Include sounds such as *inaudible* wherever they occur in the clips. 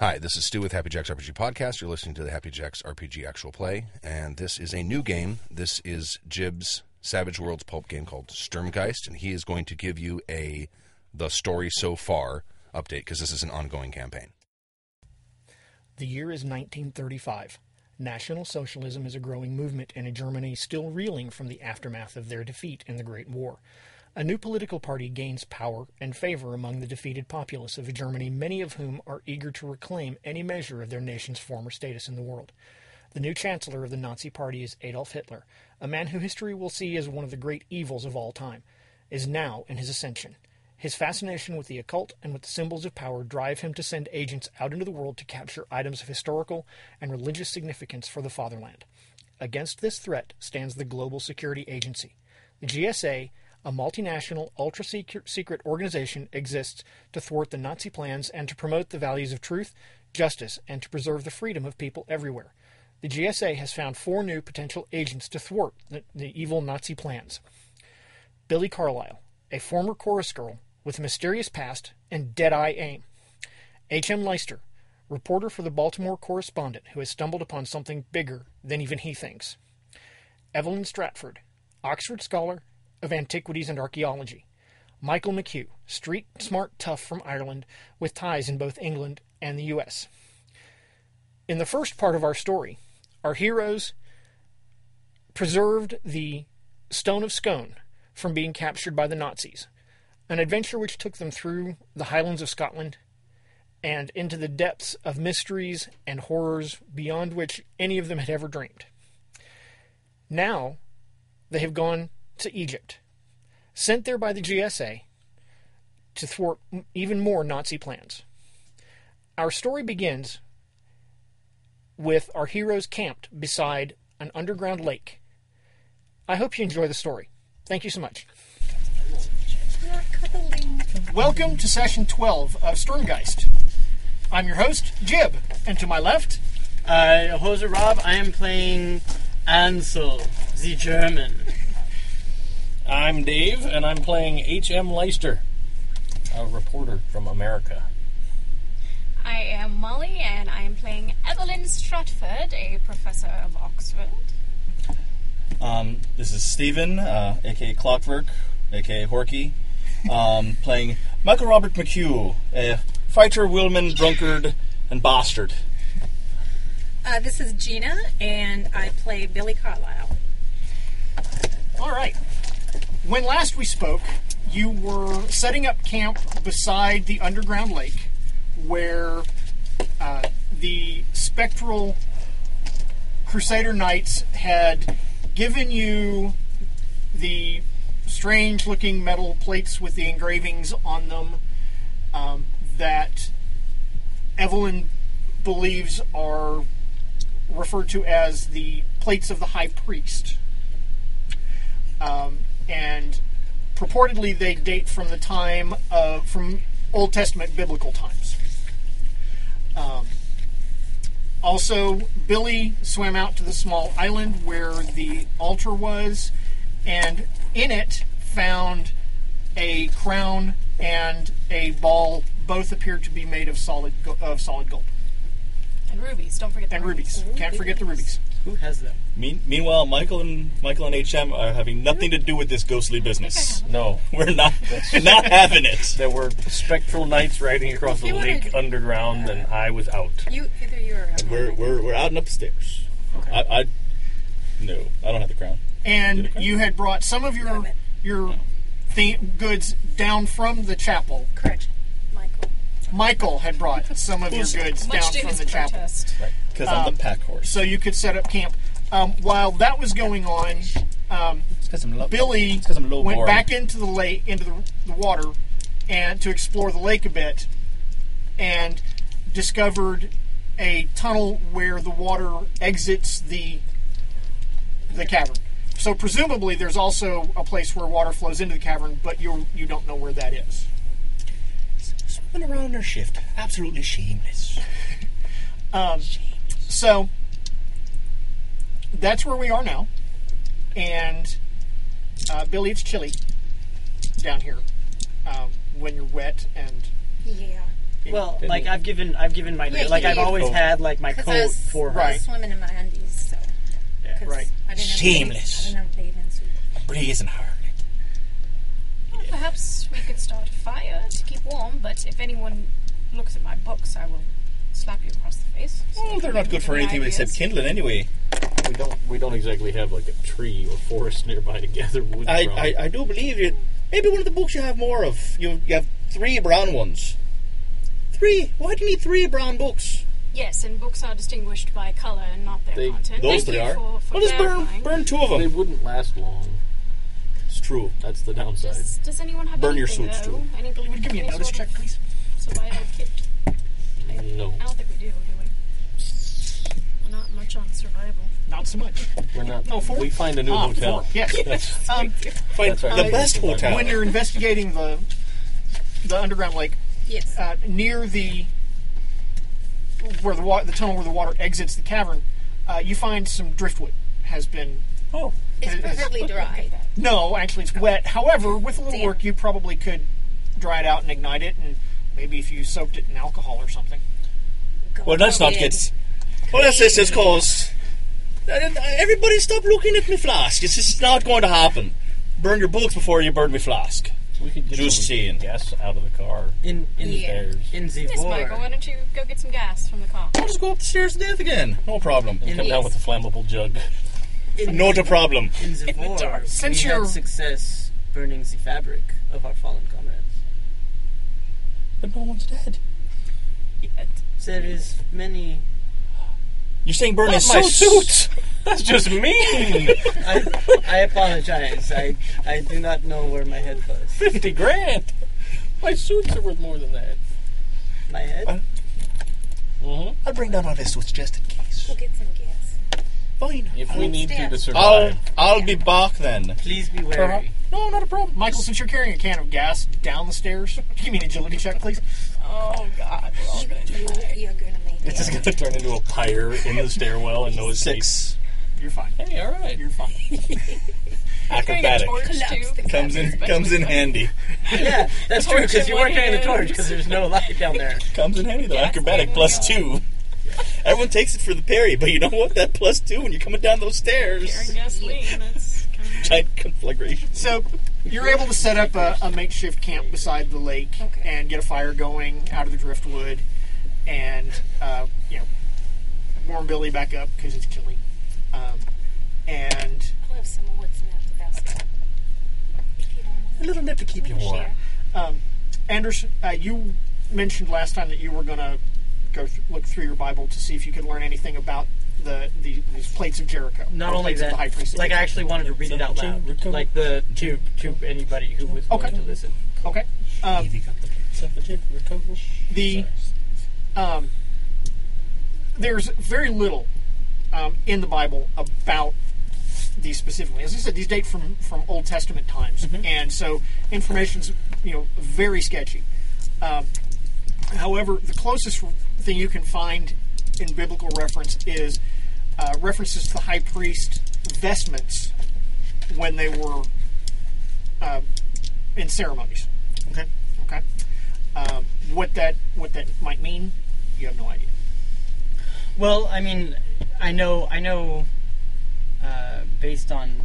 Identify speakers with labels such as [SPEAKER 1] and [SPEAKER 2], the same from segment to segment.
[SPEAKER 1] Hi, this is Stu with Happy Jack's RPG Podcast. You're listening to the Happy Jack's RPG Actual Play, and this is a new game. This is Jib's Savage Worlds pulp game called Sturmgeist, and he is going to give you a the story so far update because this is an ongoing campaign.
[SPEAKER 2] The year is 1935. National Socialism is a growing movement in a Germany still reeling from the aftermath of their defeat in the Great War. A new political party gains power and favor among the defeated populace of Germany, many of whom are eager to reclaim any measure of their nation's former status in the world. The new chancellor of the Nazi Party is Adolf Hitler, a man who history will see as one of the great evils of all time, is now in his ascension. His fascination with the occult and with the symbols of power drive him to send agents out into the world to capture items of historical and religious significance for the fatherland. Against this threat stands the Global Security Agency. The GSA, a multinational, ultra secret organization, exists to thwart the Nazi plans and to promote the values of truth, justice, and to preserve the freedom of people everywhere. The GSA has found four new potential agents to thwart the, the evil Nazi plans Billy Carlyle, a former chorus girl with a mysterious past and dead-eye aim. H.M. Leister, reporter for the Baltimore Correspondent who has stumbled upon something bigger than even he thinks. Evelyn Stratford, Oxford scholar of antiquities and archaeology. Michael McHugh, street smart tough from Ireland with ties in both England and the U.S. In the first part of our story, our heroes preserved the Stone of Scone from being captured by the Nazis an adventure which took them through the highlands of Scotland and into the depths of mysteries and horrors beyond which any of them had ever dreamed. Now they have gone to Egypt, sent there by the GSA to thwart even more Nazi plans. Our story begins with our heroes camped beside an underground lake. I hope you enjoy the story. Thank you so much. Welcome to session 12 of Stormgeist. I'm your host, Jib, and to my left,
[SPEAKER 3] Uh, Jose Rob, I am playing Ansel, the German.
[SPEAKER 4] I'm Dave, and I'm playing H.M. Leister, a reporter from America.
[SPEAKER 5] I am Molly, and I am playing Evelyn Stratford, a professor of Oxford.
[SPEAKER 6] Um, this is Steven, uh, aka Clockwork, aka Horky, um, *laughs* playing Michael Robert McHugh, a fighter, wheelman, drunkard, and bastard.
[SPEAKER 7] Uh, this is Gina, and I play Billy Carlisle.
[SPEAKER 2] All right. When last we spoke, you were setting up camp beside the underground lake where uh, the spectral Crusader Knights had given you the strange looking metal plates with the engravings on them um, that Evelyn believes are referred to as the plates of the high priest um, and purportedly they date from the time of from Old Testament biblical times. Um, also, Billy swam out to the small island where the altar was, and in it found a crown and a ball. Both appeared to be made of solid go- of solid gold
[SPEAKER 5] And rubies, don't forget the
[SPEAKER 2] and rubies. Can't forget the rubies.
[SPEAKER 3] Who has them?
[SPEAKER 6] Mean- meanwhile, Michael and Michael and HM are having nothing to do with this ghostly business.
[SPEAKER 4] No,
[SPEAKER 6] *laughs* We're not not having it.
[SPEAKER 4] there were spectral knights riding across the
[SPEAKER 7] You wanna-
[SPEAKER 4] lake underground, and I was out.
[SPEAKER 7] You, either you or
[SPEAKER 6] We're we're, we're out and upstairs. I, I no, I don't have the crown.
[SPEAKER 2] and you had brought some of your
[SPEAKER 7] Limit.
[SPEAKER 2] your thi- goods down from the chapel.
[SPEAKER 7] correction, Michael.
[SPEAKER 2] Michael had brought some of your goods down
[SPEAKER 5] Much to
[SPEAKER 2] from
[SPEAKER 5] his
[SPEAKER 2] the chapel,
[SPEAKER 5] protest.
[SPEAKER 6] Because I'm the pack horse.
[SPEAKER 2] so you could set up camp. Um, while that was going on, um,
[SPEAKER 3] Because I'm low.
[SPEAKER 2] Billy
[SPEAKER 3] It's 'cause I'm
[SPEAKER 2] went
[SPEAKER 3] lowborn.
[SPEAKER 2] back into the lake, into the, the water, and to explore the lake a bit, and discovered a tunnel where the water exits the the cavern. So presumably, there's also a place where water flows into the cavern, but you you don't know where that is.
[SPEAKER 3] Spun around her shift.
[SPEAKER 2] *laughs*
[SPEAKER 3] Absolutely shameless.
[SPEAKER 2] Um, So that's where we are now, and uh, Billy, it's chilly down here um, when you're wet and
[SPEAKER 7] Yeah.
[SPEAKER 3] Well, Oh. like I've given, I've given my,
[SPEAKER 7] Yeah,
[SPEAKER 3] like
[SPEAKER 7] you
[SPEAKER 3] I've
[SPEAKER 7] do.
[SPEAKER 3] always
[SPEAKER 6] Coat.
[SPEAKER 3] had like my
[SPEAKER 7] Because I
[SPEAKER 3] coat
[SPEAKER 7] was,
[SPEAKER 3] for her.
[SPEAKER 7] I was swimming in my undies, so.
[SPEAKER 3] Yeah,
[SPEAKER 7] 'cause
[SPEAKER 3] right.
[SPEAKER 7] I didn't have
[SPEAKER 6] Shameless.
[SPEAKER 7] Bathing, I didn't have bathing suit.
[SPEAKER 6] Brazen heart.
[SPEAKER 5] Perhaps we could start a fire to keep warm, but if anyone looks at my books, I will slap you across the face. So
[SPEAKER 6] Well, Oh, they're not good for
[SPEAKER 5] any
[SPEAKER 6] anything
[SPEAKER 5] ideas?
[SPEAKER 6] except kindling, anyway.
[SPEAKER 4] We don't we don't exactly have like a tree or forest *laughs* nearby to gather wood
[SPEAKER 6] I,
[SPEAKER 4] from.
[SPEAKER 6] I, I do believe you. Maybe one of the books you have more of. You, you have three brown ones. Three? Why do you need three brown books?
[SPEAKER 5] Yes, and books are distinguished by color and not their
[SPEAKER 4] They-
[SPEAKER 5] content.
[SPEAKER 6] Those three
[SPEAKER 5] Thank you
[SPEAKER 6] are.
[SPEAKER 5] For, for
[SPEAKER 6] well, just burn,
[SPEAKER 5] clarifying.
[SPEAKER 6] burn two of
[SPEAKER 4] they
[SPEAKER 6] them.
[SPEAKER 4] wouldn't last long.
[SPEAKER 6] It's true.
[SPEAKER 4] That's the downside.
[SPEAKER 5] Does, does anyone have
[SPEAKER 6] Burn your
[SPEAKER 5] anything,
[SPEAKER 6] suits,
[SPEAKER 5] though?
[SPEAKER 6] too.
[SPEAKER 5] Any,
[SPEAKER 2] Will you give me a
[SPEAKER 5] any
[SPEAKER 2] notice
[SPEAKER 5] sort
[SPEAKER 2] check,
[SPEAKER 5] of
[SPEAKER 2] please?
[SPEAKER 5] Survival kit.
[SPEAKER 4] No,
[SPEAKER 5] I don't think we do, do we? We're not much on survival.
[SPEAKER 2] Not so much.
[SPEAKER 4] we're not.
[SPEAKER 2] No, four?
[SPEAKER 4] We find a new
[SPEAKER 2] Ah,
[SPEAKER 4] hotel.
[SPEAKER 2] four. Yes.
[SPEAKER 4] *laughs* That's-
[SPEAKER 2] *laughs* Um,
[SPEAKER 6] Find
[SPEAKER 4] That's right.
[SPEAKER 6] the
[SPEAKER 4] Um,
[SPEAKER 6] best hotel.
[SPEAKER 2] when you're investigating the the underground lake
[SPEAKER 7] Yes.
[SPEAKER 2] uh, near the where the wa- the tunnel where the water exits the cavern, uh, you find some driftwood has been.
[SPEAKER 6] oh,
[SPEAKER 7] it's
[SPEAKER 2] it is-
[SPEAKER 7] perfectly *laughs* dry.
[SPEAKER 2] No, actually, it's wet. However, with a little
[SPEAKER 7] Damn.
[SPEAKER 2] work, you probably could dry it out and ignite it, and maybe if you soaked it in alcohol or something.
[SPEAKER 6] well, that's not good. Well, that's just it's caused. Everybody stop looking at me flask. It's just not going to happen. Burn your books before you burn me flask.
[SPEAKER 4] we could get
[SPEAKER 6] Just
[SPEAKER 4] some
[SPEAKER 6] saying.
[SPEAKER 4] gas out of the car.
[SPEAKER 3] In in
[SPEAKER 7] Yeah.
[SPEAKER 4] There's
[SPEAKER 3] in the
[SPEAKER 5] Yes, Michael, why
[SPEAKER 3] war.
[SPEAKER 5] don't you go get some gas from the car?
[SPEAKER 6] I'll just go up the stairs to death again. No problem.
[SPEAKER 4] come down with a flammable jug.
[SPEAKER 3] In,
[SPEAKER 6] Not a problem.
[SPEAKER 3] in
[SPEAKER 2] the
[SPEAKER 3] the war,
[SPEAKER 2] dark.
[SPEAKER 3] we
[SPEAKER 2] Since
[SPEAKER 3] had
[SPEAKER 2] you're-
[SPEAKER 3] success burning the fabric of our fallen comrades.
[SPEAKER 6] But no one's dead.
[SPEAKER 3] There is many.
[SPEAKER 6] You're saying burn his
[SPEAKER 4] *laughs* my
[SPEAKER 6] suits?
[SPEAKER 4] That's
[SPEAKER 2] *laughs*
[SPEAKER 4] just mean.
[SPEAKER 3] I, I apologize. I I do not know where my head was.
[SPEAKER 4] Fifty grand. My suits are worth more than that.
[SPEAKER 3] My head.
[SPEAKER 6] I'll bring down all this suits just in case.
[SPEAKER 7] We'll get some gas.
[SPEAKER 6] Fine.
[SPEAKER 4] If we need to to
[SPEAKER 6] I'll
[SPEAKER 4] survive,
[SPEAKER 6] I'll be back then.
[SPEAKER 3] Please be wary.
[SPEAKER 2] Uh-huh. No, not a problem. Michael, since you're carrying a can of gas down the stairs, *laughs* give me an agility check, please.
[SPEAKER 5] Oh, God. We're all going to
[SPEAKER 7] You, you're gonna make
[SPEAKER 4] it's
[SPEAKER 7] it.
[SPEAKER 4] just going to turn into a pyre in the stairwell and no escape.
[SPEAKER 6] Six
[SPEAKER 2] You're fine.
[SPEAKER 4] Hey, all right.
[SPEAKER 2] You're
[SPEAKER 6] *laughs*
[SPEAKER 2] fine.
[SPEAKER 6] acrobatic comes in comes in handy.
[SPEAKER 3] Yeah, that's true
[SPEAKER 5] Torch
[SPEAKER 3] because
[SPEAKER 5] in
[SPEAKER 3] you
[SPEAKER 5] one
[SPEAKER 3] weren't carrying the
[SPEAKER 5] hand.
[SPEAKER 3] torch because there's no light down there.
[SPEAKER 6] Comes in handy though. acrobatic plus two. Everyone takes it for the parry, but you know what? That plus two when you're coming down those stairs.
[SPEAKER 5] gasoline. *laughs* That's kind of
[SPEAKER 6] Giant conflagration.
[SPEAKER 2] So you're able to set up a, a makeshift camp beside the lake
[SPEAKER 7] Okay.
[SPEAKER 2] and get a fire going out of the driftwood, and uh, you know, warm Billy back up because it's chilly, um, and
[SPEAKER 7] I'll have some of what's in that basket. If you don't mind.
[SPEAKER 6] A little nip to keep you warm.
[SPEAKER 7] Share.
[SPEAKER 2] Um, Anderson, uh, you mentioned last time that you were going to go th- look through your Bible to see if you could learn anything about the, the these plates of Jericho.
[SPEAKER 3] Not
[SPEAKER 2] or
[SPEAKER 3] only
[SPEAKER 2] plates of
[SPEAKER 3] that,
[SPEAKER 2] the high priest.
[SPEAKER 3] like I actually wanted to read it out loud, like the to to anybody who was willing
[SPEAKER 2] Okay.
[SPEAKER 3] to listen.
[SPEAKER 2] okay. Um, the um, there's very little um, in the Bible about these specifically. As I said, these date from from Old Testament times, and so information's you know very sketchy. Um, however, the closest thing you can find in biblical reference is uh, references to the high priest vestments when they were uh, in ceremonies.
[SPEAKER 6] Okay.
[SPEAKER 2] Okay. Um, what that what that might mean, you have no idea.
[SPEAKER 3] Well, I mean, I know, I know, uh, based on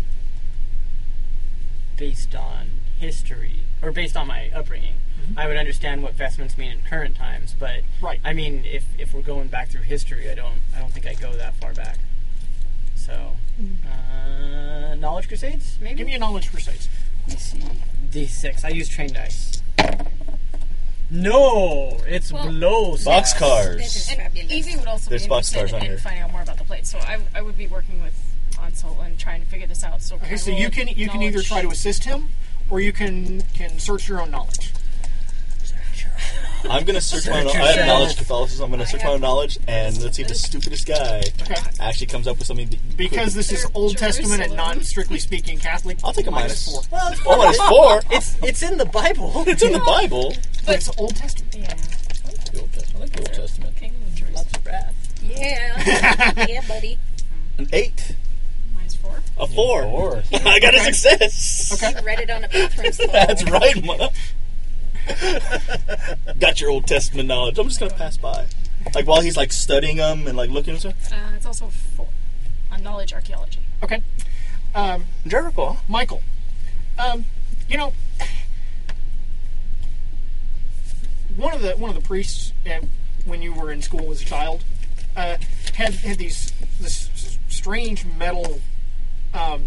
[SPEAKER 3] based on history or based on my upbringing, I would understand what vestments mean in current times. But
[SPEAKER 2] Right.
[SPEAKER 3] I mean, if if we're going back through history, I don't, I don't think I go that far back. So, uh, knowledge crusades, maybe.
[SPEAKER 2] Give me a knowledge crusades.
[SPEAKER 3] Let me see. D6. I use train dice. No, it's
[SPEAKER 5] Well-
[SPEAKER 3] below.
[SPEAKER 6] Box
[SPEAKER 7] This is
[SPEAKER 6] cars.
[SPEAKER 7] fabulous.
[SPEAKER 5] Evie E would also
[SPEAKER 6] There's
[SPEAKER 5] be
[SPEAKER 6] box
[SPEAKER 5] interested
[SPEAKER 6] stars on
[SPEAKER 5] in
[SPEAKER 6] here.
[SPEAKER 5] finding out more about the plates, so I, I would be working with Ansel and trying to figure this out. So,
[SPEAKER 2] Okay, so you can you can either try to assist him, or you can can search your own knowledge.
[SPEAKER 6] I'm gonna search my. I have
[SPEAKER 3] yourself.
[SPEAKER 6] knowledge Catholicism. I'm gonna search my
[SPEAKER 5] have-
[SPEAKER 6] knowledge, and let's see if the stupidest guy
[SPEAKER 2] Okay.
[SPEAKER 6] actually comes up with something. that-
[SPEAKER 2] Because this is
[SPEAKER 5] They're
[SPEAKER 2] Old Testament and
[SPEAKER 5] Jerusalem.
[SPEAKER 2] not strictly speaking Catholic.
[SPEAKER 6] I'll take a
[SPEAKER 2] minus
[SPEAKER 6] minus.
[SPEAKER 2] four.
[SPEAKER 3] Well,
[SPEAKER 6] *laughs*
[SPEAKER 2] *laughs*
[SPEAKER 6] Oh, it's four.
[SPEAKER 3] it's it's in the Bible.
[SPEAKER 6] It's in the Bible.
[SPEAKER 2] But it's Old Testament.
[SPEAKER 5] Yeah.
[SPEAKER 6] The Old Testament. I like the Old Testament.
[SPEAKER 5] Kingdom of Jerusalem.
[SPEAKER 3] Lots of
[SPEAKER 7] *laughs*
[SPEAKER 3] wrath.
[SPEAKER 7] Yeah. yeah, buddy.
[SPEAKER 6] An eight.
[SPEAKER 5] Minus four.
[SPEAKER 6] A four.
[SPEAKER 4] Or
[SPEAKER 6] *laughs* I got a success. *laughs*
[SPEAKER 7] You read it on a bathroom stall.
[SPEAKER 6] That's right, Ma. *laughs* Got your Old Testament knowledge. I'm just gonna pass by. Like while he's like studying them and like looking at them.
[SPEAKER 5] Uh, it's also four on knowledge archaeology.
[SPEAKER 2] Okay, Um,
[SPEAKER 6] Jericho.
[SPEAKER 2] Michael. Um, you know, one of the one of the priests uh, when you were in school as a child uh, had had these this s- strange metal. Um,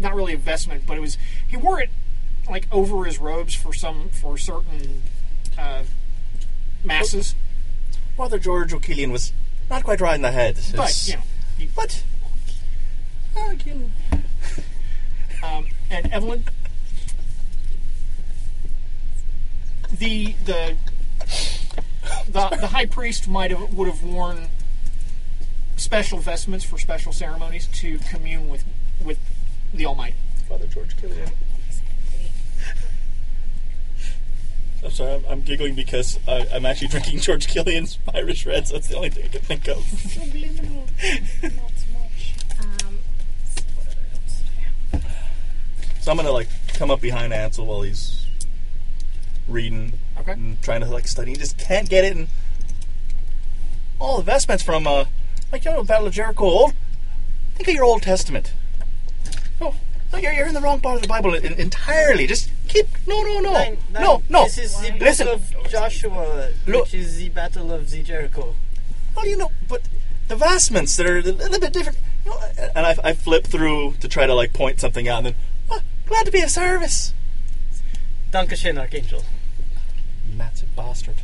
[SPEAKER 2] not really a vestment, but it was he wore it like over his robes for some for certain uh, masses.
[SPEAKER 6] Father George O'Killian was not quite right in the head.
[SPEAKER 2] But
[SPEAKER 6] It's-
[SPEAKER 2] you know, he-
[SPEAKER 6] But Oh, again.
[SPEAKER 2] Um, and Evelyn, the the the, the high priest might have would have worn special vestments for special ceremonies to commune with with the Almighty.
[SPEAKER 6] Father George Killian. I'm sorry, I'm, I'm giggling because I, I'm actually *laughs* drinking George Killian's Irish Reds. That's the only thing I can think of.
[SPEAKER 5] Um, so what other notes do I have?
[SPEAKER 6] So I'm gonna like come up behind Ansel while he's reading
[SPEAKER 2] Okay.
[SPEAKER 6] and trying to like study. He just can't get it. And all the vestments from uh, like you know, Battle of Jericho. Old, think of your Old Testament. No, no, you're, you're in the wrong part of the Bible en- entirely. Just keep no, no, no,
[SPEAKER 3] Nine- nine-
[SPEAKER 6] no, no.
[SPEAKER 3] This is the
[SPEAKER 6] Listen.
[SPEAKER 3] Battle of Joshua,
[SPEAKER 6] Look.
[SPEAKER 3] which is the Battle of the Jericho.
[SPEAKER 6] Well, you know, but the vestments that are a little bit different. You know, and I, I flip through to try to like point something out, and then "Ah, glad to be of service.
[SPEAKER 3] Dankeschön, Archangel.
[SPEAKER 6] Massive bastard.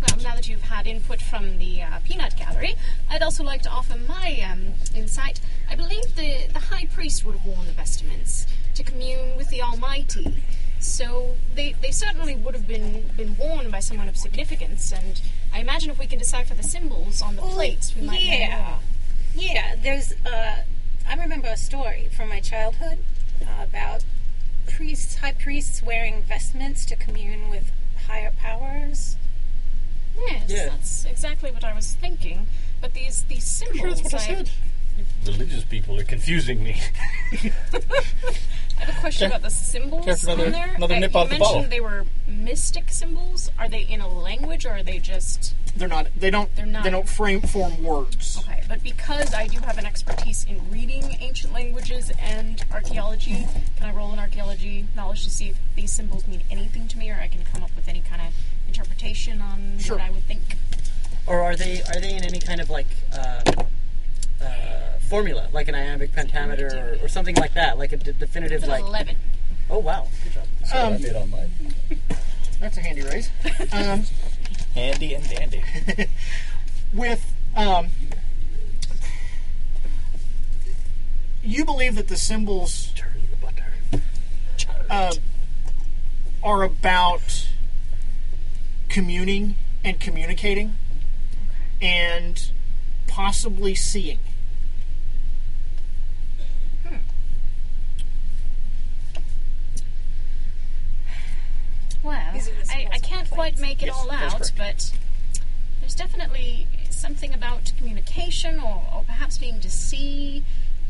[SPEAKER 5] Well, Um, now that you've had input from the uh, Peanut Gallery, I'd also like to offer my um, insight. I believe the, the High Priest would have worn the vestments to commune with the Almighty. So they, they certainly would have been, been worn by someone of significance, and I imagine if we can decipher the symbols on the
[SPEAKER 7] Oh,
[SPEAKER 5] plates, we might know
[SPEAKER 7] yeah.
[SPEAKER 5] more.
[SPEAKER 7] Yeah, there's. Uh, I remember a story from my childhood uh, about priests, high priests wearing vestments to commune with higher powers.
[SPEAKER 5] Yes,
[SPEAKER 3] Yeah.
[SPEAKER 5] that's exactly what I was thinking. But these these symbols,
[SPEAKER 6] that's what I said.
[SPEAKER 4] Religious people are confusing me.
[SPEAKER 5] I have a question about the symbols
[SPEAKER 6] care for another-
[SPEAKER 5] on there.
[SPEAKER 6] another
[SPEAKER 5] Uh,
[SPEAKER 6] nip
[SPEAKER 5] you
[SPEAKER 6] out the
[SPEAKER 5] mentioned
[SPEAKER 6] bottle?
[SPEAKER 5] they were mystic symbols. Are they in a language, or are they just
[SPEAKER 2] They're not. They don't.
[SPEAKER 5] They're not.
[SPEAKER 2] They don't frame form words.
[SPEAKER 5] okay? But because I do have an expertise in reading ancient languages and archaeology, can I roll an archaeology knowledge to see if these symbols mean anything to me, or I can come up with any kind of interpretation on
[SPEAKER 2] Sure.
[SPEAKER 5] what I would think?
[SPEAKER 3] Or are they are they in any kind of like uh, uh, formula, like an iambic pentameter or, or something like that, like a d- definitive
[SPEAKER 5] It's an
[SPEAKER 3] like?
[SPEAKER 5] eleven.
[SPEAKER 3] Oh wow, good job.
[SPEAKER 2] Um,
[SPEAKER 6] made on mine.
[SPEAKER 2] that's a handy raise. Um,
[SPEAKER 6] Handy and dandy.
[SPEAKER 2] with um, you believe that the symbols uh, are about communing and communicating and possibly seeing.
[SPEAKER 5] Well, I, I can't quite make it all out, but there's definitely something about communication or, or perhaps being to see,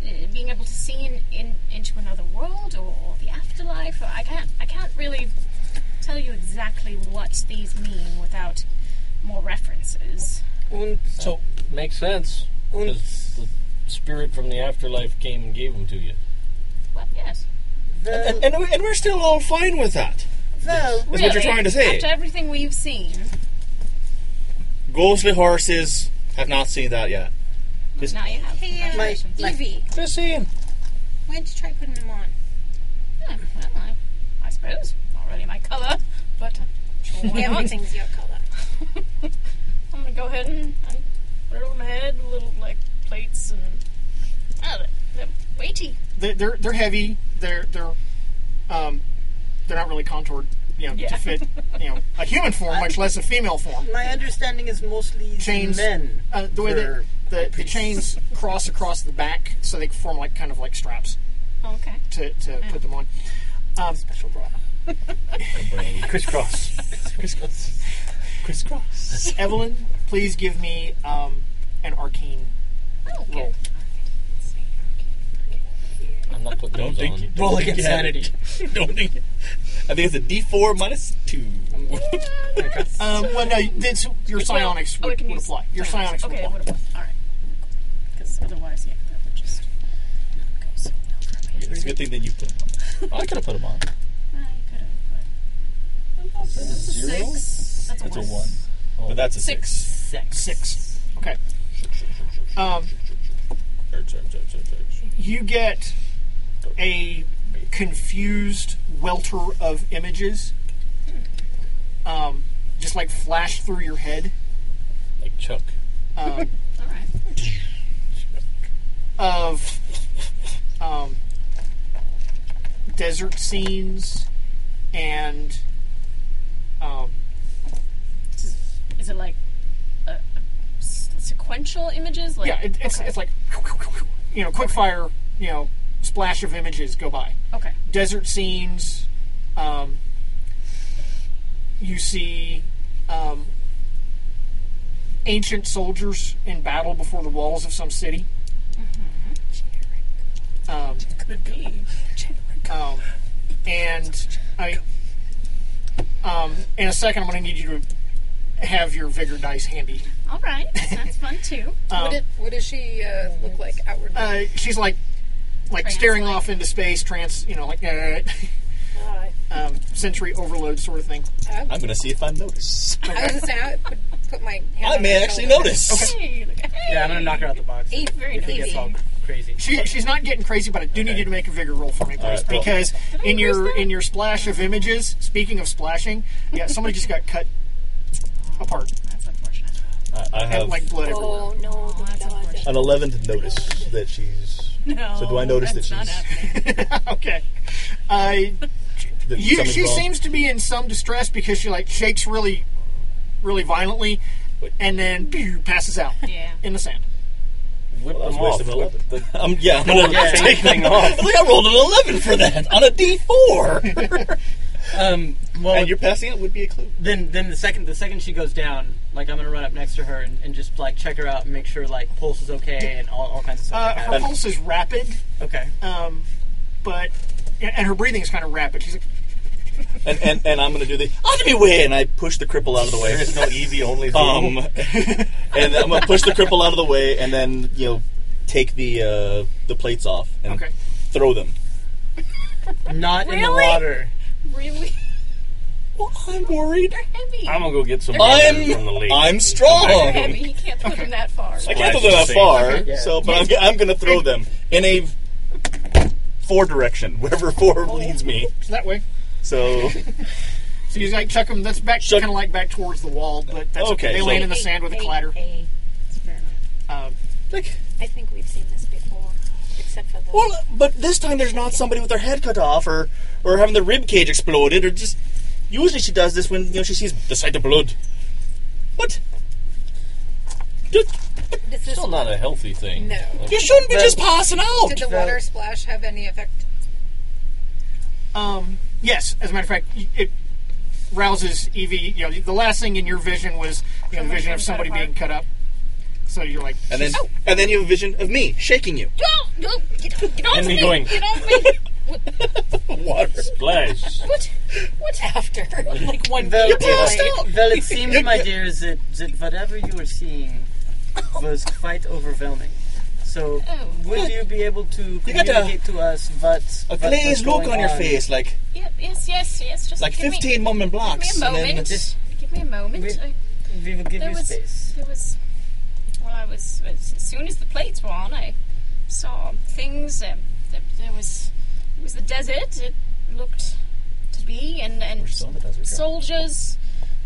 [SPEAKER 5] uh, being able to see in, in, into another world or, or the afterlife. I can't, I can't really tell you exactly what these mean without more references.
[SPEAKER 3] Und,
[SPEAKER 4] So makes sense
[SPEAKER 3] und
[SPEAKER 4] because the spirit from the afterlife came and gave them to you.
[SPEAKER 5] Well, yes.
[SPEAKER 3] well,
[SPEAKER 6] And, and, we- and we're still all fine with that.
[SPEAKER 3] well,
[SPEAKER 6] Is what you're
[SPEAKER 5] Really,
[SPEAKER 6] trying to say.
[SPEAKER 5] After everything we've seen,
[SPEAKER 6] Ghostly horses have not seen that yet. Just-
[SPEAKER 5] now you have.
[SPEAKER 7] Hey, uh,
[SPEAKER 3] My- my-
[SPEAKER 7] Evie,
[SPEAKER 6] Just seeing.
[SPEAKER 7] why don't you try putting them on?
[SPEAKER 5] Yeah, well, I, I suppose. Not really my color, but
[SPEAKER 7] *laughs*
[SPEAKER 5] sure why not?
[SPEAKER 7] Everything's your color.
[SPEAKER 5] I'm gonna go ahead and, and put it on my head, little like plates and oh, they're, they're weighty.
[SPEAKER 2] They're they're, they're heavy. They're they're um, they're not really contoured, you know,
[SPEAKER 5] Yeah.
[SPEAKER 2] to fit you know a human form, much less a female form.
[SPEAKER 3] my understanding is mostly
[SPEAKER 2] Chains.
[SPEAKER 3] men.
[SPEAKER 2] Uh, the way that
[SPEAKER 3] They're-
[SPEAKER 2] the, the chains cross across the back, so they form like kind of like straps
[SPEAKER 5] Oh, okay.
[SPEAKER 2] to, to put them on. Um, Special bra.
[SPEAKER 6] Crisscross. Crisscross. Crisscross.
[SPEAKER 2] Evelyn, please give me um, an arcane
[SPEAKER 5] Oh, good. Alright, let's see. Okay.
[SPEAKER 4] I'm not put those on.
[SPEAKER 3] Roll against sanity.
[SPEAKER 6] *laughs* Don't think. I think it's a D4 minus two.
[SPEAKER 2] Um, well, no, that's, your psionics
[SPEAKER 5] oh, I
[SPEAKER 2] would,
[SPEAKER 5] can
[SPEAKER 2] would
[SPEAKER 5] use
[SPEAKER 2] apply. Your
[SPEAKER 5] psionics.
[SPEAKER 2] psionics would
[SPEAKER 5] Okay,
[SPEAKER 2] apply.
[SPEAKER 5] would apply. All right. Because otherwise, yeah, that would just not go so well for me.
[SPEAKER 6] It's a good thing that you put them on.
[SPEAKER 4] I could have put them on.
[SPEAKER 5] Well, you could have, but that's a
[SPEAKER 6] Zero?
[SPEAKER 5] six. That's a
[SPEAKER 6] That's a
[SPEAKER 5] one.
[SPEAKER 6] one. But that's a six.
[SPEAKER 3] Six.
[SPEAKER 2] Six. Okay. Um, you get a confused welter of images,
[SPEAKER 5] Hmm.
[SPEAKER 2] um, just like flash through your head.
[SPEAKER 4] Like Chuck.
[SPEAKER 5] All right.
[SPEAKER 2] of um, desert scenes and um,
[SPEAKER 5] Is it like a, a s- sequential images? Like,
[SPEAKER 2] yeah, it, it's
[SPEAKER 5] okay.
[SPEAKER 2] it's like you know, quick fire, you know, splash of images go by.
[SPEAKER 5] okay.
[SPEAKER 2] Desert scenes. Um, you see um, ancient soldiers in battle before the walls of some city. Um,
[SPEAKER 5] Could be.
[SPEAKER 2] Um, and I, um, in a second, I'm going to need you to have your vigor dice handy.
[SPEAKER 5] All right. That's fun too.
[SPEAKER 2] Um,
[SPEAKER 7] What, did, what does she uh, look like outwardly?
[SPEAKER 2] uh, she's like, like
[SPEAKER 5] Trance,
[SPEAKER 2] staring
[SPEAKER 5] like-
[SPEAKER 2] off into space, trance, you know, like uh, *laughs*
[SPEAKER 7] I
[SPEAKER 2] um, sensory overload sort of thing.
[SPEAKER 6] I'm going to see if I notice.
[SPEAKER 7] I was just saying, I would put, put my hand
[SPEAKER 6] I
[SPEAKER 7] on
[SPEAKER 6] may
[SPEAKER 7] her
[SPEAKER 6] actually
[SPEAKER 7] shoulder.
[SPEAKER 6] notice.
[SPEAKER 5] Hey, look- hey,
[SPEAKER 3] Yeah, I'm gonna knock her out the box.
[SPEAKER 7] Eve,
[SPEAKER 5] very
[SPEAKER 3] If it
[SPEAKER 5] easy.
[SPEAKER 3] gets all crazy.
[SPEAKER 2] She, she's not getting crazy, but I do need you to make a vigor roll for me, please,
[SPEAKER 6] right, well-
[SPEAKER 2] because
[SPEAKER 5] I
[SPEAKER 2] in your
[SPEAKER 5] increase that?
[SPEAKER 2] in your splash of images. Speaking of splashing, yeah, somebody just got cut
[SPEAKER 6] *laughs*
[SPEAKER 2] apart
[SPEAKER 5] That's unfortunate.
[SPEAKER 6] I, I
[SPEAKER 2] and
[SPEAKER 6] have
[SPEAKER 2] like blood everywhere. *laughs*
[SPEAKER 7] Oh no,
[SPEAKER 5] Oh, that's unfortunate.
[SPEAKER 6] an 11 to notice that she's.
[SPEAKER 5] No,
[SPEAKER 6] So do I notice that
[SPEAKER 5] that's not
[SPEAKER 6] she's-
[SPEAKER 5] happening.
[SPEAKER 2] Okay, I.
[SPEAKER 6] That
[SPEAKER 2] You,
[SPEAKER 6] something's
[SPEAKER 2] she
[SPEAKER 6] wrong.
[SPEAKER 2] seems to be in some distress because she like shakes really, really violently, and then pew, passes out
[SPEAKER 5] Yeah.
[SPEAKER 2] in the sand.
[SPEAKER 4] Whip
[SPEAKER 6] Well, that's
[SPEAKER 4] them off.
[SPEAKER 6] a waste of an
[SPEAKER 4] Whip
[SPEAKER 6] 11.
[SPEAKER 4] the-
[SPEAKER 6] Um, yeah, I'm going to take
[SPEAKER 4] thing off.
[SPEAKER 6] I think I rolled an 11 for that on a D4.
[SPEAKER 3] Um, well,
[SPEAKER 6] and you're passing out would be a clue.
[SPEAKER 3] then then the second the second she goes down, like I'm gonna run up next to her and, and just like check her out and make sure like pulse is okay and all, all kinds of
[SPEAKER 2] Uh,
[SPEAKER 3] stuff.
[SPEAKER 2] her
[SPEAKER 3] like that.
[SPEAKER 2] pulse is rapid,
[SPEAKER 3] Okay.
[SPEAKER 2] um, but and her breathing is kind of rapid. She's like,
[SPEAKER 6] And, and, and I'm going to do the, out of me way! And I push the cripple out of the way.
[SPEAKER 4] There's no easy only
[SPEAKER 6] Um,
[SPEAKER 4] thing.
[SPEAKER 6] *laughs* and I'm gonna push the cripple out of the way, and then you know, take the uh, the plates off and
[SPEAKER 2] okay,
[SPEAKER 6] throw them.
[SPEAKER 3] Not in the
[SPEAKER 5] Really?
[SPEAKER 3] water.
[SPEAKER 5] Really *laughs*
[SPEAKER 6] Well, I'm worried.
[SPEAKER 2] Oh,
[SPEAKER 5] heavy.
[SPEAKER 4] I'm gonna go get some. water from the
[SPEAKER 6] I'm
[SPEAKER 4] lake.
[SPEAKER 6] I'm strong.
[SPEAKER 5] They're
[SPEAKER 6] I
[SPEAKER 5] heavy. He can't put them that far.
[SPEAKER 6] can't throw them that
[SPEAKER 4] Splash
[SPEAKER 6] far,
[SPEAKER 4] and
[SPEAKER 3] save.
[SPEAKER 6] so but I'm, I'm gonna throw them in a four direction, *laughs* wherever four leads me.
[SPEAKER 2] it's that way.
[SPEAKER 6] So *laughs*
[SPEAKER 2] So you like chuck them. That's back,
[SPEAKER 6] Chuck-
[SPEAKER 2] kind of like back towards the wall, but that's okay.
[SPEAKER 6] Okay,
[SPEAKER 2] They
[SPEAKER 6] so-
[SPEAKER 2] land in the sand with a clatter.
[SPEAKER 8] Hey, it's fair enough.
[SPEAKER 2] Um,
[SPEAKER 6] like,
[SPEAKER 8] I think we've seen this before, except for the.
[SPEAKER 6] well, but this time there's not somebody with their head cut off or or having their rib cage exploded or just. Usually she does this when you know she sees the sight of blood. What? Just-
[SPEAKER 7] Does this,
[SPEAKER 4] Still not a healthy thing.
[SPEAKER 7] No.
[SPEAKER 6] You shouldn't be just passing out.
[SPEAKER 7] did the water splash have any effect?
[SPEAKER 2] um, yes, as a matter of fact, y- it rouses Evie. You know, the last thing in your vision was you know, the vision of somebody
[SPEAKER 5] Somebody
[SPEAKER 2] being cut
[SPEAKER 5] being
[SPEAKER 2] up. So you're like,
[SPEAKER 6] And then, and then you have a vision of me shaking you.
[SPEAKER 5] No, no, get, get off
[SPEAKER 4] And
[SPEAKER 5] me.
[SPEAKER 4] me going.
[SPEAKER 5] Get off me.
[SPEAKER 6] Water.
[SPEAKER 4] Splash.
[SPEAKER 5] What? What?
[SPEAKER 7] After like one
[SPEAKER 3] Well,
[SPEAKER 7] day
[SPEAKER 6] passed
[SPEAKER 7] later.
[SPEAKER 6] out.
[SPEAKER 3] well, it seems, my
[SPEAKER 5] *laughs*
[SPEAKER 3] dear, that, that whatever you were seeing was quite overwhelming. So,
[SPEAKER 5] Oh.
[SPEAKER 3] would you be able to
[SPEAKER 6] got a-
[SPEAKER 3] communicate to us what?
[SPEAKER 6] A
[SPEAKER 3] what was
[SPEAKER 6] glazed look
[SPEAKER 3] going
[SPEAKER 6] on your face, like
[SPEAKER 5] Yeah, yes, yes, yes. Just
[SPEAKER 6] like
[SPEAKER 5] give me-
[SPEAKER 6] 15 moment blocks.
[SPEAKER 5] Give me a
[SPEAKER 6] and then
[SPEAKER 5] moment.
[SPEAKER 6] it's-
[SPEAKER 5] Give me a moment.
[SPEAKER 3] We-
[SPEAKER 5] I,
[SPEAKER 3] We will give
[SPEAKER 5] there
[SPEAKER 3] you
[SPEAKER 5] was,
[SPEAKER 3] space.
[SPEAKER 5] there was. Well, I was as soon as the plates were on, I saw things. Um, there, there was it was the desert. It looked to be and and soldiers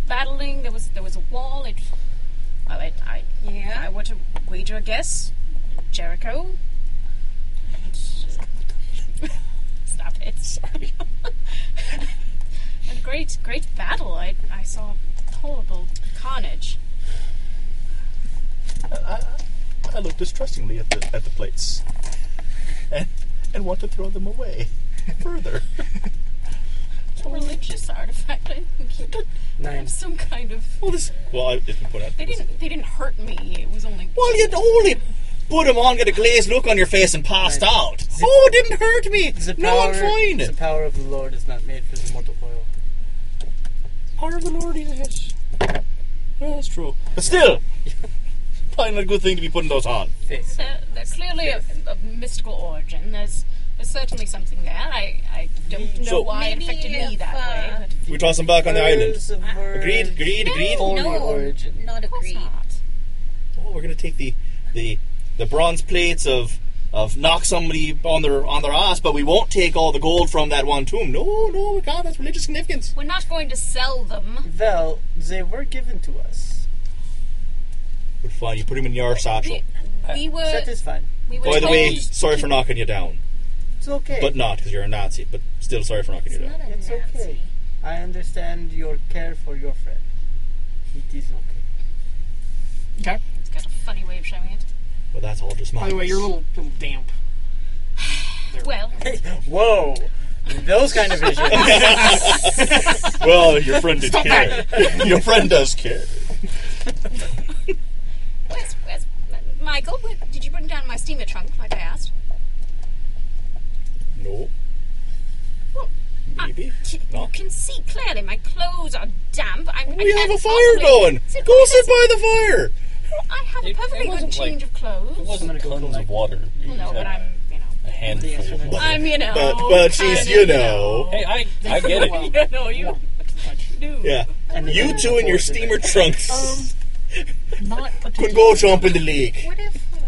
[SPEAKER 5] battling. There was there was a wall. It well, it, I I
[SPEAKER 7] Yeah.
[SPEAKER 5] were to wager a guess, Jericho. uh, *laughs* Stop it. Sorry. *laughs* and great, great battle. I, I saw horrible carnage.
[SPEAKER 6] I look distrustingly at the at the plates, and, and want to throw them *laughs* away further.
[SPEAKER 5] It's a religious artifact. I think you have
[SPEAKER 3] Nine.
[SPEAKER 5] some kind of.
[SPEAKER 6] Well, this well, I, it's been put out.
[SPEAKER 5] They didn't. They didn't hurt me. It was only.
[SPEAKER 6] Well, you only put them on, got a glazed look on your face, and passed out. Oh, it didn't hurt me. No, I'm fine.
[SPEAKER 3] The power of the Lord is not made for the mortal coil.
[SPEAKER 6] power of the Lord, yes. Yeah, that's true. But still, *laughs* probably not a good thing to be putting those on.
[SPEAKER 3] Faith.
[SPEAKER 5] They're, they're clearly of of mystical origin. There's there's certainly something there. I, I don't know
[SPEAKER 6] So-
[SPEAKER 5] why it affected me that way.
[SPEAKER 7] uh,
[SPEAKER 5] But
[SPEAKER 6] We toss them back on the island.
[SPEAKER 3] Words of words.
[SPEAKER 6] Agreed, agreed, agreed.
[SPEAKER 3] Holy
[SPEAKER 9] No.
[SPEAKER 3] origin.
[SPEAKER 9] Not
[SPEAKER 5] of course
[SPEAKER 7] uh,
[SPEAKER 9] agreed.
[SPEAKER 5] not.
[SPEAKER 6] Oh, we're gonna take the the the bronze plates of of knock somebody on their on their ass, but we won't take all the gold from that one tomb. No, no, we can't. That's religious significance.
[SPEAKER 5] We're not going to sell them.
[SPEAKER 3] Well, they were given to us.
[SPEAKER 6] But fine, you put him in your satchel.
[SPEAKER 5] We, we were
[SPEAKER 3] Satisfied.
[SPEAKER 5] we were
[SPEAKER 6] uh, By the way,
[SPEAKER 5] told-
[SPEAKER 6] sorry for knocking you down,
[SPEAKER 3] It's okay.
[SPEAKER 6] but not because you're a Nazi. But still, sorry for knocking you down.
[SPEAKER 3] it's okay. I understand your care for your friend. It is okay.
[SPEAKER 2] Okay.
[SPEAKER 5] It's got a funny way of showing it.
[SPEAKER 6] But that's all just mine.
[SPEAKER 2] By the way, you're a little, little damp.
[SPEAKER 5] Well,
[SPEAKER 3] Whoa! Those kind of *laughs* visions.
[SPEAKER 6] *laughs* well, your friend did care. *laughs* your friend does care.
[SPEAKER 5] where's, where's Michael? Where, did you bring down my steamer trunk like I asked?
[SPEAKER 6] No.
[SPEAKER 5] Well,
[SPEAKER 6] Maybe.
[SPEAKER 5] You
[SPEAKER 6] No.
[SPEAKER 5] can see clearly my clothes are damp. I'm, I
[SPEAKER 6] We have
[SPEAKER 5] can't
[SPEAKER 6] a fire
[SPEAKER 5] possibly
[SPEAKER 6] going.
[SPEAKER 5] sit
[SPEAKER 6] Go
[SPEAKER 5] with
[SPEAKER 6] sit
[SPEAKER 5] this-
[SPEAKER 6] by the fire.
[SPEAKER 5] I have a
[SPEAKER 4] It- it
[SPEAKER 5] perfectly good
[SPEAKER 4] wasn't
[SPEAKER 5] change
[SPEAKER 4] like-
[SPEAKER 5] of clothes.
[SPEAKER 4] It wasn't tons of water.
[SPEAKER 5] no, but I'm, you know,
[SPEAKER 4] a handful of water.
[SPEAKER 5] I'm, you know,
[SPEAKER 6] But- but she's,
[SPEAKER 5] kind
[SPEAKER 6] you
[SPEAKER 5] of,
[SPEAKER 6] know.
[SPEAKER 4] Hey, I, I get it.
[SPEAKER 2] *laughs*
[SPEAKER 5] you know, you do.
[SPEAKER 6] Yeah. You two in your steamer trunks
[SPEAKER 2] Not
[SPEAKER 6] could go jump in the lake.
[SPEAKER 10] What if uh,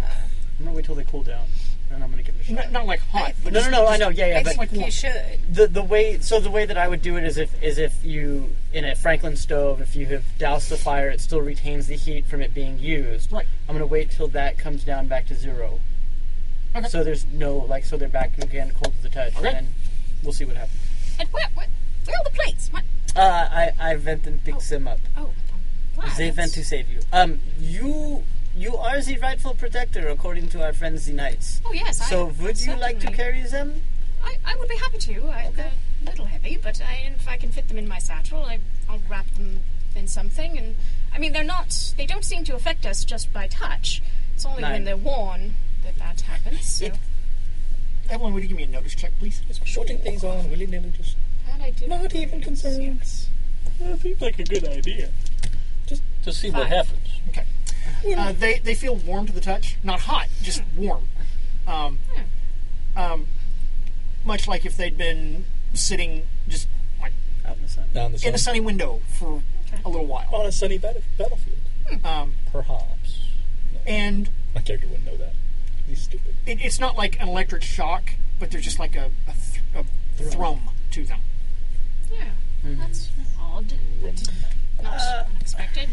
[SPEAKER 3] I'm gonna wait till they cool down, and I'm gonna give it a
[SPEAKER 2] not,
[SPEAKER 3] shot.
[SPEAKER 2] not like hot, but
[SPEAKER 3] No, no,
[SPEAKER 2] just-
[SPEAKER 3] no. I know. Yeah, yeah.
[SPEAKER 10] I
[SPEAKER 3] But
[SPEAKER 10] think you should?
[SPEAKER 3] the the way so the way that I would do it is if is if you in a Franklin stove if you have doused the fire it still retains the heat from it being used.
[SPEAKER 2] Right.
[SPEAKER 3] I'm gonna wait till that comes down back to zero.
[SPEAKER 2] Okay.
[SPEAKER 3] So there's no like so they're back again cold to the touch
[SPEAKER 2] Okay.
[SPEAKER 3] and then we'll see what happens.
[SPEAKER 5] And where, where, where are the plates? My,
[SPEAKER 3] Uh, I I vent and picks them up.
[SPEAKER 5] oh, I'm
[SPEAKER 2] Ah,
[SPEAKER 5] glad.
[SPEAKER 3] They vent to save you. Um, you you are the rightful protector according to our friends the knights.
[SPEAKER 5] Oh yes.
[SPEAKER 3] so
[SPEAKER 5] I,
[SPEAKER 3] would you like to
[SPEAKER 5] certainly.
[SPEAKER 3] carry them?
[SPEAKER 5] I, I would be happy to. I, They're a little heavy, but I, if I can fit them in my satchel, I, I'll wrap them in something. And I mean, they're not. They don't seem to affect us just by touch. It's only
[SPEAKER 3] Nine.
[SPEAKER 5] when they're worn that that happens. So
[SPEAKER 3] It-
[SPEAKER 2] Evelyn, would you give me a notice check, please?
[SPEAKER 6] Putting things on willy nilly just
[SPEAKER 5] that I do.
[SPEAKER 6] not even concerned.
[SPEAKER 4] That seems like a good idea. Just to see what happens.
[SPEAKER 2] Okay. Uh, they they feel warm to the touch, not hot, just warm. Um, um, much like if they'd been sitting just like
[SPEAKER 3] Out in the sun.
[SPEAKER 6] Down the
[SPEAKER 2] in a
[SPEAKER 6] sun.
[SPEAKER 2] sunny window for a
[SPEAKER 5] Oh.
[SPEAKER 2] little while.
[SPEAKER 6] On a sunny battle- battlefield. Eh.
[SPEAKER 2] Um,
[SPEAKER 6] Perhaps.
[SPEAKER 2] and
[SPEAKER 6] My character wouldn't know that. He's stupid.
[SPEAKER 2] it, it's not like an electric shock, but there's just like a, a, th- a thrum to them.
[SPEAKER 5] Yeah, that's odd, but not
[SPEAKER 6] Uh,
[SPEAKER 5] unexpected.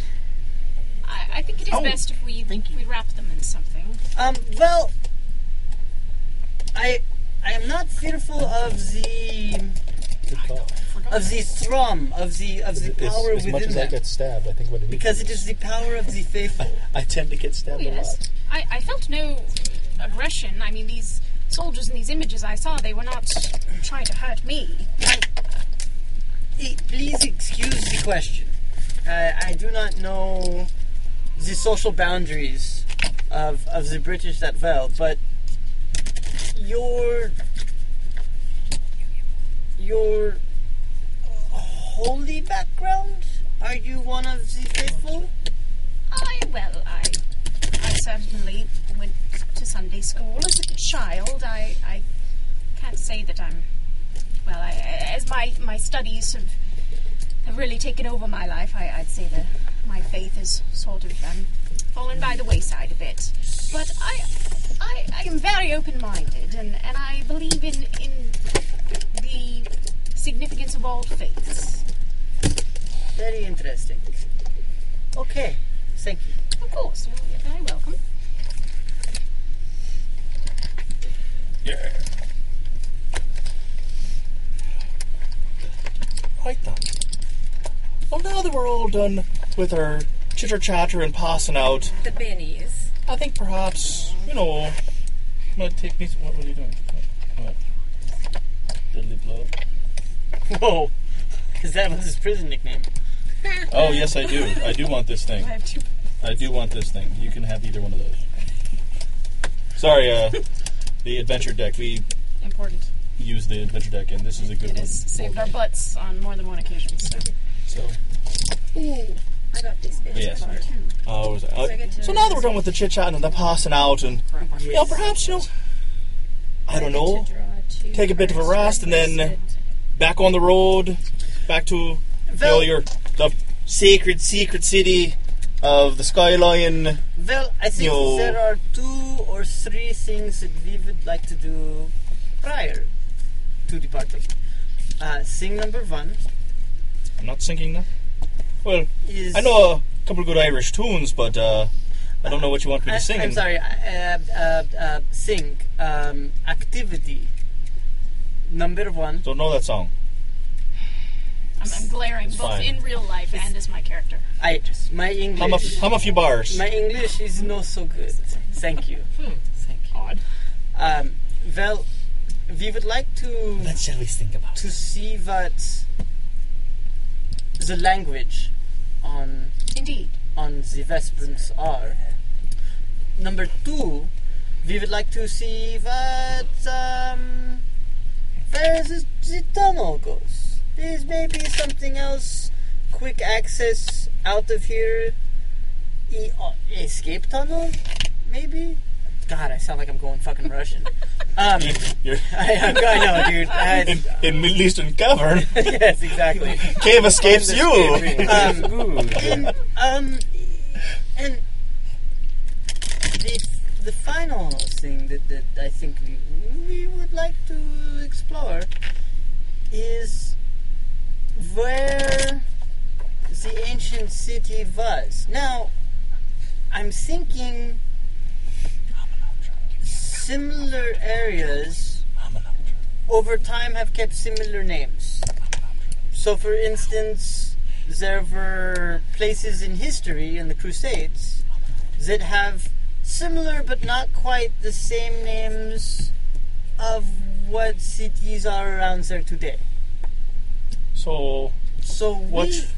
[SPEAKER 5] I, I think it is
[SPEAKER 2] Oh,
[SPEAKER 5] best if we we wrap them in something.
[SPEAKER 3] Um, well, I I am not fearful of the
[SPEAKER 6] Good call.
[SPEAKER 3] of the thrum of the of the power within them
[SPEAKER 6] stabbed, I think what it is.
[SPEAKER 3] because it is the power of the faithful.
[SPEAKER 6] I tend to get stabbed
[SPEAKER 5] Oh, yes, I, I felt no aggression. I mean, these soldiers and these images I saw, they were not trying to hurt me.
[SPEAKER 3] E- Please excuse the question. Uh, I do not know the social boundaries of of the British that well, but your your holy background. Are you one of the faithful?
[SPEAKER 5] I, well, I, I certainly went to Sunday school as a child. I, I can't say that I'm, well, I, as my, my studies have, have really taken over my life, I, I'd say that my faith is sort of um, fallen by the wayside a bit. But I, I, I am very open minded and, and I believe in, in the significance of all faiths.
[SPEAKER 3] Very interesting. Okay, thank you.
[SPEAKER 5] Of course, you're- you're very welcome.
[SPEAKER 6] Right then. Well, Oh, now that we're all done with our chitter chatter and passing out,
[SPEAKER 7] The bennies.
[SPEAKER 6] I think perhaps, you know, I'm going to take these. What were you doing? What? What? Diddly blow.
[SPEAKER 3] Whoa, *laughs* because that was his prison nickname.
[SPEAKER 6] Oh, yes, I do. I do want this thing.
[SPEAKER 5] I have two
[SPEAKER 6] I do want this thing. You can have either one of those. Sorry, uh, the adventure deck. We
[SPEAKER 5] Important.
[SPEAKER 6] use the adventure deck, and this is a good
[SPEAKER 5] It
[SPEAKER 6] one.
[SPEAKER 5] has saved our butts on more than one occasion. So.
[SPEAKER 6] So,
[SPEAKER 7] I got this bitch
[SPEAKER 6] Yes.
[SPEAKER 7] card.
[SPEAKER 6] uh, was, uh,
[SPEAKER 7] I get to-
[SPEAKER 6] so now that we're done with the chit chat and the passing out, and you know, perhaps you know, I don't know,
[SPEAKER 7] to draw two
[SPEAKER 6] take a bit of a
[SPEAKER 7] cards.
[SPEAKER 6] rest, and then back on the road, back to
[SPEAKER 3] Well-
[SPEAKER 6] you know, your the sacred secret city of the Skyline.
[SPEAKER 3] Well, I think
[SPEAKER 6] No.
[SPEAKER 3] there are two or three things that we would like to do prior to departing. Uh, thing number one
[SPEAKER 6] I'm not singing now. Well,
[SPEAKER 3] is
[SPEAKER 6] I know a couple of good Irish tunes, but uh, I don't know what you want me to sing.
[SPEAKER 3] I, am sorry. Uh, uh, uh, thing um, activity number one.
[SPEAKER 6] Don't know that song.
[SPEAKER 5] I'm, I'm glaring both
[SPEAKER 6] fine.
[SPEAKER 5] in real life and as my character.
[SPEAKER 3] I my English.
[SPEAKER 6] Hum a, hum a few bars.
[SPEAKER 3] My English is not so good. Thank you. Thank you.
[SPEAKER 2] Hmm. Odd.
[SPEAKER 3] Um, well, we would like to
[SPEAKER 6] Let's always think about.
[SPEAKER 3] to see what the language on
[SPEAKER 5] Indeed.
[SPEAKER 3] on the Vespers are. Number two, we would like to see what um, where the, the tunnel goes. There's maybe something else, quick access out of here, e- uh, escape tunnel, maybe. God, I sound like I'm going fucking
[SPEAKER 6] *laughs*
[SPEAKER 3] Russian. Um,
[SPEAKER 6] You're
[SPEAKER 3] I, I know, dude.
[SPEAKER 6] *laughs* in,
[SPEAKER 3] I,
[SPEAKER 6] in Middle Eastern cavern. *laughs*
[SPEAKER 3] yes, exactly.
[SPEAKER 6] Cave escapes you.
[SPEAKER 3] *laughs* Um, and, um, and the, the final thing that, that I think we, we would like to explore is where the ancient city was. Now, I'm thinking similar areas over time have kept similar names. So, for instance, there were places in history in the Crusades that have similar but not quite the same names of what cities are around there today.
[SPEAKER 6] So
[SPEAKER 3] So, what,
[SPEAKER 6] What-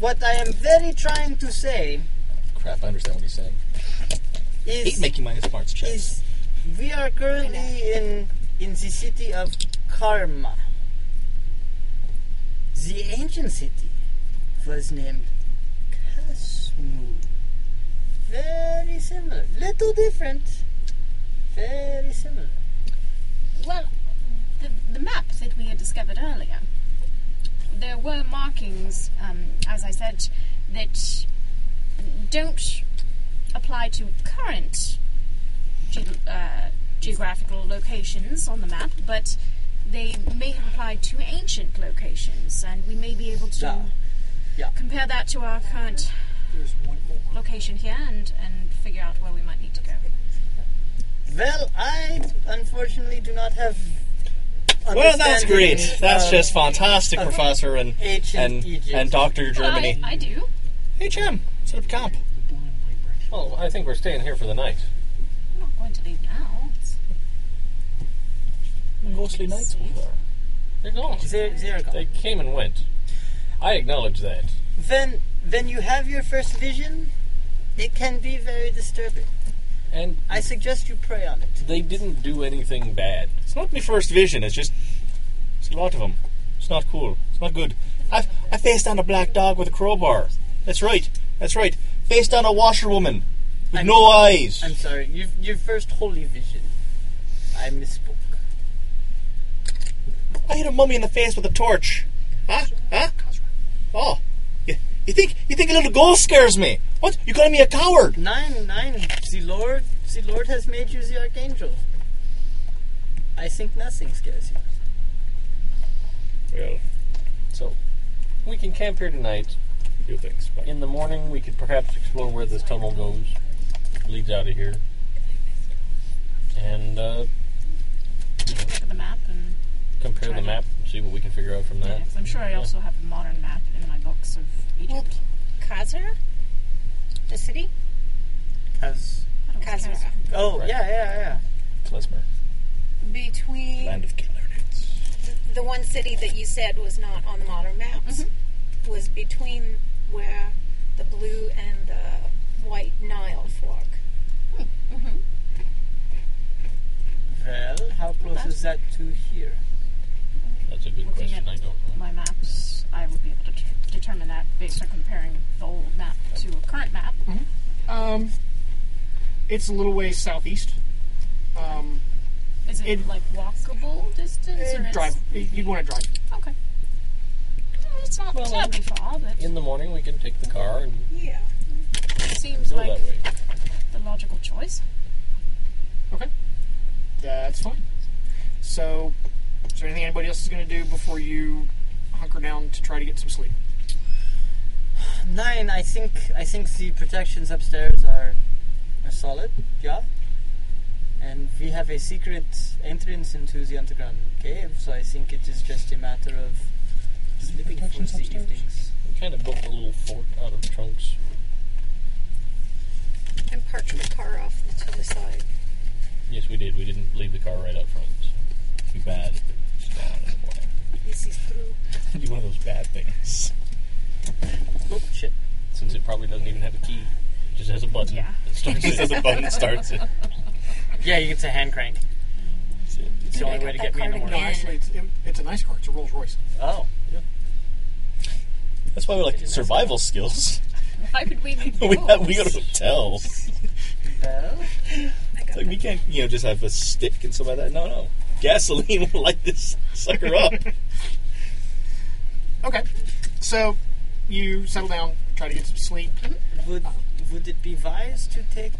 [SPEAKER 3] what I am very trying to say
[SPEAKER 6] crap. I understand what he's saying.
[SPEAKER 3] is,
[SPEAKER 6] making minus parts checks.
[SPEAKER 3] is we are currently in, in the city of Karma. The ancient city was named Kasmu. Very similar. Little different. Very similar.
[SPEAKER 5] Well, the, the map that we had discovered earlier, there were markings, um, as I said, that don't apply to current ge- uh, geographical locations on the map, but they may have applied to ancient locations, and we may be able to
[SPEAKER 3] Yeah. Yeah.
[SPEAKER 5] compare that to our current location here and, and figure out where we might need to go.
[SPEAKER 3] Well, I unfortunately do not have.
[SPEAKER 6] Well, that's
[SPEAKER 3] understanding
[SPEAKER 6] great. That's
[SPEAKER 3] of
[SPEAKER 6] just fantastic, Professor and
[SPEAKER 3] Ancient
[SPEAKER 6] and
[SPEAKER 3] Egypt.
[SPEAKER 6] and Doctor
[SPEAKER 5] I,
[SPEAKER 6] Germany.
[SPEAKER 5] I do.
[SPEAKER 6] HM, set up camp.
[SPEAKER 4] Well, oh, I think we're staying here for the night.
[SPEAKER 5] I'm not going to leave now. It's-
[SPEAKER 6] Ghostly nights over there.
[SPEAKER 4] They're gone.
[SPEAKER 3] There, there go.
[SPEAKER 4] They came and went. I acknowledge that.
[SPEAKER 3] When, when you have your first vision, it can be very disturbing.
[SPEAKER 4] And
[SPEAKER 3] I suggest you pray on it.
[SPEAKER 4] they didn't do anything bad.
[SPEAKER 6] It's not my first vision. It's just it's a lot of them. It's not cool. It's not good. I I faced down a black dog with a crowbar. That's right. That's right. Faced down a washerwoman with
[SPEAKER 3] I'm-
[SPEAKER 6] no eyes.
[SPEAKER 3] I'm sorry, your, your first holy vision. I misspoke.
[SPEAKER 6] I hit a mummy in the face with a torch. Huh? Huh? Oh. You, you think you think a little ghost scares me? What? You calling me a coward?
[SPEAKER 3] Nine, nine. The Lord, the Lord has made you the archangel. I think nothing scares you.
[SPEAKER 6] Well,
[SPEAKER 4] So we can camp here tonight.
[SPEAKER 6] few things. But
[SPEAKER 4] In the morning, we could perhaps explore where this tunnel goes, leads out of here, and uh,
[SPEAKER 5] Look at the map and
[SPEAKER 4] compare the map and see what we can figure out from that.
[SPEAKER 5] Yes, I'm sure I also have a modern map in my box of
[SPEAKER 7] Well,
[SPEAKER 5] Egypt.
[SPEAKER 7] Khazra? The city?
[SPEAKER 3] Has
[SPEAKER 5] I don't
[SPEAKER 7] Khazra.
[SPEAKER 5] care.
[SPEAKER 3] oh
[SPEAKER 4] Right.
[SPEAKER 3] yeah yeah yeah.
[SPEAKER 4] Klezmer.
[SPEAKER 7] Between
[SPEAKER 6] of killer nets.
[SPEAKER 7] the one city that you said was not on the modern maps was between where the blue and the white Nile fork.
[SPEAKER 5] current map?
[SPEAKER 2] Um, it's a little ways southeast. Um,
[SPEAKER 5] Is it,
[SPEAKER 2] It-
[SPEAKER 5] like walkable distance? or
[SPEAKER 2] eh,
[SPEAKER 5] it's-
[SPEAKER 2] drive. You'd want to drive.
[SPEAKER 5] Okay. Eh, It's not
[SPEAKER 4] Well,
[SPEAKER 5] terribly far, but
[SPEAKER 4] In the morning, we can take the car and
[SPEAKER 7] Yeah.
[SPEAKER 5] it seems
[SPEAKER 4] go
[SPEAKER 5] like
[SPEAKER 4] that way.
[SPEAKER 5] the logical choice.
[SPEAKER 2] Okay. That's fine. So, is there anything anybody else is going to do before you hunker down to try to get some sleep?
[SPEAKER 3] Nine. I think I think the protections upstairs are a solid job, and we have a secret entrance into the underground cave. So I think it is just a matter of sleeping for the evenings.
[SPEAKER 4] We kind of built a little fort out of trunks.
[SPEAKER 7] And parked the car off to the side.
[SPEAKER 4] Yes, we did. We didn't leave the car right up front. So. Too bad if it was down in the morning.
[SPEAKER 7] He sees through.
[SPEAKER 4] It'd be one of those bad things.
[SPEAKER 3] Oh shit!
[SPEAKER 4] Since it probably doesn't even have a key, it just has a button.
[SPEAKER 5] Yeah.
[SPEAKER 4] That starts
[SPEAKER 6] Just
[SPEAKER 4] it.
[SPEAKER 6] as a button starts it.
[SPEAKER 3] Yeah, you get a hand crank.
[SPEAKER 4] That's it.
[SPEAKER 3] It's the
[SPEAKER 7] Dude, I
[SPEAKER 3] only way to
[SPEAKER 7] got
[SPEAKER 3] get
[SPEAKER 7] that
[SPEAKER 3] me in the
[SPEAKER 7] card
[SPEAKER 2] No,
[SPEAKER 3] morning.
[SPEAKER 7] again.
[SPEAKER 2] *laughs* actually, it's, it, it's a nice car. It's a Rolls Royce.
[SPEAKER 3] Oh,
[SPEAKER 6] That's why we like survival skills. *laughs*
[SPEAKER 5] Why would we leave
[SPEAKER 6] we,
[SPEAKER 5] yours?
[SPEAKER 6] have, we go to hotel.
[SPEAKER 3] well,
[SPEAKER 6] It's like we can't, you know, just have a stick and stuff like that. No, no. Gasoline will light this sucker up.
[SPEAKER 2] Okay. So, you settle down, try to get some sleep.
[SPEAKER 3] would would it be wise to take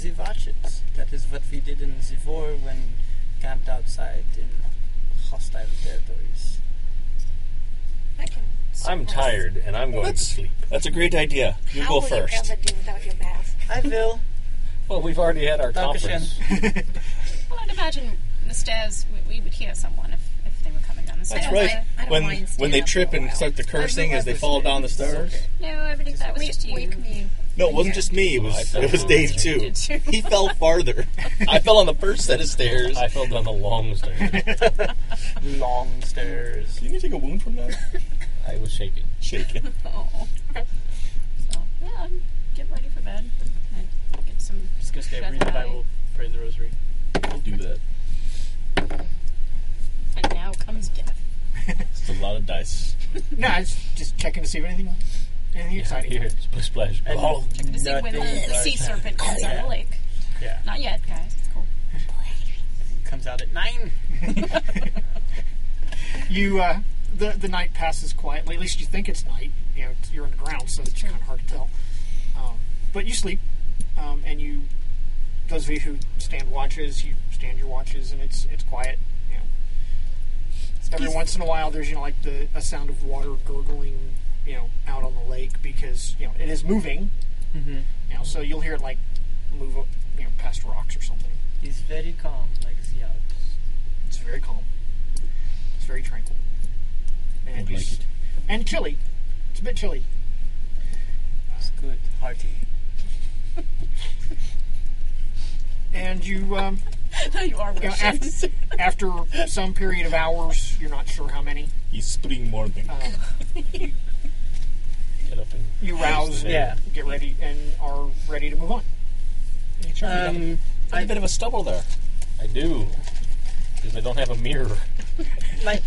[SPEAKER 3] the watches? That is what we did in the war when camped outside in hostile territories.
[SPEAKER 7] I can.
[SPEAKER 4] I'm tired and I'm going to
[SPEAKER 6] Let's-
[SPEAKER 4] sleep.
[SPEAKER 6] That's a great idea. You
[SPEAKER 7] How
[SPEAKER 6] go
[SPEAKER 7] will
[SPEAKER 6] first.
[SPEAKER 7] you ever do without your bath?
[SPEAKER 3] I will.
[SPEAKER 4] Well, we've already had our
[SPEAKER 3] Dankeschön.
[SPEAKER 4] conference.
[SPEAKER 5] Well, I'd imagine the stairs, we, we would hear someone if, if they were coming down the stairs.
[SPEAKER 6] That's right.
[SPEAKER 7] I don't
[SPEAKER 6] When
[SPEAKER 7] mind
[SPEAKER 6] when they
[SPEAKER 7] standing up
[SPEAKER 6] trip
[SPEAKER 7] for a
[SPEAKER 6] and
[SPEAKER 7] while.
[SPEAKER 6] start the cursing as they
[SPEAKER 3] realized
[SPEAKER 6] fall
[SPEAKER 3] this
[SPEAKER 6] down the
[SPEAKER 3] is
[SPEAKER 6] stairs.
[SPEAKER 3] okay.
[SPEAKER 5] No, I believe that was
[SPEAKER 7] We,
[SPEAKER 5] just you.
[SPEAKER 7] we commune.
[SPEAKER 6] No, it wasn't just me. It
[SPEAKER 4] I
[SPEAKER 6] was
[SPEAKER 4] fell
[SPEAKER 6] it was
[SPEAKER 4] down
[SPEAKER 6] Dave
[SPEAKER 4] the
[SPEAKER 6] too.
[SPEAKER 5] stairs. *laughs* Did you?
[SPEAKER 6] He fell farther. I fell on the first set of stairs.
[SPEAKER 4] I fell down the long stairs.
[SPEAKER 3] Long stairs.
[SPEAKER 6] Didn't you take a wound from that?
[SPEAKER 4] *laughs* I was shaking.
[SPEAKER 6] Shaking.
[SPEAKER 5] Oh. So, yeah, I'm get ready for bed. And get some.
[SPEAKER 3] Discuss that.
[SPEAKER 5] Shall
[SPEAKER 3] Read the
[SPEAKER 5] I?
[SPEAKER 3] Bible. Pray the Rosary.
[SPEAKER 6] We'll do that.
[SPEAKER 5] And now comes death.
[SPEAKER 6] It's a lot of dice.
[SPEAKER 2] No, I was just checking to see if anything, anything exciting.
[SPEAKER 4] Here, splash, splash.
[SPEAKER 3] And
[SPEAKER 4] Oh,
[SPEAKER 5] To see when the,
[SPEAKER 3] nothing
[SPEAKER 5] the sea
[SPEAKER 3] like-
[SPEAKER 5] serpent comes out of the lake.
[SPEAKER 3] Yeah.
[SPEAKER 5] Not yet, guys. It's cool.
[SPEAKER 3] comes out at nine.
[SPEAKER 2] You, uh, the the night passes quietly. At least you think it's night. You know, it's- you're underground, so it's kind of hard to tell. Um, but you sleep, um, and you, those of you who stand watches, you stand your watches, and it's it's quiet. You know, every once in a while, there's you know like the a sound of water gurgling, you know, out on the lake because you know it is moving.
[SPEAKER 3] Mm-hmm.
[SPEAKER 2] You know, so you'll hear it like move up, you know, past rocks or something.
[SPEAKER 3] It's very calm, like the Alps.
[SPEAKER 2] It's very calm. It's very tranquil. And,
[SPEAKER 6] I'd like
[SPEAKER 2] it's-
[SPEAKER 6] it.
[SPEAKER 2] and chilly. It's a bit chilly.
[SPEAKER 3] It's good, hearty.
[SPEAKER 2] And you, um,
[SPEAKER 5] No, you are
[SPEAKER 2] you know,
[SPEAKER 5] wishing.
[SPEAKER 2] after, after some period of hours, you're not sure how many,
[SPEAKER 6] He's spring morning.
[SPEAKER 2] um,
[SPEAKER 4] get up and
[SPEAKER 2] you rouse and
[SPEAKER 3] Yeah.
[SPEAKER 2] get ready and are ready to move on.
[SPEAKER 3] Um,
[SPEAKER 6] a bit of a stubble there.
[SPEAKER 4] I do. Because I don't have a mirror.
[SPEAKER 3] like,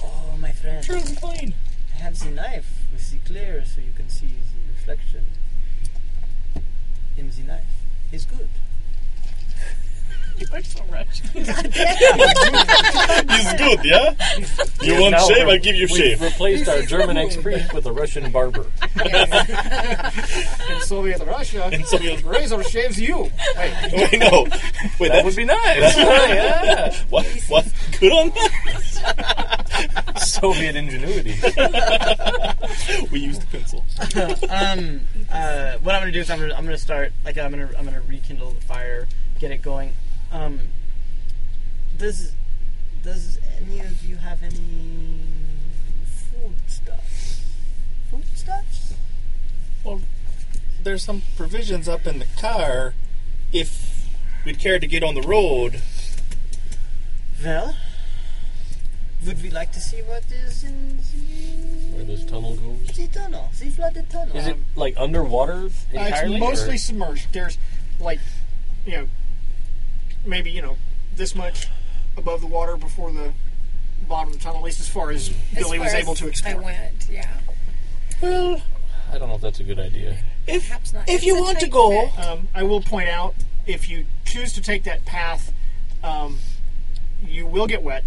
[SPEAKER 3] oh my friend,
[SPEAKER 6] Cruising plane.
[SPEAKER 3] I have the knife with the clear, so you can see the reflection in the knife. It's good.
[SPEAKER 5] you are so rushed.
[SPEAKER 6] He's good, yeah? *laughs* You want
[SPEAKER 4] Now
[SPEAKER 6] shave?
[SPEAKER 4] we're-
[SPEAKER 6] I'll give you *laughs*
[SPEAKER 4] we've
[SPEAKER 6] shave.
[SPEAKER 4] replaced our German ex-priest with a Russian barber.
[SPEAKER 2] In Soviet Russia,
[SPEAKER 6] And so he goes,
[SPEAKER 2] razor shaves you. Wait,
[SPEAKER 6] *laughs* Wait, no. Wait, that was
[SPEAKER 4] be nice. *laughs* yeah.
[SPEAKER 6] what? What? Good on that? *laughs*
[SPEAKER 4] Soviet ingenuity.
[SPEAKER 6] We used the pencil.
[SPEAKER 3] um, uh, what I'm gonna do is I'm gonna, I'm gonna start like I'm gonna I'm gonna rekindle the fire, get it going. Um, does does any of you have any food stuff? Food stuffs?
[SPEAKER 6] Well, there's some provisions up in the car. If we'd care to get on the road,
[SPEAKER 3] Well, would we like to see what is in
[SPEAKER 4] Where this tunnel goes.
[SPEAKER 3] the, the tunnel, the flooded tunnel?
[SPEAKER 4] Is it like underwater
[SPEAKER 2] uh, it's
[SPEAKER 4] *laughs* entirely? or-
[SPEAKER 2] mostly submerged. There's like, you know, maybe you know this much above the water before the bottom of the tunnel. At least as far as
[SPEAKER 7] As
[SPEAKER 2] Billy was
[SPEAKER 7] far
[SPEAKER 2] able
[SPEAKER 7] as
[SPEAKER 2] to explore.
[SPEAKER 7] I went, yeah.
[SPEAKER 4] I don't know if that's That's a good idea.
[SPEAKER 7] If,
[SPEAKER 11] Perhaps not.
[SPEAKER 7] if you
[SPEAKER 11] It's a
[SPEAKER 7] want to
[SPEAKER 11] tight
[SPEAKER 7] go,
[SPEAKER 2] Um, I will point out if you choose to take that path, um, you will get wet,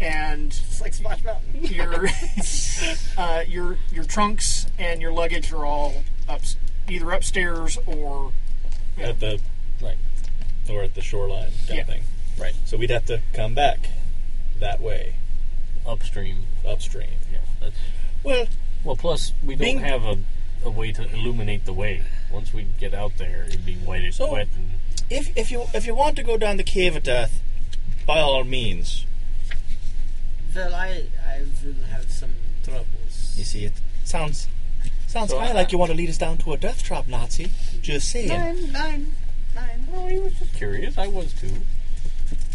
[SPEAKER 2] and
[SPEAKER 3] It's like Splash Mountain.
[SPEAKER 7] *laughs*
[SPEAKER 2] your uh, your your trunks and your luggage are all up either upstairs or Yeah.
[SPEAKER 6] At the right, or at the shoreline kind
[SPEAKER 2] Yeah.
[SPEAKER 6] of thing. Right. So we'd have to come back that way,
[SPEAKER 4] Upstream.
[SPEAKER 6] upstream.
[SPEAKER 4] Yeah. That's,
[SPEAKER 6] Well,
[SPEAKER 4] well, plus we don't
[SPEAKER 6] Being-
[SPEAKER 4] have a, a way to illuminate the way. Once we get out there, it'd be white as
[SPEAKER 6] So-
[SPEAKER 4] wet. And,
[SPEAKER 6] if if you if you want to go down the cave of death, by all means.
[SPEAKER 3] Well, I, I will have some troubles.
[SPEAKER 6] You see, it sounds sounds
[SPEAKER 4] So,
[SPEAKER 6] high
[SPEAKER 4] uh,
[SPEAKER 6] like you want to lead us down to a death trap, Nazi. Just saying.
[SPEAKER 3] Nine, nine, nine.
[SPEAKER 4] well, he was just curious. I was too.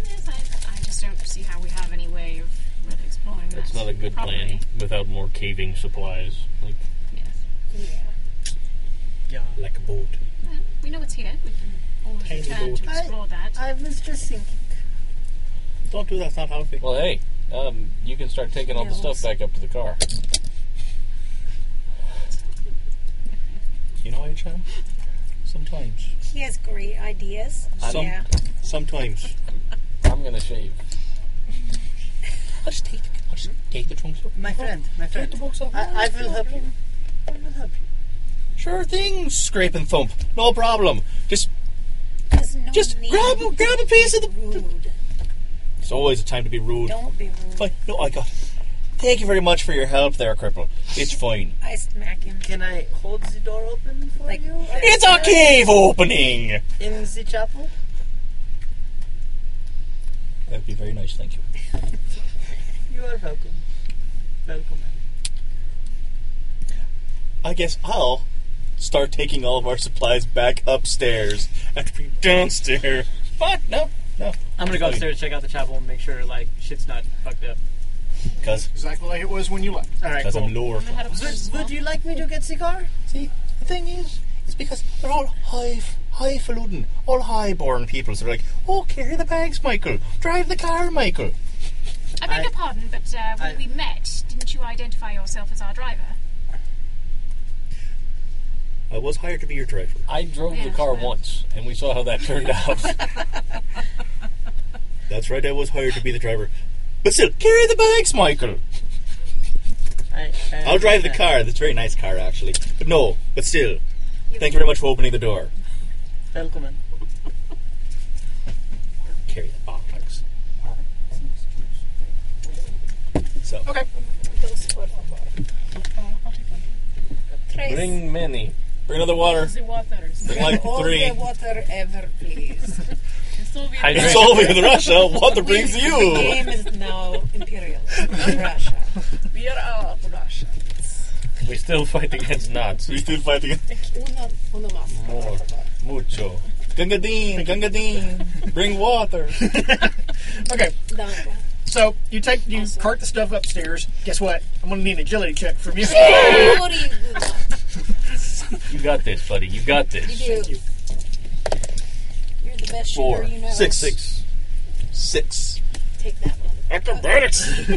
[SPEAKER 5] Yes, I, I just don't see how we have any way of really exploring
[SPEAKER 4] That's
[SPEAKER 5] that
[SPEAKER 4] not a good
[SPEAKER 5] properly.
[SPEAKER 4] plan without more caving supplies, like
[SPEAKER 5] Yes.
[SPEAKER 3] Yeah.
[SPEAKER 6] Like a boat.
[SPEAKER 5] Well, we know it's here. We can always
[SPEAKER 6] Tiny
[SPEAKER 5] return to
[SPEAKER 3] boat.
[SPEAKER 5] explore that.
[SPEAKER 3] I was just thinking.
[SPEAKER 6] Don't do that. It's not healthy.
[SPEAKER 4] Well, hey, um, you can start taking all the stuff back up to the car.
[SPEAKER 6] You know, Adrian. Sometimes.
[SPEAKER 11] He has great ideas.
[SPEAKER 6] Some-
[SPEAKER 11] yeah.
[SPEAKER 6] Sometimes.
[SPEAKER 4] I'm gonna shave.
[SPEAKER 6] I'll just take. I'll just take the trunks off.
[SPEAKER 3] My friend, my
[SPEAKER 6] Take the
[SPEAKER 3] friend.
[SPEAKER 6] books off.
[SPEAKER 3] I, I will help you. I will help you.
[SPEAKER 6] Sure thing. Scrape and thump. No problem. Just
[SPEAKER 11] There's no
[SPEAKER 6] Just
[SPEAKER 11] need
[SPEAKER 6] grab-
[SPEAKER 11] to
[SPEAKER 6] grab a piece of the-
[SPEAKER 11] be Rude.
[SPEAKER 6] It's always a time to be rude.
[SPEAKER 11] Don't be rude.
[SPEAKER 6] Fine. No, I got. Thank you very much for your help, there, cripple. It's fine.
[SPEAKER 11] I smack him.
[SPEAKER 3] Can I hold the door open for
[SPEAKER 11] Like-
[SPEAKER 3] you? I-
[SPEAKER 6] It's a cave opening.
[SPEAKER 3] In the chapel?
[SPEAKER 6] That'd be very nice. Thank you.
[SPEAKER 3] You are welcome. Welcome.
[SPEAKER 6] I guess I'll start taking all of our supplies back upstairs after being downstairs. What? No, no.
[SPEAKER 12] I'm gonna go upstairs, check out the chapel, and make sure like shit's not fucked up.
[SPEAKER 6] Because
[SPEAKER 2] exactly like it was when you left.
[SPEAKER 12] All right, cool.
[SPEAKER 6] I'm lower.
[SPEAKER 5] Head up first as well.
[SPEAKER 3] Would you like me to get cigar?
[SPEAKER 6] See, the thing is, it's because they're all high, highfalutin, all highborn people. So they're like, oh, carry the bags, Michael. Drive the car, Michael.
[SPEAKER 5] I beg
[SPEAKER 3] I-
[SPEAKER 5] your pardon, but uh, when
[SPEAKER 3] I-
[SPEAKER 5] we met, didn't you identify yourself as our driver?
[SPEAKER 6] I was hired to be your driver.
[SPEAKER 4] I drove the
[SPEAKER 5] Yeah,
[SPEAKER 4] car
[SPEAKER 5] well.
[SPEAKER 4] once, and we saw how that turned out.
[SPEAKER 6] That's right, I was hired to be the driver. But still, carry the bags, Michael.
[SPEAKER 3] I, I
[SPEAKER 6] I'll drive the
[SPEAKER 3] understand.
[SPEAKER 6] car. That's a very nice car, actually. But no, but still, thank you very much for opening the door.
[SPEAKER 3] Welcome. in.
[SPEAKER 6] Carry the box. So,
[SPEAKER 2] Okay.
[SPEAKER 7] Trace.
[SPEAKER 4] Bring many.
[SPEAKER 6] bring another water.
[SPEAKER 7] The waters.
[SPEAKER 6] Bring like
[SPEAKER 7] All
[SPEAKER 6] three.
[SPEAKER 7] the water ever, please. The Soviet
[SPEAKER 4] Hydrate.
[SPEAKER 6] It's over in Russia. Water brings
[SPEAKER 7] The
[SPEAKER 6] you.
[SPEAKER 7] *laughs* game is now imperial. Russia.
[SPEAKER 12] We are out of Russia.
[SPEAKER 4] We still fight against Nazis.
[SPEAKER 6] We still fighting.
[SPEAKER 7] Uno, uno más.
[SPEAKER 4] More. Mucho.
[SPEAKER 6] Gungadin, Gungadin, bring water.
[SPEAKER 2] Okay,
[SPEAKER 7] Danke.
[SPEAKER 2] so you take you cart the stuff upstairs. Guess what? I'm gonna need an agility check from
[SPEAKER 7] *laughs*
[SPEAKER 2] you.
[SPEAKER 7] What do you do?
[SPEAKER 4] You got this, buddy. You got this.
[SPEAKER 7] You do. You're the best
[SPEAKER 6] Four,
[SPEAKER 7] shooter you know.
[SPEAKER 6] six, six, six.
[SPEAKER 7] Take that one.
[SPEAKER 6] Acrobatics,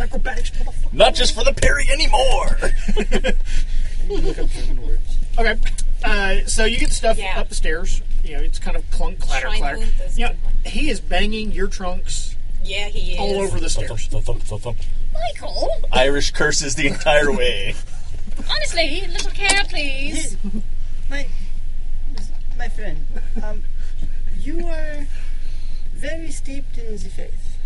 [SPEAKER 2] Acrobatics, motherfucker.
[SPEAKER 6] not just for the parry anymore.
[SPEAKER 2] Okay, uh, so you get the stuff
[SPEAKER 7] Yeah.
[SPEAKER 2] up the stairs. You know, it's kind of clunk, clatter,
[SPEAKER 7] Shrine
[SPEAKER 2] clatter.
[SPEAKER 7] Booth is
[SPEAKER 2] You know,
[SPEAKER 7] good one.
[SPEAKER 2] he is banging your trunks
[SPEAKER 7] Yeah, he is.
[SPEAKER 2] all over the
[SPEAKER 6] Thump,
[SPEAKER 2] stairs.
[SPEAKER 6] thump, thump, thump, thump.
[SPEAKER 5] Michael,
[SPEAKER 6] Irish curses the entire way.
[SPEAKER 5] honestly, a little care, please.
[SPEAKER 3] My, my friend, um, you are very steeped in the faith.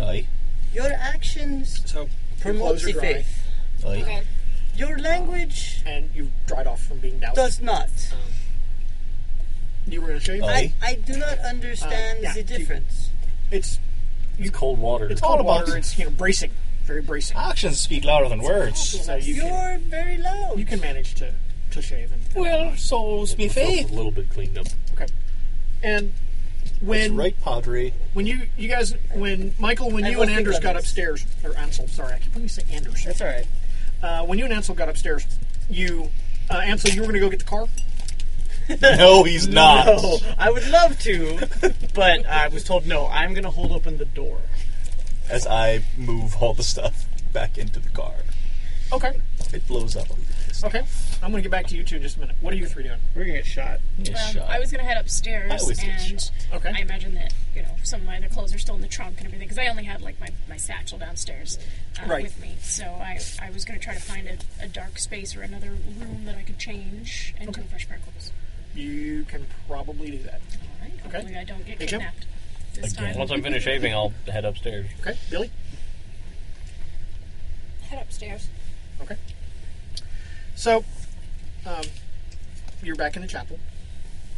[SPEAKER 6] Aye,
[SPEAKER 3] Your actions
[SPEAKER 2] So
[SPEAKER 3] promote
[SPEAKER 2] clothes are
[SPEAKER 3] the
[SPEAKER 2] dry.
[SPEAKER 3] faith.
[SPEAKER 6] aye.
[SPEAKER 11] Okay.
[SPEAKER 3] Your language
[SPEAKER 2] and you dried off from being doused.
[SPEAKER 3] does not.
[SPEAKER 2] you were gonna show you.
[SPEAKER 6] Uh,
[SPEAKER 3] I, I do not understand
[SPEAKER 2] Uh, yeah,
[SPEAKER 3] the
[SPEAKER 2] do-
[SPEAKER 3] difference.
[SPEAKER 2] It's
[SPEAKER 4] It's cold water.
[SPEAKER 2] it's
[SPEAKER 6] all
[SPEAKER 2] cold
[SPEAKER 6] about-
[SPEAKER 2] water. It's you know bracing, very bracing.
[SPEAKER 6] Actions speak louder than words.
[SPEAKER 2] So you
[SPEAKER 3] You
[SPEAKER 2] can,
[SPEAKER 3] are Ah, very loud.
[SPEAKER 2] you can manage to to shave and
[SPEAKER 6] Well, so's me
[SPEAKER 4] a
[SPEAKER 6] faith.
[SPEAKER 4] little bit cleaned up.
[SPEAKER 2] okay. And
[SPEAKER 6] That's
[SPEAKER 2] when
[SPEAKER 6] right, Padre.
[SPEAKER 2] when you you guys when Michael when
[SPEAKER 3] I
[SPEAKER 2] you
[SPEAKER 3] will
[SPEAKER 2] and
[SPEAKER 3] think
[SPEAKER 2] Anders
[SPEAKER 3] on
[SPEAKER 2] got
[SPEAKER 3] this.
[SPEAKER 2] upstairs or Ansel sorry I keep wanting to say Anders
[SPEAKER 3] That's all right.
[SPEAKER 2] uh, when you and Ansel got upstairs you uh, Ansel you were gonna go get the car
[SPEAKER 6] No, he's not.
[SPEAKER 12] No, I would love to,
[SPEAKER 4] *laughs*
[SPEAKER 12] but I was told no. I'm gonna hold open the door.
[SPEAKER 6] As I move all the stuff back into the car,
[SPEAKER 2] okay
[SPEAKER 6] it blows up. exist.
[SPEAKER 2] Okay, I'm gonna get back to you two in just a minute. What are you three doing? We're gonna get shot.
[SPEAKER 5] Um, I was gonna head
[SPEAKER 2] I
[SPEAKER 5] upstairs,
[SPEAKER 2] always get
[SPEAKER 5] and
[SPEAKER 2] Okay.
[SPEAKER 5] I imagine that you know some of my other clothes are still in the trunk and everything because I only had like my, my satchel downstairs uh,
[SPEAKER 2] Right.
[SPEAKER 5] with me. So I, I was gonna try to find a, a dark space or another room that I could change and take fresh pair of clothes.
[SPEAKER 2] You can probably do that.
[SPEAKER 5] All right. Hopefully I don't get
[SPEAKER 2] Hey, Jim.
[SPEAKER 5] kidnapped this time.
[SPEAKER 4] Once I'm finished shaving, I'll head upstairs.
[SPEAKER 2] Okay, Billy.
[SPEAKER 7] Head upstairs.
[SPEAKER 2] Okay. So, um, you're back in the chapel,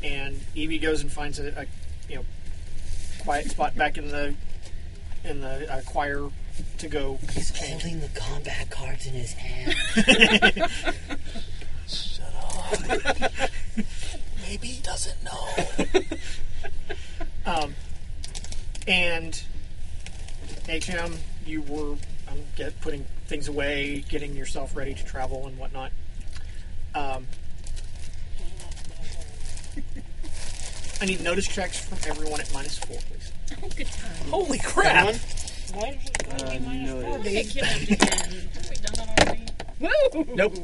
[SPEAKER 2] and Evie goes and finds a, a you know quiet spot back in the in the uh, choir to go. He's holding the combat cards in his hand. Shut up.
[SPEAKER 6] *laughs*
[SPEAKER 2] Maybe he doesn't know. um, and HM, you were um, get, putting things away, getting yourself ready to travel and whatnot. Um, *laughs* I need notice checks from everyone at minus four, please.
[SPEAKER 5] Oh, good time.
[SPEAKER 2] Holy crap!
[SPEAKER 5] Everyone? Why is it going to be minus four? I get kidnapped again. Have we done that already? Woo!
[SPEAKER 2] Nope.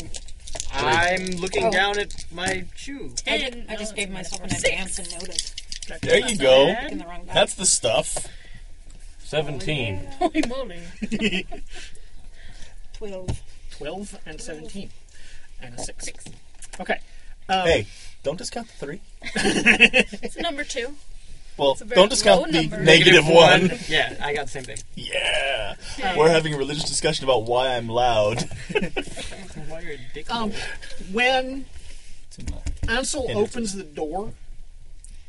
[SPEAKER 3] I'm looking
[SPEAKER 7] Oh.
[SPEAKER 3] down at my shoe.
[SPEAKER 7] I, ju- I just gave myself an advance and notice.
[SPEAKER 6] There you go.
[SPEAKER 7] Picking the wrong
[SPEAKER 6] That's the stuff.
[SPEAKER 4] 17.
[SPEAKER 5] Holy moly.
[SPEAKER 7] 12.
[SPEAKER 2] 12 and 17. And a 6. Okay. Um,
[SPEAKER 6] hey, don't discount the three.
[SPEAKER 5] It's number two.
[SPEAKER 6] Well,
[SPEAKER 5] It's a very
[SPEAKER 6] don't discount
[SPEAKER 5] low
[SPEAKER 6] the
[SPEAKER 5] number.
[SPEAKER 6] negative one.
[SPEAKER 3] yeah, I got the same thing.
[SPEAKER 6] *laughs* Yeah.
[SPEAKER 3] Hey.
[SPEAKER 6] We're having a religious discussion about why I'm loud.
[SPEAKER 3] Why are you dick?
[SPEAKER 2] Um, when Ansel
[SPEAKER 6] And it's-
[SPEAKER 2] opens the door,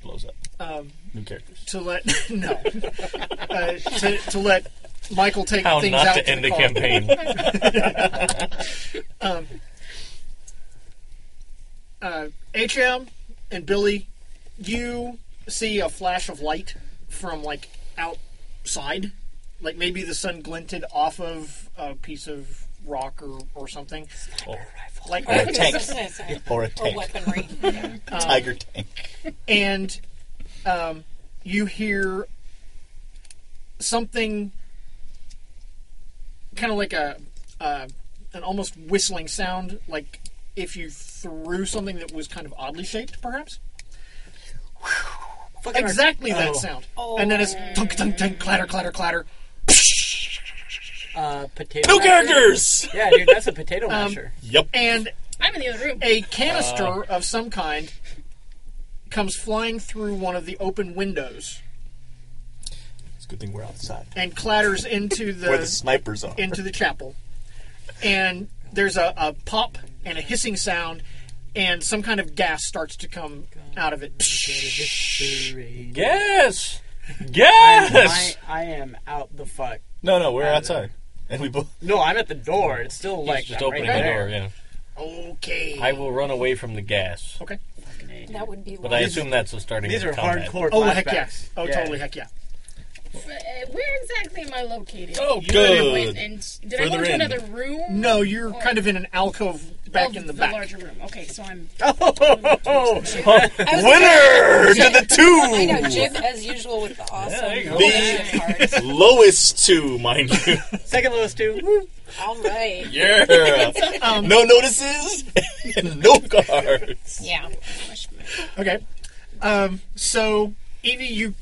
[SPEAKER 6] Blows up.
[SPEAKER 2] um,
[SPEAKER 6] New characters.
[SPEAKER 2] *laughs* to let no uh, to, to let Michael take
[SPEAKER 4] How
[SPEAKER 2] things
[SPEAKER 4] not
[SPEAKER 2] out
[SPEAKER 4] to
[SPEAKER 2] to
[SPEAKER 4] end
[SPEAKER 2] the
[SPEAKER 4] a
[SPEAKER 2] car.
[SPEAKER 4] campaign.
[SPEAKER 2] um, uh, HM and Billy, you see a flash of light from like outside, like maybe the sun glinted off of a piece of rock or, or something,
[SPEAKER 4] Oh.
[SPEAKER 2] like
[SPEAKER 6] Or a tank. Or a
[SPEAKER 7] Oh,
[SPEAKER 6] tank. *laughs* Tiger tank.
[SPEAKER 2] and um, you hear something kind of like a uh, an almost whistling sound, like if you threw something that was kind of oddly shaped, perhaps.
[SPEAKER 3] Fucking
[SPEAKER 2] Exactly
[SPEAKER 3] oh.
[SPEAKER 2] that sound, and then it's tunk tunk tunk clatter clatter clatter.
[SPEAKER 3] Uh, potato.
[SPEAKER 2] No
[SPEAKER 3] masher.
[SPEAKER 2] characters!
[SPEAKER 3] yeah, dude, that's a potato
[SPEAKER 2] Um,
[SPEAKER 3] masher.
[SPEAKER 6] Yep.
[SPEAKER 2] And
[SPEAKER 5] I'm in the other room.
[SPEAKER 2] A canister
[SPEAKER 3] Uh.
[SPEAKER 2] of some kind comes flying through one of the open windows
[SPEAKER 6] It's a good thing we're outside.
[SPEAKER 2] and clatters into the
[SPEAKER 6] Where the snipers are.
[SPEAKER 2] into the chapel. And there's a, a pop and a hissing sound, and some kind of gas starts to come out of it.
[SPEAKER 4] Yes!
[SPEAKER 2] Yes!
[SPEAKER 3] I, I am out the fuck.
[SPEAKER 6] No, no, we're
[SPEAKER 3] Uh,
[SPEAKER 6] outside. And we both.
[SPEAKER 3] No, I'm at the door. It's still like
[SPEAKER 4] just
[SPEAKER 3] I'm
[SPEAKER 4] opening
[SPEAKER 3] right
[SPEAKER 4] the
[SPEAKER 3] there.
[SPEAKER 4] door, yeah.
[SPEAKER 2] Okay.
[SPEAKER 4] I will run away from the gas.
[SPEAKER 2] Okay.
[SPEAKER 7] That would be
[SPEAKER 4] But I
[SPEAKER 7] one.
[SPEAKER 4] assume that's the starting
[SPEAKER 3] These are
[SPEAKER 4] combat.
[SPEAKER 3] hardcore
[SPEAKER 2] Oh, heck yeah. Oh, totally, heck yeah.
[SPEAKER 5] Uh, Where exactly am I located?
[SPEAKER 2] Oh,
[SPEAKER 5] You know,
[SPEAKER 2] good.
[SPEAKER 5] I went and- did I go
[SPEAKER 2] Further
[SPEAKER 5] into
[SPEAKER 2] in.
[SPEAKER 5] another room?
[SPEAKER 2] No, you're
[SPEAKER 5] Or-
[SPEAKER 2] kind of in an alcove back
[SPEAKER 5] Oh,
[SPEAKER 2] in the back.
[SPEAKER 5] larger room. Okay,
[SPEAKER 2] *laughs*
[SPEAKER 5] so I'm.
[SPEAKER 2] Oh,
[SPEAKER 6] Winner to the two!
[SPEAKER 7] I know, Jib, as usual, with the awesome.
[SPEAKER 6] *laughs* The lowest two, mind you.
[SPEAKER 3] Second lowest two.
[SPEAKER 7] All right.
[SPEAKER 6] Yeah. no notices *laughs* and no cards.
[SPEAKER 7] Yeah.
[SPEAKER 2] Okay. Um, so, Evie, you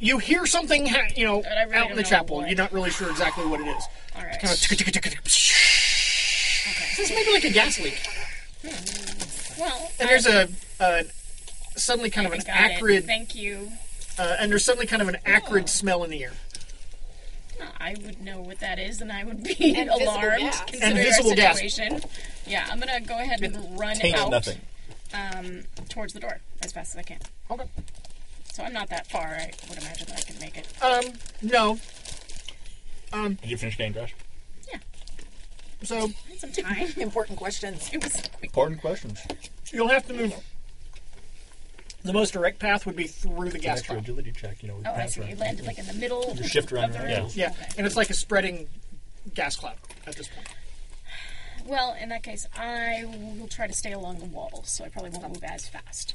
[SPEAKER 2] you hear something, ha- you know, out in the chapel. You're not really sure exactly what it is.
[SPEAKER 5] All right.
[SPEAKER 2] Kind of ticka, ticka, ticka, ticka, This is maybe like a gas leak.
[SPEAKER 5] Well,
[SPEAKER 2] And there's a, a suddenly kind of an
[SPEAKER 5] got it.
[SPEAKER 2] acrid,
[SPEAKER 5] Thank you.
[SPEAKER 2] uh, and there's suddenly kind of an
[SPEAKER 7] Oh.
[SPEAKER 2] acrid smell in the air.
[SPEAKER 5] Well, I would know what that is, and I would be
[SPEAKER 7] And visible
[SPEAKER 5] alarmed
[SPEAKER 7] gas.
[SPEAKER 5] considering
[SPEAKER 2] Invisible
[SPEAKER 5] our
[SPEAKER 2] gas.
[SPEAKER 5] situation. Yeah, I'm gonna go ahead and run
[SPEAKER 6] taints
[SPEAKER 5] out
[SPEAKER 6] nothing.
[SPEAKER 5] Um, towards the door as fast as I can.
[SPEAKER 2] Okay.
[SPEAKER 5] So I'm not that far. I would imagine that I can make it.
[SPEAKER 2] Um, no. Um,
[SPEAKER 6] Did you finish game, Josh?
[SPEAKER 2] so
[SPEAKER 5] some time. *laughs*
[SPEAKER 7] Important questions.
[SPEAKER 5] It was
[SPEAKER 6] Important questions.
[SPEAKER 2] you'll have to move. The most direct path would be through the gas pile.
[SPEAKER 6] agility check, you know.
[SPEAKER 5] Oh, I see. It landed like in the middle.
[SPEAKER 6] You shift around
[SPEAKER 5] of the
[SPEAKER 6] your
[SPEAKER 5] room.
[SPEAKER 6] angles.
[SPEAKER 2] Yeah, and it's like a spreading gas cloud at this point.
[SPEAKER 5] Well, in that case, I will try to stay along the wall, so I probably won't move as fast.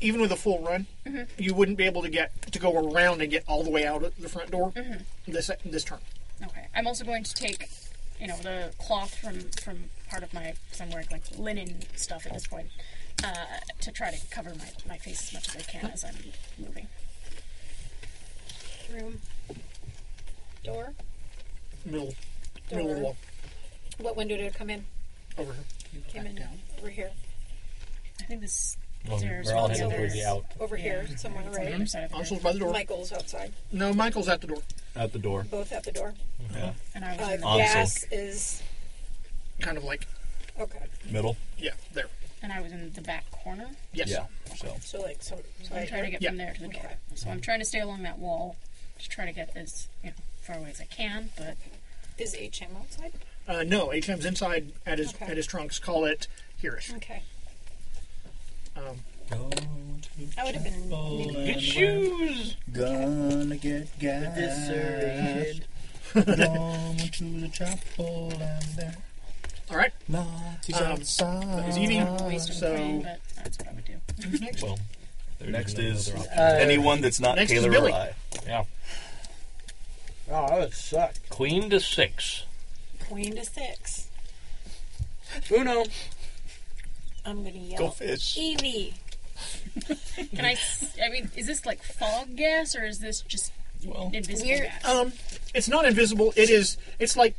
[SPEAKER 2] Even with a full run,
[SPEAKER 7] Mm-hmm.
[SPEAKER 2] you wouldn't be able to get to go
[SPEAKER 7] Mm-hmm.
[SPEAKER 2] around and get all the way out at the front door this this turn.
[SPEAKER 5] Okay. I'm also going to take you know, the cloth from from part of my because I'm wearing like linen stuff at this point uh, to try to cover my my face as much as I can as I'm moving.
[SPEAKER 7] Room. Door.
[SPEAKER 2] Middle, middle of the wall.
[SPEAKER 7] What window did it come in?
[SPEAKER 2] Over here.
[SPEAKER 7] Came in over here.
[SPEAKER 5] I think this.
[SPEAKER 4] Well,
[SPEAKER 5] stairs
[SPEAKER 4] we're all
[SPEAKER 5] also
[SPEAKER 4] heading towards
[SPEAKER 5] there's-
[SPEAKER 4] the out.
[SPEAKER 7] Over
[SPEAKER 5] Yeah. Mm-hmm.
[SPEAKER 7] here, somewhere,
[SPEAKER 5] It's on the
[SPEAKER 7] right?
[SPEAKER 5] other side of
[SPEAKER 2] Marshall's by the door.
[SPEAKER 7] Michael's outside.
[SPEAKER 2] No, Michael's at the door.
[SPEAKER 6] At the door.
[SPEAKER 7] Both at the door.
[SPEAKER 6] Yeah.
[SPEAKER 5] And I was
[SPEAKER 7] Uh,
[SPEAKER 5] in the
[SPEAKER 6] Ansel.
[SPEAKER 7] gas is
[SPEAKER 2] Kind of like,
[SPEAKER 7] okay.
[SPEAKER 6] Middle.
[SPEAKER 2] yeah, there.
[SPEAKER 5] and I was in the back corner.
[SPEAKER 2] Yes.
[SPEAKER 6] Yeah. So
[SPEAKER 7] So like some.
[SPEAKER 5] So I'm
[SPEAKER 7] right
[SPEAKER 5] trying to
[SPEAKER 7] here?
[SPEAKER 5] get from there to the door. So I'm trying to stay along that wall to try to get as you know, far away as I can. But
[SPEAKER 7] Is HM outside?
[SPEAKER 2] Uh, no, HM's inside at his
[SPEAKER 7] Okay.
[SPEAKER 2] at his trunks. Call it Hereish.
[SPEAKER 7] Okay.
[SPEAKER 2] Um,
[SPEAKER 6] go
[SPEAKER 7] I would have been.
[SPEAKER 6] to
[SPEAKER 7] needing-
[SPEAKER 6] Get shoes. Gonna get gas. *laughs* Going to the chapel and there.
[SPEAKER 2] all right.
[SPEAKER 6] Nazis
[SPEAKER 2] Um,
[SPEAKER 6] outside.
[SPEAKER 5] Oh,
[SPEAKER 2] He's eating.
[SPEAKER 5] wasted
[SPEAKER 2] Oh, So-
[SPEAKER 5] praying, but that's what I would do.
[SPEAKER 4] Well, there's
[SPEAKER 6] Next
[SPEAKER 4] no
[SPEAKER 6] is
[SPEAKER 4] other option.
[SPEAKER 6] anyone that's not
[SPEAKER 2] next is
[SPEAKER 6] Taylor
[SPEAKER 2] Billy.
[SPEAKER 6] or I.
[SPEAKER 4] yeah,
[SPEAKER 3] Oh, that would suck.
[SPEAKER 4] queen to six.
[SPEAKER 7] Queen to six.
[SPEAKER 3] Uno.
[SPEAKER 7] I'm gonna yell.
[SPEAKER 6] Go fish.
[SPEAKER 7] Evie.
[SPEAKER 5] Can I? s- I mean, is this like fog gas or is this just invisible
[SPEAKER 7] we're-
[SPEAKER 5] gas?
[SPEAKER 2] Um, it's not invisible. It is. It's like,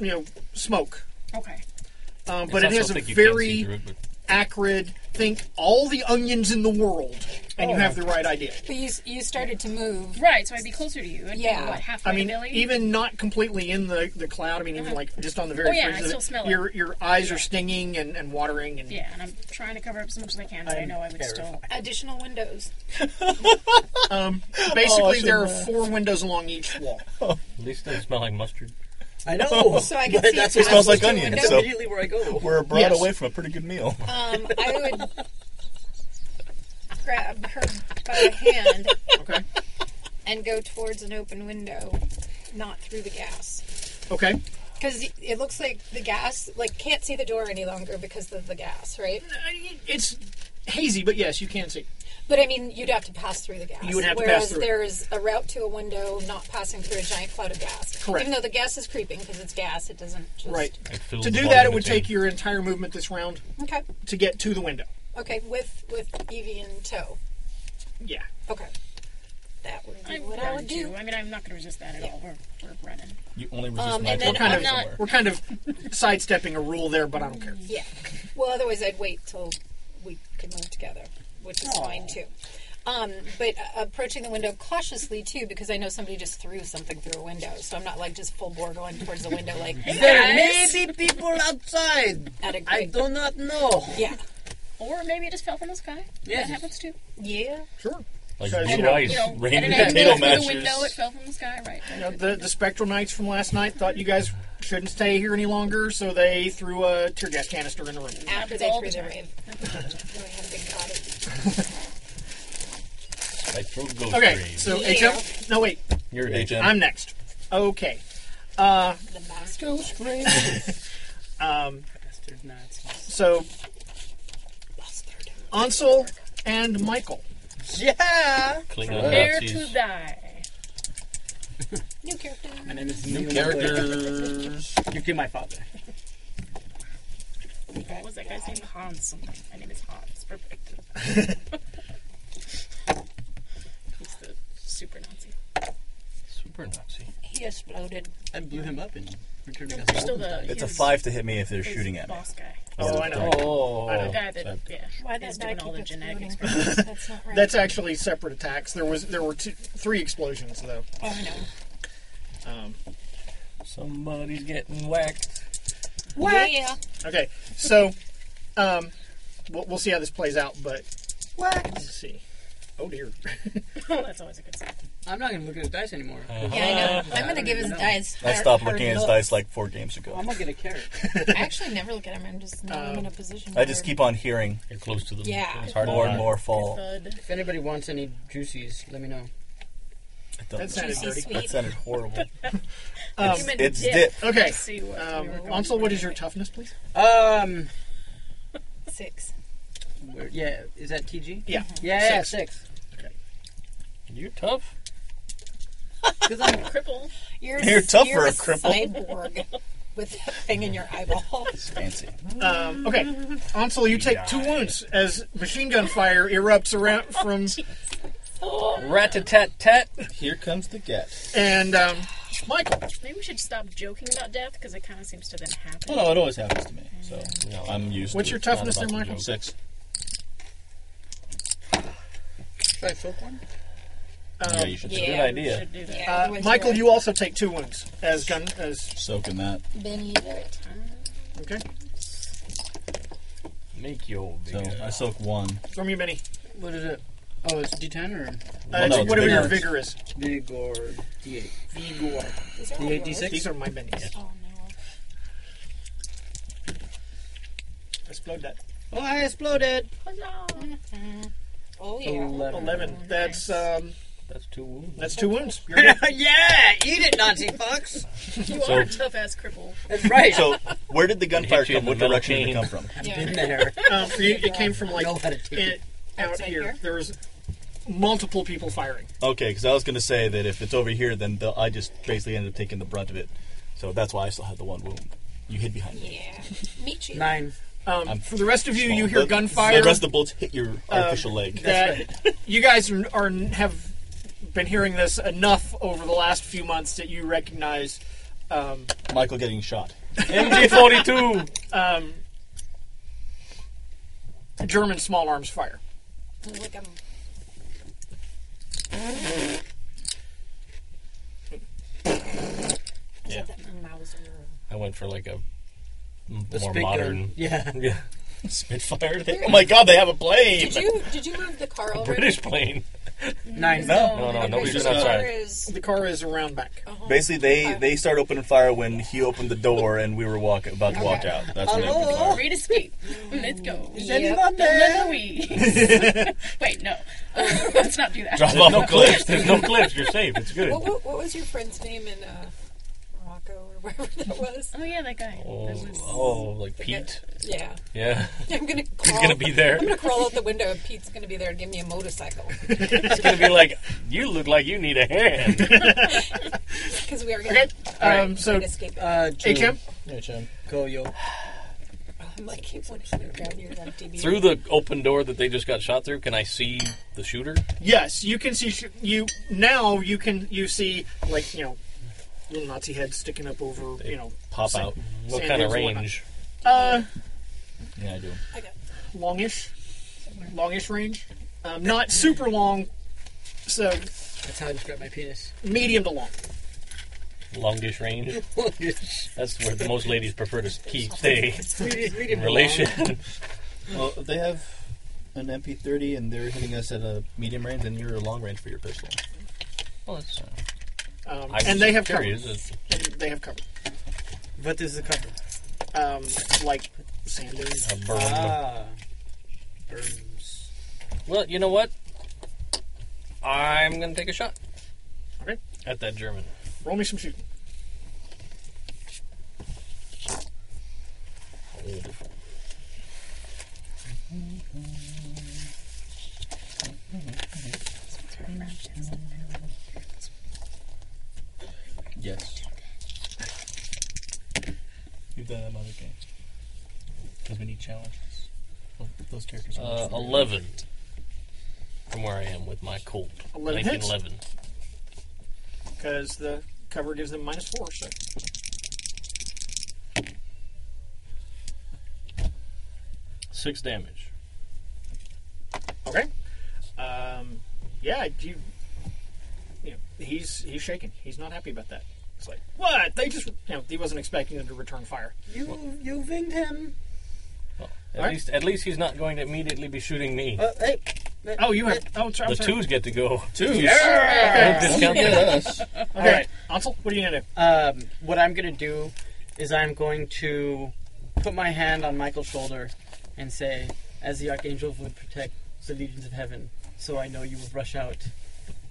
[SPEAKER 2] you know, smoke.
[SPEAKER 5] okay.
[SPEAKER 2] Um, but it
[SPEAKER 4] It's
[SPEAKER 2] has a
[SPEAKER 4] also thick, you can't see
[SPEAKER 2] very
[SPEAKER 4] through it, but-
[SPEAKER 2] acrid. Think all the onions in the world, and you have the right idea.
[SPEAKER 7] But you, s- you started to move.
[SPEAKER 5] Right. So I'd be closer to you. I'd
[SPEAKER 7] Yeah.
[SPEAKER 5] Be, what halfway
[SPEAKER 2] I mean,
[SPEAKER 5] to Billy?
[SPEAKER 2] even not completely in the, the cloud. I mean, even like just on the very
[SPEAKER 5] Oh, yeah,
[SPEAKER 2] fringe
[SPEAKER 5] I
[SPEAKER 2] of
[SPEAKER 5] still
[SPEAKER 2] it,
[SPEAKER 5] smell it.
[SPEAKER 2] your your eyes are stinging and, and watering and
[SPEAKER 5] Yeah, and I'm trying to cover up as much as I can, but i know I would still.
[SPEAKER 7] Additional windows.
[SPEAKER 5] Oh,
[SPEAKER 2] basically there are four windows along each wall.
[SPEAKER 4] At least they smell like mustard.
[SPEAKER 3] I know.
[SPEAKER 7] So I can
[SPEAKER 3] But
[SPEAKER 7] see
[SPEAKER 3] that's
[SPEAKER 7] it
[SPEAKER 3] what
[SPEAKER 6] smells
[SPEAKER 7] past
[SPEAKER 6] like
[SPEAKER 7] the
[SPEAKER 6] onions,
[SPEAKER 7] window.
[SPEAKER 6] so-
[SPEAKER 3] immediately where I go.
[SPEAKER 6] We're a broad
[SPEAKER 2] Yes.
[SPEAKER 6] away from a pretty good meal.
[SPEAKER 7] Um, I would grab her by the hand
[SPEAKER 2] Okay.
[SPEAKER 7] and go towards an open window, not through the gas.
[SPEAKER 2] Okay. Uh,
[SPEAKER 7] Because it looks like the gas, like, can't see the door any longer because of the gas, right?
[SPEAKER 2] I- It's hazy, but yes, you can see.
[SPEAKER 7] But I mean, you'd have to pass through the gas.
[SPEAKER 2] You would have to pass
[SPEAKER 7] Whereas
[SPEAKER 2] through it.
[SPEAKER 7] there is a route to a window, not passing through a giant cloud of gas.
[SPEAKER 2] Correct.
[SPEAKER 7] Even though the gas is creeping because it's gas, it doesn't just.
[SPEAKER 2] Right.
[SPEAKER 4] It fills
[SPEAKER 2] To
[SPEAKER 4] the
[SPEAKER 2] do that, it
[SPEAKER 4] volume
[SPEAKER 2] would
[SPEAKER 4] of
[SPEAKER 2] take
[SPEAKER 4] pain.
[SPEAKER 2] your entire movement this round
[SPEAKER 7] Okay.
[SPEAKER 2] to get to the window.
[SPEAKER 7] Okay. With with Evie in tow.
[SPEAKER 2] Yeah.
[SPEAKER 7] Okay. That would be
[SPEAKER 5] I'm
[SPEAKER 7] what I would do.
[SPEAKER 5] I mean, I'm not going to resist that at all. We're, we're running.
[SPEAKER 6] *laughs* You only resist
[SPEAKER 7] Um,
[SPEAKER 6] my
[SPEAKER 7] and then
[SPEAKER 6] attempt
[SPEAKER 2] Kind
[SPEAKER 7] I'm
[SPEAKER 2] of,
[SPEAKER 7] not-
[SPEAKER 6] somewhere.
[SPEAKER 2] we're kind of sidestepping a rule there, but I don't care.
[SPEAKER 7] Yeah. Well, otherwise I'd wait till we could move together, which is fine too. Um, but uh, approaching the window cautiously too, because I know somebody just threw something through a window, so I'm not like just full bore going towards the window like
[SPEAKER 3] There may be people outside.
[SPEAKER 7] at a
[SPEAKER 3] I
[SPEAKER 7] great.
[SPEAKER 3] do not know.
[SPEAKER 7] Yeah.
[SPEAKER 5] Or maybe it just fell from the sky.
[SPEAKER 3] Yes.
[SPEAKER 5] That happens too.
[SPEAKER 7] Yeah.
[SPEAKER 2] Sure.
[SPEAKER 4] Like
[SPEAKER 2] Because, you
[SPEAKER 4] blue
[SPEAKER 2] know,
[SPEAKER 4] ice,
[SPEAKER 5] You know, at
[SPEAKER 4] rain
[SPEAKER 5] an
[SPEAKER 4] and
[SPEAKER 5] angle
[SPEAKER 4] potato
[SPEAKER 5] through the window, it
[SPEAKER 4] mashes.
[SPEAKER 5] fell from the sky. Right.
[SPEAKER 2] You know, the, the Spectral Knights from last night thought you guys shouldn't stay here any longer, so they threw a tear gas canister in the room.
[SPEAKER 7] After
[SPEAKER 5] Happens
[SPEAKER 7] they
[SPEAKER 5] all
[SPEAKER 7] threw
[SPEAKER 5] the
[SPEAKER 7] the
[SPEAKER 5] time.
[SPEAKER 7] rave. *laughs* Then we had a big party.
[SPEAKER 4] I throw ghost
[SPEAKER 2] Okay,
[SPEAKER 4] rays.
[SPEAKER 2] so
[SPEAKER 7] Yeah.
[SPEAKER 2] HM. No, wait,
[SPEAKER 4] You're
[SPEAKER 6] HM.
[SPEAKER 2] I'm next. Okay.
[SPEAKER 7] The master.
[SPEAKER 6] Ghost rays.
[SPEAKER 3] Bastard Nazis.
[SPEAKER 2] So, Ansel and Michael.
[SPEAKER 3] Yeah.
[SPEAKER 4] Klingon
[SPEAKER 5] There
[SPEAKER 4] Nazis.
[SPEAKER 5] to die.
[SPEAKER 7] New character.
[SPEAKER 3] My name is New
[SPEAKER 6] Characters.
[SPEAKER 3] *laughs* You kill my father.
[SPEAKER 5] What was that guy's name? Hans something. My name is Hans. Perfect. He's the super Nazi.
[SPEAKER 4] Super Nazi.
[SPEAKER 7] He exploded.
[SPEAKER 3] I blew him up and returned him.
[SPEAKER 5] He's still the.
[SPEAKER 6] It's a
[SPEAKER 5] his-
[SPEAKER 6] five to hit me if they're
[SPEAKER 5] his
[SPEAKER 6] shooting at me.
[SPEAKER 5] Boss guy.
[SPEAKER 2] Oh, I know.
[SPEAKER 4] Oh,
[SPEAKER 5] The guy that yeah.
[SPEAKER 7] Why
[SPEAKER 5] is
[SPEAKER 7] does
[SPEAKER 5] doing
[SPEAKER 7] that
[SPEAKER 5] all
[SPEAKER 7] keep
[SPEAKER 5] the genetic
[SPEAKER 7] exploding?
[SPEAKER 5] experiments.
[SPEAKER 7] That's not right.
[SPEAKER 2] That's actually separate attacks. There was there were two, three explosions though.
[SPEAKER 7] oh, I know.
[SPEAKER 4] somebody's getting whacked.
[SPEAKER 7] What? Yeah.
[SPEAKER 2] Okay, so um, we'll, we'll see how this plays out. But
[SPEAKER 3] What?
[SPEAKER 2] let's see. Oh *laughs* dear.
[SPEAKER 5] That's always a good sign.
[SPEAKER 3] I'm not gonna look at his dice anymore.
[SPEAKER 7] Yeah, I know. I'm gonna give his
[SPEAKER 3] No.
[SPEAKER 7] dice.
[SPEAKER 6] I
[SPEAKER 7] hard-
[SPEAKER 6] stopped
[SPEAKER 7] hard
[SPEAKER 6] looking at his
[SPEAKER 7] look.
[SPEAKER 6] dice like four games ago.
[SPEAKER 3] I'm gonna get a carrot.
[SPEAKER 7] I actually never look at him. I'm just now I'm in a position.
[SPEAKER 6] I just
[SPEAKER 7] where-
[SPEAKER 6] keep on hearing
[SPEAKER 4] You're close to them.
[SPEAKER 7] Yeah.
[SPEAKER 4] It's hard to
[SPEAKER 6] more and
[SPEAKER 4] find.
[SPEAKER 6] more fall.
[SPEAKER 5] Thud.
[SPEAKER 3] If anybody wants any juicies, let me know.
[SPEAKER 6] It
[SPEAKER 2] That
[SPEAKER 6] doesn't-
[SPEAKER 2] sounded dirty.
[SPEAKER 6] That
[SPEAKER 2] *laughs*
[SPEAKER 6] sounded horrible.
[SPEAKER 2] Um,
[SPEAKER 5] Human
[SPEAKER 6] It's
[SPEAKER 5] dip.
[SPEAKER 6] dip.
[SPEAKER 2] okay.
[SPEAKER 5] Let's see what
[SPEAKER 2] Um,
[SPEAKER 5] we were going
[SPEAKER 2] Ansel,
[SPEAKER 5] for
[SPEAKER 2] what is your
[SPEAKER 5] anyway.
[SPEAKER 2] toughness, please?
[SPEAKER 3] Um.
[SPEAKER 7] six.
[SPEAKER 3] where- yeah. Is that TG?
[SPEAKER 2] Yeah.
[SPEAKER 3] Yeah.
[SPEAKER 2] Six.
[SPEAKER 3] Six.
[SPEAKER 4] You're tough.
[SPEAKER 3] Because I'm
[SPEAKER 5] cripple?
[SPEAKER 7] You're,
[SPEAKER 6] You're tough
[SPEAKER 7] you're
[SPEAKER 6] for a cripple.
[SPEAKER 7] cyborg. with that thing in your eyeball.
[SPEAKER 6] Fancy.
[SPEAKER 2] Um, okay, Ansel, you take two wounds as machine gun fire erupts around
[SPEAKER 7] *laughs* Oh,
[SPEAKER 2] from.
[SPEAKER 4] Rat a tat tat.
[SPEAKER 6] Here comes the get.
[SPEAKER 2] And um, Michael.
[SPEAKER 13] Maybe we should stop joking about death because it kind of seems to then happen.
[SPEAKER 6] Well, no, it always happens to me, so I'm used.
[SPEAKER 2] What's
[SPEAKER 6] to
[SPEAKER 2] your
[SPEAKER 6] it. It's not
[SPEAKER 2] toughness
[SPEAKER 6] about
[SPEAKER 2] there,
[SPEAKER 6] the
[SPEAKER 2] Michael?
[SPEAKER 6] joke. Six.
[SPEAKER 3] Should I soak one?
[SPEAKER 6] yeah, you should. It's a good idea.
[SPEAKER 2] Uh, Michael, you also take two wounds as gun as
[SPEAKER 6] Soaking that.
[SPEAKER 2] okay.
[SPEAKER 4] Make your
[SPEAKER 6] So I soak one.
[SPEAKER 2] From you, many.
[SPEAKER 3] What is it? Oh, it's D10 or?
[SPEAKER 2] Uh, it's whatever your vigor is.
[SPEAKER 3] Vigor D8. Vigor.
[SPEAKER 7] These are all
[SPEAKER 3] D8,
[SPEAKER 7] yours.
[SPEAKER 3] D6?
[SPEAKER 2] These are my minis.
[SPEAKER 7] Oh no.
[SPEAKER 2] Explode that.
[SPEAKER 3] Oh, I exploded.
[SPEAKER 7] Oh yeah.
[SPEAKER 2] Eleven. That's um.
[SPEAKER 4] That's two wounds.
[SPEAKER 2] That's two wounds. You're
[SPEAKER 7] *laughs*
[SPEAKER 2] good.
[SPEAKER 3] *laughs* yeah, eat it, Nazi fucks.
[SPEAKER 13] You
[SPEAKER 6] So-
[SPEAKER 13] are a tough ass cripple.
[SPEAKER 3] That's right.
[SPEAKER 6] So where did the gunfire
[SPEAKER 4] hit you
[SPEAKER 6] come?
[SPEAKER 4] in
[SPEAKER 6] What
[SPEAKER 4] the metal
[SPEAKER 6] direction did it
[SPEAKER 4] chain.
[SPEAKER 6] come from?
[SPEAKER 3] in there.
[SPEAKER 2] um, for you, it came from like
[SPEAKER 3] Know how to take
[SPEAKER 2] it, out
[SPEAKER 7] Outside
[SPEAKER 2] here.
[SPEAKER 7] here?
[SPEAKER 2] There was multiple people firing.
[SPEAKER 6] Okay, because I was going to say that if it's over here, then the, I just basically ended up taking the brunt of it. So that's why I still have the one wound. You hid behind me.
[SPEAKER 7] Yeah. Meet you.
[SPEAKER 3] Nine.
[SPEAKER 2] Um, for the rest of you, you
[SPEAKER 6] Well,
[SPEAKER 2] hear
[SPEAKER 6] the-
[SPEAKER 2] gunfire. Um,
[SPEAKER 6] The rest of the bullets hit your artificial leg.
[SPEAKER 2] that *laughs* you guys are, are have been hearing this enough over the last few months that you recognize um,
[SPEAKER 6] Michael getting shot.
[SPEAKER 4] MG42.
[SPEAKER 2] German small arms fire.
[SPEAKER 7] Look, I'm-
[SPEAKER 4] yeah,
[SPEAKER 7] Mauser.
[SPEAKER 4] I went for like a
[SPEAKER 3] The
[SPEAKER 4] more
[SPEAKER 3] spit gun.
[SPEAKER 4] modern.
[SPEAKER 3] Yeah.
[SPEAKER 4] *laughs* Yeah. Spitfire.
[SPEAKER 6] *laughs*
[SPEAKER 4] They,
[SPEAKER 6] Oh my god, they have a plane!
[SPEAKER 7] Did you did you move the car over?
[SPEAKER 4] *laughs* British plane.
[SPEAKER 3] Nine.
[SPEAKER 4] No, no, nobody's
[SPEAKER 7] British
[SPEAKER 6] been outside.
[SPEAKER 7] car is-
[SPEAKER 2] The car is around back. Um,
[SPEAKER 6] Basically, they, they started opening fire when he opened the door and we were walk, about to walk out. That's when they opened fire.
[SPEAKER 13] Great escape. Let's go.
[SPEAKER 3] anyone there?
[SPEAKER 13] Louise. Wait, no. Let's not do that.
[SPEAKER 6] Drop off
[SPEAKER 4] No
[SPEAKER 6] a cliff.
[SPEAKER 4] cliffs. There's no cliffs. You're safe. It's good.
[SPEAKER 7] What, what, what was your friend's name in uh, Morocco or wherever that was?
[SPEAKER 13] Oh yeah, that guy. That
[SPEAKER 4] Oh,
[SPEAKER 13] was-
[SPEAKER 4] oh, like Pete.
[SPEAKER 7] Yeah,
[SPEAKER 4] Yeah,
[SPEAKER 7] *laughs* I'm gonna. Crawl,
[SPEAKER 4] he's gonna be there.
[SPEAKER 7] I'm gonna crawl out the window and Pete's gonna be there and give me a motorcycle
[SPEAKER 4] It's gonna be like you look like you need a
[SPEAKER 6] *laughs*
[SPEAKER 4] hand.
[SPEAKER 7] because we are gonna
[SPEAKER 2] Um, so,
[SPEAKER 7] escape.
[SPEAKER 3] Uh, Jim.
[SPEAKER 2] HM,
[SPEAKER 3] Yeah, Jim. Go, yo.
[SPEAKER 7] I'm like, keep one hundred down here on TV.
[SPEAKER 4] through the open door that they just got shot through. Can I see the shooter?
[SPEAKER 2] yes, you can see sh- you now. You can you see like you know little Nazi heads sticking up over you know
[SPEAKER 6] Pop
[SPEAKER 2] sand-
[SPEAKER 6] out.
[SPEAKER 4] What
[SPEAKER 2] sand
[SPEAKER 4] kind of
[SPEAKER 2] dunes and whatnot.
[SPEAKER 4] range?
[SPEAKER 2] Uh,
[SPEAKER 6] Yeah, I do.
[SPEAKER 7] I got
[SPEAKER 2] longish, longish range. Um, not super long, so
[SPEAKER 3] That's how I describe my penis. *laughs*
[SPEAKER 2] medium to long.
[SPEAKER 4] Longish range.
[SPEAKER 3] Read
[SPEAKER 4] That's where most ladies prefer to keep stay
[SPEAKER 3] it, read it.
[SPEAKER 4] in relation.
[SPEAKER 6] Well, if they have an MP30 and they're hitting us at a medium range, and you're a long range for your pistol.
[SPEAKER 4] *laughs* well, that's, uh,
[SPEAKER 2] Um,
[SPEAKER 4] I was
[SPEAKER 2] and they have
[SPEAKER 4] curious.
[SPEAKER 2] cover.
[SPEAKER 4] It's-
[SPEAKER 2] And They have cover.
[SPEAKER 3] What is the cover?
[SPEAKER 2] Um, like sand dunes.
[SPEAKER 4] a berm.
[SPEAKER 3] Ah. Burns.
[SPEAKER 4] Well, you know what? I'm gonna take a shot.
[SPEAKER 2] Okay.
[SPEAKER 4] At that German.
[SPEAKER 2] Roll me some shooting.
[SPEAKER 6] Yes. You've done that in other games. Because we need challenges. Well, those characters are
[SPEAKER 4] Uh,
[SPEAKER 6] much more-
[SPEAKER 4] Eleven. From where I am with my Colt.
[SPEAKER 2] 11 hits.
[SPEAKER 4] 1911.
[SPEAKER 2] because the cover gives them minus four. So
[SPEAKER 4] Six damage.
[SPEAKER 2] okay, um, yeah, you, you know, he's he's shaking. He's not happy about that. It's like what they just you know he wasn't expecting them to return fire.
[SPEAKER 3] You, you winged him.
[SPEAKER 4] Well, at
[SPEAKER 2] Alright.
[SPEAKER 4] least, at least he's not going to immediately be shooting me.
[SPEAKER 3] Uh, hey.
[SPEAKER 2] Oh, you have oh sorry,
[SPEAKER 4] the
[SPEAKER 2] I'm sorry.
[SPEAKER 4] twos get to go.
[SPEAKER 6] Two.
[SPEAKER 4] Don't *laughs* discount that.
[SPEAKER 2] Okay, Ansel, what are you gonna do?
[SPEAKER 3] Um, what I'm going to do is I'm going to put my hand on Michael's shoulder and say, as the archangel would protect the legions of heaven, so I know you will rush out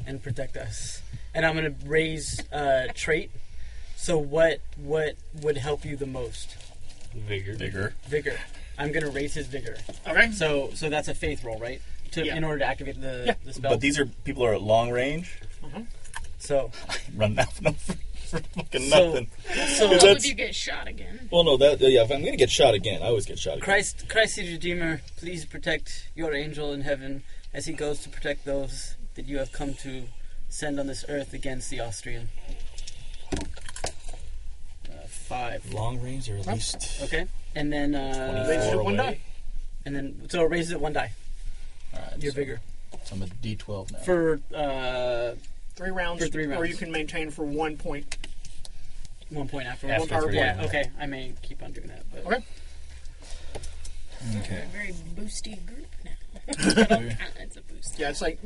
[SPEAKER 3] and protect us. And I'm going to raise uh, trait. So what what would help you the most?
[SPEAKER 4] Vigor. Vigor.
[SPEAKER 3] Vigor. I'm going to raise his vigor.
[SPEAKER 2] Okay,
[SPEAKER 3] So so that's a faith roll, right? To,
[SPEAKER 2] Yeah.
[SPEAKER 3] In order to activate the, the spell.
[SPEAKER 6] But these are people are at long range.
[SPEAKER 3] so
[SPEAKER 6] Run now. No. for *laughs* fucking
[SPEAKER 3] So-
[SPEAKER 6] nothing.
[SPEAKER 3] so-
[SPEAKER 6] 'Cause
[SPEAKER 3] Well,
[SPEAKER 6] that's-
[SPEAKER 3] if you get shot again.
[SPEAKER 6] Well, no, that yeah. If I'm gonna get shot again, I always get shot again.
[SPEAKER 3] Christ, Christ the Redeemer, please protect your angel in heaven as he goes to protect those that you have come to send on this earth against the Austrian. Uh, five.
[SPEAKER 6] Long range or at least.
[SPEAKER 3] Okay, and then. Uh,
[SPEAKER 6] 24 Raises it one away. die.
[SPEAKER 3] And then, so it raises it one die.
[SPEAKER 6] Alright,
[SPEAKER 3] You're
[SPEAKER 6] so
[SPEAKER 3] bigger.
[SPEAKER 6] I'm a D12 now.
[SPEAKER 3] For uh,
[SPEAKER 2] three rounds,
[SPEAKER 3] for three
[SPEAKER 2] or
[SPEAKER 3] rounds.
[SPEAKER 2] you can maintain for one point.
[SPEAKER 3] One point after
[SPEAKER 2] One power point.
[SPEAKER 3] Yeah, okay. I may keep on doing that. But.
[SPEAKER 2] Okay.
[SPEAKER 6] Okay.
[SPEAKER 7] We're a very boosty group
[SPEAKER 5] *laughs*
[SPEAKER 2] Yeah.
[SPEAKER 7] now. it's a boost.
[SPEAKER 2] Yeah, it's like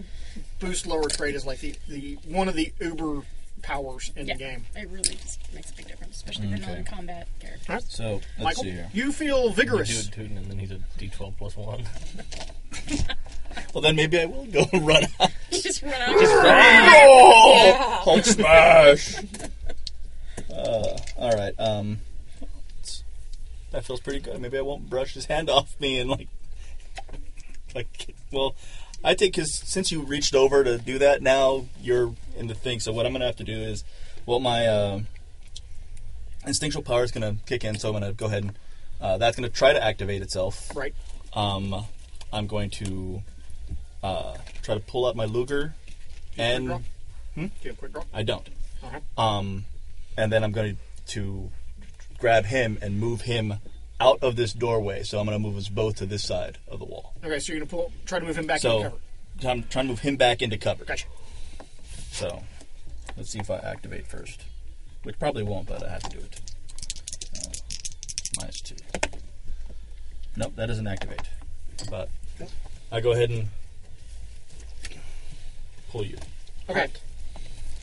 [SPEAKER 2] boost lower trade is like the, the one of the uber powers in the game.
[SPEAKER 7] It really just makes a big difference, especially
[SPEAKER 2] Okay.
[SPEAKER 7] for non-combat
[SPEAKER 5] *laughs*
[SPEAKER 7] characters.
[SPEAKER 6] So let's
[SPEAKER 2] Michael,
[SPEAKER 6] see here.
[SPEAKER 2] you feel vigorous.
[SPEAKER 4] You do a tune and then he's a D12 plus one.
[SPEAKER 2] *laughs*
[SPEAKER 6] Well, then maybe I will go *laughs* run out.
[SPEAKER 7] just run out.
[SPEAKER 6] Just run
[SPEAKER 7] Yeah.
[SPEAKER 6] *laughs* Hulk smash. uh, all right. Um, it's- that feels pretty good. Maybe I won't brush his hand off me and like, like. Well, I think because since you reached over to do that, now you're in the thing. So what I'm gonna have to do is, well, my uh, instinctual power is gonna kick in. So I'm gonna go ahead and uh, that's gonna try to activate itself.
[SPEAKER 2] Right.
[SPEAKER 6] Um, I'm going to uh, try to pull out my Luger and.
[SPEAKER 2] Quick
[SPEAKER 6] Hmm?
[SPEAKER 2] draw? Do you have quick draw?
[SPEAKER 6] I don't.
[SPEAKER 2] Okay.
[SPEAKER 6] Um, and then I'm going to grab him and move him out of this doorway. So I'm going to move us both to this side of the wall.
[SPEAKER 2] Okay, so you're gonna pull, try to move him back
[SPEAKER 6] so
[SPEAKER 2] into cover.
[SPEAKER 6] I'm trying to move him back into cover.
[SPEAKER 2] Gotcha.
[SPEAKER 6] So let's see if I activate first, which probably won't, but I have to do it. Uh, minus two. Nope, that doesn't activate. But I go ahead and pull you.
[SPEAKER 2] Okay,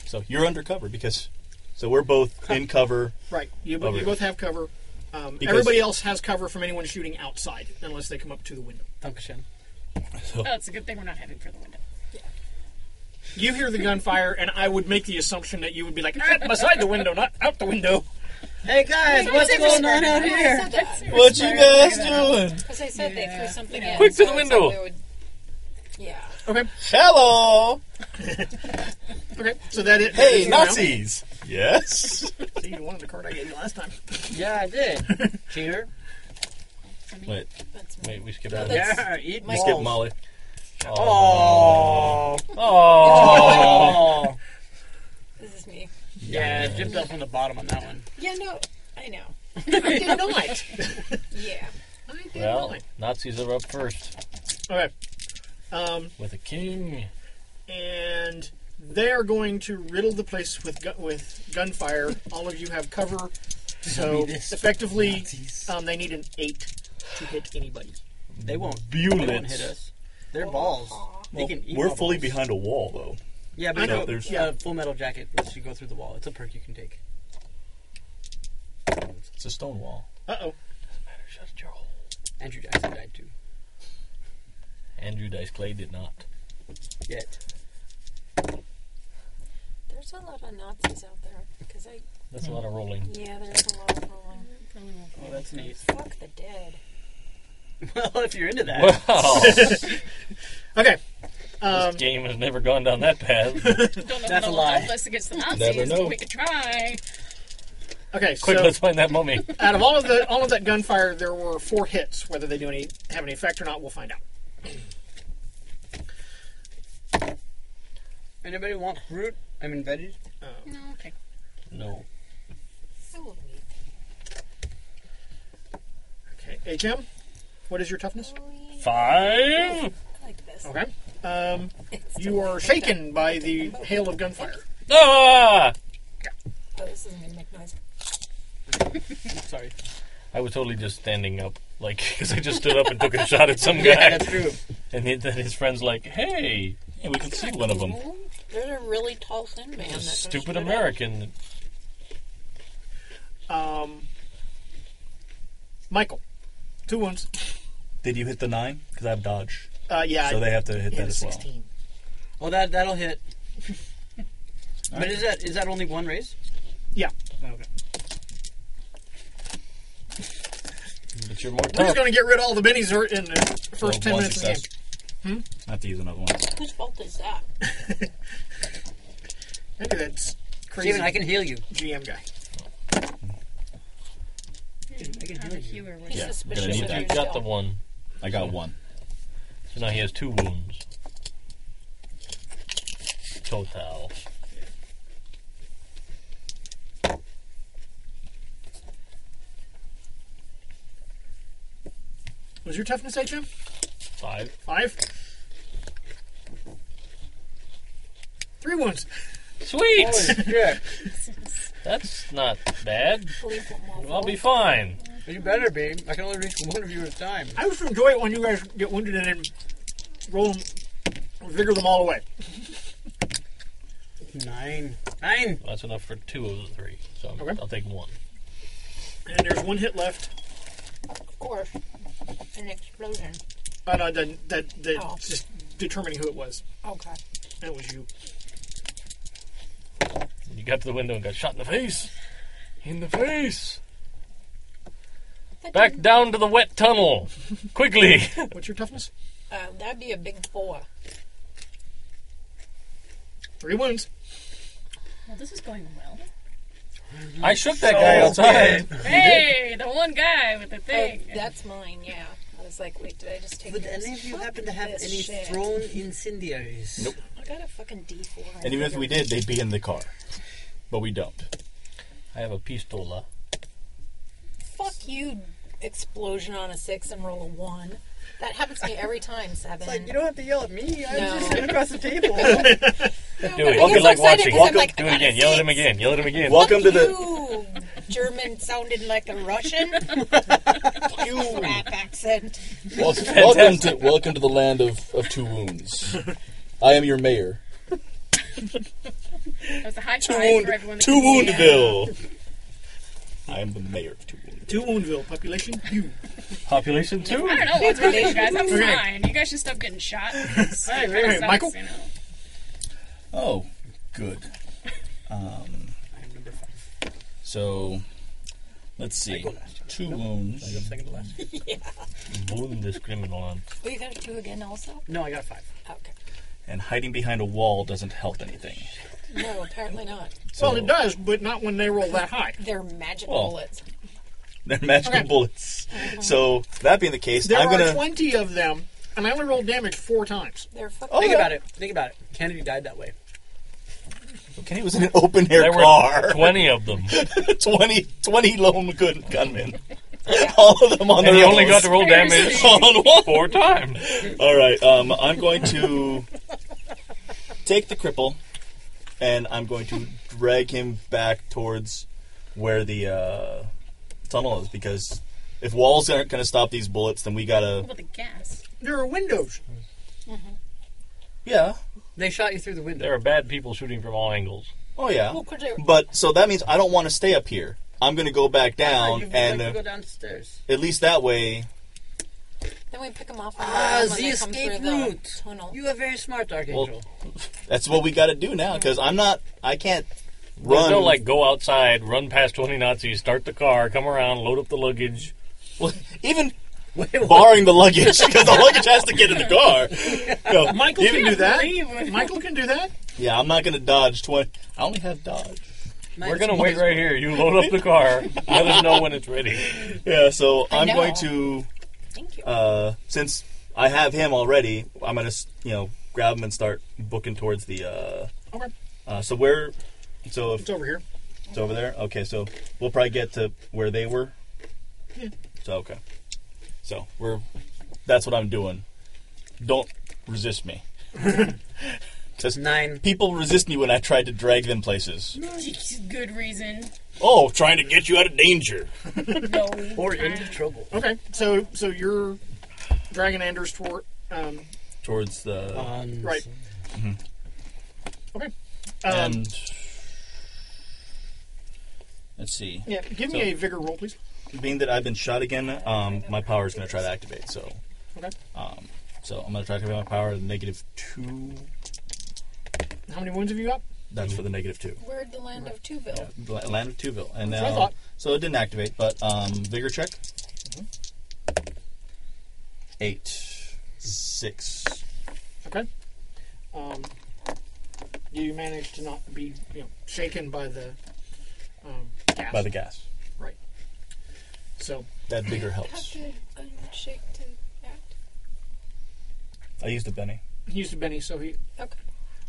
[SPEAKER 6] So you're undercover because. So we're both in cover.
[SPEAKER 2] right. You, bo-
[SPEAKER 6] Over
[SPEAKER 2] you
[SPEAKER 6] here.
[SPEAKER 2] both have cover. Um,
[SPEAKER 6] Because-
[SPEAKER 2] everybody else has cover from anyone shooting outside, unless they come up to the window.
[SPEAKER 3] Function.
[SPEAKER 6] So,
[SPEAKER 7] Oh, it's a good thing we're not heading for the window.
[SPEAKER 2] You hear the gunfire, and I would make the assumption that you would be like, ah, beside the window, not out the window.
[SPEAKER 3] Hey guys, what's going on
[SPEAKER 7] *laughs*
[SPEAKER 3] out here?
[SPEAKER 6] What you guys doing?
[SPEAKER 7] Because I said they threw something in.
[SPEAKER 6] Quick to
[SPEAKER 7] so
[SPEAKER 6] the
[SPEAKER 7] I was
[SPEAKER 6] window.
[SPEAKER 7] like, they would- Yeah.
[SPEAKER 2] Okay.
[SPEAKER 6] Hello.
[SPEAKER 2] Okay, so that it. that
[SPEAKER 6] Hey,
[SPEAKER 2] is your round.
[SPEAKER 6] Nazis. Yes. *laughs*
[SPEAKER 2] See, you wanted the card I gave you last time.
[SPEAKER 3] Yeah, I *laughs* did. Cheater.
[SPEAKER 6] Wait.
[SPEAKER 4] Wait, we skipped
[SPEAKER 3] No,
[SPEAKER 4] out.
[SPEAKER 7] *laughs*
[SPEAKER 3] that's Yeah, eat
[SPEAKER 6] We
[SPEAKER 3] Molly.
[SPEAKER 6] skipped Molly.
[SPEAKER 3] Oh.
[SPEAKER 6] Oh.
[SPEAKER 7] This is me.
[SPEAKER 3] Yeah, Jim fell from the bottom on that one.
[SPEAKER 7] Yeah, no, I know.
[SPEAKER 2] I did
[SPEAKER 6] *laughs*
[SPEAKER 2] not.
[SPEAKER 7] Yeah.
[SPEAKER 4] Well, Nazis are up first
[SPEAKER 2] Okay. Um,
[SPEAKER 4] with
[SPEAKER 2] *laughs*
[SPEAKER 4] a king.
[SPEAKER 2] and they are going to riddle the place with gu- with gunfire. All of you have
[SPEAKER 6] *laughs*
[SPEAKER 2] cover, so
[SPEAKER 3] Zombies.
[SPEAKER 2] effectively, um, they need an eight to hit anybody.
[SPEAKER 3] They won't. They won't hit
[SPEAKER 6] Bullets.
[SPEAKER 3] us. They're balls.
[SPEAKER 6] Well,
[SPEAKER 3] they can eat
[SPEAKER 6] we're
[SPEAKER 3] my
[SPEAKER 6] fully
[SPEAKER 3] balls.
[SPEAKER 6] behind a wall, though.
[SPEAKER 3] Yeah, but
[SPEAKER 6] I
[SPEAKER 3] you
[SPEAKER 6] know
[SPEAKER 3] know,
[SPEAKER 6] there's-
[SPEAKER 3] uh, full metal jacket lets you go through the wall. It's a perk you can take.
[SPEAKER 6] It's a stone wall.
[SPEAKER 2] Uh oh.
[SPEAKER 3] Andrew Jackson died too.
[SPEAKER 4] Andrew Dice Clay did not.
[SPEAKER 3] Yet.
[SPEAKER 14] There's a lot of Nazis out there. Because I.
[SPEAKER 4] That's a lot of rolling.
[SPEAKER 14] Yeah, there's a lot of rolling.
[SPEAKER 3] Oh, that's neat.
[SPEAKER 14] Fuck the dead.
[SPEAKER 3] *laughs* well, if you're into that.
[SPEAKER 4] Wow.
[SPEAKER 2] Okay. Um,
[SPEAKER 4] this game has never gone down
[SPEAKER 2] *laughs*
[SPEAKER 4] that path.
[SPEAKER 7] Don't know
[SPEAKER 3] That's
[SPEAKER 7] what'll
[SPEAKER 3] a lie.
[SPEAKER 7] help us against the Nazis,
[SPEAKER 4] Never know.
[SPEAKER 7] but we could try.
[SPEAKER 2] okay.
[SPEAKER 4] Quick,
[SPEAKER 2] so
[SPEAKER 4] let's find that mummy.
[SPEAKER 2] *laughs* out of all of the all of that gunfire, there were four hits. Whether they do any have any effect or not, we'll find out.
[SPEAKER 3] Anybody want fruit? I mean veggies.
[SPEAKER 7] No, okay.
[SPEAKER 4] No.
[SPEAKER 7] I will wait.
[SPEAKER 2] Okay. HM, what is your toughness?
[SPEAKER 4] Five.
[SPEAKER 14] Like this.
[SPEAKER 2] Okay. *laughs* Um, you are shaken by the hail of gunfire.
[SPEAKER 14] Oh,
[SPEAKER 4] Ah!
[SPEAKER 14] this isn't going to make noise.
[SPEAKER 3] Sorry.
[SPEAKER 4] I was totally just standing up, like, *laughs* because I just stood up and took a shot at
[SPEAKER 2] *laughs*
[SPEAKER 4] some guy.
[SPEAKER 3] Yeah, that's true.
[SPEAKER 4] And he- then his friend's like, hey,
[SPEAKER 6] Yeah, we can see one of them.
[SPEAKER 7] There's a really tall thin man. that goes
[SPEAKER 4] stupid
[SPEAKER 7] through the-
[SPEAKER 4] American.
[SPEAKER 2] Um, Michael, two wounds.
[SPEAKER 6] Did you hit the nine? Because I have dodge,
[SPEAKER 2] Uh, yeah.
[SPEAKER 6] so
[SPEAKER 2] I
[SPEAKER 6] they have to hit
[SPEAKER 2] hit
[SPEAKER 6] that
[SPEAKER 2] a
[SPEAKER 6] as well.
[SPEAKER 2] sixteen.
[SPEAKER 3] Oh, that that'll hit. but is that is that only one raise?
[SPEAKER 2] Yeah.
[SPEAKER 3] Okay.
[SPEAKER 4] But you're more
[SPEAKER 2] We're just
[SPEAKER 4] tough.
[SPEAKER 2] going to get rid of all the bennies or- in the
[SPEAKER 6] So
[SPEAKER 2] first 10
[SPEAKER 6] Oh. one
[SPEAKER 2] minutes of the game.
[SPEAKER 6] success. I have to use another one.
[SPEAKER 7] Whose fault is that?
[SPEAKER 2] Maybe that's crazy.
[SPEAKER 15] Steven, I can heal you.
[SPEAKER 2] GM guy.
[SPEAKER 3] I can heal you.
[SPEAKER 7] He's
[SPEAKER 4] Yeah,
[SPEAKER 7] suspicious
[SPEAKER 4] gonna need
[SPEAKER 7] of
[SPEAKER 4] that.
[SPEAKER 7] you
[SPEAKER 4] You got
[SPEAKER 7] still.
[SPEAKER 4] the one.
[SPEAKER 6] I got one.
[SPEAKER 4] So now he has two wounds. Total.
[SPEAKER 2] Was your toughness HM?
[SPEAKER 4] Five.
[SPEAKER 2] Five. Three wounds.
[SPEAKER 4] Sweet!
[SPEAKER 3] shit.
[SPEAKER 4] *laughs* That's not bad. I'll be fine.
[SPEAKER 3] You better be. I can only reach one of you at a time.
[SPEAKER 2] I used to enjoy it when you guys get wounded and then roll them, vigor them all away.
[SPEAKER 3] Nine. Nine.
[SPEAKER 4] That's enough for two of the three. So
[SPEAKER 2] Okay.
[SPEAKER 4] I'll take one.
[SPEAKER 2] And there's one hit left.
[SPEAKER 7] Of course. An explosion.
[SPEAKER 2] Oh, no, that, that, that
[SPEAKER 7] Oh.
[SPEAKER 2] just determining who it was.
[SPEAKER 7] Okay.
[SPEAKER 2] That was you.
[SPEAKER 4] You got to the window and got shot in the face. In the face. Back down to the wet tunnel. Quickly. *laughs*
[SPEAKER 2] What's your toughness?
[SPEAKER 7] Uh, that'd be a big four.
[SPEAKER 2] Three wounds.
[SPEAKER 13] Well, this is going well.
[SPEAKER 4] I shook that guy outside.
[SPEAKER 13] Hey, the one guy with the thing.
[SPEAKER 7] Oh, that's mine, yeah. I was like, wait, did I just take
[SPEAKER 15] Would
[SPEAKER 7] yours?
[SPEAKER 15] any of you
[SPEAKER 7] Fuck
[SPEAKER 15] happen to have
[SPEAKER 7] this
[SPEAKER 15] any
[SPEAKER 7] shit.
[SPEAKER 15] thrown incendiaries?
[SPEAKER 6] Nope.
[SPEAKER 7] I got a fucking D4.
[SPEAKER 6] And even if we did, they'd be in the car. But we don't.
[SPEAKER 4] I have a pistola.
[SPEAKER 7] Fuck you, explosion on a six and roll a one. That happens to me
[SPEAKER 15] *laughs*
[SPEAKER 7] every time, seven.
[SPEAKER 3] you don't have to yell at me. I'm
[SPEAKER 7] No.
[SPEAKER 3] just sitting
[SPEAKER 7] *laughs*
[SPEAKER 3] across the table.
[SPEAKER 4] Do it.
[SPEAKER 7] but
[SPEAKER 4] You
[SPEAKER 7] Oh he's
[SPEAKER 4] like
[SPEAKER 7] excited
[SPEAKER 4] watching.
[SPEAKER 7] 'cause I'm
[SPEAKER 4] Welcome.
[SPEAKER 7] like,
[SPEAKER 4] Do it again. Yell at him again. Yell at him again.
[SPEAKER 6] Welcome to the.
[SPEAKER 7] You German sounded like a
[SPEAKER 6] *laughs*
[SPEAKER 7] Russian. you rap accent.
[SPEAKER 6] Welcome, welcome to welcome to the land of, of two wounds. I am your mayor.
[SPEAKER 5] That was a high
[SPEAKER 6] Two
[SPEAKER 5] five
[SPEAKER 6] wound,
[SPEAKER 5] for everyone. that
[SPEAKER 6] two
[SPEAKER 5] could see it.
[SPEAKER 4] *laughs*
[SPEAKER 6] woundville. I am the mayor of two wound.
[SPEAKER 2] Two woundville population. You.
[SPEAKER 4] Population two.
[SPEAKER 5] I don't know what's wrong with you guys. I'm
[SPEAKER 2] Okay.
[SPEAKER 5] fine. You guys should stop getting shot.
[SPEAKER 2] Hey,
[SPEAKER 5] Hey,
[SPEAKER 2] hey, Michael.
[SPEAKER 6] Oh, good. Um, so, let's see. Two wounds.
[SPEAKER 3] second to last.
[SPEAKER 7] yeah.
[SPEAKER 4] Wound this criminal on.
[SPEAKER 7] Well, you got to do again also?
[SPEAKER 3] No, I got a five.
[SPEAKER 7] Okay.
[SPEAKER 6] And hiding behind a wall doesn't help anything.
[SPEAKER 7] No, apparently not.
[SPEAKER 6] So-
[SPEAKER 2] well, it does, but not when they roll that high.
[SPEAKER 7] They're magic
[SPEAKER 6] Well,
[SPEAKER 7] bullets.
[SPEAKER 6] They're magical
[SPEAKER 2] Okay.
[SPEAKER 6] bullets. So, that being the case,
[SPEAKER 2] There
[SPEAKER 6] I'm
[SPEAKER 2] are
[SPEAKER 6] gonna.
[SPEAKER 2] 20 of them, and I only rolled damage four times.
[SPEAKER 7] They're fucking.
[SPEAKER 6] Oh,
[SPEAKER 3] Think
[SPEAKER 6] yeah.
[SPEAKER 3] about it. Think about it. Kennedy died that way.
[SPEAKER 6] Kenny was in an open air
[SPEAKER 4] There were
[SPEAKER 6] car.
[SPEAKER 4] 20 of them.
[SPEAKER 6] *laughs* 20, 20 lone good gunmen. All Oh, of them on
[SPEAKER 4] And
[SPEAKER 6] the
[SPEAKER 4] he only *laughs* got to roll damage four times.
[SPEAKER 6] All right, um, I'm going to take the cripple, and I'm going to drag him back towards where the uh, tunnel is because if walls aren't going to stop these bullets, then we gotta.
[SPEAKER 5] With the gas.
[SPEAKER 2] There are windows.
[SPEAKER 6] Yeah.
[SPEAKER 3] They shot you through the window.
[SPEAKER 4] There are bad people shooting from all angles.
[SPEAKER 6] Oh yeah.
[SPEAKER 3] Well, could you-
[SPEAKER 6] But so that means I don't want to stay up here. I'm going to go back
[SPEAKER 3] Oh,
[SPEAKER 6] down,
[SPEAKER 3] you would
[SPEAKER 6] and
[SPEAKER 3] like to
[SPEAKER 6] uh,
[SPEAKER 3] go downstairs.
[SPEAKER 6] at least that way.
[SPEAKER 7] Then we pick them off. on
[SPEAKER 15] Ah,
[SPEAKER 7] the, when
[SPEAKER 15] the
[SPEAKER 7] they come
[SPEAKER 15] escape
[SPEAKER 7] through the
[SPEAKER 15] route.
[SPEAKER 7] Tunnel.
[SPEAKER 15] You are very smart, Archangel.
[SPEAKER 6] Well, that's what we got to do now because I'm not. I can't
[SPEAKER 4] There's
[SPEAKER 6] run.
[SPEAKER 4] no like go outside, run past 20 Nazis, start the car, come around, load up the luggage.
[SPEAKER 6] Well, *laughs* even barring the luggage because the luggage has to get in the car.
[SPEAKER 4] *laughs*
[SPEAKER 6] No,
[SPEAKER 2] Michael
[SPEAKER 6] even-
[SPEAKER 2] can do that. Michael can do that.
[SPEAKER 6] Yeah, I'm not going to dodge twenty. I only have dodge.
[SPEAKER 4] We're going to wait right here. You load up the car. Let us know when
[SPEAKER 3] *laughs*
[SPEAKER 4] it's ready.
[SPEAKER 6] Yeah, so
[SPEAKER 7] I
[SPEAKER 6] I'm
[SPEAKER 7] know.
[SPEAKER 6] going to.
[SPEAKER 7] Thank you.
[SPEAKER 6] Uh, since I have him already, I'm going to you know grab him and start booking towards the. Uh,
[SPEAKER 2] Okay.
[SPEAKER 6] uh, so where? So if
[SPEAKER 2] It's over here.
[SPEAKER 6] it's over there, okay. So we'll probably get to where they were.
[SPEAKER 2] Yeah.
[SPEAKER 6] So okay. So we're. That's what I'm doing. Don't resist me. Just
[SPEAKER 3] Nine.
[SPEAKER 6] People resist me when I try to drag them places.
[SPEAKER 5] Good reason.
[SPEAKER 6] Oh, trying to get you out of danger.
[SPEAKER 5] No.
[SPEAKER 3] Or into trouble.
[SPEAKER 2] Okay, so so you're dragging Anders toward. Um,
[SPEAKER 6] Towards the
[SPEAKER 3] Um,
[SPEAKER 2] right. Okay. Um,
[SPEAKER 6] and let's see.
[SPEAKER 2] yeah, give
[SPEAKER 6] so-
[SPEAKER 2] me a vigor roll, please.
[SPEAKER 6] Being that I've been shot again, um, my power is going to try to activate. So,
[SPEAKER 2] Okay.
[SPEAKER 6] um, so I'm going to try to activate my power. at Negative two.
[SPEAKER 2] How many wounds have you got?
[SPEAKER 6] That's for the negative two.
[SPEAKER 7] Where'd the land of Tuville?
[SPEAKER 6] La- Land of Tuville, and
[SPEAKER 2] That's what I
[SPEAKER 6] now
[SPEAKER 2] thought.
[SPEAKER 6] so it didn't activate, but um, vigor check.
[SPEAKER 2] Mm-hmm.
[SPEAKER 6] Eight, six.
[SPEAKER 2] Okay. Um, you manage to not be you know, shaken by the um, gas.
[SPEAKER 6] By the gas.
[SPEAKER 2] Right. So
[SPEAKER 6] That bigger helps.
[SPEAKER 16] Have to unshake to act.
[SPEAKER 6] I used a Benny.
[SPEAKER 2] he used a Benny, so he.
[SPEAKER 7] Okay.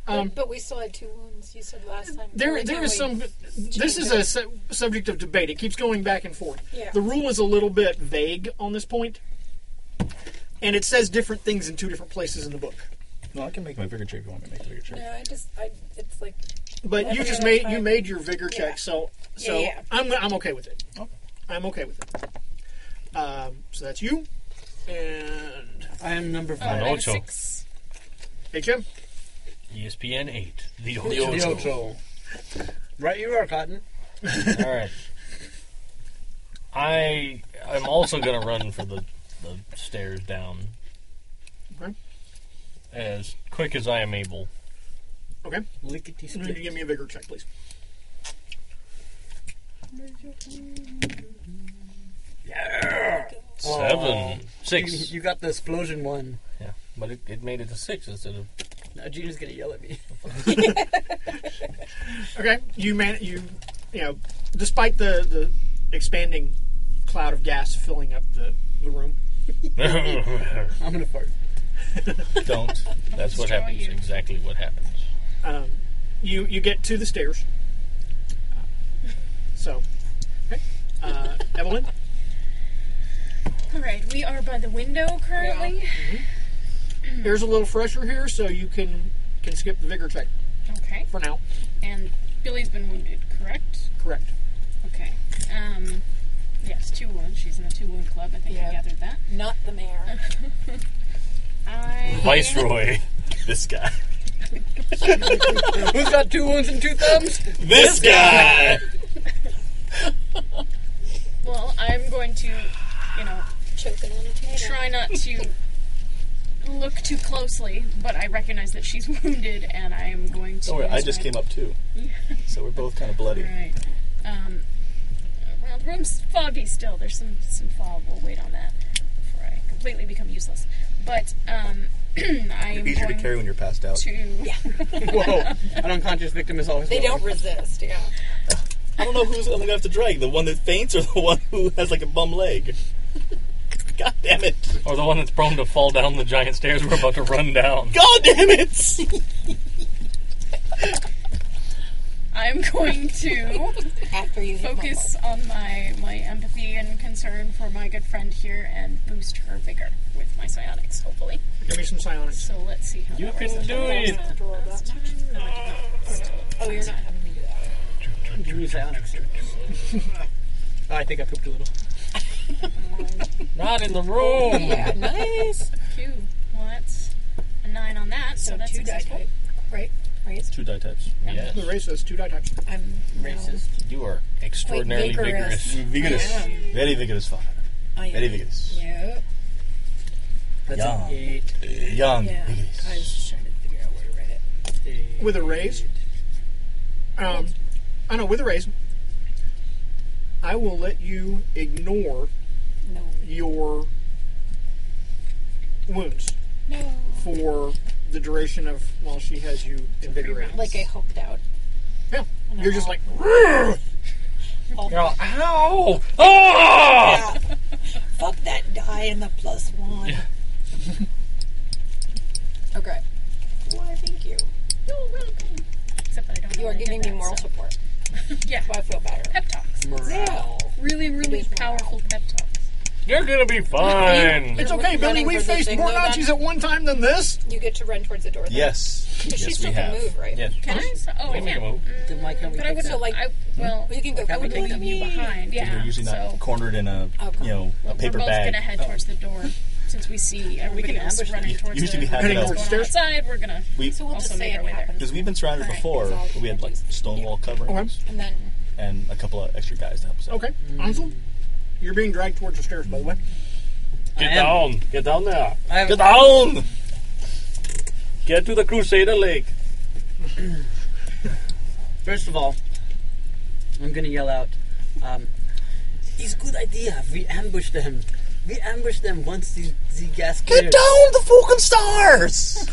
[SPEAKER 2] Um,
[SPEAKER 7] but, but we still had two wounds. You said last time.
[SPEAKER 2] There,
[SPEAKER 7] Every
[SPEAKER 2] there
[SPEAKER 7] time
[SPEAKER 2] is
[SPEAKER 7] we
[SPEAKER 2] some. This
[SPEAKER 7] change
[SPEAKER 2] is
[SPEAKER 7] it.
[SPEAKER 2] a su- subject of debate. It keeps going back and forth.
[SPEAKER 7] Yeah.
[SPEAKER 2] The rule is a little bit vague on this point, and it says different things in two different places in the book.
[SPEAKER 6] No, I can make my vigor check if you want me to make the vigor check.
[SPEAKER 7] No, I just, I, it's like.
[SPEAKER 2] But you
[SPEAKER 7] every
[SPEAKER 2] just
[SPEAKER 7] other
[SPEAKER 2] made you
[SPEAKER 7] time.
[SPEAKER 2] made your vigor check,
[SPEAKER 7] Yeah.
[SPEAKER 2] so
[SPEAKER 7] Yeah,
[SPEAKER 2] so
[SPEAKER 7] yeah. Oh.
[SPEAKER 2] I'm I'm okay with it. I'm okay with it. Um, so that's you, and
[SPEAKER 3] I am number
[SPEAKER 4] Uh, five. I'm ocho. six.
[SPEAKER 2] HM.
[SPEAKER 4] ESPN 8. The
[SPEAKER 3] The
[SPEAKER 4] Ocho.
[SPEAKER 3] Ocho. Right, you are, Cotton.
[SPEAKER 4] All right. I I'm also gonna run for the the stairs down.
[SPEAKER 2] Okay.
[SPEAKER 4] As quick as I am able.
[SPEAKER 2] Okay.
[SPEAKER 3] Lickety
[SPEAKER 2] Can you give me a vigor check, please?
[SPEAKER 4] Seven.
[SPEAKER 3] Oh, You,
[SPEAKER 4] Six.
[SPEAKER 3] you got the explosion one.
[SPEAKER 4] Yeah. But it, it made it to six instead of
[SPEAKER 3] Now Gina's gonna yell at me. *laughs*
[SPEAKER 2] Okay, you man, you you know, despite the the expanding cloud of gas filling up the, the room,
[SPEAKER 3] *laughs* I'm gonna fart.
[SPEAKER 4] Don't. That's
[SPEAKER 2] Destroy
[SPEAKER 4] what happens.
[SPEAKER 2] you.
[SPEAKER 4] Exactly what happens.
[SPEAKER 2] um, you you get to the stairs. So, okay, uh, Evelyn.
[SPEAKER 5] All right, we are by the window currently.
[SPEAKER 2] There's a little fresher here, so you can can skip the vigor check
[SPEAKER 5] Okay.
[SPEAKER 2] for now.
[SPEAKER 5] And Billy's been wounded, correct?
[SPEAKER 2] Correct.
[SPEAKER 5] Okay. Um, yes, two wounds. She's in the two wound club. I think I gathered that.
[SPEAKER 7] Not the mayor.
[SPEAKER 5] I.
[SPEAKER 4] Viceroy.
[SPEAKER 6] this guy.
[SPEAKER 3] Who's got two wounds and two thumbs?
[SPEAKER 6] This guy!
[SPEAKER 5] Well, I'm going to, you know,
[SPEAKER 7] choking on a tomato.
[SPEAKER 5] Try not to look too closely, but I recognize that she's *laughs* wounded, and I am going to.
[SPEAKER 6] Don't worry, I
[SPEAKER 5] use
[SPEAKER 6] just
[SPEAKER 5] my-
[SPEAKER 6] came
[SPEAKER 2] *laughs*
[SPEAKER 6] up too. So we're both kind of bloody.
[SPEAKER 5] Right. Um, well, the room's foggy still. There's some some fog. We'll wait on that before I completely become useless. But um, *clears throat* I am
[SPEAKER 6] Easier to
[SPEAKER 5] going
[SPEAKER 6] carry when you're passed out.
[SPEAKER 5] to.
[SPEAKER 3] Whoa. An unconscious victim is always.
[SPEAKER 7] They
[SPEAKER 3] willing.
[SPEAKER 7] don't resist, yeah.
[SPEAKER 6] I don't know who's I'm gonna have to drag. The one that faints or the *laughs* one who has like a bum leg. *laughs* God damn it.
[SPEAKER 4] Or the one that's prone to fall down the giant stairs we're about to run down.
[SPEAKER 6] God Oh, damn it!
[SPEAKER 5] I'm
[SPEAKER 7] *laughs*
[SPEAKER 5] going to
[SPEAKER 7] After you hit my
[SPEAKER 5] focus on my my empathy and concern for my good friend here and boost her vigor with my psionics, hopefully.
[SPEAKER 2] Give me some psionics.
[SPEAKER 5] So let's see how
[SPEAKER 4] You
[SPEAKER 5] that
[SPEAKER 4] can
[SPEAKER 5] works.
[SPEAKER 4] do it.
[SPEAKER 7] Oh, you're not having me do that.
[SPEAKER 3] Give
[SPEAKER 2] *laughs*
[SPEAKER 3] me psionics. Oh, I think I pooped a little.
[SPEAKER 4] Not in the room.
[SPEAKER 7] Yeah, *laughs*
[SPEAKER 2] *laughs*
[SPEAKER 7] nice.
[SPEAKER 5] Q. Well, that's a nine on that, so,
[SPEAKER 7] So
[SPEAKER 5] that's
[SPEAKER 7] two die
[SPEAKER 5] successful.
[SPEAKER 7] type. Right? Raised?
[SPEAKER 6] Two die types.
[SPEAKER 4] Yes.
[SPEAKER 2] The racist, two die types.
[SPEAKER 7] I'm racist.
[SPEAKER 4] You are extraordinarily
[SPEAKER 7] Wait, vigorous.
[SPEAKER 4] vigorous.
[SPEAKER 6] Vigorous.
[SPEAKER 7] I am.
[SPEAKER 6] Very vigorous, father.
[SPEAKER 7] I am.
[SPEAKER 6] Very vigorous.
[SPEAKER 7] Yeah.
[SPEAKER 3] That's
[SPEAKER 6] Young.
[SPEAKER 3] an eight.
[SPEAKER 6] Young.
[SPEAKER 7] Yeah.
[SPEAKER 6] Vigorous.
[SPEAKER 7] I was just trying to figure out where to write it.
[SPEAKER 2] With a raise? Um, I know, with a raise, I will let you ignore
[SPEAKER 7] No.
[SPEAKER 2] your wounds
[SPEAKER 7] No.
[SPEAKER 2] for the duration of while she has you invigorated.
[SPEAKER 7] Like I hoped out.
[SPEAKER 2] Yeah. You're just like,
[SPEAKER 4] You're all, ow! Ah!
[SPEAKER 2] Oh.
[SPEAKER 7] *laughs* Fuck that die and the plus one. *laughs* okay. Why, thank you.
[SPEAKER 5] You're welcome. Except that I don't know
[SPEAKER 7] You are
[SPEAKER 5] that I did
[SPEAKER 7] giving me
[SPEAKER 5] that,
[SPEAKER 7] moral *laughs*
[SPEAKER 5] so-
[SPEAKER 7] support.
[SPEAKER 5] Yeah,
[SPEAKER 7] So I feel better.
[SPEAKER 5] pep talks.
[SPEAKER 7] Yeah.
[SPEAKER 5] Really, really
[SPEAKER 7] Please, moral.
[SPEAKER 5] powerful pep talks.
[SPEAKER 4] You're gonna be fine.
[SPEAKER 2] it's okay, Billy,
[SPEAKER 7] Running
[SPEAKER 2] we
[SPEAKER 7] for the
[SPEAKER 2] faced
[SPEAKER 7] thing,
[SPEAKER 2] more
[SPEAKER 7] though, then.
[SPEAKER 2] Nazis at one time than this.
[SPEAKER 7] You get to run towards the door. Then.
[SPEAKER 6] Yes.
[SPEAKER 7] But
[SPEAKER 6] yes,
[SPEAKER 7] she still
[SPEAKER 6] we
[SPEAKER 7] can
[SPEAKER 6] have.
[SPEAKER 7] move, right?
[SPEAKER 6] Yes.
[SPEAKER 5] Can I? s- Oh, I
[SPEAKER 4] Wait, make a
[SPEAKER 5] can.
[SPEAKER 4] move.
[SPEAKER 3] Then why can't we?
[SPEAKER 7] But I
[SPEAKER 3] take
[SPEAKER 7] would
[SPEAKER 3] that?
[SPEAKER 7] so like.
[SPEAKER 5] I, well,
[SPEAKER 7] you can go.
[SPEAKER 3] can't
[SPEAKER 7] I
[SPEAKER 3] we
[SPEAKER 7] would
[SPEAKER 3] take
[SPEAKER 7] leave
[SPEAKER 3] them?
[SPEAKER 7] you behind.
[SPEAKER 5] yeah.
[SPEAKER 6] They're usually not
[SPEAKER 5] so
[SPEAKER 6] cornered in a
[SPEAKER 7] Okay.
[SPEAKER 6] you know a paper
[SPEAKER 5] we're both
[SPEAKER 6] bag.
[SPEAKER 5] gonna head towards the door since we see everybody
[SPEAKER 3] can
[SPEAKER 5] else
[SPEAKER 3] ambush
[SPEAKER 5] running
[SPEAKER 3] them.
[SPEAKER 5] towards
[SPEAKER 6] You
[SPEAKER 5] the
[SPEAKER 6] should be happy
[SPEAKER 2] to-
[SPEAKER 5] what's going on
[SPEAKER 2] Upstairs?
[SPEAKER 5] outside. We're gonna.
[SPEAKER 6] We
[SPEAKER 7] So we'll
[SPEAKER 5] Also
[SPEAKER 7] just say
[SPEAKER 5] make our
[SPEAKER 7] it
[SPEAKER 5] way there.
[SPEAKER 7] happens.
[SPEAKER 6] because we've been surrounded
[SPEAKER 7] All right,
[SPEAKER 6] before,
[SPEAKER 7] that's all
[SPEAKER 6] but we had
[SPEAKER 7] I
[SPEAKER 6] like
[SPEAKER 7] can do.
[SPEAKER 6] stone wall
[SPEAKER 2] Okay.
[SPEAKER 6] coverings
[SPEAKER 7] And then
[SPEAKER 6] and a couple of extra guys to help us out.
[SPEAKER 2] Okay,
[SPEAKER 7] Mm-hmm.
[SPEAKER 2] Ansel, you're being dragged towards the stairs, by the way.
[SPEAKER 4] Get
[SPEAKER 3] I am-
[SPEAKER 4] down. Get down there.
[SPEAKER 3] I have
[SPEAKER 4] Get down. Get to the Crusader Lake.
[SPEAKER 3] First of all, I'm gonna yell out. Um, it's good idea. We ambush them. We ambush them once the, the gas clears.
[SPEAKER 6] *laughs* the fucking stars!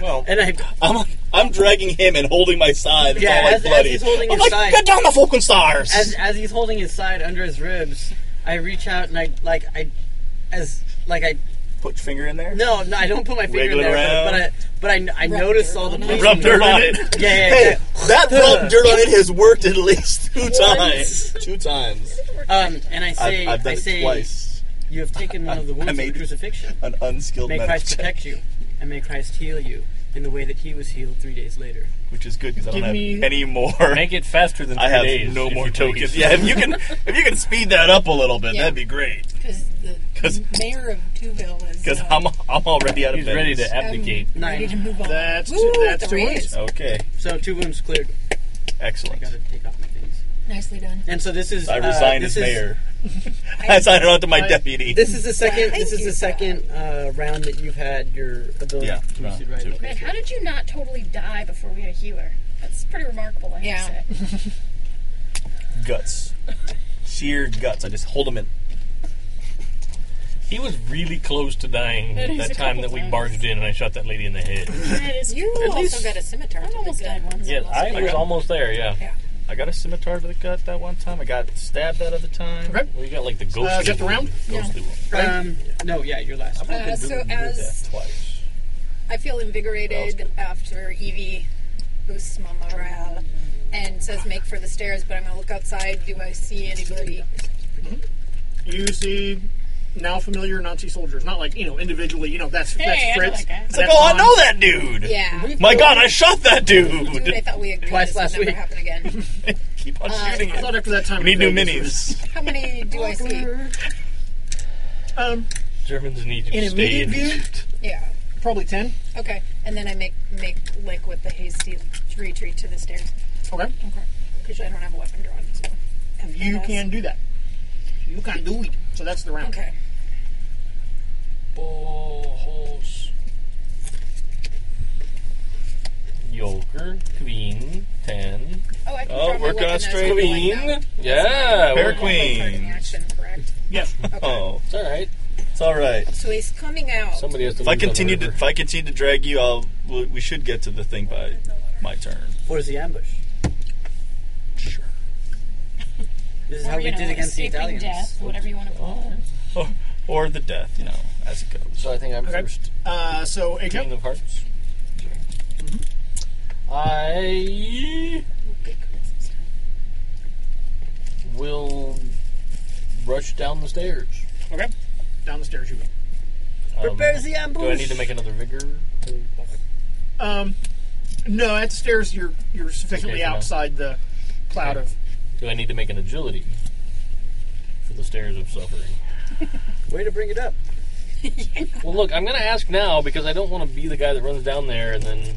[SPEAKER 4] Well,
[SPEAKER 3] And I,
[SPEAKER 6] I'm like, I'm dragging him and holding my side. It's all like
[SPEAKER 3] as, as
[SPEAKER 6] bloody.
[SPEAKER 3] he's holding
[SPEAKER 6] I'm
[SPEAKER 3] his
[SPEAKER 6] like,
[SPEAKER 3] side,
[SPEAKER 6] get down the Falcon Stars.
[SPEAKER 3] As, as he's holding his side under his ribs, I reach out and I like I, as like I
[SPEAKER 6] put your finger in there.
[SPEAKER 3] No, no, I don't put my finger
[SPEAKER 6] Wiggle
[SPEAKER 3] in there.
[SPEAKER 6] around.
[SPEAKER 3] But, but I, but I, I notice all the
[SPEAKER 6] Rub dirt on it.
[SPEAKER 3] Yeah, yeah,
[SPEAKER 6] Hey,
[SPEAKER 3] yeah.
[SPEAKER 6] that
[SPEAKER 3] *laughs*
[SPEAKER 6] rub dirt on it has worked at least two times. Two times.
[SPEAKER 3] Um, and I
[SPEAKER 6] I've-
[SPEAKER 3] say,
[SPEAKER 6] I've done
[SPEAKER 3] I
[SPEAKER 6] it
[SPEAKER 3] say,
[SPEAKER 6] twice.
[SPEAKER 3] You have
[SPEAKER 6] *laughs*
[SPEAKER 3] taken one of the
[SPEAKER 6] I
[SPEAKER 3] wounds of the
[SPEAKER 6] made
[SPEAKER 3] crucifixion.
[SPEAKER 6] an unskilled
[SPEAKER 3] May
[SPEAKER 6] medic
[SPEAKER 3] Christ
[SPEAKER 6] check.
[SPEAKER 3] protect you, and may Christ heal you in the way that He was healed three days later.
[SPEAKER 6] Which is good because I don't
[SPEAKER 3] Give
[SPEAKER 6] have
[SPEAKER 3] me-
[SPEAKER 6] any more.
[SPEAKER 3] Make
[SPEAKER 4] it faster
[SPEAKER 6] *laughs*
[SPEAKER 4] than
[SPEAKER 6] I
[SPEAKER 4] three
[SPEAKER 6] have
[SPEAKER 4] days
[SPEAKER 6] no
[SPEAKER 4] if
[SPEAKER 6] more
[SPEAKER 4] you take
[SPEAKER 6] tokens.
[SPEAKER 4] it.
[SPEAKER 6] Yeah, if you can, if you can speed that up a little bit,
[SPEAKER 7] Yeah.
[SPEAKER 6] that'd be great.
[SPEAKER 7] Because
[SPEAKER 2] *laughs*
[SPEAKER 6] Cause-
[SPEAKER 7] the mayor of Duville is.
[SPEAKER 6] Because
[SPEAKER 7] uh,
[SPEAKER 6] I'm, I'm already out of
[SPEAKER 4] He's
[SPEAKER 6] bed.
[SPEAKER 4] ready to abdicate.
[SPEAKER 7] I'm ready to move on.
[SPEAKER 2] That's
[SPEAKER 7] Woo,
[SPEAKER 2] that's
[SPEAKER 7] the
[SPEAKER 2] two
[SPEAKER 7] raise.
[SPEAKER 2] wounds.
[SPEAKER 6] Okay.
[SPEAKER 3] So two wounds cleared.
[SPEAKER 6] Excellent.
[SPEAKER 3] I gotta take off my things.
[SPEAKER 7] Nicely done.
[SPEAKER 3] And so this is.
[SPEAKER 6] I
[SPEAKER 3] uh,
[SPEAKER 6] resigned
[SPEAKER 3] this
[SPEAKER 6] as
[SPEAKER 3] is- *laughs*
[SPEAKER 6] mayor. *laughs* I signed it on to my deputy.
[SPEAKER 3] This is the second. This is the second uh, round that you've had your ability
[SPEAKER 6] Yeah,
[SPEAKER 3] to
[SPEAKER 6] round
[SPEAKER 3] proceed, right?
[SPEAKER 6] two.
[SPEAKER 3] Okay.
[SPEAKER 5] Man, how did you not totally die before we had a healer? That's pretty remarkable, I have to say.
[SPEAKER 6] guts. Sheer guts. I just hold them in.
[SPEAKER 4] He was really close to dying
[SPEAKER 7] That is
[SPEAKER 4] that
[SPEAKER 7] a
[SPEAKER 4] time
[SPEAKER 7] couple
[SPEAKER 4] that we
[SPEAKER 7] times.
[SPEAKER 4] barged in and I shot that lady in the head.
[SPEAKER 7] You
[SPEAKER 5] At
[SPEAKER 7] also
[SPEAKER 5] least-
[SPEAKER 7] got a scimitar. I'm almost dead once.
[SPEAKER 4] Yes, I was almost there. Yeah.
[SPEAKER 6] I got a scimitar to the gut that one time. I got stabbed that other time.
[SPEAKER 2] Okay.
[SPEAKER 4] Well, you got like the ghostly
[SPEAKER 2] Uh, is that the
[SPEAKER 4] one.
[SPEAKER 2] round?
[SPEAKER 4] Ghostly one.
[SPEAKER 3] Um, no, yeah, your last.
[SPEAKER 6] I've
[SPEAKER 7] Uh, so as
[SPEAKER 6] twice.
[SPEAKER 7] I feel invigorated after Evie boosts my morale and says make for the stairs, but I'm gonna look outside. Do I see anybody?
[SPEAKER 2] You see now familiar Nazi soldiers, not like you know individually. You know that's
[SPEAKER 7] Hey, I know
[SPEAKER 2] that's Fritz.
[SPEAKER 7] that guy.
[SPEAKER 2] That's
[SPEAKER 6] It's like, oh, I
[SPEAKER 2] Hans.
[SPEAKER 6] know that dude.
[SPEAKER 7] Yeah. We've
[SPEAKER 6] My
[SPEAKER 7] got-
[SPEAKER 6] God, I shot that
[SPEAKER 7] Dude, I
[SPEAKER 6] dude.
[SPEAKER 7] thought we agreed this
[SPEAKER 3] Twice
[SPEAKER 7] would
[SPEAKER 3] last
[SPEAKER 7] never
[SPEAKER 3] week.
[SPEAKER 7] happen again.
[SPEAKER 6] Keep on
[SPEAKER 7] Uh,
[SPEAKER 6] shooting
[SPEAKER 7] I
[SPEAKER 6] it.
[SPEAKER 2] thought after that time
[SPEAKER 6] we need new
[SPEAKER 2] in Vegas, it
[SPEAKER 6] minis.
[SPEAKER 7] How many do I see?
[SPEAKER 2] Um,
[SPEAKER 4] Germans need to
[SPEAKER 2] in
[SPEAKER 4] stay
[SPEAKER 2] immediate
[SPEAKER 4] in.
[SPEAKER 2] view,
[SPEAKER 7] Yeah.
[SPEAKER 2] probably ten.
[SPEAKER 7] Okay. And then I make make like with the hasty retreat to the stairs.
[SPEAKER 2] Okay,
[SPEAKER 7] Okay. Because I don't have a weapon drawn. So. And
[SPEAKER 2] you
[SPEAKER 7] that's-
[SPEAKER 2] can do that. You can do it. So that's the round.
[SPEAKER 7] Okay.
[SPEAKER 4] Horse. Yoker, queen, ten.
[SPEAKER 7] Oh, I can
[SPEAKER 6] Oh,
[SPEAKER 7] draw my
[SPEAKER 6] we're gonna
[SPEAKER 7] weapon as well,
[SPEAKER 6] straight-
[SPEAKER 7] like,
[SPEAKER 4] Queen?
[SPEAKER 7] now.
[SPEAKER 4] Yeah.
[SPEAKER 7] Like,
[SPEAKER 6] Pair
[SPEAKER 4] we're-
[SPEAKER 7] part of the
[SPEAKER 6] queen.
[SPEAKER 7] action, correct?
[SPEAKER 2] Yes.
[SPEAKER 6] *laughs* Oh,
[SPEAKER 4] It's all right.
[SPEAKER 6] it's all right.
[SPEAKER 7] So he's coming out.
[SPEAKER 4] Somebody has to.
[SPEAKER 6] If I
[SPEAKER 4] lose on the
[SPEAKER 6] continue to
[SPEAKER 4] river.
[SPEAKER 6] if I continue to drag you, I'll we we should get to the thing by my turn.
[SPEAKER 3] Where's the ambush?
[SPEAKER 6] Sure.
[SPEAKER 3] This is
[SPEAKER 5] Or,
[SPEAKER 3] how
[SPEAKER 5] you
[SPEAKER 3] we
[SPEAKER 5] know,
[SPEAKER 3] did against the
[SPEAKER 5] escaping
[SPEAKER 3] Italians.
[SPEAKER 5] death, whatever you want to call it.
[SPEAKER 6] Or, or the death, you know, as it goes.
[SPEAKER 4] So I think I'm
[SPEAKER 2] Okay.
[SPEAKER 4] first.
[SPEAKER 2] Uh, so
[SPEAKER 4] King
[SPEAKER 2] Aiko,
[SPEAKER 4] of Hearts. I will rush down the stairs.
[SPEAKER 2] okay, down the stairs you go.
[SPEAKER 4] Um,
[SPEAKER 3] Prepares the ambush.
[SPEAKER 4] Do I need to make another vigor?
[SPEAKER 2] Um, no, at the stairs you're you're sufficiently
[SPEAKER 4] Okay, for now.
[SPEAKER 2] outside the cloud
[SPEAKER 4] Okay.
[SPEAKER 2] of.
[SPEAKER 4] Do I need to make an agility for the stairs of suffering?
[SPEAKER 3] Way to bring it up.
[SPEAKER 4] Well, look, I'm going to ask now because I don't want to be the guy that runs down there and then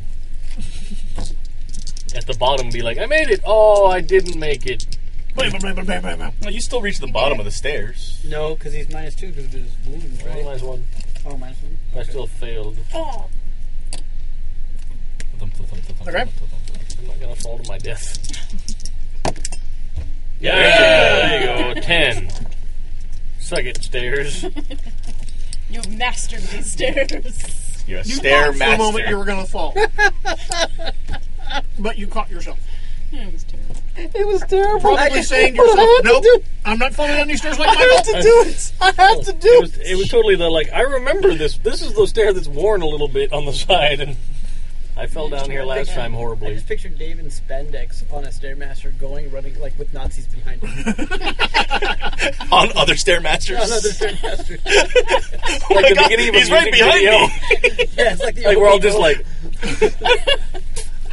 [SPEAKER 4] at the bottom be like, I made it. Oh, I didn't make it.
[SPEAKER 2] Bam, bam, bam, bam, bam, bam.
[SPEAKER 6] Well, you still reach the bottom of the stairs.
[SPEAKER 3] No, because he's minus two because of his wound,
[SPEAKER 4] Well,
[SPEAKER 3] right?
[SPEAKER 4] minus one.
[SPEAKER 3] Oh, minus one.
[SPEAKER 4] I still failed.
[SPEAKER 7] Oh,
[SPEAKER 2] Okay.
[SPEAKER 4] I'm not going to fall to my *laughs* death. Yeah, there you go. Ten. Suck
[SPEAKER 3] *laughs*
[SPEAKER 4] it, stairs.
[SPEAKER 5] You've mastered these stairs.
[SPEAKER 6] You're a
[SPEAKER 2] You
[SPEAKER 6] stair
[SPEAKER 2] thought for a moment you
[SPEAKER 6] master.
[SPEAKER 2] were going to
[SPEAKER 6] *laughs*
[SPEAKER 2] fall, but you caught yourself.
[SPEAKER 5] it was terrible.
[SPEAKER 3] It was
[SPEAKER 2] *laughs*
[SPEAKER 3] terrible.
[SPEAKER 2] Probably
[SPEAKER 3] *laughs*
[SPEAKER 2] saying to yourself, "Nope, I'm not falling down these stairs *laughs* like Michael."
[SPEAKER 3] to do it. I have to
[SPEAKER 4] It was, it was totally the like. I remember this. This is the stair that's worn a little bit on the side, and I fell down here last time
[SPEAKER 3] I
[SPEAKER 4] horribly.
[SPEAKER 3] just pictured Dave in spandex upon a stairmaster going running like with Nazis behind him. *laughs*
[SPEAKER 6] On other stairmasters.
[SPEAKER 3] Another stairmaster.
[SPEAKER 6] Oh my
[SPEAKER 4] Like the
[SPEAKER 6] God,
[SPEAKER 4] beginning of a
[SPEAKER 6] he's right
[SPEAKER 4] music
[SPEAKER 6] behind
[SPEAKER 4] video.
[SPEAKER 6] me.
[SPEAKER 3] yeah, it's like the
[SPEAKER 4] *laughs* Like we're all just
[SPEAKER 3] old-
[SPEAKER 4] like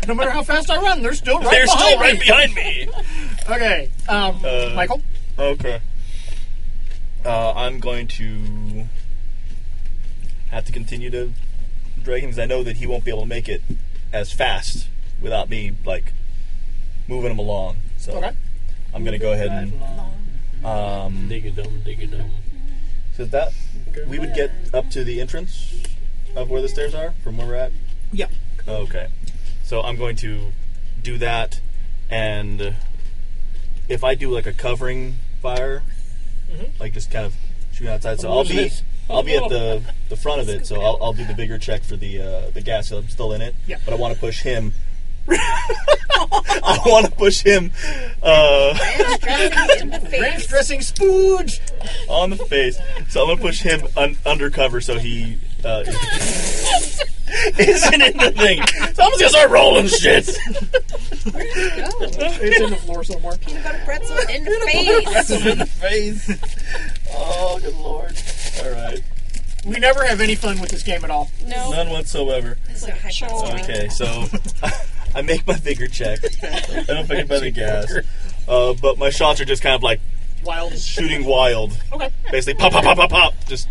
[SPEAKER 2] No matter how fast I run, they're still right
[SPEAKER 6] They're
[SPEAKER 2] behind
[SPEAKER 6] still
[SPEAKER 2] me.
[SPEAKER 6] right behind me.
[SPEAKER 2] Okay, um,
[SPEAKER 6] Uh,
[SPEAKER 2] Michael.
[SPEAKER 6] *laughs* Okay. Uh, I'm going to have to continue to drag him because I know that he won't be able to make it as fast without me like moving him along. So
[SPEAKER 2] Okay.
[SPEAKER 6] I'm going to go ahead and um,
[SPEAKER 4] dig a dum, dig a dum.
[SPEAKER 6] so that we would get up to the entrance of where the stairs are from where we're at.
[SPEAKER 2] Yeah.
[SPEAKER 6] Okay. So I'm going to do that, and
[SPEAKER 2] Mm-hmm.
[SPEAKER 6] if I do like a covering fire, like just kind of shoot outside, so I'll be
[SPEAKER 4] Who's this?
[SPEAKER 6] I'll be
[SPEAKER 2] *laughs*
[SPEAKER 6] at the the front of it, so I'll, I'll do the bigger check for the uh, the gas. so I'm still in it,
[SPEAKER 2] Yeah.
[SPEAKER 6] but I want to
[SPEAKER 2] *laughs*
[SPEAKER 6] push him. *laughs* I want to push him uh,
[SPEAKER 2] Ranch dressing spooge.
[SPEAKER 6] on the face, so I'm gonna push him un- undercover so he uh, *laughs* isn't in the thing. So I'm just gonna start rolling shit.
[SPEAKER 2] *laughs* it's in the floor somewhere. *laughs*
[SPEAKER 17] Peanut butter pretzel in the
[SPEAKER 6] That's
[SPEAKER 17] face.
[SPEAKER 6] him in the face. Oh, good lord! All right,
[SPEAKER 2] We never have any fun with this game at all.
[SPEAKER 6] none whatsoever.
[SPEAKER 17] It's like a chore.
[SPEAKER 6] Okay, so *laughs* I make my bigger check. I don't think about the gas, uh, but my shots are just kind of like
[SPEAKER 2] Wild.
[SPEAKER 6] shooting wild.
[SPEAKER 2] Okay.
[SPEAKER 6] Basically, pop, pop, pop, pop, pop. Just